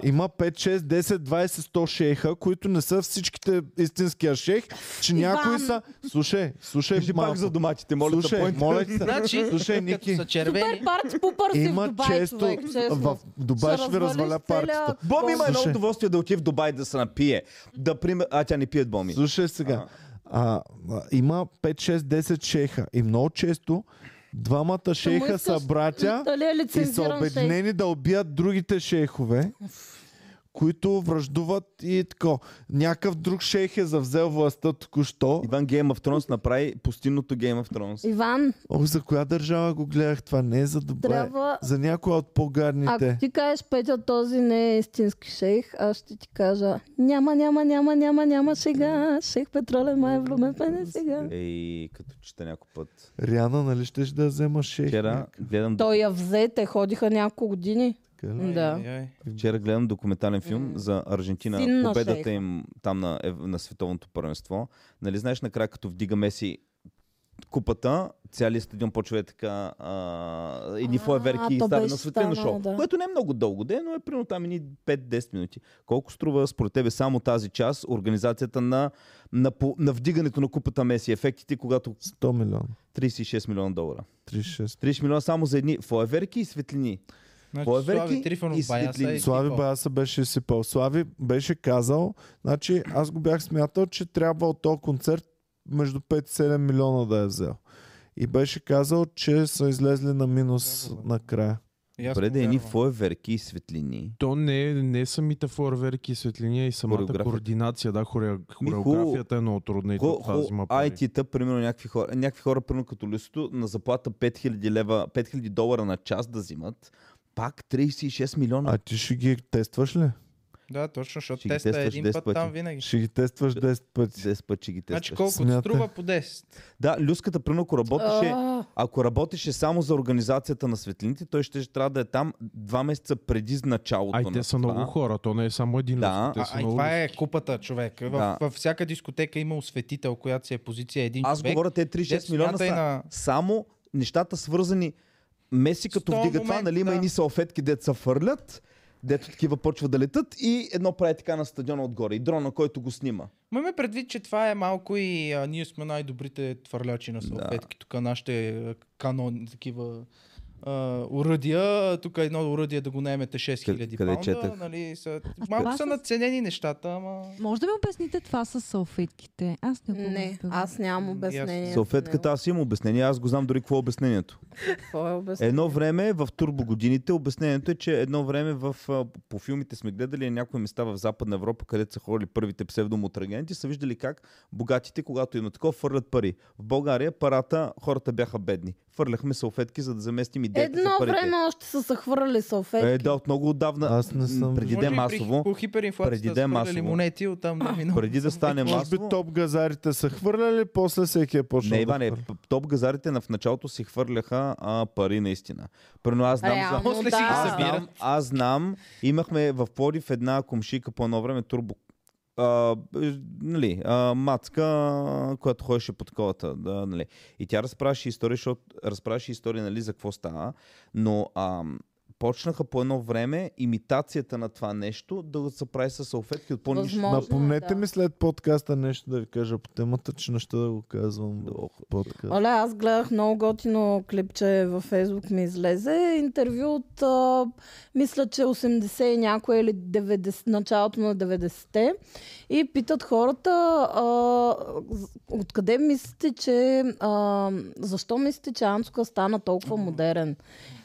Speaker 1: Има 5, 6, 10, 20, 100 шейха, които не са всичките истинския шейх, че някои
Speaker 2: Иван.
Speaker 1: са... Слушай, слушай
Speaker 3: Кажи
Speaker 1: малко.
Speaker 3: пак за доматите, моля те,
Speaker 1: слушай,
Speaker 3: пойнт.
Speaker 1: моля те.
Speaker 4: Значи,
Speaker 1: слушай,
Speaker 4: като
Speaker 1: Ники.
Speaker 4: са червени,
Speaker 2: Супер парти по пърси в
Speaker 1: Има
Speaker 2: Дубай,
Speaker 1: често...
Speaker 2: човек, честно.
Speaker 1: в Дубай ще ви
Speaker 2: развалиш
Speaker 1: разваля
Speaker 2: целия
Speaker 1: партията.
Speaker 3: Бом има едно
Speaker 1: Слушай.
Speaker 3: удоволствие да отиде в Дубай да се напие. Да приме... А тя не пият боми.
Speaker 1: Слушай сега. А, а, има 5, 6, 10 шейха. И много често двамата шейха са
Speaker 2: искаш
Speaker 1: братя.
Speaker 2: Дали е
Speaker 1: и са
Speaker 2: лицензиран шейх?
Speaker 1: обединени да убият другите шейхове, които връждуват и тако. Някакъв друг шейх е завзел властта току-що.
Speaker 3: Иван Game of Thrones направи пустинното Game of Thrones.
Speaker 2: Иван,
Speaker 1: О, за коя държава го гледах това? Не е за Дубай.
Speaker 2: Трябва-
Speaker 1: За някоя от
Speaker 2: ако
Speaker 1: по-гадните.
Speaker 2: ти кажеш, Петя, този не е истински шейх, аз ще ти кажа, няма, няма, няма, няма, няма сега. Шейх Петролен май е влюбен в мене сега.
Speaker 3: Ей, като чета някой път.
Speaker 1: Риана, нали щеш да я взема шейх? Нали?
Speaker 3: Вчера гледам,
Speaker 2: Той я взе, те ходиха няколко години.
Speaker 1: Така ли?
Speaker 2: Да.
Speaker 4: Ай, ай.
Speaker 3: вчера гледам документален филм за
Speaker 2: Син
Speaker 3: Аржентина,
Speaker 2: на
Speaker 3: победата
Speaker 2: шейха.
Speaker 3: им там на, ев- на световното първенство. Нали знаеш накрая, като вдига Меси купата, целият стадион почва е така а, едни
Speaker 2: А,
Speaker 3: фойерверки и
Speaker 2: то
Speaker 3: става
Speaker 2: беше
Speaker 3: на светлино
Speaker 2: станало,
Speaker 3: шоу,
Speaker 2: да.
Speaker 3: което не е много дълго ден, но е примерно там едни 5-10 минути. Колко струва според тебе само тази част, организацията на, на, по- на вдигането на купата Меси, ефектите, когато
Speaker 1: 100 милиона.
Speaker 3: 36 милиона долара.
Speaker 1: 36.
Speaker 3: 30 милиона само за едни фойерверки и светлини.
Speaker 4: Значи,
Speaker 3: Фойерверки
Speaker 4: Слави Трифонов,
Speaker 3: и
Speaker 4: Баяса
Speaker 2: Е,
Speaker 3: светлини.
Speaker 4: и
Speaker 1: Слави
Speaker 4: Кипо.
Speaker 1: Бая се беше изсипал. Слави беше казал, значи аз го бях смятал, че трябва от този концерт между 5 и 7 милиона да е взел. И беше казал, че са излезли на минус накрая.
Speaker 4: И аз
Speaker 3: Добре,
Speaker 4: му
Speaker 3: да едни
Speaker 4: вярвам.
Speaker 3: фойерверки и светлини.
Speaker 5: То не, е- не е самите фойерверки и светлиния и самата
Speaker 3: Хореографията.
Speaker 5: координация, да, хоре,
Speaker 3: Ми, хубаво.
Speaker 5: хореографията е много трудна и
Speaker 3: Хо,
Speaker 5: то
Speaker 3: хо,
Speaker 5: това взима пари.
Speaker 3: IT-та, примерно някакви хора, някакви хора, примерно като Люсито, на заплата 5000, лева, 5000 долара на час да взимат, пак 36 милиона.
Speaker 1: А ти ще ги тестваш ли?
Speaker 4: Да, точно, защото
Speaker 3: Ще ги
Speaker 4: теста е
Speaker 3: тестваш
Speaker 4: един
Speaker 3: 10
Speaker 4: път
Speaker 3: пъти.
Speaker 4: там винаги.
Speaker 1: Ще ги тестваш 10 пъти.
Speaker 3: 10 пъти ще ги тестваш.
Speaker 4: Значи колко
Speaker 1: Смятай.
Speaker 4: струва по 10?
Speaker 3: Да, люската пръвна, ако работеше, ако работеше само за организацията на светлините, той ще трябва да е там два месеца преди началото
Speaker 5: Ай,
Speaker 3: на
Speaker 5: те са
Speaker 3: това.
Speaker 5: много хора, то не е само един
Speaker 3: Да, а-
Speaker 5: люстър, те
Speaker 4: А,
Speaker 5: са
Speaker 4: а и
Speaker 5: много
Speaker 4: това е купата, човек. В,
Speaker 3: Да.
Speaker 4: във всяка дискотека има осветител, която си е позиция един
Speaker 3: Аз
Speaker 4: човек.
Speaker 3: говоря, те 3-6
Speaker 4: Дето
Speaker 3: милиона
Speaker 4: смятай
Speaker 3: са
Speaker 4: на-
Speaker 3: само нещата свързани Меси като
Speaker 4: Сто
Speaker 3: вдига това,
Speaker 4: момент,
Speaker 3: нали има
Speaker 4: да.
Speaker 3: едни салфетки, дето се фърлят, дето такива почва да летат и едно прави така на стадиона отгоре и дрона, който го снима.
Speaker 4: Имаме предвид, че това е малко и а, ние сме най-добрите твърлячи на салфетки. Тук нашите а, канони, такива а, уръдия. Тук едно уръдие да го наемете 6000
Speaker 3: Къде-
Speaker 4: къде,
Speaker 3: къде
Speaker 4: паунда.
Speaker 3: четах?
Speaker 4: Нали, са,
Speaker 6: това
Speaker 4: малко
Speaker 6: с-
Speaker 4: са надценени нещата, ама...
Speaker 6: Може да ми обясните това с салфетките? Аз не го
Speaker 2: Не,
Speaker 6: разбирам.
Speaker 2: аз нямам
Speaker 4: Ясно.
Speaker 2: обяснение. за
Speaker 3: Салфетката, аз имам обяснение, аз го знам дори какво е обяснението.
Speaker 2: него. Какво е обяснение?
Speaker 3: Едно време в турбо годините обяснението е, че едно време в, а, по филмите сме гледали на някои места в Западна Европа, където са ходили първите псевдомутрагенти, са виждали как богатите, когато има такова, фърлят пари. В България парата, хората бяха бедни. Фърляхме салфетки, за да заместим идеята
Speaker 2: Едно
Speaker 3: за Е, парите.
Speaker 2: време още са се хвърли салфетки.
Speaker 3: Е, да, от много отдавна.
Speaker 1: Аз не съм-
Speaker 3: Преди
Speaker 4: Може
Speaker 3: да е
Speaker 4: би
Speaker 3: масово.
Speaker 4: При, по хиперинфлацията
Speaker 3: преди да е
Speaker 4: да масово.
Speaker 3: масово.
Speaker 4: монети, оттам да минало.
Speaker 3: Преди да стане
Speaker 1: Може би
Speaker 3: масово.
Speaker 1: топ газарите са хвърляли, после всеки е почнал
Speaker 3: Не,
Speaker 1: да
Speaker 3: Иване,
Speaker 1: хвърля.
Speaker 3: п- топ газарите на в началото си хвърляха а, пари наистина. Примерно аз знам за...
Speaker 2: Реално,
Speaker 4: После си ги
Speaker 2: да.
Speaker 3: Аз
Speaker 4: събират.
Speaker 3: знам, аз знам. Имахме в Плодив една комшика по едно време турбо. А, е, нали, а, мацка, а, която ходеше под колата. Да, нали. И тя разправяше истории, защото разправяше истории нали, за какво става. Но а, почнаха по едно време имитацията на това нещо да го се прави с салфетки от по-нищо.
Speaker 2: Възможно. Може,
Speaker 1: Напомнете
Speaker 2: да.
Speaker 1: ми след подкаста нещо да ви кажа по темата, че неща да го казвам в подкаст.
Speaker 2: Оле, аз гледах много готино клипче във Фейсбук ми излезе. Интервю от, а, мисля, че 80 и някое или 90, началото на 90-те. И питат хората, а, з- откъде мислите, че... А, защо мислите, че Анцука стана толкова модерен?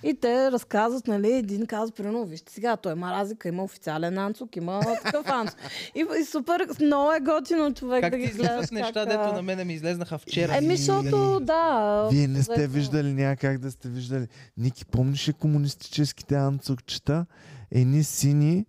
Speaker 2: И те разказват, нали, един казва, примерно, вижте сега, той има разлика, има официален Анцук, има такъв Анцук. И, и супер, много е готино човек
Speaker 4: Как
Speaker 2: да
Speaker 4: ти
Speaker 2: ги гледаш.
Speaker 4: излизат неща,
Speaker 2: как,
Speaker 4: дето
Speaker 2: а, Ами,
Speaker 4: на мене ми излезнаха вчера.
Speaker 2: Еми, защото, да.
Speaker 1: Вие не сте
Speaker 2: заедно.
Speaker 1: виждали, няма как да сте виждали. Ники, помниш ли комунистическите анцукчета? Едни сини,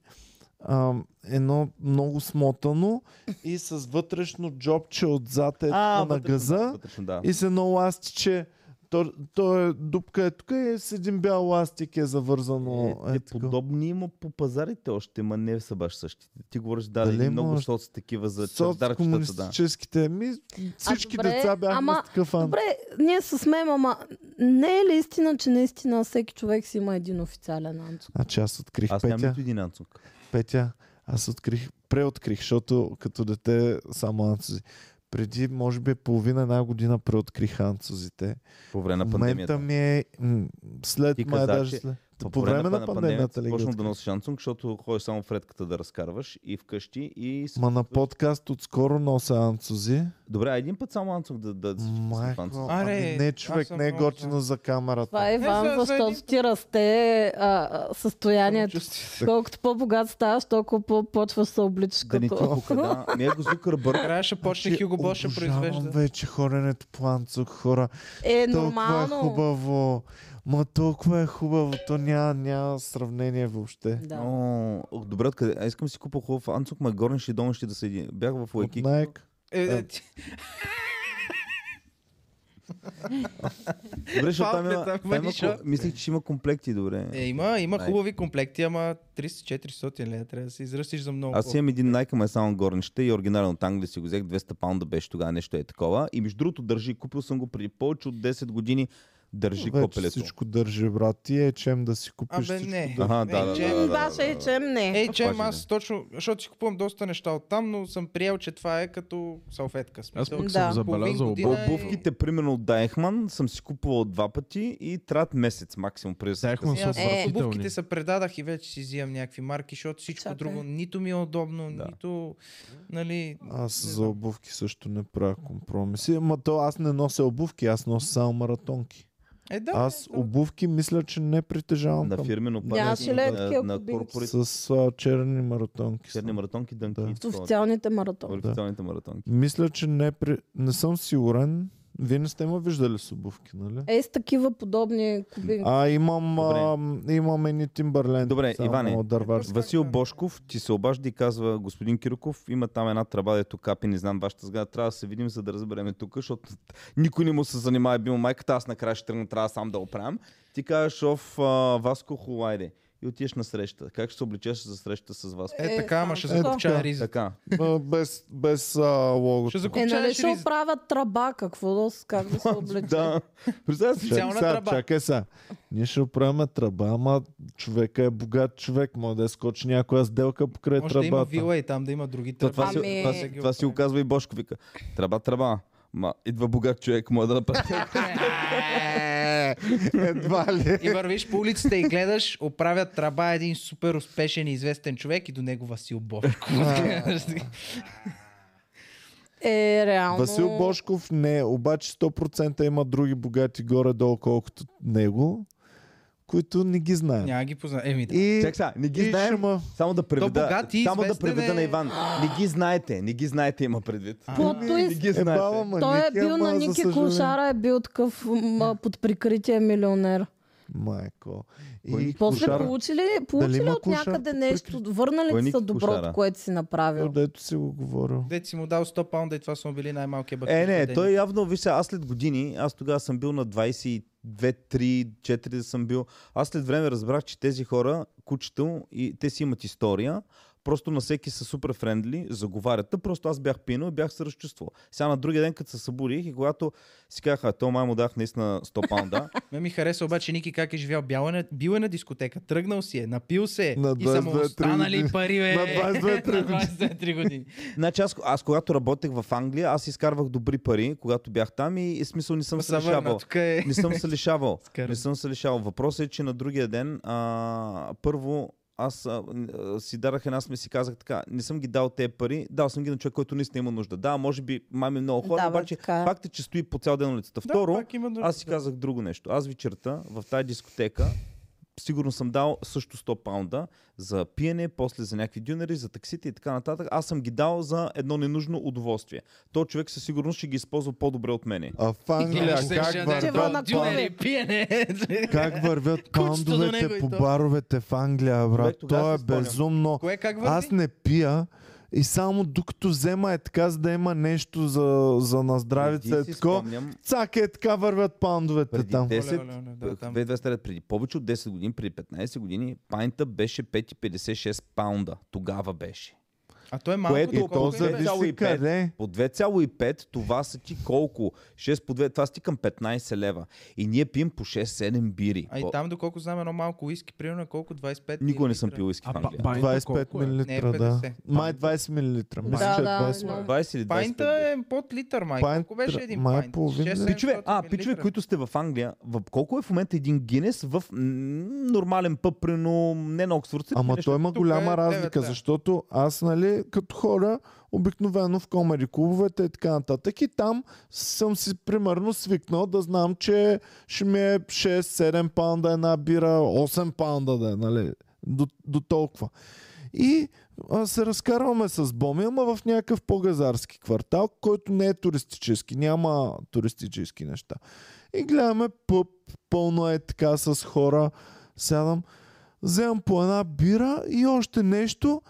Speaker 1: ам, едно много смотано и с вътрешно джобче отзад е
Speaker 3: А,
Speaker 1: на
Speaker 3: вътрешно, да,
Speaker 1: газа
Speaker 3: вътрешно, да.
Speaker 1: и с едно ластиче. То, то е дупка е тук и с един бял ластик е завързано.
Speaker 3: Е,
Speaker 1: Е,
Speaker 3: те
Speaker 1: така.
Speaker 3: подобни има по пазарите още, ма не са баш същите. Ти говориш, да,
Speaker 1: Дали
Speaker 3: да, има много
Speaker 1: може?
Speaker 3: соц такива за чардарчетата, да.
Speaker 1: Соцкомунистическите. Ми, всички
Speaker 2: добре,
Speaker 1: деца бяхме
Speaker 2: ама-
Speaker 1: с такъв ан-
Speaker 2: Добре, ние се смеем, ама не е ли истина, че наистина всеки човек си има един официален анцук?
Speaker 1: Значи аз открих
Speaker 3: Аз нямам
Speaker 1: Петя.
Speaker 3: нито един анцук.
Speaker 1: Петя, аз открих, преоткрих, защото като дете само анцузи. Преди, може би, половина една година преоткрих анцузите.
Speaker 3: По време на
Speaker 1: В момента
Speaker 3: пандемията.
Speaker 1: ми е... м, След
Speaker 3: Ти
Speaker 1: май
Speaker 3: каза,
Speaker 1: даже
Speaker 3: че
Speaker 1: след... По, време на пандемията ли ги
Speaker 3: почна да
Speaker 1: откри?
Speaker 3: носиш анцунг, защото ходиш само в редката да разкарваш и вкъщи и... с-
Speaker 1: Ма на подкаст отскоро нося анцузи.
Speaker 3: Добре, а един път само анцуг да да да си чистиш в
Speaker 1: Майко,
Speaker 3: анцунг.
Speaker 1: ами
Speaker 4: Аре,
Speaker 1: не
Speaker 4: аз
Speaker 1: човек,
Speaker 4: съм
Speaker 1: не е
Speaker 4: много
Speaker 1: готино
Speaker 4: за-
Speaker 1: за камерата.
Speaker 2: Това е
Speaker 4: за-
Speaker 2: Иван,
Speaker 4: за един
Speaker 2: защото
Speaker 4: път.
Speaker 2: ти расте а, а, състоянието.
Speaker 4: Самочувствието.
Speaker 2: Колкото по-богат ставаш, толкова по-почваш се обличаш
Speaker 3: Да не ти
Speaker 2: като...
Speaker 3: пука, да. Ми е го Зукърбърг.
Speaker 4: Трябваше почне Хюго Бош да
Speaker 1: обожавам
Speaker 4: произвежда.
Speaker 1: вече хоренето по анцук, хора.
Speaker 2: Е,
Speaker 1: Толкова е
Speaker 2: нормално.
Speaker 1: хубаво. Ма толкова е хубаво, то няма, няма сравнение въобще.
Speaker 2: Да.
Speaker 3: О, добре, откъде? А искам да си купа хубав анцук, ма горен ще и долен ще да седи. Бях в
Speaker 1: От
Speaker 3: Лайки.
Speaker 1: Nike.
Speaker 4: Е, е, ти-
Speaker 3: Добре, защото там има,
Speaker 4: Палката,
Speaker 3: там има,
Speaker 4: мъниша.
Speaker 3: ко- мислих, че има комплекти, добре.
Speaker 4: Е, има, има
Speaker 3: Най-
Speaker 4: хубави комплекти, ама 300-400 лея трябва да се изръстиш за много.
Speaker 3: Аз имам един Nike, ма е само горнище и оригинален от Англия си го взех, 200 паунда беше тогава, нещо е такова. И между другото държи, купил съм го преди повече от 10 години, държи
Speaker 1: Вече
Speaker 3: копелето.
Speaker 1: всичко държи, брат. Ти е чем да си купиш
Speaker 4: Абе,
Speaker 1: всичко.
Speaker 4: не.
Speaker 3: Аха, да, да, да, да, да.
Speaker 2: Да, ще и чем не.
Speaker 4: Ей, е, че
Speaker 3: Пази,
Speaker 4: аз точно, защото си купувам доста неща от там, но съм приел, че това е като салфетка.
Speaker 5: Аз
Speaker 4: Смисъл,
Speaker 5: пък
Speaker 2: Да.
Speaker 5: съм
Speaker 4: половин
Speaker 1: е
Speaker 5: забелязал
Speaker 4: година и-
Speaker 3: Обувките, примерно от Дайхман, съм си купувал два пъти и трябват месец максимум. Преди да се
Speaker 5: Дайхман
Speaker 4: Аз
Speaker 5: са
Speaker 2: Е.
Speaker 4: е,
Speaker 5: отвратителни.
Speaker 4: обувките се предадах и вече си взимам някакви марки, защото всичко
Speaker 2: Чакай.
Speaker 4: друго нито ми е удобно,
Speaker 3: Да.
Speaker 4: нито, нали...
Speaker 1: Аз
Speaker 4: не
Speaker 1: за
Speaker 4: знам.
Speaker 1: обувки също не правя компромиси. Ама то аз не нося обувки, аз нося само маратонки.
Speaker 4: Е, да,
Speaker 1: Аз
Speaker 4: да.
Speaker 1: обувки мисля, че не притежавам
Speaker 3: На
Speaker 1: към-
Speaker 3: фирмено
Speaker 2: Нямаше
Speaker 3: пази,
Speaker 2: ли
Speaker 3: на,
Speaker 2: такива
Speaker 3: на
Speaker 2: кубинки?
Speaker 3: корпорит,
Speaker 1: С а, черни маратонки.
Speaker 3: черни
Speaker 1: съм.
Speaker 3: маратонки, дънки.
Speaker 1: Да.
Speaker 3: и
Speaker 2: С
Speaker 3: такова.
Speaker 2: Официалните маратони.
Speaker 3: Официалните маратонки.
Speaker 1: Мисля, че не, при... не съм сигурен. Вие не сте ме виждали с обувки, нали?
Speaker 2: Е, с такива подобни кубинки.
Speaker 1: А, имам, а, имам едни Тимбърленд.
Speaker 3: Добре, Иване,
Speaker 1: Дърварски.
Speaker 3: Васил Бошков ти се обажда и казва, господин Кирков, има там една тръба, дето капи, не знам вашата сграда, трябва да се видим, за да разбереме тук, защото никой не му се занимава, е бил майката, аз накрая ще тръгна, трябва сам да оправям. Ти казваш, оф, а, Васко, хулайде. И отиваш на среща. Как ще се обличеш за среща с вас?
Speaker 4: Е,
Speaker 2: Е,
Speaker 4: така, ама ще
Speaker 2: само
Speaker 4: закопча
Speaker 1: така.
Speaker 4: риза.
Speaker 3: Е, Така.
Speaker 1: А, Без, без а, логото.
Speaker 4: Ще
Speaker 2: Е, нали
Speaker 4: закопчаеш
Speaker 2: ще
Speaker 4: риза.
Speaker 2: оправят тръба, какво да, с- как да се облече?
Speaker 3: Да. Представя си,
Speaker 4: Специална
Speaker 1: сега,
Speaker 4: тръба.
Speaker 1: Чакай сега. Ние ще оправяме тръба, ама човека е богат човек. Може да скочи някоя сделка покрай
Speaker 4: Може да
Speaker 1: тръбата.
Speaker 4: има вила и там да има други
Speaker 3: То
Speaker 4: тръби.
Speaker 3: това,
Speaker 2: Ами-
Speaker 3: си, това, си, това си го казва и Бошко. Вика, тръба, тръба. Ма, идва богат човек, може да направи.
Speaker 1: Е, едва ли?
Speaker 4: И вървиш по улицата и гледаш, оправят тръба един супер успешен и известен човек и до него Васил Бошков.
Speaker 2: Е, реално.
Speaker 1: Васил Бошков не, обаче 100% има други богати горе-долу, колкото него, които не ги знаем.
Speaker 4: Няма ги позна. Еми, да.
Speaker 1: И,
Speaker 3: Чак сега, не ги
Speaker 1: и ще
Speaker 3: знаем.
Speaker 1: има-
Speaker 3: Само да преведа,
Speaker 4: богат и
Speaker 3: само да
Speaker 4: известен
Speaker 3: преведа
Speaker 4: е.
Speaker 3: на Иван. Не ги знаете, не ги знаете има предвид.
Speaker 2: Плот
Speaker 3: Не
Speaker 2: твист.
Speaker 3: ги
Speaker 1: Е,
Speaker 3: знаете.
Speaker 1: баба, ма,
Speaker 2: Той е
Speaker 1: Ники,
Speaker 2: бил
Speaker 1: ама,
Speaker 2: на
Speaker 1: за
Speaker 2: Ники
Speaker 1: съжаление.
Speaker 2: Кошара, е бил такъв м, под прикритие милионер.
Speaker 1: Майко. И
Speaker 2: После
Speaker 1: Кошар,
Speaker 2: получи ли, получи ли
Speaker 1: има
Speaker 2: от
Speaker 1: клошар
Speaker 2: някъде
Speaker 1: под
Speaker 2: нещо? Върнали
Speaker 3: Кой е
Speaker 2: ли
Speaker 3: Ники
Speaker 2: са доброто,
Speaker 3: Клошара?
Speaker 2: което си направил?
Speaker 1: дето си го говорил.
Speaker 4: Дет си му дал 100 паунда и това са му били най-малкия бък.
Speaker 3: Е, не, той явно, виж сега, аз след години, аз тогава съм бил на 22, 3, 4 да съм бил. Аз след време разбрах, че тези хора, кучето, и те си имат история. Просто на всеки са супер френдли, заговарят. Та просто аз бях пинал и бях се разчувствал. Сега на другия ден, като се събудих и когато си казах, а то май му дах наистина 100 паунда,
Speaker 4: Ме ми хареса обаче Ники как е живял. Бял е на, бил е на дискотека, тръгнал си е, напил се е
Speaker 1: На
Speaker 4: и са му
Speaker 1: 22-3
Speaker 4: останали
Speaker 1: години.
Speaker 4: пари, бе.
Speaker 1: На 22-3
Speaker 4: На 22-3 години.
Speaker 3: Значи аз, аз когато работех в Англия, аз изкарвах добри пари, когато бях там и, и смисъл не съм се
Speaker 4: Са върна,
Speaker 3: лишавал.
Speaker 4: тук е.
Speaker 3: Не съм се лишавал.
Speaker 4: Скър.
Speaker 3: не съм се лишавал. Въпросът е, че на другия ден, а, първо, аз а, а, си дарах една сме си казах така, не съм ги дал тези пари, дал съм ги на човек, който наистина има нужда. Да, може би мами много хора,
Speaker 2: Да, бе,
Speaker 3: обаче
Speaker 2: така е.
Speaker 3: факт е, че стои по цял ден на лицата.
Speaker 4: Да,
Speaker 3: Второ,
Speaker 4: пак има нужда.
Speaker 3: аз си казах друго нещо. Аз вечерта в тази дискотека сигурно съм дал също 100 паунда за пиене, после за някакви дюнери, за таксите и така нататък. Аз съм ги дал за едно ненужно удоволствие. То човек със сигурност ще ги използва по-добре от мене.
Speaker 1: А в Англия
Speaker 4: Гледаш се
Speaker 1: как
Speaker 4: жена, на
Speaker 1: вървят, пан-
Speaker 2: Дюнери.
Speaker 4: дюнери, е пиене.
Speaker 1: как вървят паундовете
Speaker 4: него и
Speaker 1: по
Speaker 4: то.
Speaker 1: баровете в Англия, брат?
Speaker 3: тогава
Speaker 1: То е
Speaker 3: си спомням.
Speaker 1: безумно.
Speaker 4: Кое как върви?
Speaker 1: Аз не пия и само докато взема е така, за да има нещо за, за на здравица е
Speaker 3: Преди си
Speaker 1: тако.
Speaker 3: спомням,
Speaker 1: Цак е така вървят паундовете
Speaker 3: преди
Speaker 1: там.
Speaker 3: 10,
Speaker 4: Оле, оле, оле, да, там.
Speaker 3: 2200 лет преди повече от 10 години, преди 15 години, пайнта беше 5,56 паунда. Тогава беше.
Speaker 4: А той е
Speaker 3: Което
Speaker 4: малко
Speaker 1: И то
Speaker 4: доколко е, бе.
Speaker 3: за-
Speaker 1: зависи
Speaker 3: 2,5.
Speaker 1: къде.
Speaker 3: По 2,5 това са ти колко? 6 по 2, това са ти към 15 лева. И ние пием по 6-7 бири.
Speaker 4: А и
Speaker 3: По-
Speaker 4: там, доколко знам, едно малко уиски, примерно е колко? 25
Speaker 3: Никога не съм
Speaker 4: милилитра.
Speaker 3: пил уиски в
Speaker 5: А ба-
Speaker 3: Англия.
Speaker 5: байта
Speaker 1: 25
Speaker 5: колко е?
Speaker 4: Не е
Speaker 1: милилитра, да.
Speaker 4: 50.
Speaker 1: Май 20 милилитра.
Speaker 2: Да,
Speaker 1: Мисля, че е
Speaker 2: да,
Speaker 1: 20
Speaker 2: много.
Speaker 3: 20 или 25.
Speaker 4: Пайнта е под литър, май.
Speaker 1: Пайнт-
Speaker 4: Колко беше един
Speaker 1: май е
Speaker 4: пайнт?
Speaker 1: половин, да.
Speaker 4: 600
Speaker 3: Пичове, а, пичове,
Speaker 4: милилитра.
Speaker 3: които сте в Англия, в колко е в момента един Гинес в м, нормален пъп, но не на Оксфорд?
Speaker 1: Ама то има
Speaker 4: тук
Speaker 1: голяма
Speaker 4: е
Speaker 1: разлика,
Speaker 4: девет, да.
Speaker 1: защото аз, нали, като хора, обикновено в комеди клубовете и така нататък, и там съм си примерно свикнал да знам, че ще ми е 6-7 паунда една бира, 8 паунда да е, нали, до, до толкова. И а, се разкарваме с Боми, ама в някакъв по-газарски квартал, който не е туристически, няма туристически неща. И гледаме пъп, пълно е така с хора, сядам, вземам по една бира и още нещо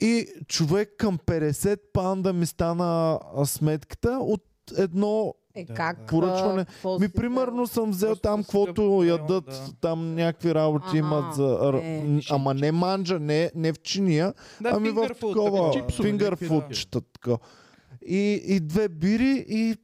Speaker 1: и човек към 50 панда ми стана а, сметката от едно
Speaker 2: Е,
Speaker 4: Да,
Speaker 2: как?
Speaker 4: да.
Speaker 2: а,
Speaker 1: Поръчване.
Speaker 2: какво
Speaker 1: ми
Speaker 2: си
Speaker 1: примерно
Speaker 2: взел?
Speaker 1: съм взел
Speaker 4: Просто
Speaker 1: там,
Speaker 4: скъпо,
Speaker 1: каквото
Speaker 4: реално,
Speaker 1: ядат,
Speaker 4: да.
Speaker 1: там някакви работи
Speaker 2: Ага,
Speaker 1: имат за... р-
Speaker 2: е.
Speaker 1: м, Ама не манджа, не, не в чиния,
Speaker 4: Да,
Speaker 1: ами в
Speaker 4: finger food,
Speaker 1: такова,
Speaker 4: такива. Чипсове, някакви, да.
Speaker 1: фингърфудчета. така. И, и две бири и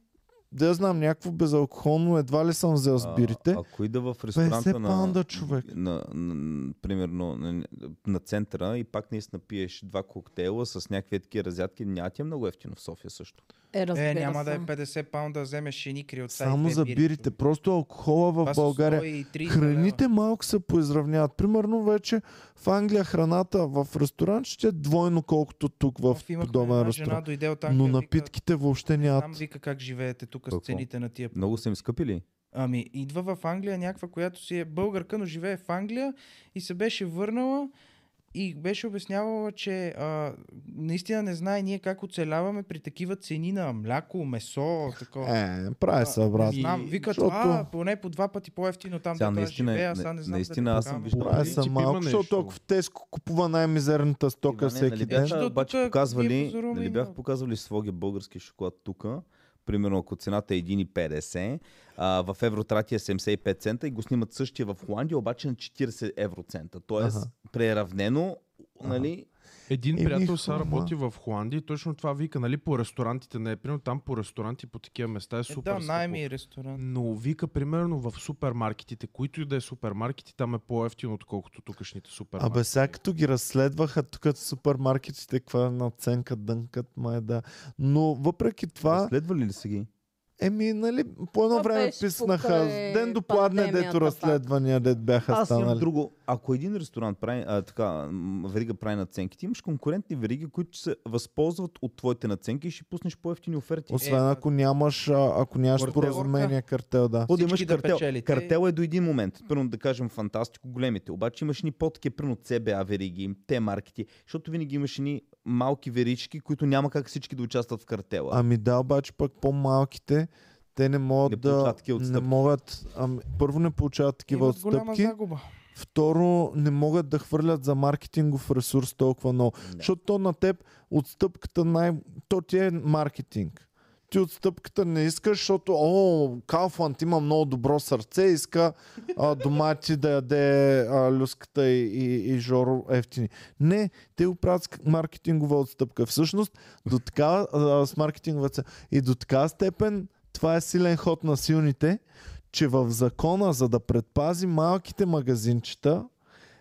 Speaker 1: да я знам, някакво безалкохолно, едва ли съм взел с
Speaker 3: А,
Speaker 1: бирите.
Speaker 3: ако ида в
Speaker 1: 50
Speaker 3: ресторанта на,
Speaker 1: панда човек.
Speaker 3: на, на, на, примерно на, на центъра и пак наистина пиеш два коктейла с някакви такива разядки, няма ти е много ефтино в София също.
Speaker 2: Е, разбира
Speaker 4: Е, няма
Speaker 2: се.
Speaker 4: да е 50 паунда, да вземеш едни криоца и
Speaker 1: Само
Speaker 4: е две
Speaker 1: за
Speaker 4: бири.
Speaker 1: бирите. Просто алкохола в
Speaker 4: Това са
Speaker 1: България.
Speaker 4: 130
Speaker 1: Храните малко се поизравняват. Примерно вече в Англия храната в ресторант ще е двойно колкото тук в
Speaker 4: Оф, имахме
Speaker 1: подобен
Speaker 4: една Жена
Speaker 1: ресторант.
Speaker 4: дойде от Англия,
Speaker 1: Но
Speaker 4: вика,
Speaker 1: напитките въобще
Speaker 4: Там
Speaker 1: нямат.
Speaker 4: вика как живеете тук с
Speaker 3: Какво?
Speaker 4: цените на тия.
Speaker 3: Много са им скъпи ли?
Speaker 4: Ами, идва в Англия някаква, която си е българка, но живее в Англия и се беше върнала И беше обяснявала, че а, наистина не знае ние как оцеляваме при такива цени на мляко, месо, такова.
Speaker 1: Е, прави се, брат.
Speaker 5: Ами,
Speaker 4: Знам, викат,
Speaker 1: защото-
Speaker 4: а, поне по два пъти по-ефтино там
Speaker 3: Сега
Speaker 4: да
Speaker 3: наистина,
Speaker 4: живея, а
Speaker 3: не-
Speaker 4: сега не знам
Speaker 3: наистина
Speaker 4: дали Е,
Speaker 3: аз съм
Speaker 4: продаваме.
Speaker 3: виждал
Speaker 1: Прави
Speaker 5: принцип
Speaker 1: се
Speaker 5: има
Speaker 1: малко,
Speaker 5: нещо.
Speaker 1: защото ако в Теско купува най-мизерната стока
Speaker 3: Иване,
Speaker 1: всеки
Speaker 3: нали
Speaker 1: ден,
Speaker 3: бяха, обаче
Speaker 4: Тук ние
Speaker 3: показвали,
Speaker 4: пазаруваме
Speaker 3: нали
Speaker 4: и
Speaker 3: бяха
Speaker 4: много.
Speaker 3: показвали своге български шоколад тук, примерно ако цената е 1,50, а, в евротрати е 75 цента и го снимат същия в Холандия, обаче на 40 евроцента. Тоест,
Speaker 1: Аха.
Speaker 3: преравнено, нали,
Speaker 4: е-
Speaker 5: Един
Speaker 1: Еми,
Speaker 5: приятел сега
Speaker 1: хума.
Speaker 5: работи в Холандия и точно това вика, нали, по ресторантите не е. Примерно там по ресторанти по такива места е
Speaker 4: Е,
Speaker 5: супер
Speaker 4: да,
Speaker 5: скъпо.
Speaker 4: найми ресторант.
Speaker 5: Но вика, примерно в супермаркетите, които и да е супермаркети, там е по-ефтино, отколкото тукашните супермаркети.
Speaker 1: Абе, сега като ги разследваха тук в супермаркетите, каква е наценка дънкат, май да. Но въпреки това,
Speaker 3: следвали ли са ги?
Speaker 1: еми, нали, по едно
Speaker 2: Това
Speaker 1: време
Speaker 2: беше
Speaker 1: писнаха,
Speaker 2: покрай
Speaker 1: ден до пладне,
Speaker 2: пандемията
Speaker 1: дето
Speaker 2: пак.
Speaker 1: разследвания, дет бяха
Speaker 3: Аз имам
Speaker 1: станали.
Speaker 3: друго. Ако един ресторант прави, а, така, м, верига прави наценки, ти имаш конкурентни вериги, които се възползват от твоите наценки и ще пуснеш по-ефтини оферти.
Speaker 1: Освен ако нямаш, а, ако нямаш
Speaker 4: Картел.
Speaker 1: споразумение, картел, да.
Speaker 3: Какво да имаш
Speaker 4: Всички да
Speaker 3: картел?
Speaker 4: печелите.
Speaker 3: Картел е до един момент. Първо да кажем фантастико големите. Обаче имаш ни по-таки, примерно CBA вериги, те маркети, защото винаги имаш ни малки верички, които няма как всички да участват в картела.
Speaker 1: Ами да, обаче пък по-малките, те не могат
Speaker 3: Не
Speaker 1: да...
Speaker 3: получават такива
Speaker 1: не
Speaker 3: отстъпки.
Speaker 1: могат, ами, първо не получават такива
Speaker 4: Имат голяма
Speaker 1: отстъпки,
Speaker 4: загуба.
Speaker 1: второ не могат да хвърлят за маркетингов ресурс толкова много.
Speaker 3: Да.
Speaker 1: Защото то на теб отстъпката най... То ти е маркетинг. Ти отстъпката не искаш, защото о, Калфанд има много добро сърце, иска а, домати да яде а, люската и, и, и Жоро ефтини. Не, те го правят с к- маркетингова отстъпка. Всъщност, до така, а, с маркетингова цел. И до така степен това е силен ход на силните, че в закона, за да предпази малките магазинчета,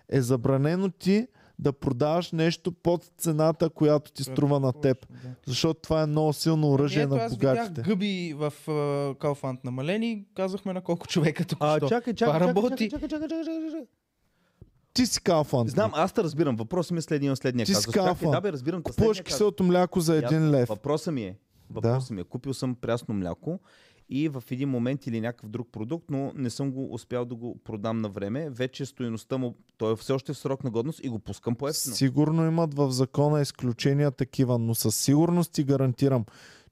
Speaker 1: е забранено ти да продаваш нещо под цената, която ти струва на теб.
Speaker 4: Да. Ами
Speaker 1: Защото това е много силно оръжие
Speaker 4: Ето,
Speaker 1: на
Speaker 4: аз видях
Speaker 1: богатите.
Speaker 4: гъби в uh, Калфант намалени, казахме на колко човека тук.
Speaker 3: А,
Speaker 4: що.
Speaker 3: чакай, чакай,
Speaker 4: Това
Speaker 3: чакай,
Speaker 4: работи.
Speaker 3: чакай, чакай, чакай, чакай, чакай.
Speaker 1: Ти си калфан.
Speaker 3: Знам, аз те разбирам. Въпросът ми е следния, следния
Speaker 1: Ти си
Speaker 3: казус. Чакай,
Speaker 1: калфан.
Speaker 3: Да, бе, разбирам.
Speaker 1: Купуваш
Speaker 3: следния казус.
Speaker 1: киселото мляко за
Speaker 3: Ясно.
Speaker 1: един лев.
Speaker 3: Въпросът ми е. Въпросът ми е. Купил съм прясно мляко и в един момент или някакъв друг продукт, но не съм го успял да го продам на време. Вече стоеността му, той е все още в срок на годност и го пускам по ефтино.
Speaker 1: Сигурно имат в закона изключения такива, но със сигурност ти гарантирам,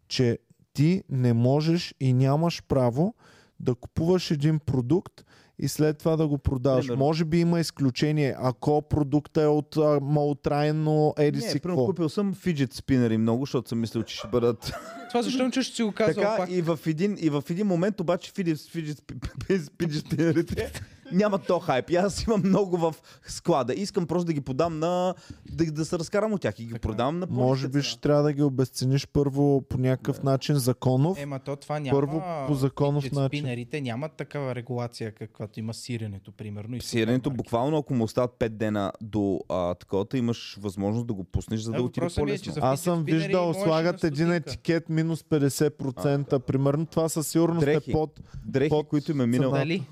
Speaker 1: че ти не можеш и нямаш право да купуваш един продукт и след това да го продаваш.
Speaker 3: Примерно.
Speaker 1: Може би има изключение, ако продукта е от а, малотрайно еди
Speaker 3: Не,
Speaker 1: си
Speaker 3: примерно
Speaker 1: какво.
Speaker 3: купил съм фиджет спинери много, защото съм мислил, че ще бъдат.
Speaker 4: Това защо не чуш, че си го казал
Speaker 3: така
Speaker 4: пак?
Speaker 3: и в, един, и в един момент обаче фиджет, фиджет, спи- фиджет спинерите нямат то хайп. И аз имам много в склада. Искам просто да ги подам на... да, да се разкарам от тях и ги продам на
Speaker 1: Може
Speaker 3: по-ниска
Speaker 1: би ще трябва да ги обесцениш първо по някакъв
Speaker 3: Е,
Speaker 1: начин законов.
Speaker 4: Ема то това няма...
Speaker 1: Първо, по законов
Speaker 4: Fidget
Speaker 1: начин.
Speaker 4: Спинерите нямат такава регулация, каквато има сиренето, примерно. и
Speaker 3: Сиренето,
Speaker 4: супермаркет.
Speaker 3: буквално, ако му остават 5 дена до а, таковата, имаш възможност да го пуснеш, за
Speaker 4: Е,
Speaker 3: да отиде
Speaker 4: въпросът ми е, че
Speaker 3: по-лесно.
Speaker 4: за
Speaker 1: Аз
Speaker 4: Fidget
Speaker 1: съм
Speaker 4: spinner и
Speaker 1: виждал,
Speaker 4: можеш и
Speaker 1: слагат
Speaker 4: на
Speaker 1: един
Speaker 4: стотинка.
Speaker 1: етикет минус 50%, примерно. Това със сигурност
Speaker 3: Дрехи.
Speaker 1: е под...
Speaker 3: Дрехи,
Speaker 1: под
Speaker 3: които им е минала.
Speaker 1: нали?
Speaker 4: Дали?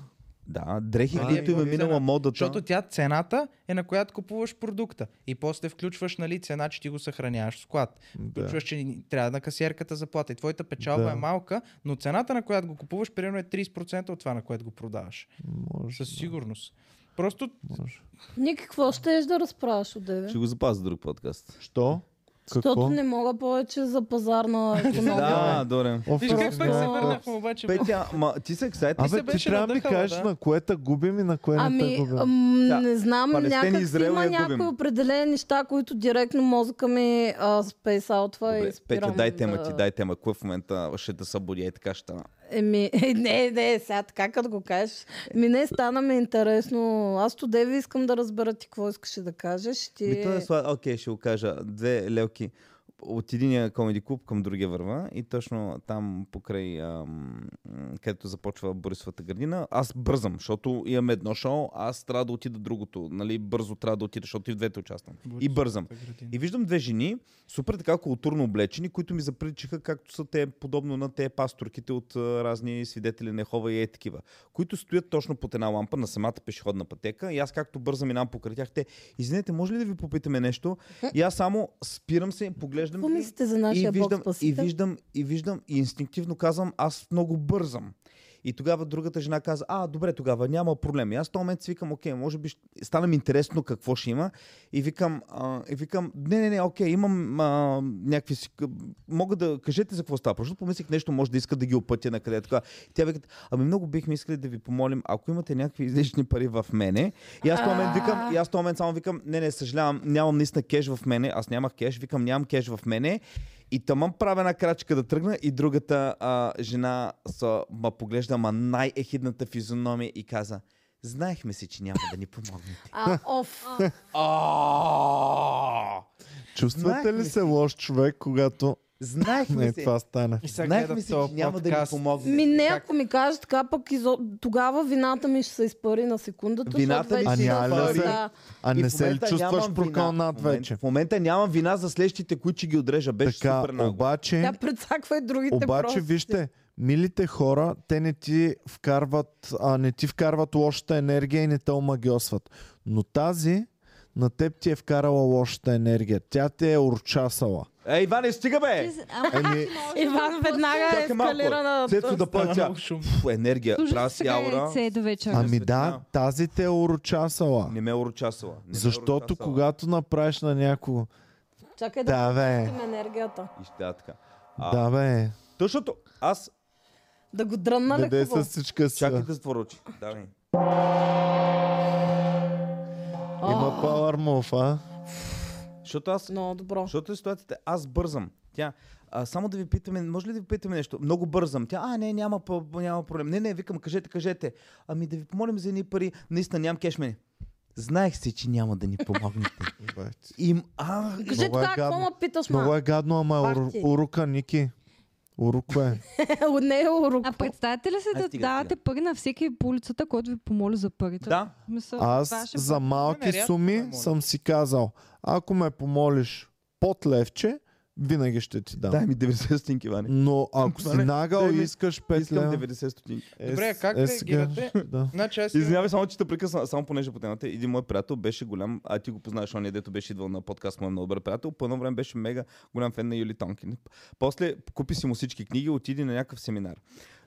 Speaker 3: Да, дрехи,
Speaker 4: Дали е
Speaker 3: които им е
Speaker 4: по-цена?
Speaker 3: минала модата.
Speaker 4: Защото тя цената е на която купуваш продукта. И после включваш нали, цена, че ти го съхраняваш в склад.
Speaker 1: Да.
Speaker 4: Включваш, че ни- трябва на касиерката заплата. И твоята печалба
Speaker 1: Да.
Speaker 4: е малка, но цената, на която го купуваш, примерно е 30% от това, на което го продаваш.
Speaker 1: Може.
Speaker 4: Със сигурност. Просто
Speaker 2: Ник, какво ще еш да разправяш от деве?
Speaker 3: Ще го запазя за друг подкаст.
Speaker 1: Що? Какво?
Speaker 2: Защото не мога повече за
Speaker 1: Е,
Speaker 2: пазарна
Speaker 3: Да,
Speaker 2: економика.
Speaker 3: добре.
Speaker 1: О,
Speaker 4: Виж как
Speaker 1: Франс,
Speaker 4: пак се
Speaker 1: да.
Speaker 4: върнахме обаче.
Speaker 3: Петя, ма, ти се ексайт.
Speaker 4: се
Speaker 1: Абе, ти
Speaker 4: беше
Speaker 1: трябва да ми
Speaker 4: надъхала,
Speaker 1: кажеш
Speaker 4: да.
Speaker 1: на кое те губим и е на кое не те
Speaker 2: Ами,
Speaker 1: губим.
Speaker 2: ам,
Speaker 3: Да.
Speaker 2: не знам,
Speaker 3: Палестина и
Speaker 2: някак си
Speaker 3: Израел
Speaker 2: има
Speaker 3: я губим.
Speaker 2: някои определени неща, които директно мозъка ми а, спейсаутва и
Speaker 3: Добре,
Speaker 2: спирам.
Speaker 3: Петя, дай
Speaker 2: да-
Speaker 3: тема ти, дай тема. Кое в момента ще да събудя и така ще...
Speaker 2: Еми, е, не, не, сега така като го кажеш. Ми не, стана ми интересно. Аз то деви искам да разбера ти какво искаше да кажеш. Ти...
Speaker 3: Ми, то е слад... Окей, ще го кажа. Две лелки от единия комеди клуб към другия върва и точно там покрай ам, м, където започва Борисовата градина, аз бързам, защото имам едно шоу, аз трябва да отида другото. Нали, бързо трябва да отида, защото и в двете участвам. и бързам. И виждам две жени, супер така културно облечени, които ми заприличаха както са те, подобно на те пасторките от а, разни свидетели на Ехова и е такива, които стоят точно под една лампа на самата пешеходна пътека и аз както бързам минавам покрай тях, те, извинете, може ли да ви попитаме нещо? И аз само спирам се, поглеждам
Speaker 2: Какво
Speaker 3: ги
Speaker 2: мислите за
Speaker 3: и
Speaker 2: нашия бог
Speaker 3: виждам, и
Speaker 2: спасител?
Speaker 3: виждам, и виждам, и инстинктивно казвам, аз много бързам. И тогава другата жена каза, а, добре, тогава няма проблем. И аз в този момент си викам, окей, може би ще... стана ми интересно какво ще има. И викам, а, и викам не, не, не, окей, имам а, някакви... си- Мога да кажете за какво става. Просто помислих нещо, може да иска да ги опътя на къде. Така. Тя вика, ами много бихме искали да ви помолим, ако имате някакви излишни пари в мене. И аз в този момент викам, и аз в този момент само викам, не, не, съжалявам, нямам наистина кеш в мене. Аз нямах кеш, викам, нямам кеш в мене. И тамам правя една крачка да тръгна и другата а, жена са, ма поглежда, ма най-ехидната физиономия и каза, знаехме си, че няма да ни помогнете.
Speaker 2: А, оф.
Speaker 4: А!
Speaker 1: Чувствате
Speaker 3: Знаехме
Speaker 1: ли се лош човек, когато
Speaker 3: Знаехме
Speaker 1: не
Speaker 3: си.
Speaker 1: това стане?
Speaker 4: И сега
Speaker 3: Знаехме
Speaker 4: гледам
Speaker 3: си, че
Speaker 4: този
Speaker 3: няма да ни Е,
Speaker 4: подкаст.
Speaker 3: помогнете.
Speaker 2: Ми не,
Speaker 4: Как?
Speaker 2: ако ми кажеш така, пък изо... тогава вината ми ще се изпари на секундата.
Speaker 3: Вината
Speaker 2: защото
Speaker 3: ми
Speaker 2: вече
Speaker 1: си
Speaker 2: съм
Speaker 1: изпари.
Speaker 2: в- Да.
Speaker 1: А
Speaker 3: И
Speaker 1: не
Speaker 3: в
Speaker 1: се ли
Speaker 3: момента
Speaker 1: чувстваш
Speaker 3: нямам вина.
Speaker 1: прокълнат
Speaker 3: В момент-
Speaker 1: вече?
Speaker 3: В момента нямам вина за следващите, които ще ги отрежа. Беше
Speaker 1: Така,
Speaker 3: супер нагло.
Speaker 1: обаче...
Speaker 2: Тя прецаква и другите
Speaker 1: Обаче,
Speaker 2: просто.
Speaker 1: вижте, милите хора, те не ти вкарват, а, не ти вкарват лошата енергия и не те омагиосват. Но тази на теб ти е вкарала лошата енергия. Тя те е урчасала.
Speaker 3: Ей, Иване, Е, стига бе!
Speaker 1: Еми,
Speaker 2: Иван веднага е
Speaker 3: Чакай малко.
Speaker 2: ескалирана.
Speaker 3: След като да пътя.
Speaker 4: Стана много шумно.
Speaker 3: Фу, енергия,
Speaker 6: Служи
Speaker 3: траси
Speaker 2: е
Speaker 6: сега
Speaker 3: аура.
Speaker 6: яйце до вечера.
Speaker 1: ами да,
Speaker 3: светлина.
Speaker 1: тази те е урочасала.
Speaker 3: Не ме е урочасала. Не ме е
Speaker 1: Защото
Speaker 3: урочасала.
Speaker 1: когато направиш на някого...
Speaker 2: Чакай да
Speaker 1: Да, бе.
Speaker 2: пустим енергията.
Speaker 3: И ще да, така. А.
Speaker 1: Да, бе.
Speaker 3: Защото аз...
Speaker 2: Да го дрънна
Speaker 1: Дадей
Speaker 2: ли
Speaker 1: е с
Speaker 2: хубаво?
Speaker 1: всичка си.
Speaker 3: Чакай да затворя очи. Давай.
Speaker 1: Има Power Move, а?
Speaker 3: Защото аз...
Speaker 2: Много добро.
Speaker 3: Защото е ситуацията, аз бързам. Тя, а, само да ви питаме, може ли да ви питаме нещо? Много бързам. Тя, а, не, няма, п- няма проблем. Не, не, викам, кажете, кажете. Ами да ви помолим за едни пари. Наистина нямам кеш мене. Знаех си, че няма да ни помогнете.
Speaker 1: Бати.
Speaker 3: Им, а,
Speaker 2: Кажи
Speaker 1: Много е
Speaker 2: така, какво
Speaker 1: гадно.
Speaker 2: ме питаш,
Speaker 1: Много
Speaker 2: ма?
Speaker 1: е гадно, ама е ур-
Speaker 2: Парти.
Speaker 1: урука, Ники. Уруко е.
Speaker 2: От не е урок.
Speaker 6: А представете ли си
Speaker 3: Ай,
Speaker 6: да
Speaker 3: стига,
Speaker 6: давате
Speaker 3: стига.
Speaker 6: пари на всеки по улицата, който ви помоли за парите?
Speaker 3: да.
Speaker 6: Мисъл, това
Speaker 1: Аз
Speaker 6: ще
Speaker 1: за малки
Speaker 4: Рядко ме
Speaker 1: суми
Speaker 4: моля.
Speaker 1: съм си казал, ако ме помолиш под левче, винаги ще ти дам.
Speaker 3: Дай ми 90 стотинки, Ване.
Speaker 1: Но ако си
Speaker 3: Ваня,
Speaker 1: нагъл
Speaker 3: дай
Speaker 1: и
Speaker 3: ми-
Speaker 1: искаш 5
Speaker 3: Искам
Speaker 1: лева...
Speaker 3: 90 стотинки.
Speaker 1: е,
Speaker 4: Добре, а
Speaker 1: с-
Speaker 4: как
Speaker 1: е,
Speaker 4: реагирате?
Speaker 1: сега- Да.
Speaker 4: Значи аз имам...
Speaker 3: Извинявай, само че те прекъсна, само понеже по темата. Един мой приятел беше голям, а ти го познаваш, он е, дето беше идвал на подкаст, мой много добър приятел. По едно време беше мега голям фен на Юли Тонкин. После купи си му всички книги, отиде на някакъв семинар.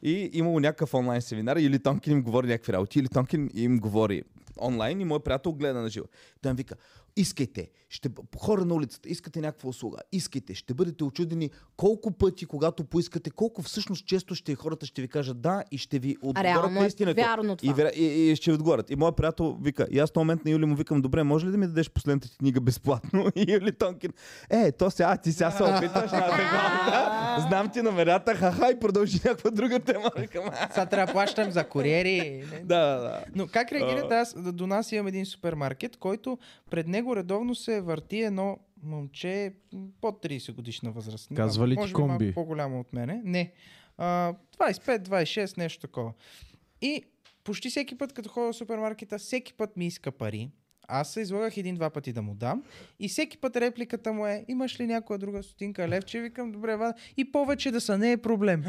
Speaker 3: И имало някакъв онлайн семинар, и Юли Тонкин им говори някакви работи. Юли Тонкин им говори онлайн и мой приятел гледа на живо. Той им вика, искайте, ще, б- хора на улицата, искате някаква услуга, искайте, ще бъдете очудени колко пъти, когато поискате, колко всъщност често ще хората ще ви кажат да и ще ви отговорят
Speaker 2: реално е
Speaker 3: на истината.
Speaker 2: вярно това.
Speaker 3: И, вера- и, и, Е, ще ви отговорят. И моят приятел вика, и аз в този момент на Юли му викам, добре, може ли да ми дадеш последната ти книга безплатно? И Юли Тонкин, е, то сега, ти сега се опитваш на теглата, знам ти номерата, ха-ха, и продължи някаква друга тема. Викам, «А,
Speaker 4: Сега трябва да плащам за куриери.
Speaker 3: Да, да, да.
Speaker 4: Но как реагирате? Аз д- до нас имам един супермаркет, който пред него редовно се върти едно момче м, под 30 годишна възраст. Не знам,
Speaker 5: Казва ли ти
Speaker 4: може би малко
Speaker 5: комби?
Speaker 4: по-голямо от мене. Не. А, 25-26, нещо такова. И почти всеки път, като ходя в супермаркета, всеки път ми иска пари. Аз се излагах един-два пъти да му дам. И всеки път репликата му е, имаш ли някоя друга стотинка левче? Викам, добре, ва. И повече да са, не е проблем.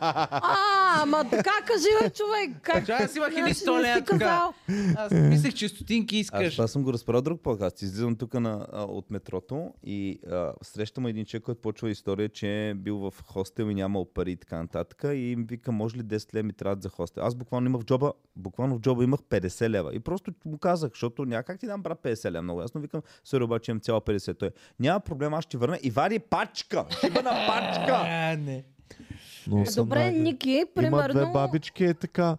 Speaker 2: А, ама така кажи, бе, човек. Как?
Speaker 4: Значи аз имах едни
Speaker 2: Значи не
Speaker 4: 100
Speaker 2: си казал.
Speaker 4: лева тогава. Аз мислех, че стотинки
Speaker 3: Аз
Speaker 4: искаш.
Speaker 3: това съм го разправил друг подкаст. Излизам тук на, а, от метрото и а, срещам един човек, който почва история, че е бил в хостел и нямал пари и така нататък. И им вика, може ли 10 лева ми трябват за хостел? Аз буквално имах в джоба, буквално в джоба имах 50 лева. И просто му казах, защото някак ти дам брат 50 лева. Много ясно викам, сори, обаче имам цяла 50. Той, няма проблем, аз ще ти върна и вади пачка. Ще бъда пачка.
Speaker 2: Е,
Speaker 4: А, не.
Speaker 1: Но
Speaker 3: Е,
Speaker 1: съм
Speaker 2: Добре,
Speaker 1: нагъл.
Speaker 2: Ники,
Speaker 1: Има две
Speaker 2: примерно...
Speaker 1: бабички е така.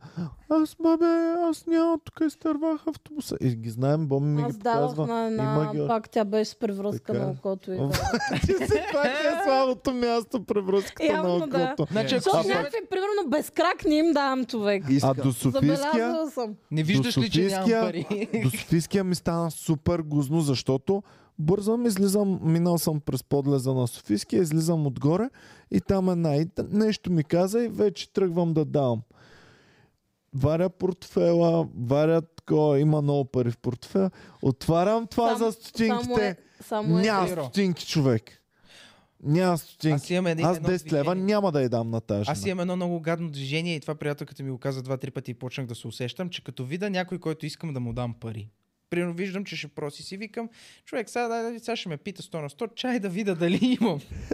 Speaker 1: Аз, бабе, аз няма, тук изтървах автобуса. И ги знаем, Боми ми
Speaker 2: Аз
Speaker 1: ги
Speaker 2: давах
Speaker 1: показва.
Speaker 2: на
Speaker 1: Има
Speaker 2: една,
Speaker 1: ги...
Speaker 2: пак тя беше с превръзка
Speaker 1: Така.
Speaker 2: на окото и
Speaker 1: О,
Speaker 2: да.
Speaker 1: Ти си това ти е слабото място, превръзката на
Speaker 2: Явно, да.
Speaker 1: окото.
Speaker 4: Значи, ако
Speaker 2: Защото
Speaker 4: си...
Speaker 2: някакви, примерно, без крак не им давам човек.
Speaker 1: А до Софийския...
Speaker 2: Забелязала съм.
Speaker 4: Не виждаш
Speaker 1: до
Speaker 4: ли, че нямам
Speaker 1: Софийския-
Speaker 4: пари?
Speaker 1: До Софийския ми стана супер гузно, защото бързам, излизам, минал съм през подлеза на Софийския, излизам отгоре и там е най... Нещо ми каза и вече тръгвам да давам. Варя портфела, варя такова, има много пари в портфела. Отварям това
Speaker 2: Само-
Speaker 1: за
Speaker 2: Само е,
Speaker 1: стотинките.
Speaker 2: само е.
Speaker 1: Няма
Speaker 4: Зеро.
Speaker 1: стотинки, човек. Няма
Speaker 4: Аз
Speaker 1: стотинки.
Speaker 4: имам е един,
Speaker 1: Аз
Speaker 4: едно
Speaker 1: 10 лева
Speaker 4: движение.
Speaker 1: няма да я дам на тази
Speaker 4: Аз
Speaker 1: жена.
Speaker 4: имам едно много гадно движение и това приятелката ми го каза два-три пъти и почнах да се усещам, че като видя някой, който искам да му дам пари, Примерно виждам, че ще проси си, викам, човек, сега, дай, дай, сега ще ме пита 100 на 100, чай да видя дали имам.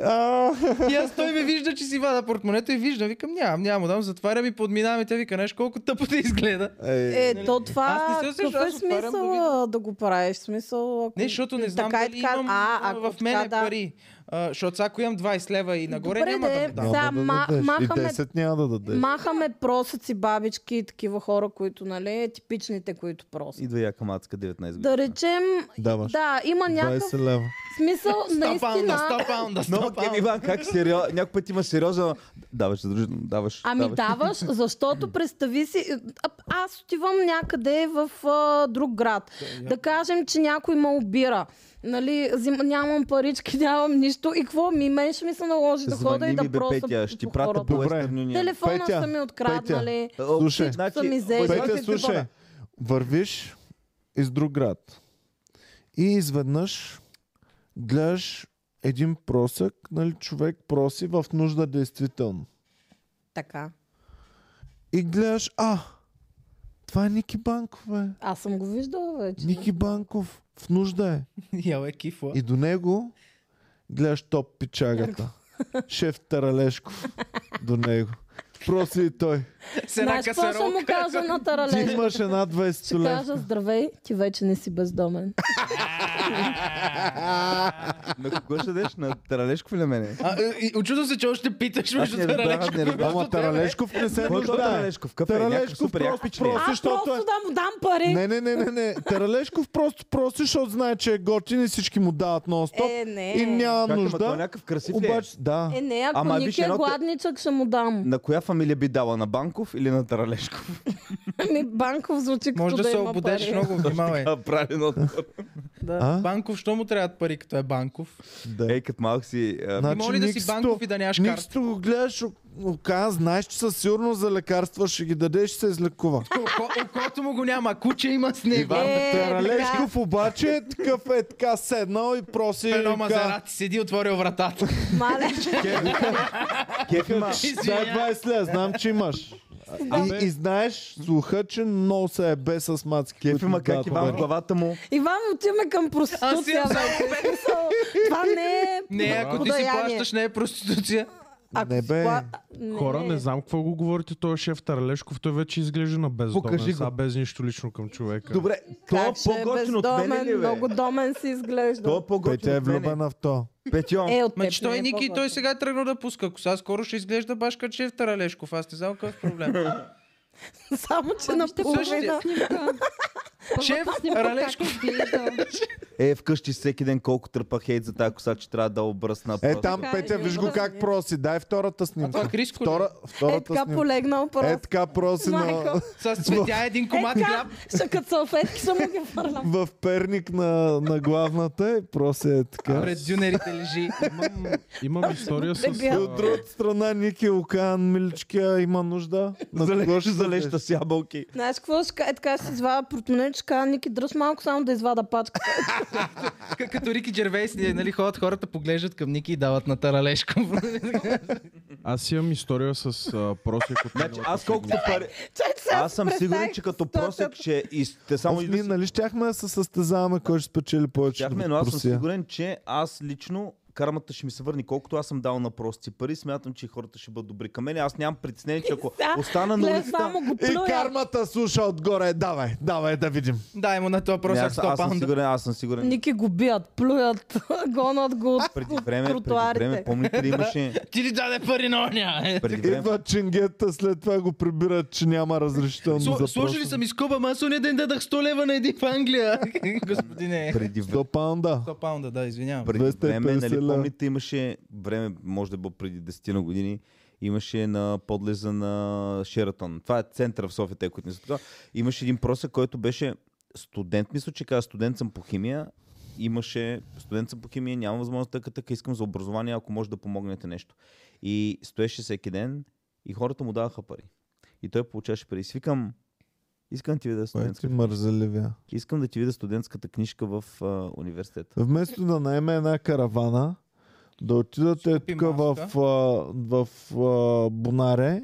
Speaker 4: И аз той ме вижда, че си вада портмонето и вижда, викам, нямам, нямам, дам, затваря ми, подминавам и те вика, нещо колко тъпо да изгледа.
Speaker 1: Е,
Speaker 2: Е, то това,
Speaker 4: Нали? Аз не се усещам,
Speaker 2: какъв е
Speaker 4: аз отварям да
Speaker 2: смисъл да, да го правиш? Смисъл, ако...
Speaker 4: Не, защото не знам
Speaker 2: така и
Speaker 4: дали
Speaker 2: така,
Speaker 4: имам
Speaker 2: а,
Speaker 4: а,
Speaker 2: ако
Speaker 4: в мене
Speaker 2: така, да.
Speaker 4: пари. А, защото сега ако имам 20 лева и нагоре,
Speaker 2: Добре,
Speaker 4: няма да
Speaker 2: де,
Speaker 4: му
Speaker 2: да.
Speaker 4: дам.
Speaker 2: Сега ма-
Speaker 1: дадеш.
Speaker 2: махаме-
Speaker 1: И 10 няма да дадеш.
Speaker 2: Махаме просеци, бабички и такива хора, които, нали, типичните, които просят.
Speaker 3: Идва яка мацка 19
Speaker 2: Да
Speaker 3: години.
Speaker 2: речем,
Speaker 1: Даваш.
Speaker 2: да, има някакъв
Speaker 1: 20 лева.
Speaker 2: смисъл,
Speaker 4: 100 паунда,
Speaker 2: наистина.
Speaker 4: 100 паунда, 100
Speaker 3: Но,
Speaker 4: паунда.
Speaker 3: Кем Иван, как сериоз... Някой път има сериоза... Даваш, дружно, даваш.
Speaker 2: Ами
Speaker 3: даваш.
Speaker 2: даваш, защото представи си, а, аз отивам някъде в а, друг град. Да кажем, че някой ме обира. Нали, взим, нямам парички, нямам нищо. И какво? Ми, мен ще ми се наложи да хода и
Speaker 3: Звъни
Speaker 2: да
Speaker 3: ми, бе,
Speaker 2: просто
Speaker 3: Петя, ще ти пратя по
Speaker 1: Добре.
Speaker 3: Western Union.
Speaker 2: Телефона
Speaker 1: Петя,
Speaker 2: са ми откраднали.
Speaker 3: О,
Speaker 1: Слушай.
Speaker 3: значи,
Speaker 2: Са ми взели.
Speaker 3: обаче-
Speaker 1: Петя, слушай, вървиш из друг град и изведнъж гледаш един просък, нали, човек проси в нужда действително.
Speaker 2: Така.
Speaker 1: И гледаш, а, това е Ники Банков, бе.
Speaker 2: Аз съм го виждала вече.
Speaker 1: Ники Банков в нужда е.
Speaker 4: Ял е кифла.
Speaker 1: И до него гледаш топ пичагата. Шеф Таралешков до него. Проси и той.
Speaker 4: С една
Speaker 2: Знаеш, какво ще
Speaker 4: касаролка.
Speaker 2: му кажа на
Speaker 1: Ти
Speaker 2: Таралешко?
Speaker 1: имаш една
Speaker 2: Ще
Speaker 1: 20 лев.
Speaker 2: кажа, здравей, ти вече не си бездомен.
Speaker 3: На кого ще дадеш? На Таралешков или на мене?
Speaker 4: А, е, и Очудвам се, че още питаш между
Speaker 3: не разбрах, аз не
Speaker 4: Таралешков.
Speaker 3: разбрах.
Speaker 1: Ама Таралешков не се
Speaker 3: Кой е той
Speaker 1: нуждае.
Speaker 3: Таралешков? Какъв е? Някакъв
Speaker 1: Таралешков
Speaker 3: супер як
Speaker 1: просто
Speaker 3: пиче.
Speaker 1: проси,
Speaker 2: Аз
Speaker 1: защото е...
Speaker 2: просто да му дам пари.
Speaker 1: Не, не, не, не, не. Таралешков просто проси, защото знае, че е готин и всички му дават нон-стоп.
Speaker 2: Е, не.
Speaker 1: И няма
Speaker 3: Чакай, ма той е
Speaker 1: нужда.
Speaker 3: някакъв красив ли е?
Speaker 1: Обаче, да.
Speaker 2: Е, не, ако
Speaker 3: Ама,
Speaker 2: Ама,
Speaker 3: виж,
Speaker 2: Ники е
Speaker 3: едно те-
Speaker 2: гладничък, ще му дам.
Speaker 3: На коя фамилия би дала? На Банков или на Таралешков?
Speaker 2: Ами, банков звучи като
Speaker 4: Може да се
Speaker 2: има
Speaker 4: ободеш
Speaker 2: пари.
Speaker 4: много, внимавай.
Speaker 3: А, правилно. отговор.
Speaker 1: А?
Speaker 4: Банков, що му трябват пари, като е банков?
Speaker 1: Да.
Speaker 3: Ей, като малък си... а,
Speaker 1: Значи,
Speaker 4: Може ли да си
Speaker 1: Никсто-
Speaker 4: банков и да нямаш карта?
Speaker 1: Никсто го гледаш, о- оказа, знаеш, че със сигурност за лекарства ще ги дадеш, ще се излекува.
Speaker 4: Око- Окото му го няма, а куче има с него.
Speaker 1: Иван
Speaker 2: Е,
Speaker 1: Таралешков обаче е такъв е така седнал и проси
Speaker 4: Е, Едно
Speaker 1: така,
Speaker 4: мазерати седи, отворил вратата.
Speaker 2: Мале,
Speaker 3: Кеф има...
Speaker 1: дай 20 лева, е знам, че имаш. И, и знаеш, слуха, че много се е бе с мацки.
Speaker 3: Кеф
Speaker 1: които
Speaker 3: има
Speaker 1: му
Speaker 3: как
Speaker 1: дават
Speaker 3: Иван
Speaker 1: пари.
Speaker 3: главата му.
Speaker 2: Иван, отиваме към
Speaker 4: Аз
Speaker 2: проституция.
Speaker 4: имам
Speaker 2: бе. Смисъл, Това не е...
Speaker 4: Не, ако ти си
Speaker 2: подаяние.
Speaker 4: плащаш, не е проституция.
Speaker 2: Ако
Speaker 1: Не,
Speaker 2: си
Speaker 1: бе.
Speaker 2: пла- Не.
Speaker 5: Хора, не знам какво го говорите, той е шеф Тарлешков, той вече изглежда на бездомен,
Speaker 3: Покажи го.
Speaker 5: сега без нищо лично към човека.
Speaker 3: Добре, той е
Speaker 2: Как ще е
Speaker 3: по-готин от мене ли,
Speaker 2: бездомен, много
Speaker 3: бе?
Speaker 2: домен си изглежда.
Speaker 3: Той е
Speaker 1: Петя
Speaker 3: по-готин
Speaker 1: е
Speaker 3: от мене.
Speaker 1: влюбена в то.
Speaker 3: Петьон,
Speaker 2: Е, от
Speaker 4: Ма
Speaker 2: теб
Speaker 4: че
Speaker 2: не
Speaker 4: той
Speaker 2: е
Speaker 4: Ники,
Speaker 2: по-готин.
Speaker 4: той сега е тръгнал да пуска коса. Скоро ще изглежда башка, че е в Таралешков. Аз не знам какъв е проблем.
Speaker 2: Само, че
Speaker 6: Ами ще
Speaker 2: наполовина... Е,
Speaker 6: пуснем снимка.
Speaker 4: Шеф,
Speaker 6: Първата снимка как
Speaker 4: Ралешко.
Speaker 6: изглежда.
Speaker 3: е вкъщи всеки ден колко тръпа хейт за тази коса, че трябва да обръсна.
Speaker 1: Е,
Speaker 3: просто.
Speaker 1: там
Speaker 6: Така е,
Speaker 1: Петя, виж го
Speaker 6: Любов.
Speaker 1: как проси. Дай втората снимка.
Speaker 4: това е Христко ли?
Speaker 1: Втора,
Speaker 2: Е,
Speaker 1: втората
Speaker 2: така
Speaker 1: снимка.
Speaker 2: полегнал
Speaker 1: Е,
Speaker 2: просто.
Speaker 1: така проси на...
Speaker 2: Майко.
Speaker 4: С цветя един
Speaker 2: Е,
Speaker 4: комат
Speaker 2: така,
Speaker 4: хляб.
Speaker 2: ще като салфетки ще му ги фърлям.
Speaker 1: в перник на, на главната и проси е така.
Speaker 4: Пред дюнерите лежи.
Speaker 5: Имам, имам история с...
Speaker 1: И
Speaker 2: Дебил.
Speaker 1: от
Speaker 3: е.
Speaker 1: другата страна Ники Окан, миличкия, има нужда. На кого ще
Speaker 3: залеща с ябълки.
Speaker 2: Знаеш какво ще кажа? Е, така ще си извада портмонето, ще кажа, Ники, дръж малко само да извада пачката.
Speaker 4: К- Като Рики Джервейс, ние, нали, ходят хората, поглеждат към Ники и дават на Таралешко.
Speaker 5: Аз имам история с а, просек от
Speaker 3: Значи
Speaker 5: миналата
Speaker 3: аз колкото пари...
Speaker 2: Чай, сега
Speaker 3: Аз съм
Speaker 2: си
Speaker 3: сигурен,
Speaker 2: представих
Speaker 3: че като
Speaker 2: ситуацията.
Speaker 3: просек ще... И те само...
Speaker 1: Оф, ние, нали щяхме да се състезаваме кой ще спечели повече
Speaker 3: Чакаме, но аз съм сигурен, че аз лично кармата ще ми се върне. Колкото аз съм дал на прости пари, смятам, че хората ще бъдат добри към мен. Аз нямам притеснение, че ако
Speaker 2: Да,
Speaker 3: остана на
Speaker 2: гледа,
Speaker 3: улицата...
Speaker 2: само го
Speaker 1: И
Speaker 2: плюя.
Speaker 1: кармата слуша отгоре. Давай, давай да видим.
Speaker 4: Дай му на това
Speaker 3: Не,
Speaker 4: просто
Speaker 3: Ами аз, аз съм
Speaker 4: 100 паунда.
Speaker 3: сигурен, аз съм сигурен.
Speaker 2: Ники го бият, плюят, гонат го от,
Speaker 3: Преди
Speaker 2: от
Speaker 3: време, преди време,
Speaker 2: тротуарите.
Speaker 3: помните ли имаше...
Speaker 4: Ти ли даде пари на оня?
Speaker 3: Преди време...
Speaker 1: Идва ченгета, след това го прибират, че няма разрешително за
Speaker 4: Сло-
Speaker 1: просек.
Speaker 4: Сложили съм изкуба, ама аз оня ден дадах 100 лева на един в Англия. Господине.
Speaker 3: Преди време...
Speaker 1: До паунда.
Speaker 4: 100 паунда, да, извинявам.
Speaker 3: преди време,
Speaker 1: 250
Speaker 3: нали,
Speaker 1: лева.
Speaker 3: помните, имаше време, може да било преди 10 на години, имаше на подлеза на Шератон. Това е център в София, те, които не са така. Имаше един просек, който беше студент, мисля, че каза студент съм по химия, имаше студент съм по химия, нямам възможност така, така искам за образование, ако може да помогнете нещо. И стоеше всеки ден и хората му даваха пари. И той получаваше пари. И свикам, искам ти видя
Speaker 1: Кой
Speaker 3: студентска,
Speaker 1: ти мързеливия?
Speaker 3: искам да ти видя студентската книжка в а, университета.
Speaker 1: Вместо да найме една каравана, да отидат е
Speaker 4: Купи
Speaker 1: тук в,
Speaker 4: маска.
Speaker 1: а, в, а, Бонаре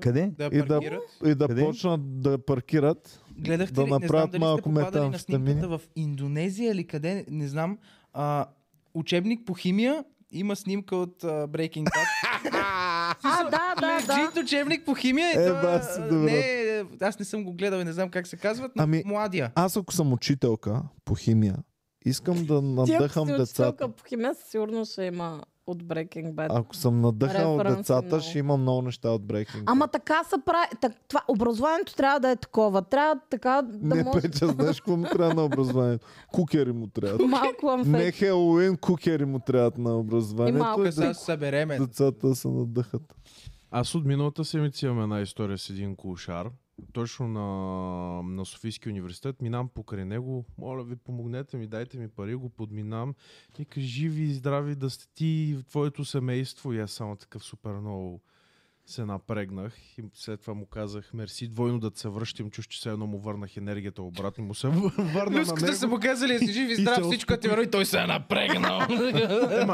Speaker 3: Къде?
Speaker 4: Да
Speaker 1: И да-
Speaker 4: паркират.
Speaker 1: И да
Speaker 3: Къде?
Speaker 1: почнат да паркират.
Speaker 4: Гледахте
Speaker 1: да
Speaker 4: ли, не знам
Speaker 1: направят
Speaker 4: дали сте
Speaker 1: малко
Speaker 4: попадали на
Speaker 1: метамфетамини.
Speaker 4: снимката в Индонезия или къде, не знам. А, учебник по химия има снимка от а, Breaking Bad.
Speaker 2: А, да,
Speaker 1: Ами,
Speaker 2: да, да.
Speaker 4: Джит учебник Ами, по химия. и
Speaker 1: Е,
Speaker 4: това,
Speaker 1: ба си,
Speaker 4: а,
Speaker 1: добре.
Speaker 4: Не, е, аз не съм го гледал и не знам как се казват, но
Speaker 1: Ами-
Speaker 4: младия.
Speaker 1: Аз ако съм учителка по химия, искам да
Speaker 2: Ти ако
Speaker 1: надъхам
Speaker 2: си
Speaker 1: децата.
Speaker 2: учителка по химия, със сигурност ще има от Breaking Bad.
Speaker 1: Ако съм надъхал
Speaker 2: Референси
Speaker 1: децата,
Speaker 2: много.
Speaker 1: ще има много неща от Breaking Bad.
Speaker 2: Ама така се прави. Так, това, образованието трябва да е такова. Трябва така да
Speaker 1: не,
Speaker 2: може...
Speaker 1: Петя, знаеш какво му трябва на образованието? Кукери му трябва.
Speaker 2: Малко
Speaker 1: Не
Speaker 2: амфет.
Speaker 1: Хелоуин, кукери му трябват на
Speaker 2: И
Speaker 1: образованието.
Speaker 2: малко.
Speaker 1: И
Speaker 4: Тук сега
Speaker 1: да,
Speaker 4: се събереме.
Speaker 1: децата се надъхат.
Speaker 5: Аз от миналата седмица имам една история с един кулшар. Точно на, на Софийския университет. Минам покрай него. Моля ви, помогнете ми, дайте ми пари, го подминам. И кажи живи и здрави да сте ти и твоето семейство. И аз само такъв супер много се напрегнах и след това му казах мерси двойно да се връщам, чуш, че все едно му върнах енергията обратно, му се вър- върна на него.
Speaker 4: Люската са му казали, си жив и
Speaker 5: И се
Speaker 4: здрав, всичко е ти върви, той се е напрегнал.
Speaker 5: Ама,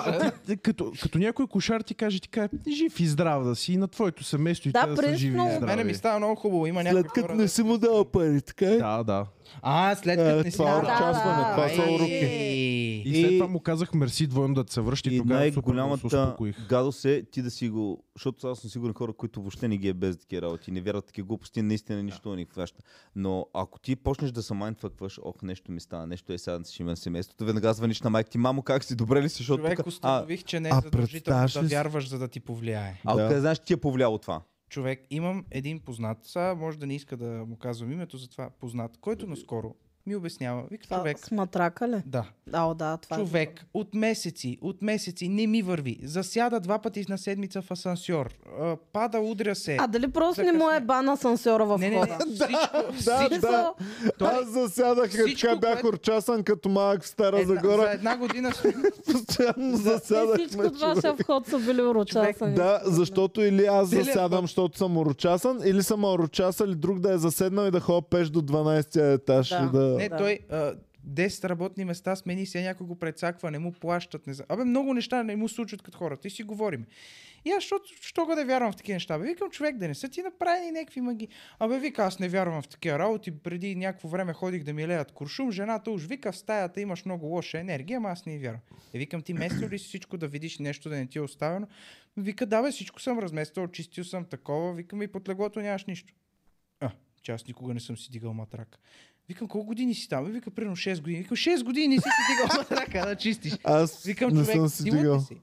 Speaker 5: Е, а ти, ти, като, като някой кошар ти каже, ти кажа, жив и здрав да си и на твоето семейство и
Speaker 2: Да,
Speaker 5: те да са
Speaker 2: принципно,
Speaker 5: живи
Speaker 2: мен
Speaker 5: и
Speaker 2: ми
Speaker 5: здрави.
Speaker 4: Мене ми става много хубаво, има някакви
Speaker 1: След като не си му дал пари, така е?
Speaker 5: Да, да.
Speaker 4: А, след като
Speaker 1: Е,
Speaker 4: не си
Speaker 1: това е
Speaker 4: дал-
Speaker 1: отчастване,
Speaker 2: да.
Speaker 1: това са
Speaker 4: Ай.
Speaker 1: уроки.
Speaker 5: И, и след
Speaker 3: И-
Speaker 5: това му казах мерси двойно да се връща и
Speaker 3: И
Speaker 5: тогава супер много се
Speaker 3: най-голямата
Speaker 5: успокоих.
Speaker 3: гадост е ти да си го... Защото сега съм сигурен хора, които въобще не ги е без такива работи. Не вярват такива глупости, наистина нищо не ни хваща. Но ако ти почнеш да се майндфакваш, ох, нещо ми стана, нещо е сега да си имам семейството, веднага звъниш на майка ти, мамо, как си, добре ли си, защото
Speaker 4: Човек
Speaker 3: тук... А,
Speaker 4: установих, че не е
Speaker 1: а
Speaker 4: задължително
Speaker 1: представяш
Speaker 4: да
Speaker 1: ли си-
Speaker 4: вярваш, за да ти повлияе.
Speaker 3: а
Speaker 1: Да.
Speaker 3: откъде знаеш, ти е повлияло това?
Speaker 4: човек. Имам един познат, сега може да не иска да му казвам името, затова познат, който наскоро ми обяснява. Вика,
Speaker 2: Това
Speaker 4: човек,
Speaker 2: С матрака ли?
Speaker 4: да,
Speaker 2: А, о, да, това е.
Speaker 4: човек, от месеци, от месеци не ми върви. Засяда два пъти на седмица в асансьор. А, пада, удря се.
Speaker 2: А дали просто не му е
Speaker 4: Закъсня.
Speaker 2: бана сансьора в
Speaker 4: не, не, не.
Speaker 2: хода?
Speaker 4: Всичко,
Speaker 1: Да,
Speaker 4: всичко.
Speaker 1: да. Аз засядах и
Speaker 4: Всичко,
Speaker 1: така бях
Speaker 4: което- Е,
Speaker 1: урчасан като малък в Стара
Speaker 4: Една, за
Speaker 1: Загора.
Speaker 4: една година
Speaker 1: Постоянно
Speaker 2: Те всичко
Speaker 1: засядахме
Speaker 2: от вашия
Speaker 1: човек.
Speaker 2: вход са били урочасани.
Speaker 1: Да, защото или аз
Speaker 4: Целият
Speaker 1: засядам,
Speaker 4: път.
Speaker 1: защото съм урочасан, или съм урочасал, или друг да е заседнал и да ходя пеш до 12-я етаж.
Speaker 2: Да.
Speaker 1: и Е, Да.
Speaker 4: Не,
Speaker 2: Да.
Speaker 4: той а, 10 работни места смени, сега някой го прецаква, не му плащат. Не знам. Абе, много неща не му случват като хората. И си говорим. И аз, защото, що го да вярвам в такива неща? Бе, викам човек да не са ти направени някакви маги. Абе, вика, аз не вярвам в такива работи. Преди някакво време ходих да ми леят куршум. Жената уж вика, в стаята имаш много лоша енергия, ама аз не й вярвам. Е, викам, ти местил ли си всичко да видиш нещо да не ти е оставено? Вика, да, бе, всичко съм разместил, чистил съм такова. Викам, и под леглото нямаш нищо. А, че аз никога не съм си дигал матрак. Викам, колко години си там? И Вика, примерно 6 години. Викам, 6 години не си си дигал матрака да чистиш.
Speaker 1: Аз
Speaker 4: Викам,
Speaker 1: не
Speaker 4: човек,
Speaker 1: съм си
Speaker 4: ти луд ли
Speaker 1: дигал.
Speaker 4: си?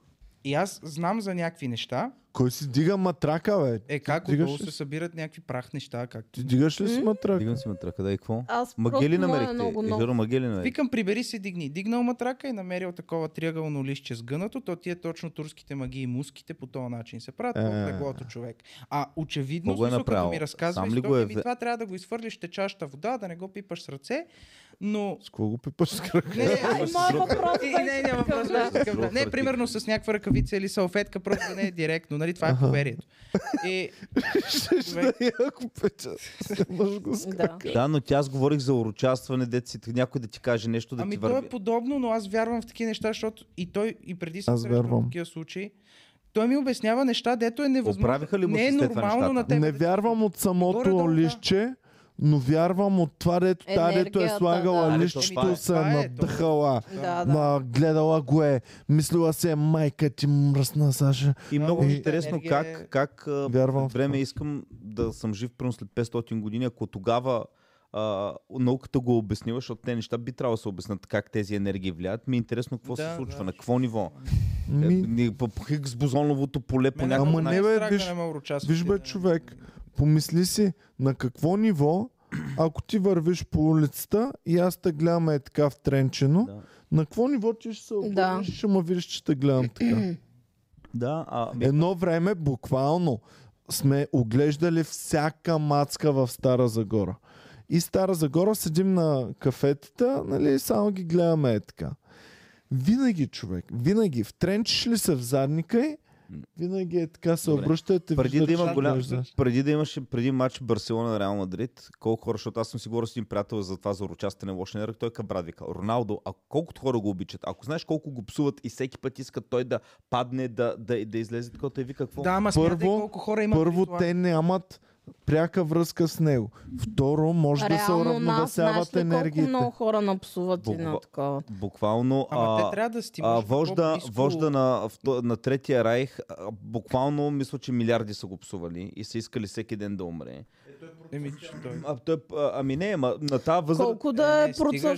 Speaker 4: И аз знам за някакви неща.
Speaker 1: Кой си дига матрака, бе?
Speaker 4: Е, как
Speaker 1: дигаш
Speaker 4: отдолу
Speaker 1: ли
Speaker 4: се събират някакви прах неща, както.
Speaker 1: Ти дигаш ли си
Speaker 2: М?
Speaker 1: матрака?
Speaker 3: Дигам си матръка, да и какво?
Speaker 2: Аз
Speaker 3: Магели
Speaker 2: просто му е
Speaker 3: намерихте.
Speaker 2: много,
Speaker 3: Е,
Speaker 2: много.
Speaker 3: Жоро, магели намерихте.
Speaker 4: Викам, прибери се, дигни. Дигнал матрака и намерил такова триъгълно лище с гънато. То ти е точно турските магии и муските по този начин. Се правят
Speaker 1: Е.
Speaker 4: под леглото човек. А очевидно,
Speaker 3: Какво го е
Speaker 4: смисъл, като
Speaker 3: направил?
Speaker 4: ми разказва,
Speaker 3: Сам ли
Speaker 4: история,
Speaker 3: го е
Speaker 4: ми
Speaker 3: взе-
Speaker 4: това трябва да го изфърлиш течаща вода, да не го пипаш с ръце. Но
Speaker 1: С кого го пипаш с кръг?
Speaker 4: Не, не,
Speaker 2: И моят въпрос
Speaker 4: И- и
Speaker 2: беше
Speaker 4: не, не, въпрос
Speaker 2: такъв,
Speaker 4: беше такъв, да.
Speaker 3: Просто
Speaker 4: Не, примерно с някаква ръкавица или салфетка, просто да не е директно, нали? Това е поверието. И
Speaker 1: Щеш да е яко печа. Снимаш го с
Speaker 2: Да.
Speaker 1: кръг.
Speaker 3: Да, но тя аз говорих за урочастване, дете си някой да ти каже нещо, да
Speaker 4: ами
Speaker 3: ти
Speaker 4: то
Speaker 3: върви.
Speaker 4: е подобно, но аз вярвам в такива неща, защото и той и преди съм
Speaker 1: Аз
Speaker 4: срещал
Speaker 1: вярвам.
Speaker 4: такива случаи. Той ми обяснява неща, дето е невъзможно.
Speaker 3: Оправиха ли му
Speaker 4: не е
Speaker 3: се след това нещата?
Speaker 4: нормално на теб.
Speaker 1: Не вярвам от самото
Speaker 4: Горе-долу, да.
Speaker 1: лище, но вярвам от това, дето та, дето е
Speaker 2: Енергията,
Speaker 1: слагала
Speaker 2: да.
Speaker 3: Това
Speaker 1: лището,
Speaker 3: е,
Speaker 1: се е
Speaker 4: това е,
Speaker 1: надъхала.
Speaker 2: Да, да.
Speaker 1: Да. Гледала го е, мислила се е майка ти мръсна Саша.
Speaker 3: И много
Speaker 1: Е,
Speaker 3: интересно
Speaker 4: енергия е-
Speaker 3: как, как а,
Speaker 1: Вярвам
Speaker 3: след
Speaker 1: в
Speaker 3: време
Speaker 1: това.
Speaker 3: искам да съм жив примерно след 500 години, ако тогава а, науката го обяснила, защото те неща би трябвало да се обяснат как тези енергии влияят. Ми е интересно какво
Speaker 4: Да,
Speaker 3: се случва,
Speaker 4: да.
Speaker 3: на какво ниво. Е,
Speaker 1: Ми,
Speaker 3: ни- По, по Хиггс бозоновото поле по
Speaker 4: Мен
Speaker 1: Ама
Speaker 3: някакъв
Speaker 4: много
Speaker 1: не,
Speaker 4: ме
Speaker 1: бе,
Speaker 4: е страх да
Speaker 1: виж-
Speaker 4: не ме нали? урочастват
Speaker 1: виж,
Speaker 4: и
Speaker 1: бе,
Speaker 4: да-
Speaker 1: човек, помисли си на какво ниво, ако ти вървиш по улицата и аз те гледам е така втренчено,
Speaker 3: Да.
Speaker 1: на какво ниво ти ще се обърнеш, и
Speaker 2: Да.
Speaker 1: ще ме видиш, че те гледам така.
Speaker 3: Ами, Да, а, ами,
Speaker 1: Едно време буквално сме оглеждали всяка мацка в Стара Загора. И Стара Загора седим на кафетата, нали, само ги гледаме е така. Винаги човек, винаги втренчиш ли се в задника й, Винаги е така, се
Speaker 3: Добре.
Speaker 1: обръщате.
Speaker 3: преди
Speaker 1: виждате,
Speaker 3: да има
Speaker 1: че
Speaker 3: голям,
Speaker 1: можеш да-
Speaker 3: преди да имаше преди матч Барселона Реал Мадрид, колко хора, защото аз съм сигурен с един приятел за това за ручастане лош нерък, той към брат вика, Роналдо, а колкото хора го обичат, ако знаеш колко го псуват и всеки път искат той да падне, да, да, да излезе така, той вика какво.
Speaker 4: Да, ама смятай
Speaker 1: Първо-
Speaker 4: колко хора имат
Speaker 1: Първо,
Speaker 4: това.
Speaker 1: те нямат пряка връзка с него. Второ, може да се
Speaker 2: Реално нас, знаеш
Speaker 1: уравновесяват
Speaker 2: ли колко
Speaker 1: енергиите.
Speaker 2: много хора напсуват и на
Speaker 3: Буква-
Speaker 2: такова.
Speaker 3: Буквално. а,
Speaker 4: Ама те трябва да си ти
Speaker 3: а,
Speaker 4: може
Speaker 3: вожда,
Speaker 4: по-близко.
Speaker 3: вожда на, авто- на Третия райх, а, буквално мисля, че милиарди са го псували и са искали всеки ден да умре.
Speaker 4: Еми, че той...
Speaker 3: А, той, а, ами не, ама на тази възраст...
Speaker 2: Колко да
Speaker 4: Е,
Speaker 2: е
Speaker 4: не, стига,
Speaker 2: процъфтял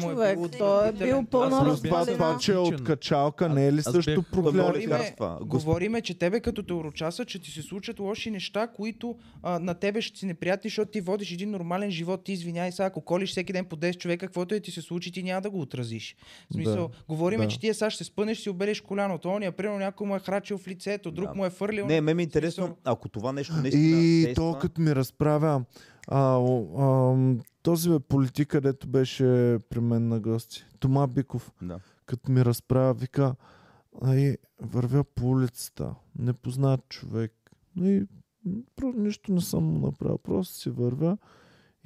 Speaker 4: живота му е
Speaker 2: човек.
Speaker 4: бил
Speaker 2: Той е
Speaker 4: отвратителен.
Speaker 2: бил
Speaker 4: Аз
Speaker 2: пълна
Speaker 4: съм
Speaker 1: Плюс това, това,
Speaker 2: развалина.
Speaker 1: че е от качалка, не е ли
Speaker 5: аз
Speaker 1: също
Speaker 5: бях-
Speaker 1: проблем?
Speaker 3: Говорим-
Speaker 4: Говориме,
Speaker 3: лекарства. Госп-
Speaker 4: говориме, че тебе като те урочаса, че ти се случат лоши неща, които а, на тебе ще си неприятни, защото ти водиш един нормален живот. Ти извиняй сега, ако колиш всеки ден по 10 човека, каквото и ти се случи, ти няма да го отразиш. В
Speaker 1: Да,
Speaker 4: смисъл, говориме,
Speaker 1: да.
Speaker 4: че ти е сега ще се спънеш, си обереш коляното. Ония, примерно, някой му е храчил в лицето, друг
Speaker 3: Да.
Speaker 4: му е фърлил.
Speaker 3: Не, ме ми е интересно,
Speaker 4: Смисъл-
Speaker 3: ако това нещо наистина
Speaker 1: И
Speaker 3: действа-
Speaker 1: то като ми разправя а, о, ам, този бе политик, където беше при мен на гости, Тома Биков,
Speaker 3: Да.
Speaker 1: като ми разправя, вика, ай, вървя по улицата, непознат човек. И м, про- нищо не съм му направил, просто си вървя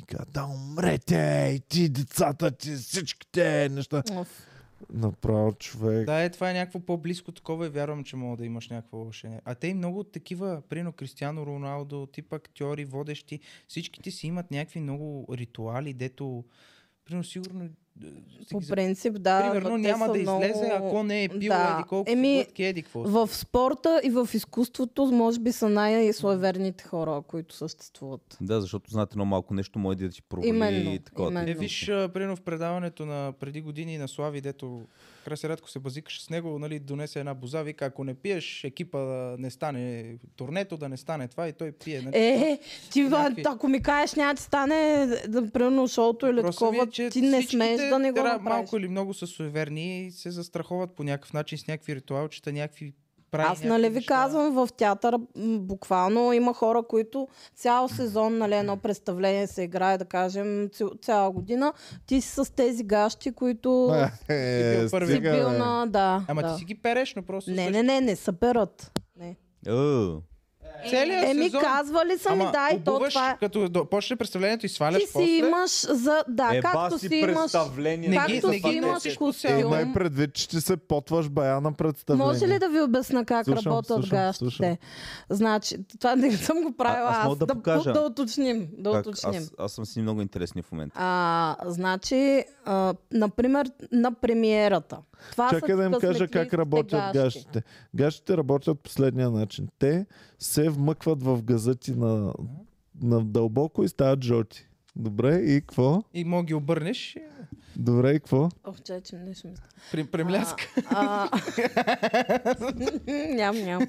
Speaker 1: и казва, да умрете, и ти, децата ти, всичките неща.
Speaker 2: Оф.
Speaker 1: Направо човек.
Speaker 4: Да, е, това е някакво по-близко такова и вярвам, че мога да имаш някакво лошение. А те и много от такива, прино Кристиано Роналдо, тип актьори, водещи, всичките си имат някакви много ритуали, дето, прино сигурно... е, всеки
Speaker 2: По
Speaker 4: за-
Speaker 2: принцип, да.
Speaker 4: Примерно
Speaker 2: ама те
Speaker 4: няма
Speaker 2: са
Speaker 4: да излезе,
Speaker 2: много-
Speaker 4: ако не е пил
Speaker 2: Да.
Speaker 4: еди колко
Speaker 2: Еми,
Speaker 4: Еми... еди какво.
Speaker 2: В спорта и в изкуството, може би, са най-суеверните хора, които съществуват.
Speaker 3: Да, защото знаете едно малко нещо, може да ти провали
Speaker 2: Именно,
Speaker 3: и такова.
Speaker 2: именно.
Speaker 4: Е,
Speaker 3: тъй-
Speaker 4: виж, а, примерно в предаването на преди години на Слави, дето Краси Радко се базикаше с него, нали, донесе една боза, вика, ако не пиеш, екипа да не стане турнето, да не стане това и той пие. Нали?
Speaker 2: Е, ти,
Speaker 4: Някакви-
Speaker 2: Някакви... ако ми кажеш, няма ти стане, да, примерно, шоуто или
Speaker 4: Въпросът
Speaker 2: такова,
Speaker 4: ми е, че
Speaker 2: ти не
Speaker 4: всичките
Speaker 2: смееш да не го
Speaker 4: тера-
Speaker 2: направиш.
Speaker 4: Малко или много са суеверни и се застраховат по някакъв начин с някакви ритуалчета, някакви прави
Speaker 2: Аз нали
Speaker 4: някакви
Speaker 2: ви
Speaker 4: неща.
Speaker 2: казвам, в театъра м, буквално има хора, които цял сезон, нали, едно представление се играе, да кажем, ця- цяла година. Ти си с тези гащи, които
Speaker 1: Е,
Speaker 4: бил първи.
Speaker 2: си
Speaker 1: стига,
Speaker 2: бил
Speaker 1: бе.
Speaker 2: на... Да,
Speaker 4: Ама
Speaker 2: да.
Speaker 4: ти си ги переш, но просто...
Speaker 2: Не,
Speaker 4: също-
Speaker 2: не, не, не съберат.
Speaker 3: Ъ,
Speaker 4: Целият
Speaker 2: Еми,
Speaker 4: Е, сезон...
Speaker 2: казвали са ми,
Speaker 4: Ама
Speaker 2: да, и то
Speaker 4: обуваш,
Speaker 2: това е.
Speaker 4: като до- почне представлението и сваляш
Speaker 2: Ти си
Speaker 4: после...
Speaker 2: имаш за... Да,
Speaker 3: еба
Speaker 2: както Е, си имаш...
Speaker 3: представление.
Speaker 4: Не ги-
Speaker 2: Както
Speaker 4: не
Speaker 2: си
Speaker 4: ги
Speaker 2: имаш
Speaker 4: носиш по цял
Speaker 2: костюм.
Speaker 1: Имай предвид, че ти се потваш бая на представление.
Speaker 2: Може ли да ви обясна как
Speaker 1: Слушам,
Speaker 2: работят
Speaker 1: слушам,
Speaker 2: гащите?
Speaker 1: слушам.
Speaker 2: Значи, това не съм го правила
Speaker 3: А- аз
Speaker 2: аз.
Speaker 3: мога да
Speaker 2: да,
Speaker 3: покажа.
Speaker 2: да уточним. Да
Speaker 3: Как?
Speaker 2: уточним.
Speaker 3: Аз, аз съм си много интересни в момента.
Speaker 2: А, значи, а, например, на премиерата. Това
Speaker 1: Чакай
Speaker 2: са
Speaker 1: да им кажа как
Speaker 2: късметливите
Speaker 1: работят
Speaker 2: гащи.
Speaker 1: гащите. Гащите работят последния начин. Те се вмъкват в газъти на, на дълбоко и стават жълти. Добре, и какво?
Speaker 4: И мога ги обърнеш, и
Speaker 1: Добре, и какво?
Speaker 2: Ох, че, че не ще ми
Speaker 4: прем- премляска.
Speaker 2: А, ням, ням.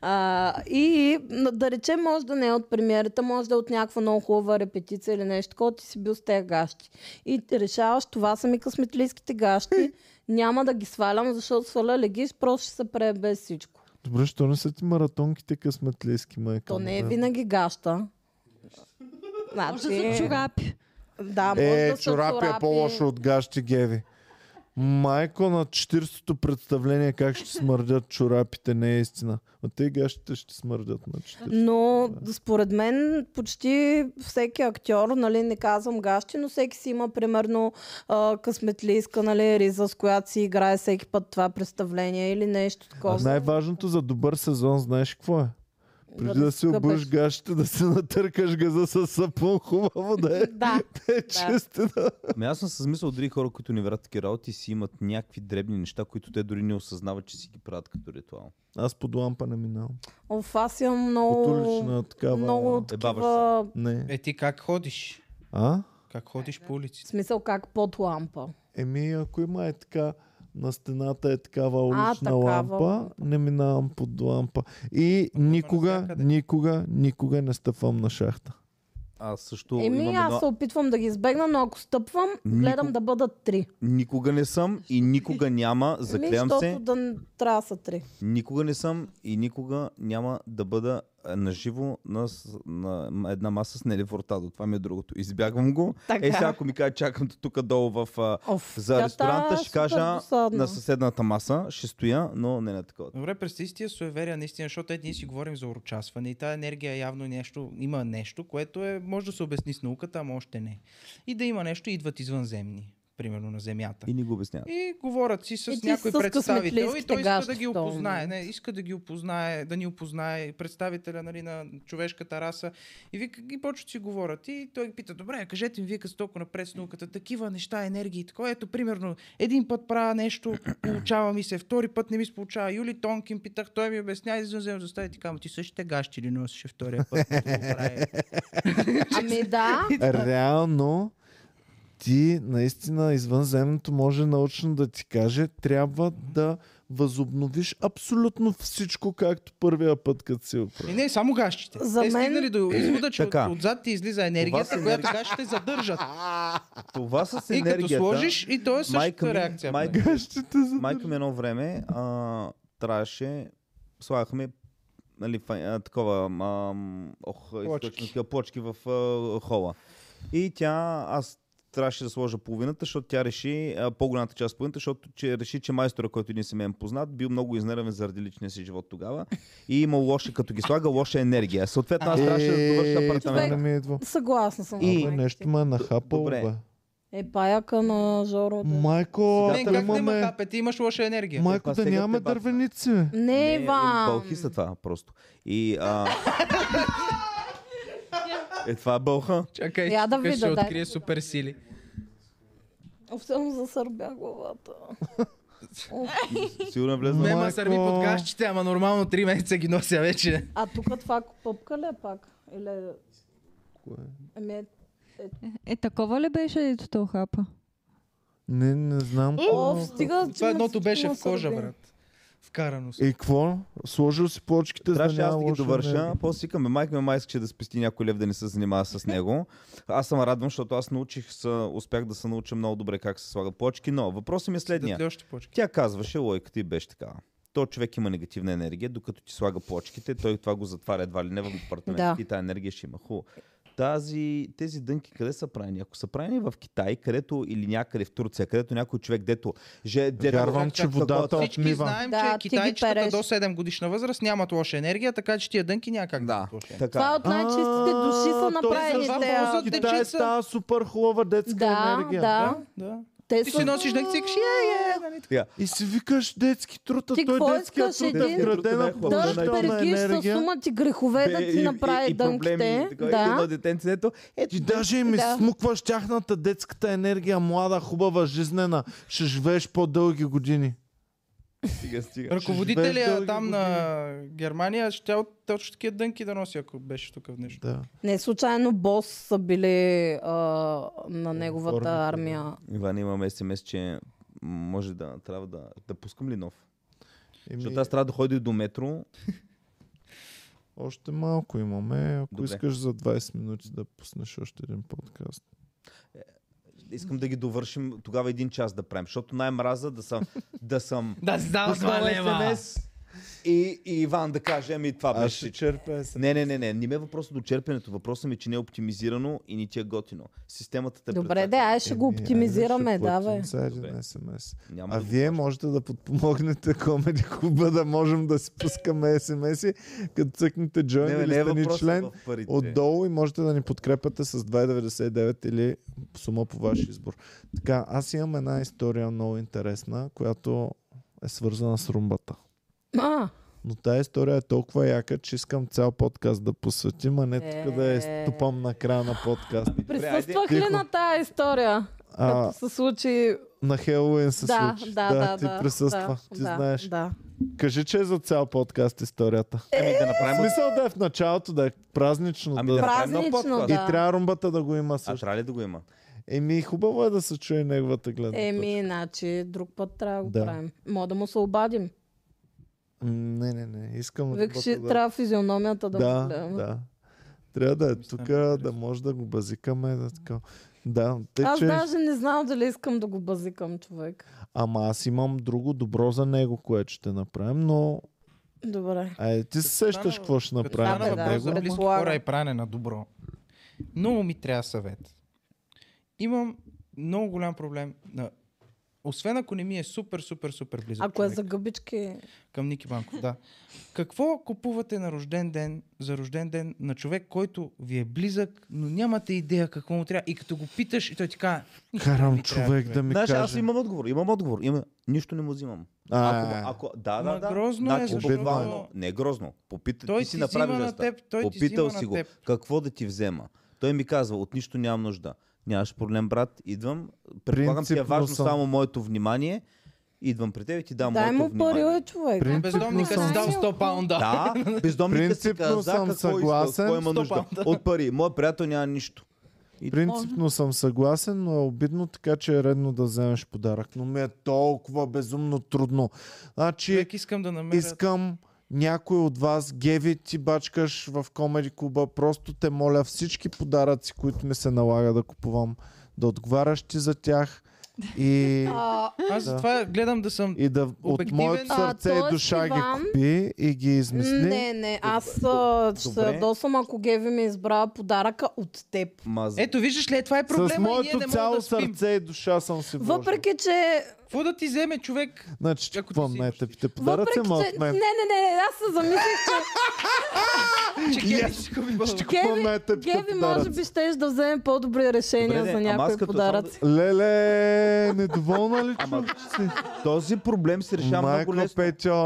Speaker 2: А, и м, да речем, може да не е от премиерата, може да е от някаква много хубава репетиция или нещо, такова, ти си бил с тези гащи. И ти решаваш, това са ми късметлийските гащи, няма да ги свалям, защото сваля легиш, просто ще се прее без всичко.
Speaker 1: Добре, що не са ти маратонките късметлийски, майка?
Speaker 2: То не е
Speaker 1: му, бе?
Speaker 2: винаги гаща.
Speaker 6: Може да са
Speaker 2: Значи,
Speaker 6: чорапи.
Speaker 2: да, може
Speaker 1: Е,
Speaker 2: да са
Speaker 1: чорапи е по-лошо от гащи, Геви. Майко на 40-то представление как ще смърдят чорапите, не е истина. А те гащите ще смърдят значи. на 40.
Speaker 2: Но според мен почти всеки актьор, нали, не казвам гащи, но всеки си има примерно а, късметлийска нали, риза, с която си играе всеки път това представление или нещо
Speaker 1: А
Speaker 2: такова.
Speaker 1: най-важното за добър сезон, знаеш какво е? Преди да си обуш
Speaker 2: скъпеш.
Speaker 1: гащите, да се натъркаш газа с сапун, хубаво да е.
Speaker 2: Да,
Speaker 1: Да е чистина.
Speaker 3: Ами аз съм съзмисъл дори хора, които не вярват в такива работи, си имат някакви дребни неща, които те дори не осъзнават, че си ги правят като ритуал.
Speaker 1: Аз под лампа не минавам.
Speaker 2: оф, аз имам
Speaker 1: От
Speaker 2: много...
Speaker 1: улична такава.
Speaker 2: Много
Speaker 3: баваш
Speaker 2: такива...
Speaker 1: Не.
Speaker 4: Е, ти как ходиш?
Speaker 1: А?
Speaker 4: Как ходиш по
Speaker 2: В
Speaker 4: улиците?
Speaker 2: смисъл как под лампа.
Speaker 1: Еми, ако има е така, на стената е такава улична
Speaker 2: такава
Speaker 1: лампа, не минавам под лампа. И никога,
Speaker 4: навсякъде.
Speaker 1: никога, никога не стъпвам на шахта.
Speaker 3: Аз също
Speaker 2: Еми,
Speaker 3: имам
Speaker 2: аз се
Speaker 3: едно...
Speaker 2: опитвам да ги избегна, но ако стъпвам, гледам да бъдат три.
Speaker 3: Никога не съм и никога няма,
Speaker 2: Еми,
Speaker 3: заклевам
Speaker 2: Ами, защото
Speaker 3: се,
Speaker 2: да н- трябва да са три.
Speaker 3: никога не съм и никога няма да бъда а, наживо на, с- на, на една маса с Нели Фортадо. Това ми е другото. Избягвам го.
Speaker 2: Така.
Speaker 3: Е, сега ако ми кажа, чакам те тук долу в, а,
Speaker 2: Оф,
Speaker 3: за
Speaker 2: тя
Speaker 3: ресторанта,
Speaker 2: става
Speaker 3: ще кажа
Speaker 2: супер досадна.
Speaker 3: на съседната маса, ще стоя, но не на такова.
Speaker 4: Добре, през си тия суеверия, наистина, защото ето ние си говорим за урочасване и тази енергия явно е нещо, има нещо, което е, може да се обясни с науката, ама още не. И да има нещо, идват извънземни, примерно на Земята.
Speaker 3: И ни го обясняват.
Speaker 4: И говорят си с
Speaker 2: И Е, ти
Speaker 4: някой
Speaker 2: с
Speaker 4: представител и
Speaker 2: късметлийските
Speaker 4: той иска да
Speaker 2: гащи
Speaker 4: ги
Speaker 2: в този
Speaker 4: опознае. Не,
Speaker 2: момент.
Speaker 4: иска да ги опознае, да ни опознае представителя нали, на човешката раса. И, вика, и почват си говорят. И той ги пита, добре, кажете им вие като сте толкова напред с науката, такива неща, енергии, такова. Ето, примерно, един път правя нещо, получава ми се, втори път не ми се получава. Юли Тонкин питах, той ми обясня и извънземно застави ти кама, ти същите гащи ли носеше втория път? като го прави?»
Speaker 2: Ами да.
Speaker 1: Реално, ти наистина извънземното може научно да ти каже, трябва да възобновиш абсолютно всичко, както първия път, като си го
Speaker 4: И
Speaker 1: прави.
Speaker 4: не, само гащите.
Speaker 2: За
Speaker 4: Те
Speaker 2: мен-
Speaker 4: стигнали до извода, че от,
Speaker 3: Така.
Speaker 4: отзад ти излиза енергията,
Speaker 3: са
Speaker 4: която гащите задържат.
Speaker 3: Това с
Speaker 4: И като
Speaker 3: енергията...
Speaker 4: сложиш, и то е
Speaker 3: майка ми-
Speaker 4: същата реакция. нали?
Speaker 3: майка
Speaker 4: бе.
Speaker 1: Гащите за...
Speaker 3: Майка ми едно време а, трябваше, слагахме нали, фа, а, такова, ам, ох,
Speaker 4: Плочки.
Speaker 3: източно такива плочки в а, хола. И тя, аз трябваше да сложа половината, защото тя реши, а, по-голямата част половината, защото че, реши, че майстора, който един семейен познат, бил много изнервен заради личния си живот тогава и има лоша, като ги слага, лоша енергия. Съответно, аз трябваше да довърша
Speaker 1: Е, това не
Speaker 3: апартамента.
Speaker 1: ми идва.
Speaker 2: Съгласна съм.
Speaker 1: И...
Speaker 2: с
Speaker 1: Абе,
Speaker 2: майка
Speaker 1: нещо
Speaker 2: ти.
Speaker 1: ме е нахапало,
Speaker 3: Добре.
Speaker 1: бе.
Speaker 2: Е, паяка на Жоро. да.
Speaker 1: Майко,
Speaker 4: Не,
Speaker 1: ако
Speaker 4: как да има
Speaker 1: имаме...
Speaker 4: хапе, ти имаш лоша енергия.
Speaker 1: Майко,
Speaker 3: Е,
Speaker 1: да
Speaker 3: пастегът
Speaker 1: нямаме
Speaker 3: е баба.
Speaker 1: дървеници, бе.
Speaker 2: Не, е
Speaker 3: Не, е
Speaker 2: Иван.
Speaker 3: Бълхи са това просто. И, а... е, това е бълха.
Speaker 4: Чакай,
Speaker 2: Я да
Speaker 4: тук ще
Speaker 2: видя, дай.
Speaker 4: открие супер сили.
Speaker 2: Особено засърбя главата.
Speaker 3: Сигурно е влезна.
Speaker 1: Ме-
Speaker 4: Мема
Speaker 1: Майко.
Speaker 4: сърби под гащите, ама нормално 3 месеца ги нося вече.
Speaker 2: А тук това пъпка ли е пак? Или... Ами е...
Speaker 6: Е, такова ли беше ето то хапа?
Speaker 1: Не, не знам.
Speaker 4: Е,
Speaker 2: Оф, стига, че
Speaker 4: Това
Speaker 2: ме
Speaker 4: едното беше в
Speaker 2: засърбя.
Speaker 4: кожа, брат. Вкарано си.
Speaker 1: И Е, какво? Сложил си плочките, за нали?
Speaker 3: Трябваше
Speaker 1: да
Speaker 3: аз да
Speaker 1: няма
Speaker 3: ги
Speaker 1: лошо
Speaker 3: довърша.
Speaker 1: време.
Speaker 3: После си към майка ми май искаше да спести някой лев да не се занимава с него. Аз съм радвам, защото аз научих, са, успях да се науча много добре как се слагат плочки, но въпросът ми е
Speaker 4: Да
Speaker 3: следния.
Speaker 4: ли още почки?
Speaker 3: Тя казваше, логиката и беше така. То човек има негативна енергия, докато ти слага плочките, той това го затваря едва ли не в апартамента.
Speaker 2: Да.
Speaker 3: И тази енергия ще има. Хубаво. Тази, тези дънки къде са правени? Ако са правени в Китай, където или някъде в Турция, където някой човек, дето... Же, е дето
Speaker 1: Вярвам, че
Speaker 3: чак- чак-
Speaker 1: водата
Speaker 3: чак-
Speaker 4: Всички
Speaker 1: отмива.
Speaker 4: знаем,
Speaker 2: Да,
Speaker 4: че
Speaker 2: ти ги
Speaker 4: китайчетата
Speaker 2: переш.
Speaker 4: до 7 годишна възраст нямат лоша енергия, така че тия дънки няма как да
Speaker 3: Да,
Speaker 4: имат лоша енергия.
Speaker 2: Това
Speaker 3: е,
Speaker 2: е
Speaker 3: така.
Speaker 2: от най-чистите Значи, души
Speaker 1: А,
Speaker 2: са направени
Speaker 4: това
Speaker 2: те.
Speaker 4: полза-
Speaker 2: а.
Speaker 1: Китай
Speaker 4: Дечица.
Speaker 1: става супер хубава детска
Speaker 2: Да,
Speaker 1: енергия.
Speaker 2: да.
Speaker 4: Да.
Speaker 2: Те
Speaker 4: Ти
Speaker 2: са-
Speaker 4: си носиш дънки, си кажеш, е, е, нали?
Speaker 3: Така.
Speaker 1: И си викаш детски труд, а
Speaker 2: Ти
Speaker 1: той
Speaker 2: какво
Speaker 1: детския
Speaker 2: искаш,
Speaker 1: труд е
Speaker 2: един
Speaker 1: вграден на
Speaker 3: труд?
Speaker 2: Да
Speaker 3: Дължителна
Speaker 2: разпергиш със
Speaker 1: енергия.
Speaker 2: сума ти грехове е да
Speaker 3: Бе,
Speaker 2: ти
Speaker 3: и-
Speaker 2: направи
Speaker 3: и- и проблеми,
Speaker 2: дънките.
Speaker 3: така, и едно
Speaker 2: Да.
Speaker 3: детенце, дето, е, ето,
Speaker 1: Ти даже им
Speaker 2: Да.
Speaker 1: изсмукваш тяхната детската енергия, млада, хубава, жизнена. Ще живееш по-дълги години.
Speaker 3: стига, стига.
Speaker 1: живееш
Speaker 4: Ръководителя
Speaker 1: дълги
Speaker 4: там на Германия ще от точно такива дънки да носи, ако беше тук в днешно.
Speaker 1: Да.
Speaker 2: Не случайно бос са били а, на неговата
Speaker 1: Отборните, да.
Speaker 2: армия.
Speaker 3: Иван, имаме смс, че м, може да трябва да, да пускам ли нов?
Speaker 1: Еми,
Speaker 3: Защото аз трябва да ходя до метро.
Speaker 1: Още малко имаме. Ако
Speaker 3: Добре.
Speaker 1: искаш за 20 минути да пуснеш още един подкаст.
Speaker 3: Искам да ги довършим тогава един час да правим, защото най-мраза да съм... Да съм
Speaker 4: Да, знам,
Speaker 3: пуснал SMS и, и Иван да каже, ами това
Speaker 1: Аз
Speaker 3: беше.
Speaker 1: ще черпя се.
Speaker 3: Не, не, не, не. Не ме е въпросът до черпенето. Въпросът ми е, че не е оптимизирано и не ти е готино. Системата те
Speaker 2: Добре,
Speaker 3: прецака.
Speaker 2: да, ай ще го
Speaker 1: Еми, Е, айде,
Speaker 2: оптимизираме,
Speaker 1: ще
Speaker 2: да, бе.
Speaker 1: платим за един
Speaker 3: Добре.
Speaker 1: SMS.
Speaker 3: Няма
Speaker 1: А
Speaker 3: да го
Speaker 1: вие
Speaker 3: плащам.
Speaker 1: можете да подпомогнете Comedy Club да можем да си пускаме SMS-и, като цъкнете
Speaker 3: Не,
Speaker 1: Join
Speaker 3: бе,
Speaker 1: или
Speaker 3: не е
Speaker 1: стани
Speaker 3: въпросът
Speaker 1: член
Speaker 3: в парите.
Speaker 1: отдолу и можете да ни подкрепате с 2,99 или сума по ваш избор. Така, аз имам една история много интересна, която е свързана с румбата.
Speaker 2: А,
Speaker 1: Но тази история е толкова яка, че искам цял подкаст да посветим, а не тук да я
Speaker 2: Е.
Speaker 1: ступам на края на
Speaker 3: Ами,
Speaker 1: подкаст.
Speaker 2: присъствах
Speaker 1: айде.
Speaker 2: ли на тая история?
Speaker 1: А,
Speaker 2: Като се случи...
Speaker 1: на Хелоуин се
Speaker 2: Да,
Speaker 1: случи.
Speaker 2: да, да, да.
Speaker 1: ти присъства.
Speaker 2: да,
Speaker 1: ти
Speaker 2: да,
Speaker 1: знаеш.
Speaker 2: Да.
Speaker 1: Кажи, че е за цял подкаст историята.
Speaker 3: Ами да
Speaker 1: В
Speaker 3: направим...
Speaker 1: смисъл да е в началото, да е празнично.
Speaker 3: Ами
Speaker 1: да...
Speaker 3: да направим нов
Speaker 2: Празнично,
Speaker 3: подкаст.
Speaker 1: И
Speaker 2: да.
Speaker 1: трябва румбата да го има
Speaker 3: А
Speaker 1: също.
Speaker 3: трябва ли да го има?
Speaker 1: Еми, хубаво е да се чуе неговата гледна
Speaker 2: Еми, иначе друг път трябва да го
Speaker 1: Да.
Speaker 2: правим. Мога да му се обадим.
Speaker 1: точка. М, Не, не, не. Искам
Speaker 2: Вик, ще
Speaker 1: да...
Speaker 2: трябва физиономията да,
Speaker 1: да,
Speaker 2: му гледаме.
Speaker 1: да. Трябва да е
Speaker 4: Мисля,
Speaker 1: тук,
Speaker 4: ми харесва.
Speaker 1: да може да го базикаме. Да, така. да тъй,
Speaker 2: Аз
Speaker 1: че...
Speaker 2: даже не знам дали искам да го базикам човек.
Speaker 1: Ама аз имам друго добро за него, което ще направим, но
Speaker 2: Добре.
Speaker 1: Айде, ти се сещаш
Speaker 4: Стана-
Speaker 1: какво ще
Speaker 4: Като
Speaker 1: направим
Speaker 2: стана
Speaker 4: стана
Speaker 1: от
Speaker 2: да.
Speaker 1: него.
Speaker 4: въпрос за близки
Speaker 2: Предполагам.
Speaker 4: хора и пране на добро. Много ми трябва съвет. Имам много голям проблем. На... Освен ако не ми е супер, супер, супер близък
Speaker 2: Ако е
Speaker 4: човек.
Speaker 2: за гъбички,
Speaker 4: Към Ники Банков, да. Какво купувате на рожден ден, за рожден ден на човек, който ви е близък, но нямате идея какво му трябва. И като го питаш, и той ти казва... «Нищо не
Speaker 1: Карам
Speaker 4: ми трябва,
Speaker 1: човек да ми
Speaker 3: Знаеш, аз
Speaker 1: каже.
Speaker 3: имам отговор. Имам отговор. Има... Нищо не му взимам.
Speaker 1: А,
Speaker 3: Ако, ако, да, да,
Speaker 4: Ма
Speaker 3: да.
Speaker 4: грозно е,
Speaker 3: значи,
Speaker 4: защото-
Speaker 3: буквално, не е грозно. Попита,
Speaker 4: Той
Speaker 3: ти
Speaker 4: ти
Speaker 3: си
Speaker 4: взима
Speaker 3: направи
Speaker 4: на
Speaker 3: жеста.
Speaker 4: теб, той ти
Speaker 3: Попитал
Speaker 4: взима
Speaker 3: си
Speaker 4: на
Speaker 3: го,
Speaker 4: теб.
Speaker 3: какво да ти взема. Той ми казва, от нищо нямам нужда. Нямаш проблем, брат, идвам. Предполагам, ти е
Speaker 1: Принципно
Speaker 3: важно
Speaker 1: съм.
Speaker 3: само моето внимание. Идвам при теб и ти дам
Speaker 2: дай му
Speaker 3: моето
Speaker 2: пари,
Speaker 3: внимание.
Speaker 2: бе, човек.
Speaker 1: Принципно
Speaker 4: Бездомника
Speaker 1: съм.
Speaker 4: си дал 100 паунда.
Speaker 3: Да, бездомника си
Speaker 1: Принципно
Speaker 3: каза
Speaker 1: съм
Speaker 3: какво иска,
Speaker 1: съгласен.
Speaker 3: какво има нужда.
Speaker 4: Стопа, да.
Speaker 3: От пари. Моят приятел няма нищо. И-
Speaker 1: Принципно съм съгласен, но е обидно, така че е редно да вземеш подарък. Но ми е толкова безумно трудно. Значи,
Speaker 4: Човек искам да намеря...
Speaker 1: искам някой от вас, Геви, ти бачкаш в Комеди Клуба, просто те моля всички подаръци, които ми се налага да купувам, да отговаряш ти за тях и,
Speaker 2: А,
Speaker 4: Аз затова гледам да съм...
Speaker 1: и да от
Speaker 4: обективен.
Speaker 1: моето
Speaker 4: А,
Speaker 1: сърце и
Speaker 2: т.е.
Speaker 1: душа ги
Speaker 2: Иван?
Speaker 1: купи и ги измисли.
Speaker 2: не, не, аз а, ще се
Speaker 3: Добре.
Speaker 2: ядосам, ако Геви ми избра подаръка от теб.
Speaker 3: Ма, за-
Speaker 4: Ето, виждаш ли, е, това е проблема
Speaker 1: С
Speaker 4: и ние
Speaker 1: моето
Speaker 4: не можем
Speaker 1: цяло
Speaker 4: да спим.
Speaker 1: сърце и душа съм си вложил.
Speaker 2: Въпреки, че...
Speaker 4: Какво да ти вземе човек?
Speaker 1: Значи,
Speaker 4: Ако ти
Speaker 1: какво
Speaker 4: си
Speaker 1: не,
Speaker 4: имаш
Speaker 1: те пите подаръци,
Speaker 2: Въпреки,
Speaker 1: ма
Speaker 2: че...
Speaker 1: от
Speaker 2: Не,
Speaker 1: мен.
Speaker 2: не, не, аз се замислих, че
Speaker 4: Че Геви ще купи
Speaker 1: Ще
Speaker 4: Бълг.
Speaker 1: купувам
Speaker 2: Геви,
Speaker 1: на теб
Speaker 2: Геви може
Speaker 1: подаръци.
Speaker 2: би щеш да вземе по-добри решения
Speaker 3: Добре,
Speaker 2: за
Speaker 3: де, ама аз
Speaker 2: някои
Speaker 3: като
Speaker 2: подаръци.
Speaker 1: Леле, недоволна ли
Speaker 3: Ама-
Speaker 1: чух си?
Speaker 3: този проблем се решава много
Speaker 1: Майко
Speaker 3: лесно.
Speaker 1: Петя.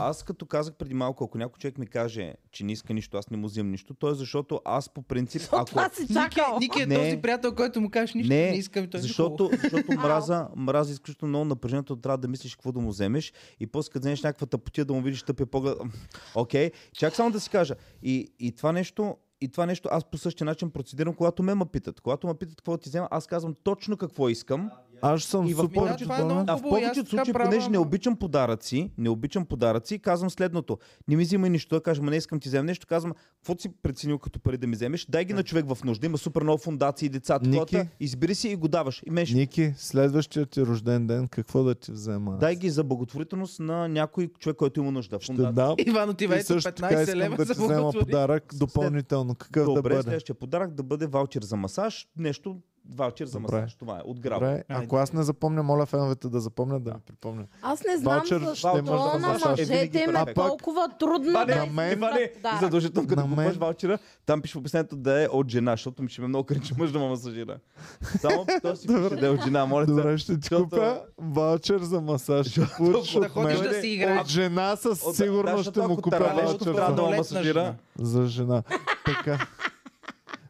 Speaker 3: Аз като казах преди малко, ако някой човек ми каже, че не иска нищо, аз не му взимам нищо, то е защото аз по принцип, ако...
Speaker 2: Това си
Speaker 4: Ники,
Speaker 2: чакал.
Speaker 4: Ники е
Speaker 3: Не.
Speaker 4: този приятел, който му кажеш нищо, не,
Speaker 3: Не,
Speaker 4: искам и той
Speaker 3: защото, защото мраза, мраза изключително много напрежението, трябва да мислиш какво да му вземеш и после като вземеш някаква тъпотия да му видиш тъпия поглед. ам, Окей, чак само да си кажа. И, и това нещо, и това нещо аз по същия начин процедирам, когато ме ме питат. Когато ме питат какво да ти взема, аз казвам точно какво искам.
Speaker 1: Аз съм
Speaker 3: И в
Speaker 1: супер
Speaker 4: миналото това е
Speaker 1: доволен.
Speaker 4: много-
Speaker 3: А в
Speaker 4: Хубаво, и аз
Speaker 3: повечето
Speaker 4: така
Speaker 3: случаи,
Speaker 4: правя,
Speaker 3: понеже не
Speaker 4: ама-
Speaker 3: обичам подаръци, не обичам подаръци, казвам следното. Не ми взимай нищо, той каже, ма не искам ти взема нещо, казвам, какво ти си преценил като пари да ми вземеш, дай ги на човек в нужда, има супер много фундации и деца,
Speaker 1: Е. Ники?
Speaker 3: такова, избери си и го даваш. И мен ще...
Speaker 1: Ники, следващия ти рожден ден, какво да ти взема? аз?
Speaker 3: Дай ги за благотворителност на някой човек, който има нужда.
Speaker 1: Ще
Speaker 3: Фундация.
Speaker 1: дам.
Speaker 4: Иван отива
Speaker 1: И
Speaker 4: ето
Speaker 1: също така
Speaker 4: 15
Speaker 1: искам
Speaker 4: лева
Speaker 1: да ти
Speaker 4: за
Speaker 1: взема
Speaker 4: благотвори.
Speaker 1: подарък допълнително. Какъв
Speaker 3: Добре,
Speaker 1: да бъде?
Speaker 3: следващия подарък да бъде ваучер за масаж, нещо ваучер за
Speaker 1: Добре.
Speaker 3: масаж. Това е от граб.
Speaker 1: Добре. Ако аз не запомня, моля феновете да запомнят да ми припомнят.
Speaker 2: Аз не знам
Speaker 1: Ваучер
Speaker 2: защо
Speaker 3: ще може да
Speaker 2: на
Speaker 3: плащаш. Е,
Speaker 2: мъжете
Speaker 3: винаги
Speaker 2: им е
Speaker 3: перфект.
Speaker 2: толкова трудно
Speaker 3: Иване,
Speaker 2: да
Speaker 1: мен-
Speaker 2: изберат
Speaker 3: Иване,
Speaker 2: подарък.
Speaker 3: задължително
Speaker 1: На
Speaker 3: като
Speaker 1: мен-
Speaker 3: купуваш ваучера, там пише в описанието да е от жена, защото ми ще ме много кринч мъж да ме масажира. Само то си пише да е от жена, моля те.
Speaker 1: Добре, ще ти
Speaker 3: Защото-
Speaker 1: купя ваучер за масаж. Ще получиш
Speaker 4: Да
Speaker 1: от
Speaker 4: ходиш
Speaker 1: мен.
Speaker 4: да си играеш.
Speaker 1: От жена със
Speaker 3: От-
Speaker 1: сигурност
Speaker 3: да,
Speaker 1: ще
Speaker 3: защото
Speaker 1: му
Speaker 3: ако
Speaker 1: купя
Speaker 3: трябва
Speaker 1: ваучер за
Speaker 3: нещо, трябва да ме
Speaker 4: Малолетна
Speaker 3: масажира.
Speaker 4: жена.
Speaker 1: за жена. Така.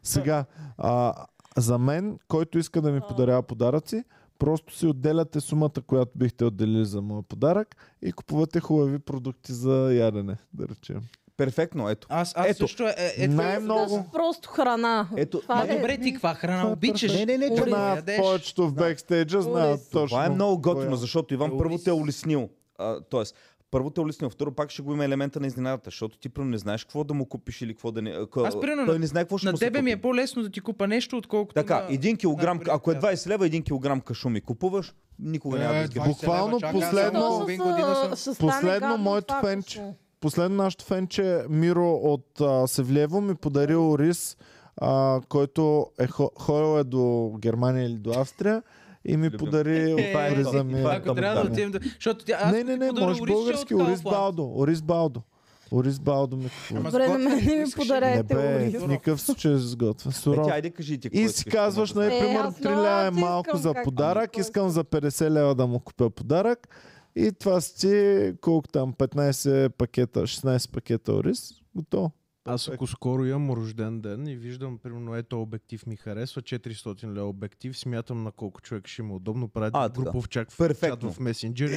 Speaker 1: Сега, а, за мен, който иска да ми подарява подаръци, просто си отделяте сумата, която бихте отделили за моя подарък и купувате хубави продукти за ядене, да речем.
Speaker 3: Перфектно, ето.
Speaker 4: Аз, аз
Speaker 3: Ето.
Speaker 4: също е, е, е
Speaker 1: Най-много.
Speaker 2: Искаш Просто храна.
Speaker 3: Ето,
Speaker 2: Това
Speaker 4: Ма
Speaker 2: е.
Speaker 4: добре, ти каква храна
Speaker 1: Това е
Speaker 4: обичаш?
Speaker 1: перфектно.
Speaker 3: Не, не, не,
Speaker 4: Ури,
Speaker 1: Знаят
Speaker 4: ядеш.
Speaker 1: е повечето в бекстейджа, знаят
Speaker 2: Орис.
Speaker 1: точно.
Speaker 3: Това е много
Speaker 1: кой е.
Speaker 3: готино, защото Иван
Speaker 4: Е,
Speaker 3: първо
Speaker 4: Орис.
Speaker 3: те е улеснил. А, тоест, първо те е улеснил, второ пак ще го има елемента на изненадата, защото ти примерно не знаеш какво да му купиш или какво да не... а, ка-
Speaker 4: Аз, примерно,
Speaker 3: той не знае какво ще
Speaker 4: На
Speaker 3: му се
Speaker 4: тебе ми е
Speaker 3: купи.
Speaker 4: по-лесно да ти купа нещо, отколкото
Speaker 3: Така,
Speaker 4: на...
Speaker 3: един килограм,
Speaker 4: приятел.
Speaker 3: ако е 20 лева, един килограм кашуми купуваш, никога няма да
Speaker 4: Е,
Speaker 3: изгибаш.
Speaker 4: 20 лева,
Speaker 1: Буквално
Speaker 4: чакай, аз съм
Speaker 1: последно-
Speaker 4: на
Speaker 2: Точно
Speaker 4: половин
Speaker 2: са-
Speaker 4: година съм-
Speaker 2: ще стане
Speaker 1: Последно
Speaker 2: гадно
Speaker 1: моето
Speaker 2: това,
Speaker 1: фенче.
Speaker 2: всъщност.
Speaker 1: Последно нашето фенче Миро от а, Севлиево ми подарил рис, а, който е хо- ходил е до Германия или до Австрия и ми
Speaker 3: Любим.
Speaker 1: подари
Speaker 4: Е,
Speaker 1: от риза ми.
Speaker 3: това е
Speaker 4: Ако трябва да отидем да... Защото тя... аз
Speaker 1: Не, не, не,
Speaker 4: подаря
Speaker 1: може
Speaker 4: оризче от
Speaker 1: български. Орис
Speaker 4: Kaufland.
Speaker 1: Балдо. Орис Балдо. Орис Балдо ми
Speaker 4: Ама
Speaker 1: купува.
Speaker 2: Добре, на
Speaker 4: сготвя ли?
Speaker 2: мен ми
Speaker 4: Искаш ли?
Speaker 1: Не
Speaker 2: подарете
Speaker 1: бе,
Speaker 2: ориз.
Speaker 1: в никакъв случай се сготвя.
Speaker 3: Е,
Speaker 1: Суров.
Speaker 3: ти, айде кажи ти. какво
Speaker 1: И
Speaker 3: искаш,
Speaker 1: си
Speaker 3: какво
Speaker 1: казваш,
Speaker 3: можеш да
Speaker 1: не,
Speaker 2: Е,
Speaker 1: примерно
Speaker 2: аз
Speaker 1: 3 лева е
Speaker 2: много ти
Speaker 1: малко
Speaker 2: искам
Speaker 1: за
Speaker 2: как-
Speaker 1: подарък,
Speaker 2: кой
Speaker 1: искам за 50 лева да му купя подарък. И това си ти, колко там, 15 пакета, 16 пакета ориз, готово.
Speaker 5: Аз ако скоро имам рожден ден и виждам, примерно, ето обектив ми харесва, 400 лева обектив, смятам на колко човек ще му е удобно,
Speaker 3: А,
Speaker 5: правя един
Speaker 3: така.
Speaker 5: групов чак в,
Speaker 3: Перфектно.
Speaker 5: чат в месенджер.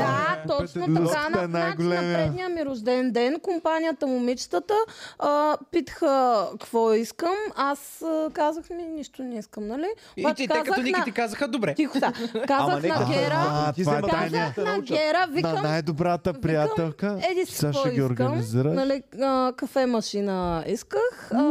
Speaker 2: Да,
Speaker 1: Люската
Speaker 2: точно така.
Speaker 1: е
Speaker 2: На, значи, на
Speaker 1: най-големия.
Speaker 2: предния ми рожден ден компанията момичетата а, питаха какво искам. Аз а, казах ми, нищо не искам, нали?
Speaker 4: И
Speaker 2: Обаче
Speaker 4: ти, те като
Speaker 2: казах
Speaker 4: Ники
Speaker 2: на-
Speaker 4: ти казаха, добре.
Speaker 2: Тихо са. Казах
Speaker 3: Ама
Speaker 2: на
Speaker 3: нека-
Speaker 2: Гера,
Speaker 1: А,
Speaker 3: Ти
Speaker 1: това е
Speaker 3: взема
Speaker 1: тайна.
Speaker 2: казах
Speaker 3: да
Speaker 2: на
Speaker 3: научат.
Speaker 2: Гера,
Speaker 1: На
Speaker 2: викам,
Speaker 1: най-добрата приятелка.
Speaker 2: еди си
Speaker 1: Сега
Speaker 2: какво
Speaker 1: ще ги
Speaker 2: искам.
Speaker 1: организираш.
Speaker 2: Нали, а, кафе машина исках. А,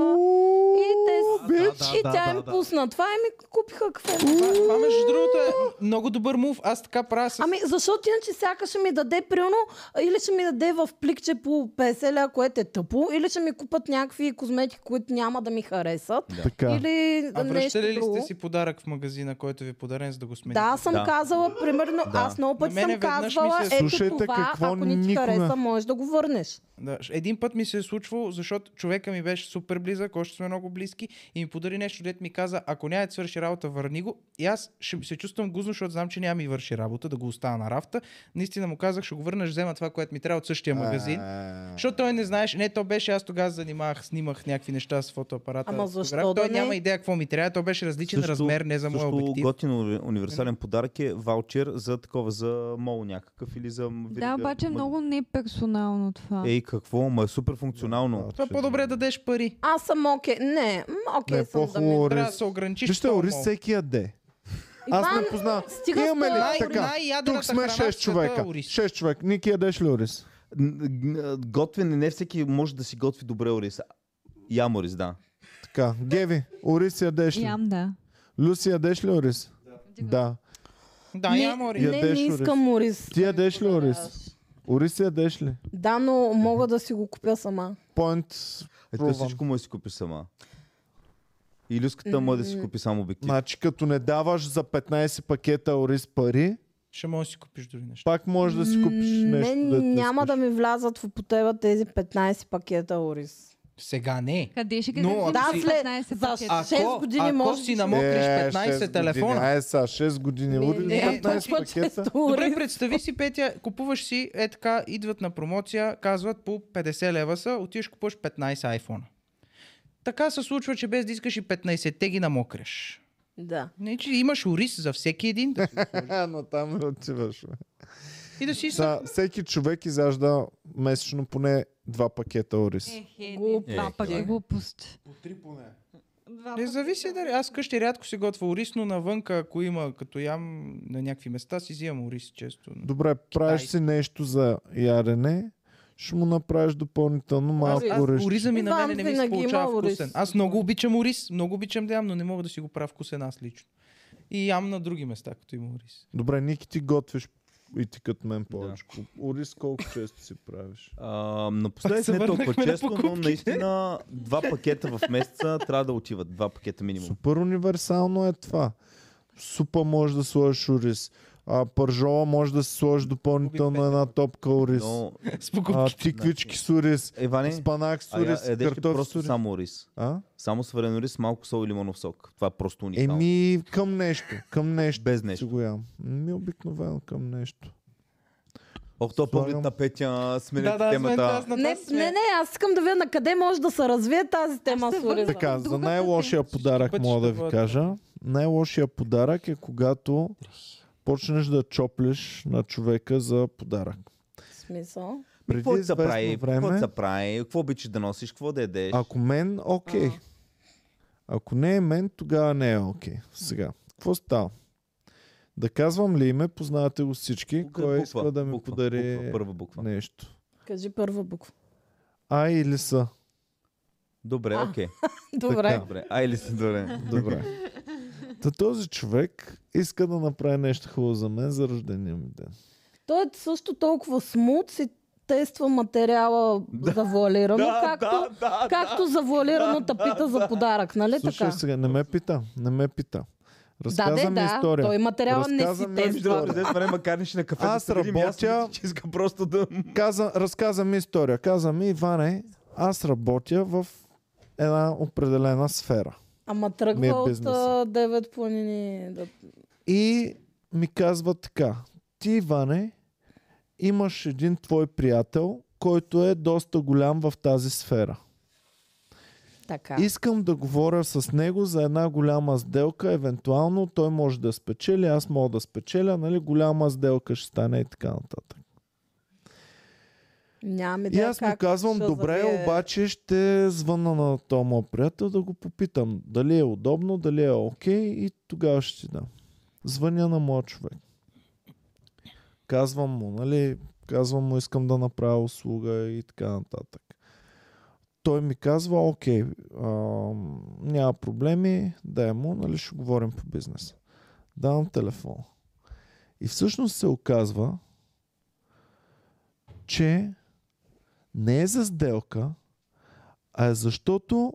Speaker 2: и и те с-
Speaker 5: bitch.
Speaker 2: и
Speaker 5: Да, да,
Speaker 2: тя
Speaker 5: да,
Speaker 2: им
Speaker 5: да.
Speaker 2: пусна. Това и ми купиха кафе.
Speaker 4: Това, това между другото е много добър мув. Аз така правя с...
Speaker 2: Ами, защото иначе всяка ще ми даде, примерно, или ще ми даде в пликче по 50 ля, което е тъпо, или ще ми купат някакви козметики, които няма да ми харесат.
Speaker 1: Така.
Speaker 2: Или
Speaker 4: А
Speaker 2: нещо
Speaker 4: връщали ли
Speaker 2: друго.
Speaker 4: сте си подарък в магазина, който ви е подарен, за да го смените?
Speaker 2: Да, аз съм
Speaker 3: Да.
Speaker 2: казала, примерно,
Speaker 3: Да.
Speaker 2: аз много пъти
Speaker 4: На мене
Speaker 2: съм
Speaker 4: веднъж ми се е
Speaker 2: казвала,
Speaker 4: случи.
Speaker 2: ето
Speaker 1: Слушайте,
Speaker 2: това,
Speaker 1: какво
Speaker 2: ако не ти
Speaker 1: никога.
Speaker 2: хареса, можеш да го върнеш.
Speaker 4: Да, ш- един път ми се е случвало, защото човека ми беше супер близък, още сме много близки и ми подари нещо, дет ми каза, ако няма да ти свърши работа, върни го. И аз ще се чувствам гузно, защото знам, че няма ми върши работа, да го оставя на рафта. Наистина му казах, ще го върнеш, взема това, което ми трябва от същия магазин. Защото той не знаеш, не, то беше, аз тогава се занимавах, снимах някакви неща с фотоапарата.
Speaker 2: Ама
Speaker 4: с фотограф.
Speaker 2: защо да
Speaker 4: той
Speaker 2: не?
Speaker 4: няма идея какво ми трябва, то беше различен размер, не за моя
Speaker 3: също
Speaker 4: обектив.
Speaker 3: готин уни- универсален подарък е ваучер за такова, за мол някакъв или за...
Speaker 6: Да, обаче е много неперсонално това.
Speaker 3: Ей, какво, ма е супер функционално.
Speaker 4: Това е по-добре да дадеш пари.
Speaker 2: Аз съм окей. Не, м, окей
Speaker 1: Не,
Speaker 2: съм да ми...
Speaker 1: е по-хубаво
Speaker 4: Трябва да
Speaker 1: рис.
Speaker 4: се ограничиш.
Speaker 1: Вижте,
Speaker 4: в този
Speaker 1: ориз
Speaker 4: мол.
Speaker 1: всеки яде. Аз
Speaker 2: Иван,
Speaker 1: не познавам.
Speaker 2: стига
Speaker 1: Имаме
Speaker 2: с
Speaker 1: ли
Speaker 2: това.
Speaker 1: е така?
Speaker 4: най-ядрената
Speaker 1: Тук сме
Speaker 4: храна
Speaker 1: 6
Speaker 4: в света
Speaker 1: човека.
Speaker 4: е ориз.
Speaker 1: 6 човек. Ники, ядеш ли ориз?
Speaker 3: Н- н- Готвен е, не всеки може да си готви добре ориз. Ям ориз, да.
Speaker 1: Така. Геви, ориз ядеш ли?
Speaker 6: Ям, да.
Speaker 1: Люси, ядеш ли ориз? Да.
Speaker 4: Да,
Speaker 2: не,
Speaker 4: няма ориз.
Speaker 2: не, не
Speaker 1: Ядеш
Speaker 2: искам ориз.
Speaker 1: Ти ядеш ли ориз? Ориз ядеш ли?
Speaker 2: Да, но мога да си го купя сама.
Speaker 1: Пойнт.
Speaker 3: Е,
Speaker 1: Пробвам.
Speaker 3: тя всичко му да си купи сама. И люската му е да си купи само обектив.
Speaker 1: Значи като не даваш за 15 пакета ориз пари,
Speaker 4: Ще можеш да си купиш други неща.
Speaker 1: пак можеш да си купиш
Speaker 2: М,
Speaker 1: нещо.
Speaker 2: Мен
Speaker 1: дето
Speaker 2: няма
Speaker 1: искаш.
Speaker 2: да ми влязат в употреба тези 15 пакета ориз.
Speaker 4: Сега не.
Speaker 6: Къде ще ги
Speaker 4: Но,
Speaker 6: дадем
Speaker 4: ако
Speaker 6: за
Speaker 4: си-
Speaker 6: 15
Speaker 2: за
Speaker 6: пакета?
Speaker 2: А, Шест
Speaker 4: Ако,
Speaker 2: години
Speaker 4: ако
Speaker 2: можеш
Speaker 4: си
Speaker 2: да-
Speaker 4: намокриш
Speaker 1: Е,
Speaker 4: 15
Speaker 1: шест
Speaker 4: телефона.
Speaker 1: Години. Е, са, 6 години. Ориз,
Speaker 2: Е, Не, е не,
Speaker 1: 15
Speaker 2: толкова
Speaker 1: пакета.
Speaker 2: често
Speaker 4: Добре,
Speaker 2: ориз.
Speaker 4: представи си, Петя, купуваш си, е така, идват на промоция, казват по 50 лева са, отиваш купуваш 15 айфона. Така се случва, че без да искаш и 15-те ги намокреш.
Speaker 2: Да.
Speaker 4: Не, че имаш ориз за всеки един да си го сложиш.
Speaker 1: Е, но там не отиваш. бе.
Speaker 4: и да си
Speaker 1: Та, всеки човек изяжда месечно поне два пакета ориз.
Speaker 6: Глупости.
Speaker 3: Е,
Speaker 6: Пак
Speaker 2: Глупаки.
Speaker 6: глупост.
Speaker 4: Не зависи дали. Аз къщи рядко си готвя ориз, но навънка, ако има, като ям на някакви места, си взимам ориз често.
Speaker 1: Добре, правиш си нещо за ядене, ще му направиш допълнително
Speaker 4: Аз, аз
Speaker 1: малко ориз.
Speaker 4: ориза ми на
Speaker 2: Иван
Speaker 4: мене не ми се
Speaker 2: винаги има
Speaker 4: получава
Speaker 2: ориз.
Speaker 4: вкусен. Аз много обичам ориз, много обичам да ям, но не мога да си го правя вкусен аз лично. И ям на други места, като има ориз.
Speaker 1: Добре, Ники, ти готвиш и ти като мен повече. Ориз колко често си правиш?
Speaker 3: А, напоследък
Speaker 4: се
Speaker 3: не е толкова
Speaker 4: върнахме на
Speaker 3: често, но
Speaker 4: покупките.
Speaker 3: наистина два пакета в месеца трябва да отиват. Два пакета минимум.
Speaker 1: Супер универсално е това. В Супа може да сложиш ориз. А пържола може да си сложиш допълнително
Speaker 4: Губи пет
Speaker 1: една топка ориз.
Speaker 3: Но,
Speaker 4: С
Speaker 1: А,
Speaker 4: покупки.
Speaker 1: тиквички с ориз.
Speaker 3: Еване,
Speaker 1: Спанак с
Speaker 3: а я,
Speaker 1: ориз.
Speaker 3: ядеш ли
Speaker 1: Картоф с
Speaker 3: просто
Speaker 1: ориз.
Speaker 3: само ориз?
Speaker 1: А?
Speaker 3: Само сварен ориз, малко сол и лимонов сок. Това е просто уникално.
Speaker 1: Еми към нещо. Към нещо.
Speaker 3: Без
Speaker 1: Си
Speaker 3: нещо.
Speaker 1: го ям. Ми обикновено към нещо.
Speaker 3: Ох, то
Speaker 1: Слагам.
Speaker 3: пълнит на Петя, сменете
Speaker 1: е
Speaker 4: Да, да, аз мен
Speaker 3: темата.
Speaker 4: аз на
Speaker 2: Не,
Speaker 4: това се-
Speaker 2: не, не, аз искам да видя на къде може да се развие тази тема
Speaker 6: Аз се
Speaker 2: с ориза.
Speaker 1: Така, за
Speaker 6: Другата
Speaker 1: най-лошия подарък
Speaker 4: пъти
Speaker 1: мога
Speaker 4: ще
Speaker 1: да ви
Speaker 4: бъде.
Speaker 1: кажа. Най-лошия подарък е когато почнеш да чоплиш на човека за подарък.
Speaker 2: В смисъл.
Speaker 1: Преди
Speaker 3: Какво да
Speaker 1: известно
Speaker 3: прави? Какво
Speaker 1: време,
Speaker 3: да прави? Какво обичаш да носиш? Какво да ядеш?
Speaker 1: ако мен, окей.
Speaker 2: А.
Speaker 1: Ако не е мен, тогава не е окей. Сега, какво става? Да казвам ли име, познавате го всички,
Speaker 3: Буква, е
Speaker 1: кой
Speaker 3: буква,
Speaker 1: иска да ми
Speaker 3: буква,
Speaker 1: подари
Speaker 3: буква, първа буква.
Speaker 1: нещо.
Speaker 2: Кажи първа буква.
Speaker 1: А или са.
Speaker 3: Добре,
Speaker 2: А.
Speaker 3: окей.
Speaker 2: Добре.
Speaker 3: Добре. Айде се, добре.
Speaker 1: Добре. Та този човек иска да направи нещо хубаво за мен за рождения ми ден.
Speaker 2: Той е също толкова смут си тества материала завуалирано, както,
Speaker 3: да,
Speaker 2: както завуалирано пита за подарък, нали
Speaker 1: Слушай
Speaker 2: така?
Speaker 1: сега, не ме пита, не ме пита.
Speaker 2: Да,
Speaker 1: Разказа
Speaker 2: да,
Speaker 1: ми
Speaker 2: да.
Speaker 1: история.
Speaker 2: Той материала не
Speaker 1: Разказа
Speaker 2: си
Speaker 1: ми
Speaker 2: тества.
Speaker 1: история.
Speaker 3: След време макарниш на кафе.
Speaker 1: Аз
Speaker 3: да се видим, и
Speaker 1: работя-
Speaker 3: мисля, че иска просто да...
Speaker 1: Каза, разказа ми история. Каза ми, Иване, аз работя в една определена сфера.
Speaker 2: Ама
Speaker 1: Ми
Speaker 2: тръгва
Speaker 1: е
Speaker 2: от
Speaker 1: бизнеса.
Speaker 2: а, девет планини. Да...
Speaker 1: И ми казва така. Ти, Иване, имаш един твой приятел, който е доста голям в тази сфера.
Speaker 2: Така.
Speaker 1: Искам да говоря с него за една голяма сделка, евентуално той може да спечели, аз мога да спечеля, нали, голяма сделка ще стане и така нататък.
Speaker 2: Нямаме
Speaker 1: И
Speaker 2: идея
Speaker 1: аз му
Speaker 2: е как е
Speaker 1: казвам,
Speaker 2: ще
Speaker 1: добре,
Speaker 2: забие-
Speaker 1: обаче ще звънна на този мой приятел да го попитам дали е удобно, дали е окей и тогава ще ти дам. Звъня на моят човек. Казвам му, нали, казвам му, искам да направя услуга и така нататък. той ми казва, окей, а, няма проблеми, дай му, нали ще говорим по бизнес. Давам телефон. И всъщност се оказва, че не е за сделка, а е защото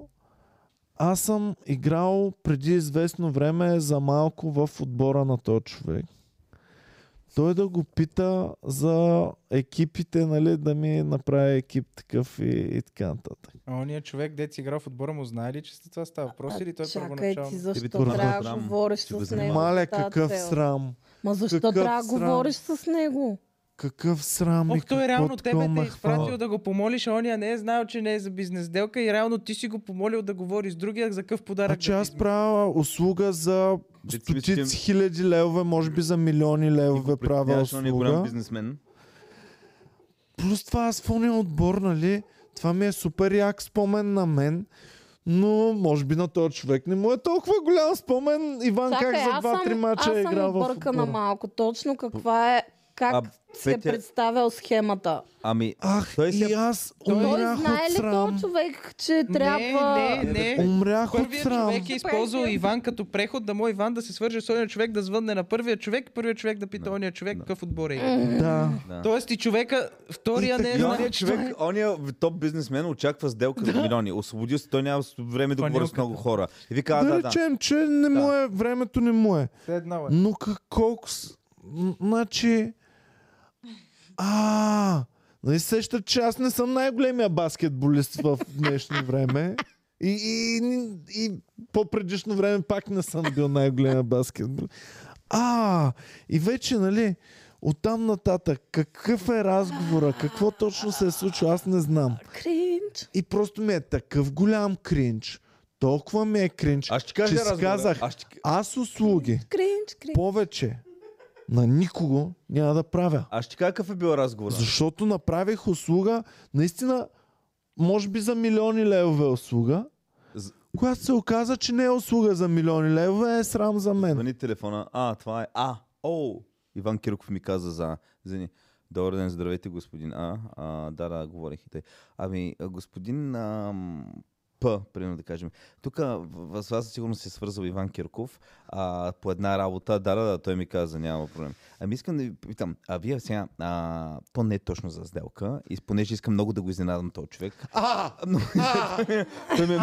Speaker 1: аз съм играл преди известно време за малко в отбора на този човек. Той да го пита за екипите, нали, да ми направи екип такъв и, и така нататък.
Speaker 4: А ония човек, дец игра в отбора му, знае ли, че след това става въпрос или
Speaker 2: е
Speaker 4: той
Speaker 2: Чакай ти,
Speaker 4: първоначално?
Speaker 2: защо
Speaker 3: Тебе
Speaker 2: трябва да
Speaker 3: срам,
Speaker 2: говориш
Speaker 3: че го
Speaker 2: с
Speaker 1: Е,
Speaker 2: него?
Speaker 3: занимаваш.
Speaker 1: Мале,
Speaker 2: за тази
Speaker 1: какъв
Speaker 2: цел?
Speaker 1: срам.
Speaker 2: Ма защо
Speaker 1: Какъв
Speaker 2: трябва да
Speaker 1: срам?
Speaker 2: говориш с него?
Speaker 1: Какъв срам и
Speaker 4: Ох,
Speaker 1: какво
Speaker 4: той реално
Speaker 1: такова
Speaker 4: тебе те е
Speaker 1: ме
Speaker 4: изпратил
Speaker 1: хвала.
Speaker 4: да го помолиш, а ония не е знаел, че не е за бизнес сделка и реално ти си го помолил да говори с другия за какъв подарък.
Speaker 1: Значи
Speaker 4: да ти
Speaker 1: аз
Speaker 4: измисли.
Speaker 1: правя услуга за
Speaker 3: Деца ми
Speaker 1: стотици
Speaker 3: ще-
Speaker 1: хиляди левове, може би за милиони левове правя
Speaker 3: Притесняваш ония е голям
Speaker 1: услуга.
Speaker 3: бизнесмен.
Speaker 1: Плюс това аз в ония отбор, нали, това ми е супер як спомен на мен, но може би на този човек не му е толкова голям спомен. Иван как за
Speaker 2: аз
Speaker 1: 2-3
Speaker 2: съм-
Speaker 1: мача е
Speaker 2: аз съм
Speaker 1: играл в
Speaker 2: объркана
Speaker 1: отбора.
Speaker 2: малко. Точно каква е, как
Speaker 3: А,
Speaker 2: си е
Speaker 3: Петя-
Speaker 2: представял схемата.
Speaker 3: Ами,
Speaker 1: Ах,
Speaker 3: Той си е-
Speaker 1: и аз
Speaker 2: Той
Speaker 1: умрях
Speaker 2: знае
Speaker 1: от
Speaker 2: ли този
Speaker 1: срам.
Speaker 2: човек, че
Speaker 4: Не,
Speaker 2: трябва...
Speaker 4: Не, не,
Speaker 1: Умрях от
Speaker 4: Първият
Speaker 1: срам.
Speaker 4: човек е използвал Иван като преход, да му Иван да се свърже с ония човек, да звънне на първия човек, първият човек да пита ония човек какъв отбор е.
Speaker 1: Да.
Speaker 4: Тоест и човека, втория не е
Speaker 3: И
Speaker 4: знае.
Speaker 3: ония човек, ония топ бизнесмен очаква сделка за милиони. Освободил се, той няма с- време да говори с
Speaker 4: Панелката.
Speaker 3: много хора. И вика, а,
Speaker 1: Да
Speaker 3: да, да.
Speaker 1: речем, че не му е, времето не му е.
Speaker 4: Седнал е.
Speaker 1: Но как- колко... с- м- Значи... А, нали се сеща, че аз не съм най-големия баскетболист в днешно време. И, и, и по-предишно време пак не съм бил най-големия баскетболист. А, и вече, нали, оттам нататък, какъв е разговора, какво точно се е случило, аз не знам.
Speaker 2: Кринч.
Speaker 1: И просто ми е такъв голям кринч. Толкова ми е кринч,
Speaker 3: Аз ще кажа
Speaker 1: че си
Speaker 3: разговора.
Speaker 1: казах,
Speaker 3: Аз ще...
Speaker 1: аз услуги
Speaker 2: Кринч, кринч.
Speaker 1: повече на никого няма да правя.
Speaker 3: Аз ще кажа какъв е бил разговор.
Speaker 1: Защото направих услуга, наистина, може би за милиони левове услуга,
Speaker 3: З-
Speaker 1: която се оказа, че не е услуга за милиони левове, е срам за мен.
Speaker 3: Звъни телефона. А, това е А. О! Иван Кирков ми каза за. Зени. Добър ден, здравейте, господин А. а да, да, говорих и тъй. Ами, а, господин ам, П, примерно да кажем. Тук с вас сигурно се е свързал Иван Кирков а, по една работа. Да, да, да, той ми каза, няма проблем. Ами искам да ви питам, а вие сега, а, то не е точно за сделка, и понеже искам много да го изненадам този човек. А! Но, той, ми е,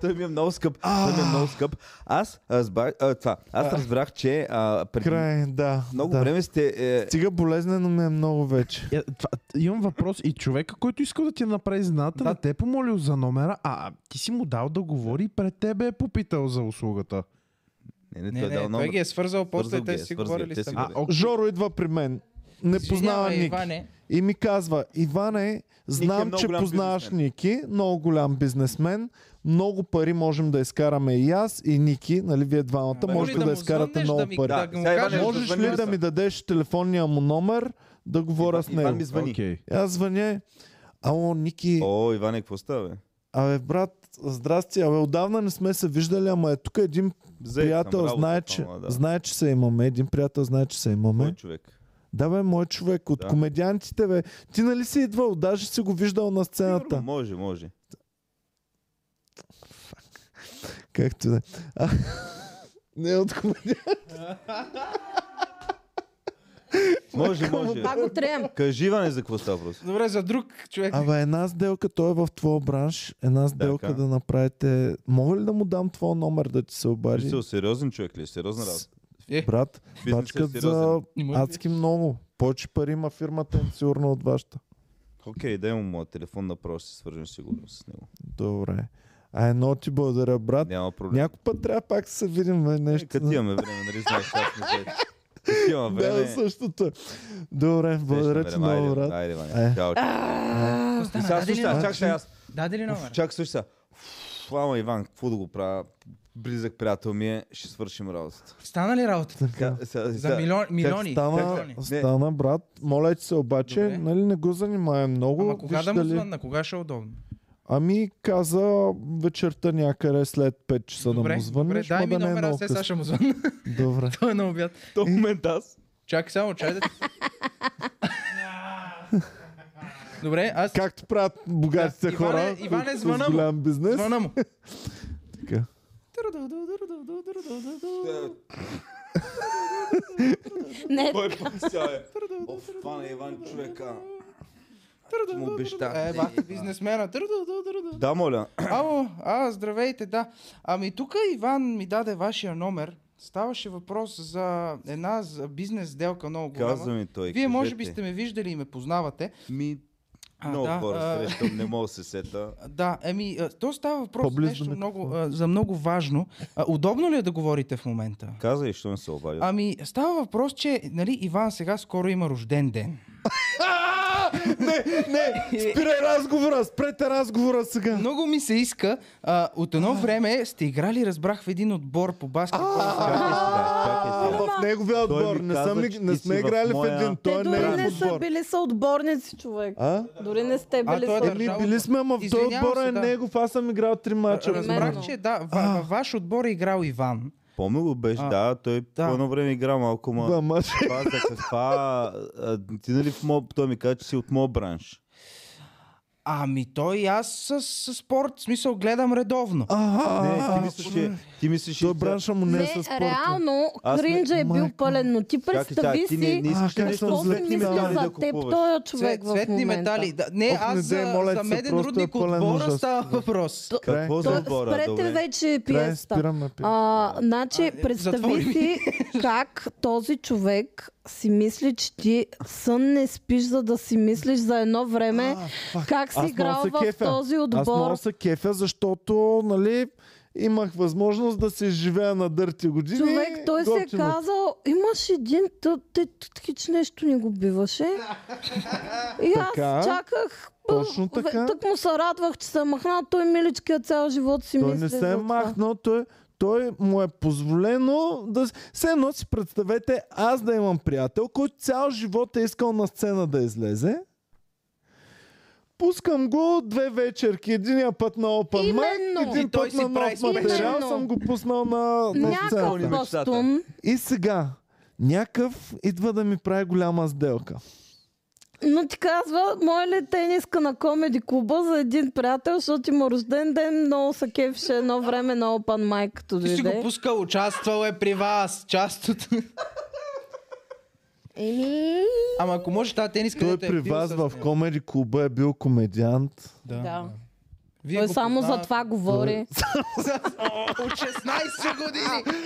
Speaker 3: той ми е много скъп. Той ми е много скъп. Аз, разбрах, а, това, аз разбрах, че а, преди
Speaker 1: Край, да.
Speaker 3: много
Speaker 1: да.
Speaker 3: време сте... Е,
Speaker 1: Стига болезнено ми е много вече.
Speaker 5: Е, това, имам въпрос и човека, който искал да ти направи знаната, да. не те е помолил за номера, а а ти си му дал да говори и пред тебе е попитал за услугата.
Speaker 3: не, не,
Speaker 4: Не,
Speaker 3: той е дал
Speaker 4: не,
Speaker 3: номер.
Speaker 4: той ги е свързал после,
Speaker 3: Свързал
Speaker 4: те
Speaker 3: ги е,
Speaker 4: си си
Speaker 3: свързал,
Speaker 4: говорили
Speaker 3: те
Speaker 4: с
Speaker 3: си
Speaker 4: теб.
Speaker 5: А,
Speaker 3: Добре.
Speaker 5: окей.
Speaker 1: Жоро идва при мен. Не познава
Speaker 4: Извинявай,
Speaker 1: Ник.
Speaker 4: Иване.
Speaker 1: И ми казва, Иване, знам,
Speaker 3: е много
Speaker 1: че
Speaker 3: голям
Speaker 1: познаваш
Speaker 3: бизнесмен.
Speaker 1: Ники, много голям бизнесмен, много пари можем да изкараме и аз, и Ники, нали вие двамата,
Speaker 4: Моля
Speaker 1: може
Speaker 4: ли
Speaker 1: да,
Speaker 3: е
Speaker 1: да
Speaker 4: му
Speaker 1: изкарате
Speaker 4: звъннеш,
Speaker 1: много
Speaker 4: да ми-
Speaker 1: пари.
Speaker 4: Да, да му
Speaker 3: Сега,
Speaker 4: кажеш,
Speaker 3: Иване,
Speaker 4: да
Speaker 1: Можеш
Speaker 3: звъни
Speaker 1: ли да
Speaker 3: са.
Speaker 1: ми дадеш телефонния му номер да говоря с
Speaker 3: Иван ми
Speaker 1: него?
Speaker 3: звъни.
Speaker 5: Окей.
Speaker 1: И Аз звъня. Ало, Ники,
Speaker 3: О, Иване, какво става, бе?
Speaker 1: абе брат, здрасти, абе отдавна не сме се виждали, ама е тук един
Speaker 3: Зает съм,
Speaker 1: приятел
Speaker 3: работа,
Speaker 1: знае, че,
Speaker 3: ама, да.
Speaker 1: знае, че се имаме, един приятел знае, че се имаме.
Speaker 3: Кой човек?
Speaker 1: Да бе, мой човек, от
Speaker 3: Да.
Speaker 1: комедиантите бе. Ти нали си идвал, даже си го виждал на сцената.
Speaker 3: Може, може.
Speaker 1: Както да. А, не е от комедиант.
Speaker 3: Може, може.
Speaker 2: Пак го трием.
Speaker 3: Кажи, Иване, за какво става въпрос?
Speaker 4: Добре, за друг човек.
Speaker 1: Абе, една сделка, той е в твоя бранш, една сделка
Speaker 3: Така.
Speaker 1: да направите. Мога ли да му дам твоя номер да ти се
Speaker 3: Ти
Speaker 1: обади?
Speaker 3: си сериозен човек ли? Сериозна работа.
Speaker 4: Е,
Speaker 1: Брат,
Speaker 3: Бизнесът е
Speaker 1: бачкат за
Speaker 3: сериозен.
Speaker 4: Не е може да
Speaker 1: адски много. Повече пари има фирмата им сигурно от вашата.
Speaker 3: Окей, дай му моят телефон, направо ще се свържем сигурно с него.
Speaker 1: Добре. А едно ти благодаря, брат.
Speaker 3: Няма проблем. Е,
Speaker 1: Някой път трябва пак да се видим бе, нещо.
Speaker 3: Като имаме време, нали знаеш, аз не се... Като имам
Speaker 1: Да,
Speaker 3: време...
Speaker 1: същото. е. Добре, благодаря ти
Speaker 3: срещаме време.
Speaker 1: много,
Speaker 3: Айде,
Speaker 1: брат.
Speaker 3: Айде,
Speaker 1: Е.
Speaker 3: Иване. Чао, чао. И
Speaker 4: Остана,
Speaker 3: сега
Speaker 4: даде
Speaker 3: слушай,
Speaker 4: ли
Speaker 3: сега,
Speaker 4: номер?
Speaker 3: чак сега аз.
Speaker 4: Даде ли
Speaker 3: Уф,
Speaker 4: номер?
Speaker 3: Чак слушай сега. Уф, Ама Иван, какво да го правя? Близък приятел ми е, ще свършим работата.
Speaker 4: Стана ли работата?
Speaker 3: Сега- сега-
Speaker 4: За
Speaker 3: сега-
Speaker 4: милион, милиони.
Speaker 1: Стана,
Speaker 4: милиони.
Speaker 1: стана, брат. Моля ти се обаче,
Speaker 4: Добре.
Speaker 1: нали не го занимай много.
Speaker 4: Ама кога
Speaker 1: виж
Speaker 4: да му
Speaker 1: дали-
Speaker 4: звънна? Кога ще е удобно?
Speaker 1: Ами каза вечерта някъде след 5 часа да
Speaker 4: Добре,
Speaker 1: му
Speaker 4: добре,
Speaker 1: звънеш,
Speaker 4: дай
Speaker 1: ма
Speaker 4: ми
Speaker 1: да не е
Speaker 4: номера,
Speaker 1: много
Speaker 4: аз сега
Speaker 1: късно.
Speaker 4: ще му звънна.
Speaker 1: Добре.
Speaker 4: Той е на обяд.
Speaker 3: То момент аз.
Speaker 4: Чакай само, чай да... Добре, аз...
Speaker 1: Както правят богатите
Speaker 4: Да,
Speaker 1: хора
Speaker 4: Иване- Иване,
Speaker 1: които
Speaker 4: звъна
Speaker 1: с
Speaker 4: му.
Speaker 1: голям бизнес.
Speaker 4: Звъна му.
Speaker 1: Така.
Speaker 2: Не,
Speaker 3: Той пък сега е. О, това не е Иван човека. Ти му обещах.
Speaker 4: Е, бахте бизнесмена. Трудо, трудо, трудо.
Speaker 3: Да, моля.
Speaker 4: Ало, а, здравейте, да. Ами тук Иван ми даде вашия номер. Ставаше въпрос за една за бизнес сделка много голяма.
Speaker 3: Казва ми той.
Speaker 4: Вие може би
Speaker 3: кажете.
Speaker 4: сте ме виждали и ме познавате.
Speaker 3: Ми,
Speaker 4: А,
Speaker 3: много
Speaker 4: да,
Speaker 3: хора
Speaker 4: а,
Speaker 3: срещам, не мога да се сета.
Speaker 4: Да, еми, а, то става въпрос за
Speaker 1: По-близо
Speaker 4: нещо
Speaker 1: до
Speaker 4: много, а, за много важно. А, удобно ли е да говорите в момента?
Speaker 3: Каза и, що не се обадя.
Speaker 4: Ами, става въпрос, че, нали, Иван сега скоро има рожден ден.
Speaker 1: Не, спирай разговора, спрете разговора сега.
Speaker 4: Много ми се иска. А, от едно време сте играли, разбрах, в един отбор по баскетбол.
Speaker 3: Чакай сега, чакай сега.
Speaker 1: В неговия
Speaker 3: Той ми
Speaker 1: отбор. Не,
Speaker 3: каза,
Speaker 1: съм, ни-
Speaker 3: че
Speaker 1: не
Speaker 3: ти
Speaker 1: сме
Speaker 3: си в
Speaker 1: играли в
Speaker 3: моя-
Speaker 1: един. Той
Speaker 2: те
Speaker 1: не
Speaker 2: дори
Speaker 1: е
Speaker 2: не
Speaker 1: в
Speaker 2: са
Speaker 1: отбор.
Speaker 2: били съотборници, човек.
Speaker 1: А?
Speaker 2: Дори не сте
Speaker 4: А,
Speaker 2: били
Speaker 4: той е
Speaker 2: съотборници.
Speaker 1: Еми,
Speaker 4: държавата.
Speaker 1: били сме, ама в този
Speaker 4: Извинявам
Speaker 1: отбор
Speaker 4: се,
Speaker 1: е
Speaker 4: да.
Speaker 1: негов. Аз съм играл три мача.
Speaker 4: Разбрах,
Speaker 2: Примерно.
Speaker 4: че да, ва- във ваш отбор е играл Иван.
Speaker 3: Помни го беше,
Speaker 4: А,
Speaker 3: да, той по
Speaker 4: да.
Speaker 3: едно време игра малко, ма...
Speaker 1: Да, мач.
Speaker 3: Това е за каква... а, Ти нали в моб... Той ми каза, че си от моят бранш.
Speaker 4: Ами той и аз с, с спорт, в смисъл, гледам редовно.
Speaker 3: Не, ти
Speaker 1: А,
Speaker 3: мислиш, че... Ти мислиш,
Speaker 1: Той бранша му не е
Speaker 2: Не,
Speaker 1: със спорта.
Speaker 2: реално,
Speaker 3: Аз не-
Speaker 2: кринджа е бил
Speaker 1: Майко.
Speaker 2: пълен, но ти
Speaker 3: Чакай,
Speaker 2: представи
Speaker 3: ти не,
Speaker 2: си
Speaker 3: не искаш
Speaker 1: А, как
Speaker 3: нещо
Speaker 1: съм
Speaker 2: какво
Speaker 1: зле,
Speaker 2: си
Speaker 1: не
Speaker 3: цветни
Speaker 1: мисля
Speaker 3: медали
Speaker 1: дали
Speaker 2: мисля
Speaker 3: да
Speaker 2: за теб
Speaker 3: купуваш.
Speaker 2: този човек
Speaker 4: Цвет,
Speaker 2: в
Speaker 4: цветни
Speaker 2: момента.
Speaker 4: метали. Да, не,
Speaker 1: Ох, не
Speaker 4: аз
Speaker 1: дей,
Speaker 4: за,
Speaker 1: моля
Speaker 4: за
Speaker 1: ти се,
Speaker 4: меден
Speaker 1: просто е
Speaker 4: рудник от
Speaker 1: пълен
Speaker 4: отбора
Speaker 1: ужас.
Speaker 4: става въпрос.
Speaker 3: Какво за
Speaker 2: Той-
Speaker 3: отбора?
Speaker 2: Спрете
Speaker 3: Добре.
Speaker 2: вече
Speaker 1: Край,
Speaker 2: пиеста.
Speaker 1: спираме. пи.
Speaker 2: е А, значи, представи
Speaker 4: затвори ми.
Speaker 2: си как този човек си мисли, че ти сън не спиш, за да си мислиш за едно време как си
Speaker 1: Аз
Speaker 2: играл
Speaker 1: много се
Speaker 2: в
Speaker 1: кефя.
Speaker 2: този
Speaker 1: Аз
Speaker 2: отбор.
Speaker 1: много се кефя, защото, нали, имах възможност да се живея на дърти години.
Speaker 2: Човек, той се е
Speaker 1: Готино.
Speaker 2: казал, имаш един тът, те тут хич нещо ни го биваше. И аз
Speaker 1: Така.
Speaker 2: чаках.
Speaker 1: Точно
Speaker 2: бе,
Speaker 1: така.
Speaker 2: Тък му се радвах, че се махна, той миличкият цял живот си
Speaker 1: Той
Speaker 2: мисли
Speaker 1: не се
Speaker 2: за
Speaker 1: е
Speaker 2: това.
Speaker 1: махнал, той, той му е позволено да... с- Все едно си представете аз да имам приятел, който цял живот е искал на сцена да излезе. Пускам го две вечерки. Единия път на Open Mic,
Speaker 2: Именно.
Speaker 1: един
Speaker 4: И той
Speaker 1: път
Speaker 4: си
Speaker 1: на
Speaker 4: прави
Speaker 1: нов
Speaker 4: сметка.
Speaker 1: материал
Speaker 2: Именно.
Speaker 1: съм го пуснал на, на сцената.
Speaker 2: Някакъв костюм.
Speaker 1: И сега някакъв идва да ми прави голяма сделка.
Speaker 2: Но ти казва, моля ли е тениска на комеди клуба за един приятел, защото има рожден ден, много се кефеше едно време на Open Mic, като
Speaker 4: Ти си го
Speaker 2: дойде.
Speaker 4: пускал, участвал е при вас, част от...
Speaker 1: е
Speaker 2: Еми...
Speaker 4: Ама ако може тази тениска...
Speaker 1: Той
Speaker 4: дето е
Speaker 1: при
Speaker 4: бил
Speaker 1: вас
Speaker 4: с
Speaker 1: в
Speaker 4: нея.
Speaker 1: комери клуба е бил комедиант.
Speaker 2: Да.
Speaker 4: Вие
Speaker 2: Той е
Speaker 4: го
Speaker 2: само за
Speaker 4: познавате.
Speaker 2: това говори.
Speaker 4: От 16 години!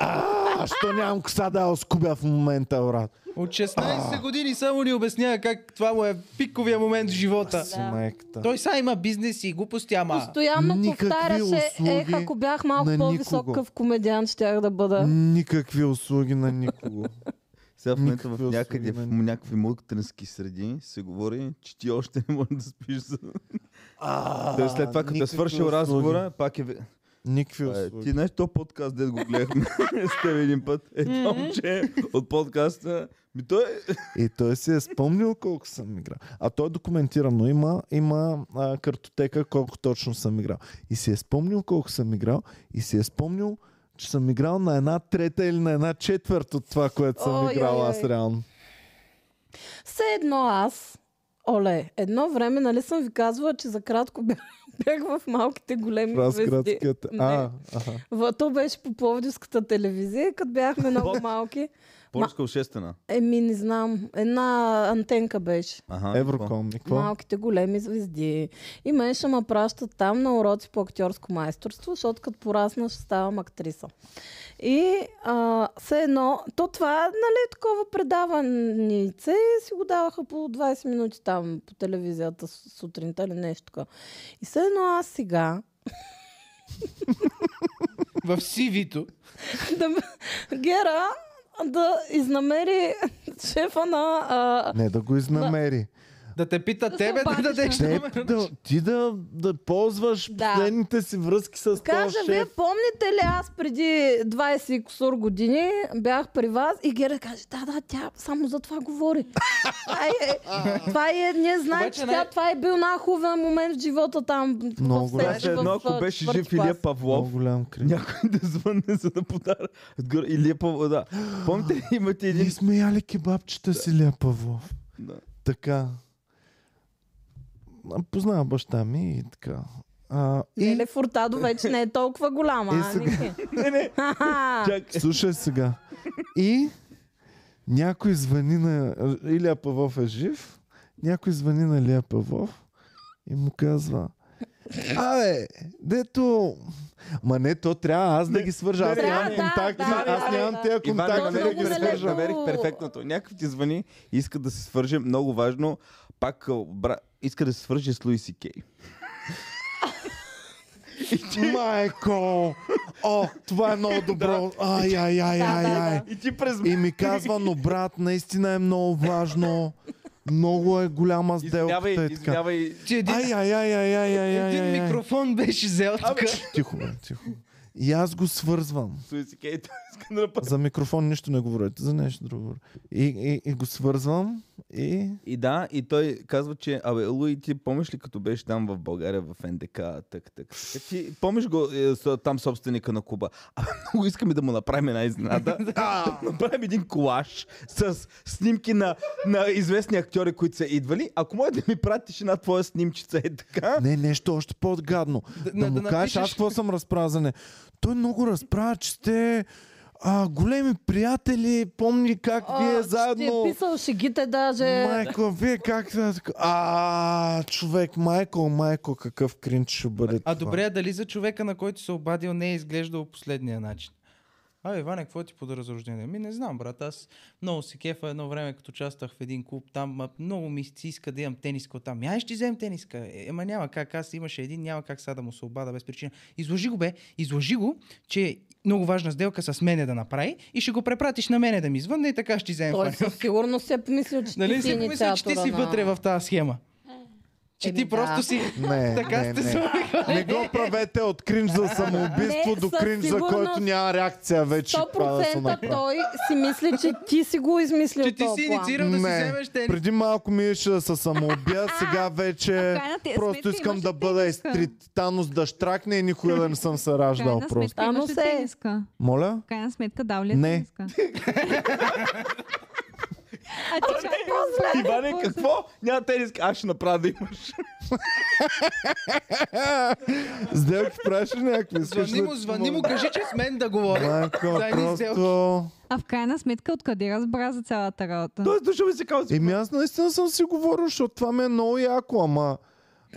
Speaker 1: А, що нямам коса да я оскубя в момента, брат?
Speaker 4: От 16 години само ни обяснява как това му е пиковия момент в живота.
Speaker 1: Си майката.
Speaker 4: Той сега има бизнес и глупости, ама...
Speaker 2: Постоянно
Speaker 1: Никакви
Speaker 2: повтаряше,
Speaker 1: услуги
Speaker 2: ех, ако бях малко
Speaker 1: на
Speaker 2: по-висок
Speaker 1: никого.
Speaker 2: къв комедиан, щях да бъда.
Speaker 1: Никакви услуги на никого.
Speaker 3: Сега в момента в
Speaker 1: Никакви
Speaker 3: някъде, в
Speaker 1: услуги,
Speaker 3: някакви мултренски среди се говори, че ти още не можеш да спиш. За... Тоест след това, като е
Speaker 1: никакви
Speaker 3: свършил
Speaker 1: услуги.
Speaker 3: разговора, пак е... ве-
Speaker 1: Никакви
Speaker 3: Е,
Speaker 1: услуги.
Speaker 3: ти знаеш, то подкаст, дед го гледахме с теб един път. Е, това момче от подкаста. Ми той...
Speaker 1: И той си е спомнил колко съм играл. А той е документирано. Има, има а, картотека колко точно съм играл. И си е спомнил колко съм играл. И си е спомнил, че съм играл на една трета или на една четвърт от това, което съм
Speaker 2: Ой,
Speaker 1: играл
Speaker 2: ой,
Speaker 1: аз
Speaker 2: ой.
Speaker 1: реално.
Speaker 2: Все едно аз, оле, едно време, нали съм ви казвала, че за кратко бях, бях в малките големи звезди.
Speaker 1: Разградският. А,
Speaker 2: Не.
Speaker 1: аха.
Speaker 2: В- То беше по Пловдивската телевизия, като бяхме много малки.
Speaker 3: Поръчка обществена.
Speaker 2: Еми, не знам. Една антенка беше.
Speaker 3: Ага,
Speaker 1: Евроком. и какво?
Speaker 2: Малките големи звезди. И мен ще ме пращат там на уроци по актьорско майсторство, защото като порасна ще ставам актриса. И а, все едно, то това, нали, такова предаванице си го даваха по 20 минути там по телевизията с- сутринта или нещо така. И все едно аз сега
Speaker 4: В CV-то.
Speaker 2: да, ме- Гера да изнамери шефа на а,
Speaker 1: Не да го изнамери.
Speaker 4: Да те пита
Speaker 6: Да се
Speaker 4: тебе да
Speaker 6: обадиш
Speaker 4: дадеш
Speaker 6: на-
Speaker 1: Те,
Speaker 4: номер.
Speaker 1: да, ти да, да ползваш
Speaker 2: Да.
Speaker 1: последните си връзки с този
Speaker 2: Кажа, вие
Speaker 1: шеф.
Speaker 2: помните ли аз преди 20 и кусор години бях при вас и Гера каже, да, да, тя само за това говори. това е, това е, ние знаем,
Speaker 4: Обаче
Speaker 2: че
Speaker 4: най-
Speaker 2: тя, това е бил най-хубавен момент в живота там. в
Speaker 1: Много
Speaker 2: Сеч,
Speaker 1: Аз
Speaker 3: Аз
Speaker 1: е
Speaker 2: в,
Speaker 3: едно, ако
Speaker 2: а,
Speaker 3: Значи, беше
Speaker 2: четвърти
Speaker 3: жив Илия
Speaker 2: клас.
Speaker 1: Много
Speaker 3: Павлов,
Speaker 1: голям крик.
Speaker 3: някой да звънне, за да подара. Отгоре, Илия Павлов, да. Помните ли, имате един...
Speaker 1: Ние сме яли кебабчета с Илия Павлов.
Speaker 3: Да.
Speaker 1: Така. а, познавам баща ми и така. А,
Speaker 2: И...
Speaker 1: и,
Speaker 2: Леле е Фуртадо вече не е толкова голяма.
Speaker 1: И
Speaker 2: а,
Speaker 1: сега-
Speaker 2: Ники?
Speaker 3: Не, не,
Speaker 2: Ха-ха.
Speaker 3: чакай.
Speaker 1: слушай сега. И някой звъни на... Илия Павлов е жив. Някой звъни на Илия Павлов и му казва... Абе, дето... Ма не, то трябва аз да ги свържа. Аз
Speaker 2: не,
Speaker 1: нямам
Speaker 2: не.
Speaker 1: контакти.
Speaker 2: Да, да,
Speaker 1: Аз
Speaker 2: да,
Speaker 1: нямам
Speaker 2: да.
Speaker 1: тези
Speaker 3: Иван,
Speaker 2: Иване,
Speaker 1: контакти да
Speaker 2: много
Speaker 1: ги
Speaker 3: намерих, намерих,
Speaker 1: свържа.
Speaker 2: далеко.
Speaker 3: намерих перфектното. Някакъв ти звъни и иска да се свърже. Много важно. Пак а, бра... иска да се свърже с Луиси Кей.
Speaker 1: Майко! О, това е много добро. Ай, ай, ай, ай, ай.
Speaker 3: И ти през...
Speaker 1: И ми казва, но брат, наистина е много важно. Много е голяма сделката.
Speaker 3: Извинявай,
Speaker 1: и така.
Speaker 3: извинявай.
Speaker 4: Че един,
Speaker 1: Ай, ай, ай, ай, ай, ай, ай,
Speaker 4: един
Speaker 1: ай, ай.
Speaker 4: микрофон беше взел тук.
Speaker 1: Тихо, бе, тихо. И аз го свързвам.
Speaker 3: с Луиси Кей. Той иска да направи.
Speaker 1: За микрофон нищо не говорите, за нещо друго. говоря. И, и, и го свързвам и...
Speaker 3: И да, и той казва, че, абе, Луи, ти помниш ли като беше там в България, в НДК, так, так, так. Ти помниш го е, с- там собственика на Куба? А, много искаме да му направим една изненада. Да направим един колаж с снимки на, на известни актьори, които са идвали. Ако може да ми пратиш една твоя снимчица, е така.
Speaker 1: Не, нещо още по-гадно. Да,
Speaker 4: да-
Speaker 1: да му
Speaker 4: да
Speaker 1: кажеш аз
Speaker 4: напишеш-
Speaker 1: какво съм разправил за не. Той много разправя, че сте а, големи приятели, помни как
Speaker 2: А,
Speaker 1: вие
Speaker 2: Ще е
Speaker 1: заедно...
Speaker 2: писал шегите даже.
Speaker 1: Майко, вие как... са така- А, човек, майко, майко, какъв кринч ще бъде
Speaker 4: А
Speaker 1: това.
Speaker 4: добре, а дали за човека, на който се обадил, не е изглеждал последния начин? Абе, Иване, какво ти подаря за рождение? Ми не знам, брат. Аз много се кефа едно време, като участвах в един клуб там. а, Много ми се иска да имам тениска от там. Ай, ще ти вземем тениска. Е, Ема няма как. Аз имаше един, няма как сега да му се обада без причина. Изложи го, бе. Изложи го, че е много важна сделка с мене да направи и ще го препратиш на мене да ми звънне и така ще ти вземем.
Speaker 2: Той
Speaker 4: пари.
Speaker 2: със сигурност си е помислил, че
Speaker 4: Нали
Speaker 2: ти си
Speaker 4: си помисля, че ти си
Speaker 2: инициатора на-
Speaker 4: вътре в тази схема? Че
Speaker 2: Еми,
Speaker 4: ти
Speaker 2: да.
Speaker 4: просто си...
Speaker 1: Не,
Speaker 4: Така
Speaker 1: не,
Speaker 4: сте
Speaker 1: не.
Speaker 4: сложили.
Speaker 1: Не
Speaker 4: е,
Speaker 1: го правете от кринж за самоубийство
Speaker 2: Не,
Speaker 1: до
Speaker 2: със
Speaker 1: кринж, за
Speaker 2: сигурност
Speaker 1: който няма реакция вече. Това да се
Speaker 2: 100%
Speaker 1: направи.
Speaker 2: той си мисли, че ти си го измислил
Speaker 4: Че ти
Speaker 2: този
Speaker 4: си
Speaker 2: план.
Speaker 4: инициирал да си
Speaker 1: Не,
Speaker 4: вземеш тениска.
Speaker 1: преди малко ми беше да се самоубия, сега
Speaker 6: А в
Speaker 1: вече
Speaker 6: крайна ти-
Speaker 1: просто
Speaker 6: сметка
Speaker 1: искам
Speaker 6: имаш
Speaker 1: да
Speaker 6: ли
Speaker 1: бъда
Speaker 6: тениска?
Speaker 1: изтрит. Танос да штракне и никога да не съм се раждал
Speaker 6: Крайна
Speaker 1: просто.
Speaker 6: сметка
Speaker 2: Ано
Speaker 6: имаш ли
Speaker 2: се.
Speaker 6: тениска?
Speaker 1: Моля?
Speaker 6: Крайна сметка дал ли е
Speaker 1: Не.
Speaker 6: тениска? А ти чакай,
Speaker 3: Иване, какво? Няма тениска. Аз ще направя да имаш.
Speaker 1: Сделки правиш ли някакви? Искаш
Speaker 4: Звънни
Speaker 1: ли
Speaker 4: му,
Speaker 1: ти
Speaker 4: звънни му,
Speaker 1: помогна?
Speaker 4: кажи, че с мен да говоря.
Speaker 1: Майко,
Speaker 4: Дай ни
Speaker 1: просто...
Speaker 6: А в крайна сметка откъде разбра за цялата работа?
Speaker 3: Той е дошъл и се казва.
Speaker 1: Еми аз наистина съм си говорил, защото това ми е много яко, ама,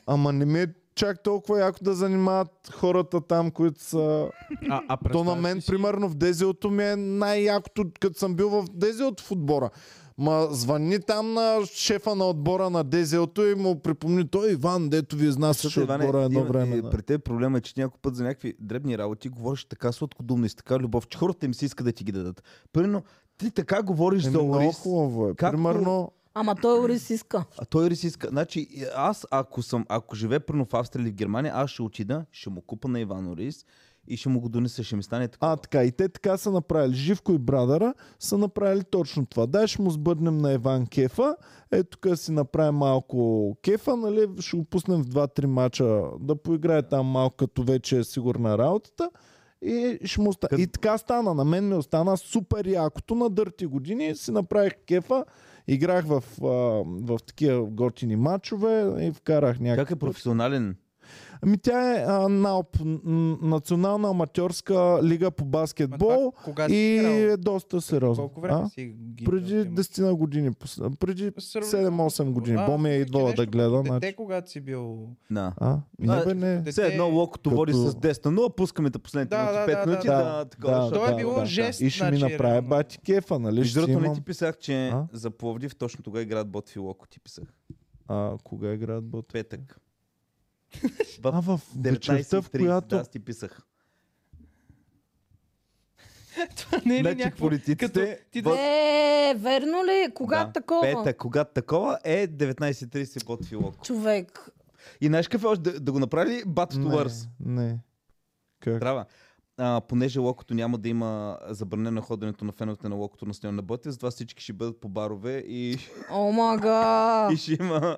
Speaker 1: ама не ми е чак толкова яко да занимават хората там, които са...
Speaker 5: А, а
Speaker 1: То
Speaker 5: представяш
Speaker 1: на
Speaker 5: ли
Speaker 1: мен,
Speaker 5: си-
Speaker 1: примерно, в Дезилото ми е най-якото, като съм бил в Дезилото в отбора. Ма звъни там на шефа на отбора на Дезилото и му припомни, той Иван, дето ви изнасяше
Speaker 3: Слушай, Иване,
Speaker 1: отбора едно
Speaker 3: има-
Speaker 1: време.
Speaker 3: е,
Speaker 1: да.
Speaker 3: При те проблема е, че някой път за някакви дребни работи говориш така сладкодумно и с така любов, че хората им се иска да ти ги дадат. Примерно, ти така говориш
Speaker 1: Еми,
Speaker 3: за
Speaker 1: Е, много
Speaker 3: Орис,
Speaker 1: хубаво е.
Speaker 3: Както-
Speaker 1: Примерно,
Speaker 2: Ама той Орис иска.
Speaker 3: а той Орис иска. Значи, и аз, ако съм, ако живея примерно в Австрия или в Германия, аз ще отида, ще му купа на Иван Орис и ще му го донеса, ще ми стане така.
Speaker 1: а така, и те така са направили. Живко и Брадъра са направили точно това. Дай ще му сбъднем на Иван Кефа, е тук си направим малко кефа, нали, ще го пуснем в 2-3 мача да поиграе там малко, като вече е сигурна работата. И, ще му оста... и така стана. На мен ми остана супер якото на дърти години. Си направих кефа, играх в, а, в такива готини мачове и вкарах някакъв...
Speaker 3: Как е професионален?
Speaker 1: Ами тя е а, НАОП, н- н- Национална аматьорска лига по
Speaker 4: Ма това
Speaker 1: баскетбол
Speaker 4: Кога си
Speaker 1: и
Speaker 4: играл?
Speaker 1: е доста сериозно.
Speaker 4: Колко време
Speaker 1: а?
Speaker 4: си ги
Speaker 1: Преди
Speaker 4: играл?
Speaker 1: 10 години, пос- преди
Speaker 4: Сравнително.
Speaker 1: 7-8 години.
Speaker 4: А,
Speaker 1: Боми е
Speaker 4: значи
Speaker 1: идвала да
Speaker 4: нещо
Speaker 1: гледа.
Speaker 4: като Дете,
Speaker 1: Значи.
Speaker 4: когато си бил...
Speaker 3: Да.
Speaker 1: А, не
Speaker 3: А,
Speaker 1: бе, не.
Speaker 4: дете-
Speaker 3: Все едно локото
Speaker 1: Като-
Speaker 3: води с 10 на 0, пускаме те последните
Speaker 4: Да,
Speaker 3: минути,
Speaker 4: да,
Speaker 3: 5
Speaker 4: да,
Speaker 3: минути
Speaker 4: да,
Speaker 3: да, такова.
Speaker 1: да,
Speaker 3: защото-
Speaker 4: Той е
Speaker 1: да,
Speaker 4: било
Speaker 1: да,
Speaker 4: жест,
Speaker 1: Да. И ще ми
Speaker 4: значи,
Speaker 1: направи
Speaker 4: реално.
Speaker 1: бати кефа, нали?
Speaker 3: Между
Speaker 1: Ще
Speaker 3: другото, не
Speaker 1: имам...
Speaker 3: ти писах, че
Speaker 1: А?
Speaker 3: за Пловдив точно тогава играят Ботви Локо, ти писах.
Speaker 1: А, кога играят бот?
Speaker 3: Петък.
Speaker 1: А,
Speaker 3: В
Speaker 1: в вечерта, в
Speaker 3: 19.30, да,
Speaker 1: която...
Speaker 3: аз ти писах.
Speaker 4: Това не е ли
Speaker 3: Значи
Speaker 4: някакво...
Speaker 3: политиците...
Speaker 4: като ти
Speaker 3: в-
Speaker 2: Е, верно ли? Кога
Speaker 3: да,
Speaker 2: такова?
Speaker 3: Петък, когато такова е 19.30 Ботви Локо.
Speaker 2: Човек.
Speaker 3: И знаеш какво е още? Да, да го направи Бат
Speaker 1: Не,
Speaker 3: Туърс.
Speaker 1: Не. Как?
Speaker 3: Трябва. А, понеже локото няма да има забранено ходенето на феновете на локото на Стоян на Ботев, затова всички ще бъдат по барове и,
Speaker 2: О, мага.
Speaker 3: и ще има...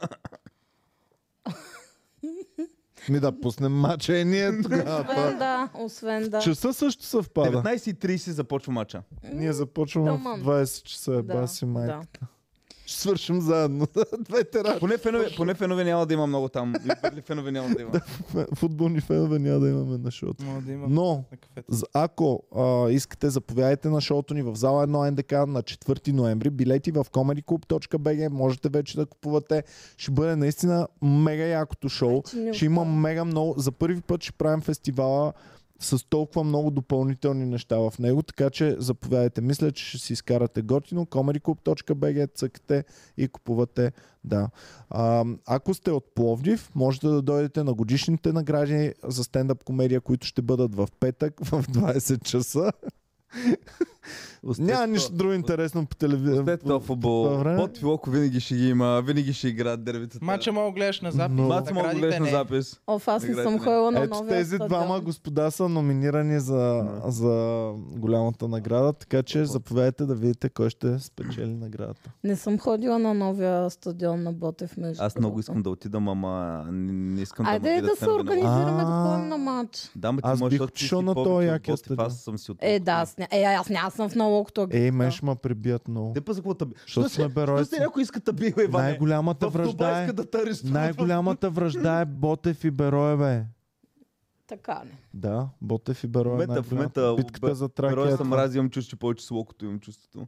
Speaker 1: Ми да пуснем мача и ние тогава.
Speaker 2: Освен
Speaker 1: па.
Speaker 2: да, освен да.
Speaker 1: В Часа също съвпада.
Speaker 3: 19.30 започва мача.
Speaker 1: Ние започваме в
Speaker 2: Таман.
Speaker 1: 20 часа, е
Speaker 2: Да,
Speaker 1: баси майка.
Speaker 2: да.
Speaker 1: Ще свършим заедно. Двете работи.
Speaker 3: Поне фенове, поне фенове няма да има много там. Или фенове няма да има.
Speaker 1: Футболни фенове няма да имаме на шоуто.
Speaker 4: Мога да има
Speaker 1: Но,
Speaker 4: на кафето.
Speaker 1: З- Ако а, искате, заповядайте на шоуто ни в зала 1 НДК на 4 ноември. Билети в comedyclub.bg можете вече да купувате. Ще бъде наистина мега якото шоу.
Speaker 2: Значи не
Speaker 1: Ще има мега много. За първи път ще правим фестивала с толкова много допълнителни неща в него, така че заповядайте. Мисля, че ще си изкарате готино. comedyclub.bg цъкате и купувате. Да. А, ако сте от Пловдив, можете да дойдете на годишните награди за стендъп комедия, които ще бъдат в петък в 20 часа. Няма нищо друго интересно по телевизията.
Speaker 3: След това футбол.
Speaker 1: Добре.
Speaker 3: Под филоко винаги ще ги има, винаги ще играят дербитата.
Speaker 4: Мача мога да гледаш на запис.
Speaker 1: Но-
Speaker 3: Маца мога да гледаш на
Speaker 4: не. е?
Speaker 3: запис.
Speaker 2: Оф, аз не
Speaker 3: Играйте
Speaker 2: съм
Speaker 3: на-
Speaker 2: ходила на
Speaker 1: Ето
Speaker 2: новия
Speaker 1: тези
Speaker 2: стадион.
Speaker 1: двама господа са номинирани за, за голямата награда, така че заповядайте да видите кой ще спечели наградата.
Speaker 2: Не съм ходила на новия стадион на Ботев между
Speaker 3: Аз много
Speaker 2: другото.
Speaker 3: искам да отидам, ама не, не искам да ме
Speaker 2: Айде да,
Speaker 3: видят
Speaker 2: се
Speaker 3: фенове на-
Speaker 2: организираме да
Speaker 1: А.
Speaker 2: ходим на матч.
Speaker 3: Да, ма ти
Speaker 1: Аз
Speaker 3: можеш,
Speaker 1: бих
Speaker 3: защото ти
Speaker 1: отишъл
Speaker 3: си
Speaker 1: на
Speaker 3: повече
Speaker 1: този
Speaker 3: от
Speaker 1: якия
Speaker 3: Ботев,
Speaker 1: стадион.
Speaker 3: Аз съм си от
Speaker 2: Е,
Speaker 3: Ботев.
Speaker 2: да, аз, ня... е, аз няма съм в много като
Speaker 3: Е,
Speaker 1: Ей, мен ще ма прибият много.
Speaker 3: Те па за какво таби?
Speaker 1: Защото сме беройци.
Speaker 3: някой иска таби, бе, Иване?
Speaker 1: Най-голямата
Speaker 3: В Дубай
Speaker 1: връжда е...
Speaker 3: иска да те арестуват.
Speaker 1: Най-голямата връжда е Ботев и Берое, бе.
Speaker 2: Така ли?
Speaker 1: Да, Ботев и Берое. е
Speaker 3: В момента- в момента
Speaker 1: най-голямата. Битката
Speaker 3: Бе-
Speaker 1: за
Speaker 3: Берой
Speaker 1: Тракия. е
Speaker 3: съм мрази, имам чувство, че повече с локото имам чувството.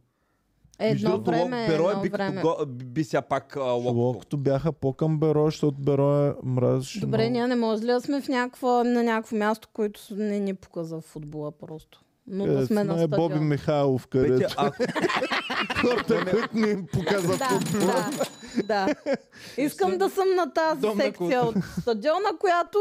Speaker 2: Едно
Speaker 3: Между другото,
Speaker 2: време, е
Speaker 3: Берой
Speaker 2: едно
Speaker 3: би,
Speaker 2: време.
Speaker 3: Като, го- би- би сега пак а, локото.
Speaker 1: Локото бяха по-към Берое, защото Берое мразеше
Speaker 2: Добре,
Speaker 1: много.
Speaker 2: ние не може ли да сме в някаква, на някакво място, което с- не ни показва в футбола просто? Но да
Speaker 1: Където
Speaker 2: сме на
Speaker 1: е Боби
Speaker 2: стадион.
Speaker 1: Михайлов,
Speaker 3: Петя,
Speaker 1: където
Speaker 3: ако
Speaker 1: хората, които ни им показват
Speaker 2: Да, да, да. Искам да съм на тази
Speaker 4: Дом на
Speaker 2: секция от стадиона, която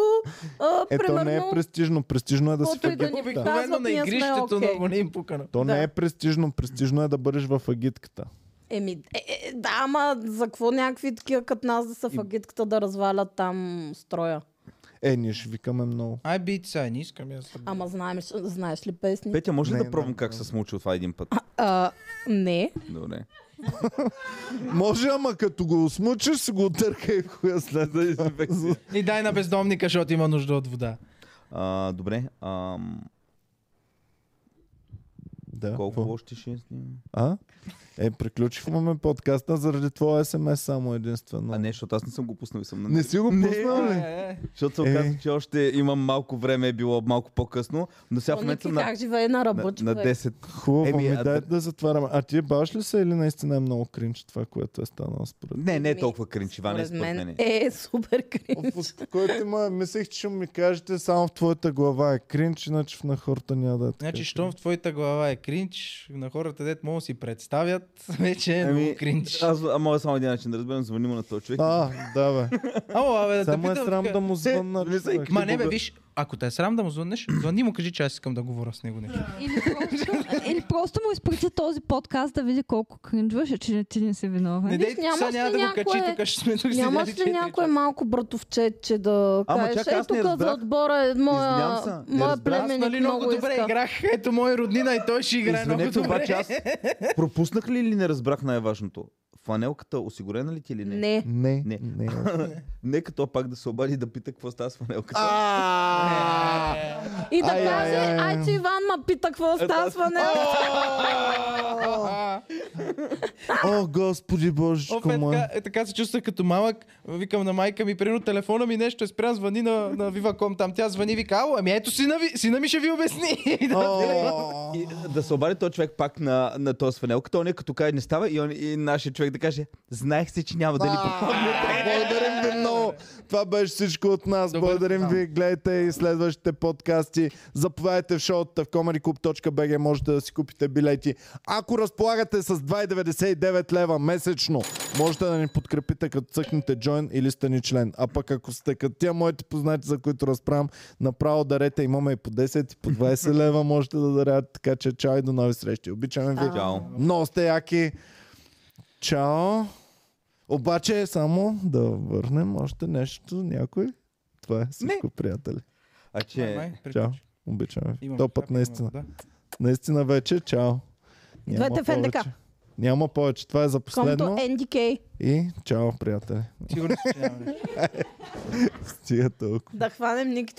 Speaker 2: а,
Speaker 1: Ето не е
Speaker 2: примерно...
Speaker 1: престижно. Престижно е да си
Speaker 2: каквото и да
Speaker 1: фагит.
Speaker 2: ни
Speaker 1: Да.
Speaker 4: Обикновено
Speaker 2: показват,
Speaker 4: на
Speaker 2: ние сме
Speaker 4: игрището
Speaker 2: окей.
Speaker 4: много не им пукано.
Speaker 1: То
Speaker 2: Да.
Speaker 1: не е престижно. Престижно е да бъдеш в агитката.
Speaker 2: Еми, е, е, да, ама за какво някакви такива като нас да са в агитката да развалят там строя?
Speaker 1: Е, ние ще викаме много.
Speaker 4: Ай, бийте сега, не искам я съм.
Speaker 2: Ама знаеш, знаеш ли песни?
Speaker 3: Петя, може ли
Speaker 1: Не,
Speaker 3: да пробвам
Speaker 1: не,
Speaker 3: как
Speaker 1: не.
Speaker 3: се смучи от това един път?
Speaker 2: А, не.
Speaker 3: Добре.
Speaker 1: Може, ама като го смучиш, си го отъркай в хуя след.
Speaker 4: И дай на бездомника, защото има нужда от вода.
Speaker 3: А, добре. Ам,
Speaker 1: Да.
Speaker 3: колко
Speaker 1: какво?
Speaker 3: още ще снимам?
Speaker 1: А? Е, приключихме подкаста заради твоя СМС само единствено.
Speaker 3: А не, защото аз не съм го пуснал и съм на
Speaker 1: не си го пуснал ли?
Speaker 3: Защото
Speaker 1: Е.
Speaker 3: се оказа, че още имам малко време, е било малко по-късно, но сега в
Speaker 2: Ники,
Speaker 3: момента съм на,
Speaker 2: как живее на
Speaker 3: на,
Speaker 2: ръба,
Speaker 3: на
Speaker 2: човек?
Speaker 3: 10.
Speaker 1: Хубаво,
Speaker 3: Еми,
Speaker 1: ми
Speaker 3: а
Speaker 1: дай
Speaker 3: да-
Speaker 1: да затваряме. А ти баш ли се или наистина е много кринч това, което е станало според
Speaker 3: Не, не е
Speaker 2: Ми,
Speaker 3: толкова кринч, Иване, според мен. е.
Speaker 2: е супер кринч.
Speaker 1: Който има, мислех, че ще ми кажете само в твоята глава е кринч, иначе в на хората няма да е така.
Speaker 4: Значи, щом в твоята глава е кринч, на хората, дет могат да си представят, вече е
Speaker 3: Ами,
Speaker 4: много кринч.
Speaker 3: Аз а, мога само един начин да разберем, звъни му на този човек.
Speaker 1: А, да бе.
Speaker 4: Ало, абе, да те
Speaker 1: Само е
Speaker 4: питам.
Speaker 1: срам
Speaker 4: тука.
Speaker 1: да му звънна.
Speaker 3: влизай
Speaker 1: човек.
Speaker 4: Ма не бе, виж, ако те е срам да му звъннеш, звънни му, кажи, че аз искам да говоря с него нещо.
Speaker 6: Или просто, или просто му изпрати този подкаст да види колко кринджваш, че не ти не си виновен.
Speaker 4: Не
Speaker 2: Виж,
Speaker 4: дей,
Speaker 2: нямаш
Speaker 4: сега няма
Speaker 2: ли
Speaker 4: да го
Speaker 2: някое-
Speaker 4: качи, тук ще сме тук
Speaker 2: Нямаш
Speaker 4: седяли
Speaker 2: ли
Speaker 4: значи, четири
Speaker 2: някое
Speaker 4: часа.
Speaker 2: малко братовче, че да
Speaker 3: Ама
Speaker 2: кажеш,
Speaker 3: чакай,
Speaker 2: ей
Speaker 3: аз не
Speaker 2: тук за
Speaker 3: разбрах.
Speaker 2: отбора е
Speaker 3: Извинявам
Speaker 2: моя,
Speaker 3: се, не
Speaker 2: моя
Speaker 3: разбрах,
Speaker 4: Аз нали
Speaker 2: племенник
Speaker 4: много
Speaker 2: много
Speaker 4: добре
Speaker 2: иска.
Speaker 4: играх, ето мой роднина и той ще играе много
Speaker 3: Извинете,
Speaker 4: добре.
Speaker 3: обаче
Speaker 4: Е.
Speaker 3: аз пропуснах ли или не разбрах най-важното? Фанелката осигурена ли ти е или не?
Speaker 2: Не.
Speaker 1: Не,
Speaker 3: Не.
Speaker 1: не. не.
Speaker 3: Нека то пак да се обади и да пита какво става с фанелката.
Speaker 2: И да
Speaker 1: Ай, ай,
Speaker 2: каже,
Speaker 1: ай, ай.
Speaker 2: ай, че Иван ма пита какво става с фанелата.
Speaker 1: О, Господи Божечко
Speaker 4: Офе,
Speaker 1: мой.
Speaker 4: е, така, е, така се чувствах като малък. Викам на майка ми, примерно телефона ми нещо е спря, звъни на, на Viva.com там. Тя звъни и вика, ало, ами ето сина, ви, сина ми ще ви обясни. И да,
Speaker 1: О,
Speaker 3: И да се обади този човек пак на, на този фанелка, то не като каже не става и, он, и нашия човек да каже знаех се, че няма да ни помогне.
Speaker 1: Благодарим ви много. Това беше всичко от нас.
Speaker 4: Добър
Speaker 1: Благодарим
Speaker 4: финал.
Speaker 1: ви. Гледайте и следващите подкасти. Заповядайте в шоута в comedyclub.bg. Можете да си купите билети. Ако разполагате с 2,99 лева месечно, можете да ни подкрепите като цъкнете join или сте ни член. А пък ако сте като тия моите познати, за които разправям, направо дарете. Имаме и по 10, и по 20 лева можете да дарят. Така че чао и до нови срещи. Обичаме ви.
Speaker 3: Чао.
Speaker 1: Много сте яки. Чао. Обаче само да върнем още нещо, някой. Това е всичко, приятели.
Speaker 3: А
Speaker 4: Май,
Speaker 3: че...
Speaker 4: май, приключи.
Speaker 1: Чао. Обичаме ви.
Speaker 4: Имам
Speaker 1: То път
Speaker 4: шапка, имам-
Speaker 1: наистина.
Speaker 4: да.
Speaker 1: Наистина вече, чао. Няма
Speaker 2: Двете в НДК.
Speaker 1: повече. Няма повече. Това е за
Speaker 2: Комто
Speaker 1: последно.
Speaker 2: NDK.
Speaker 1: И чао, приятели.
Speaker 4: Сигурно, че няма.
Speaker 1: Стига толкова.
Speaker 2: Да хванем Ники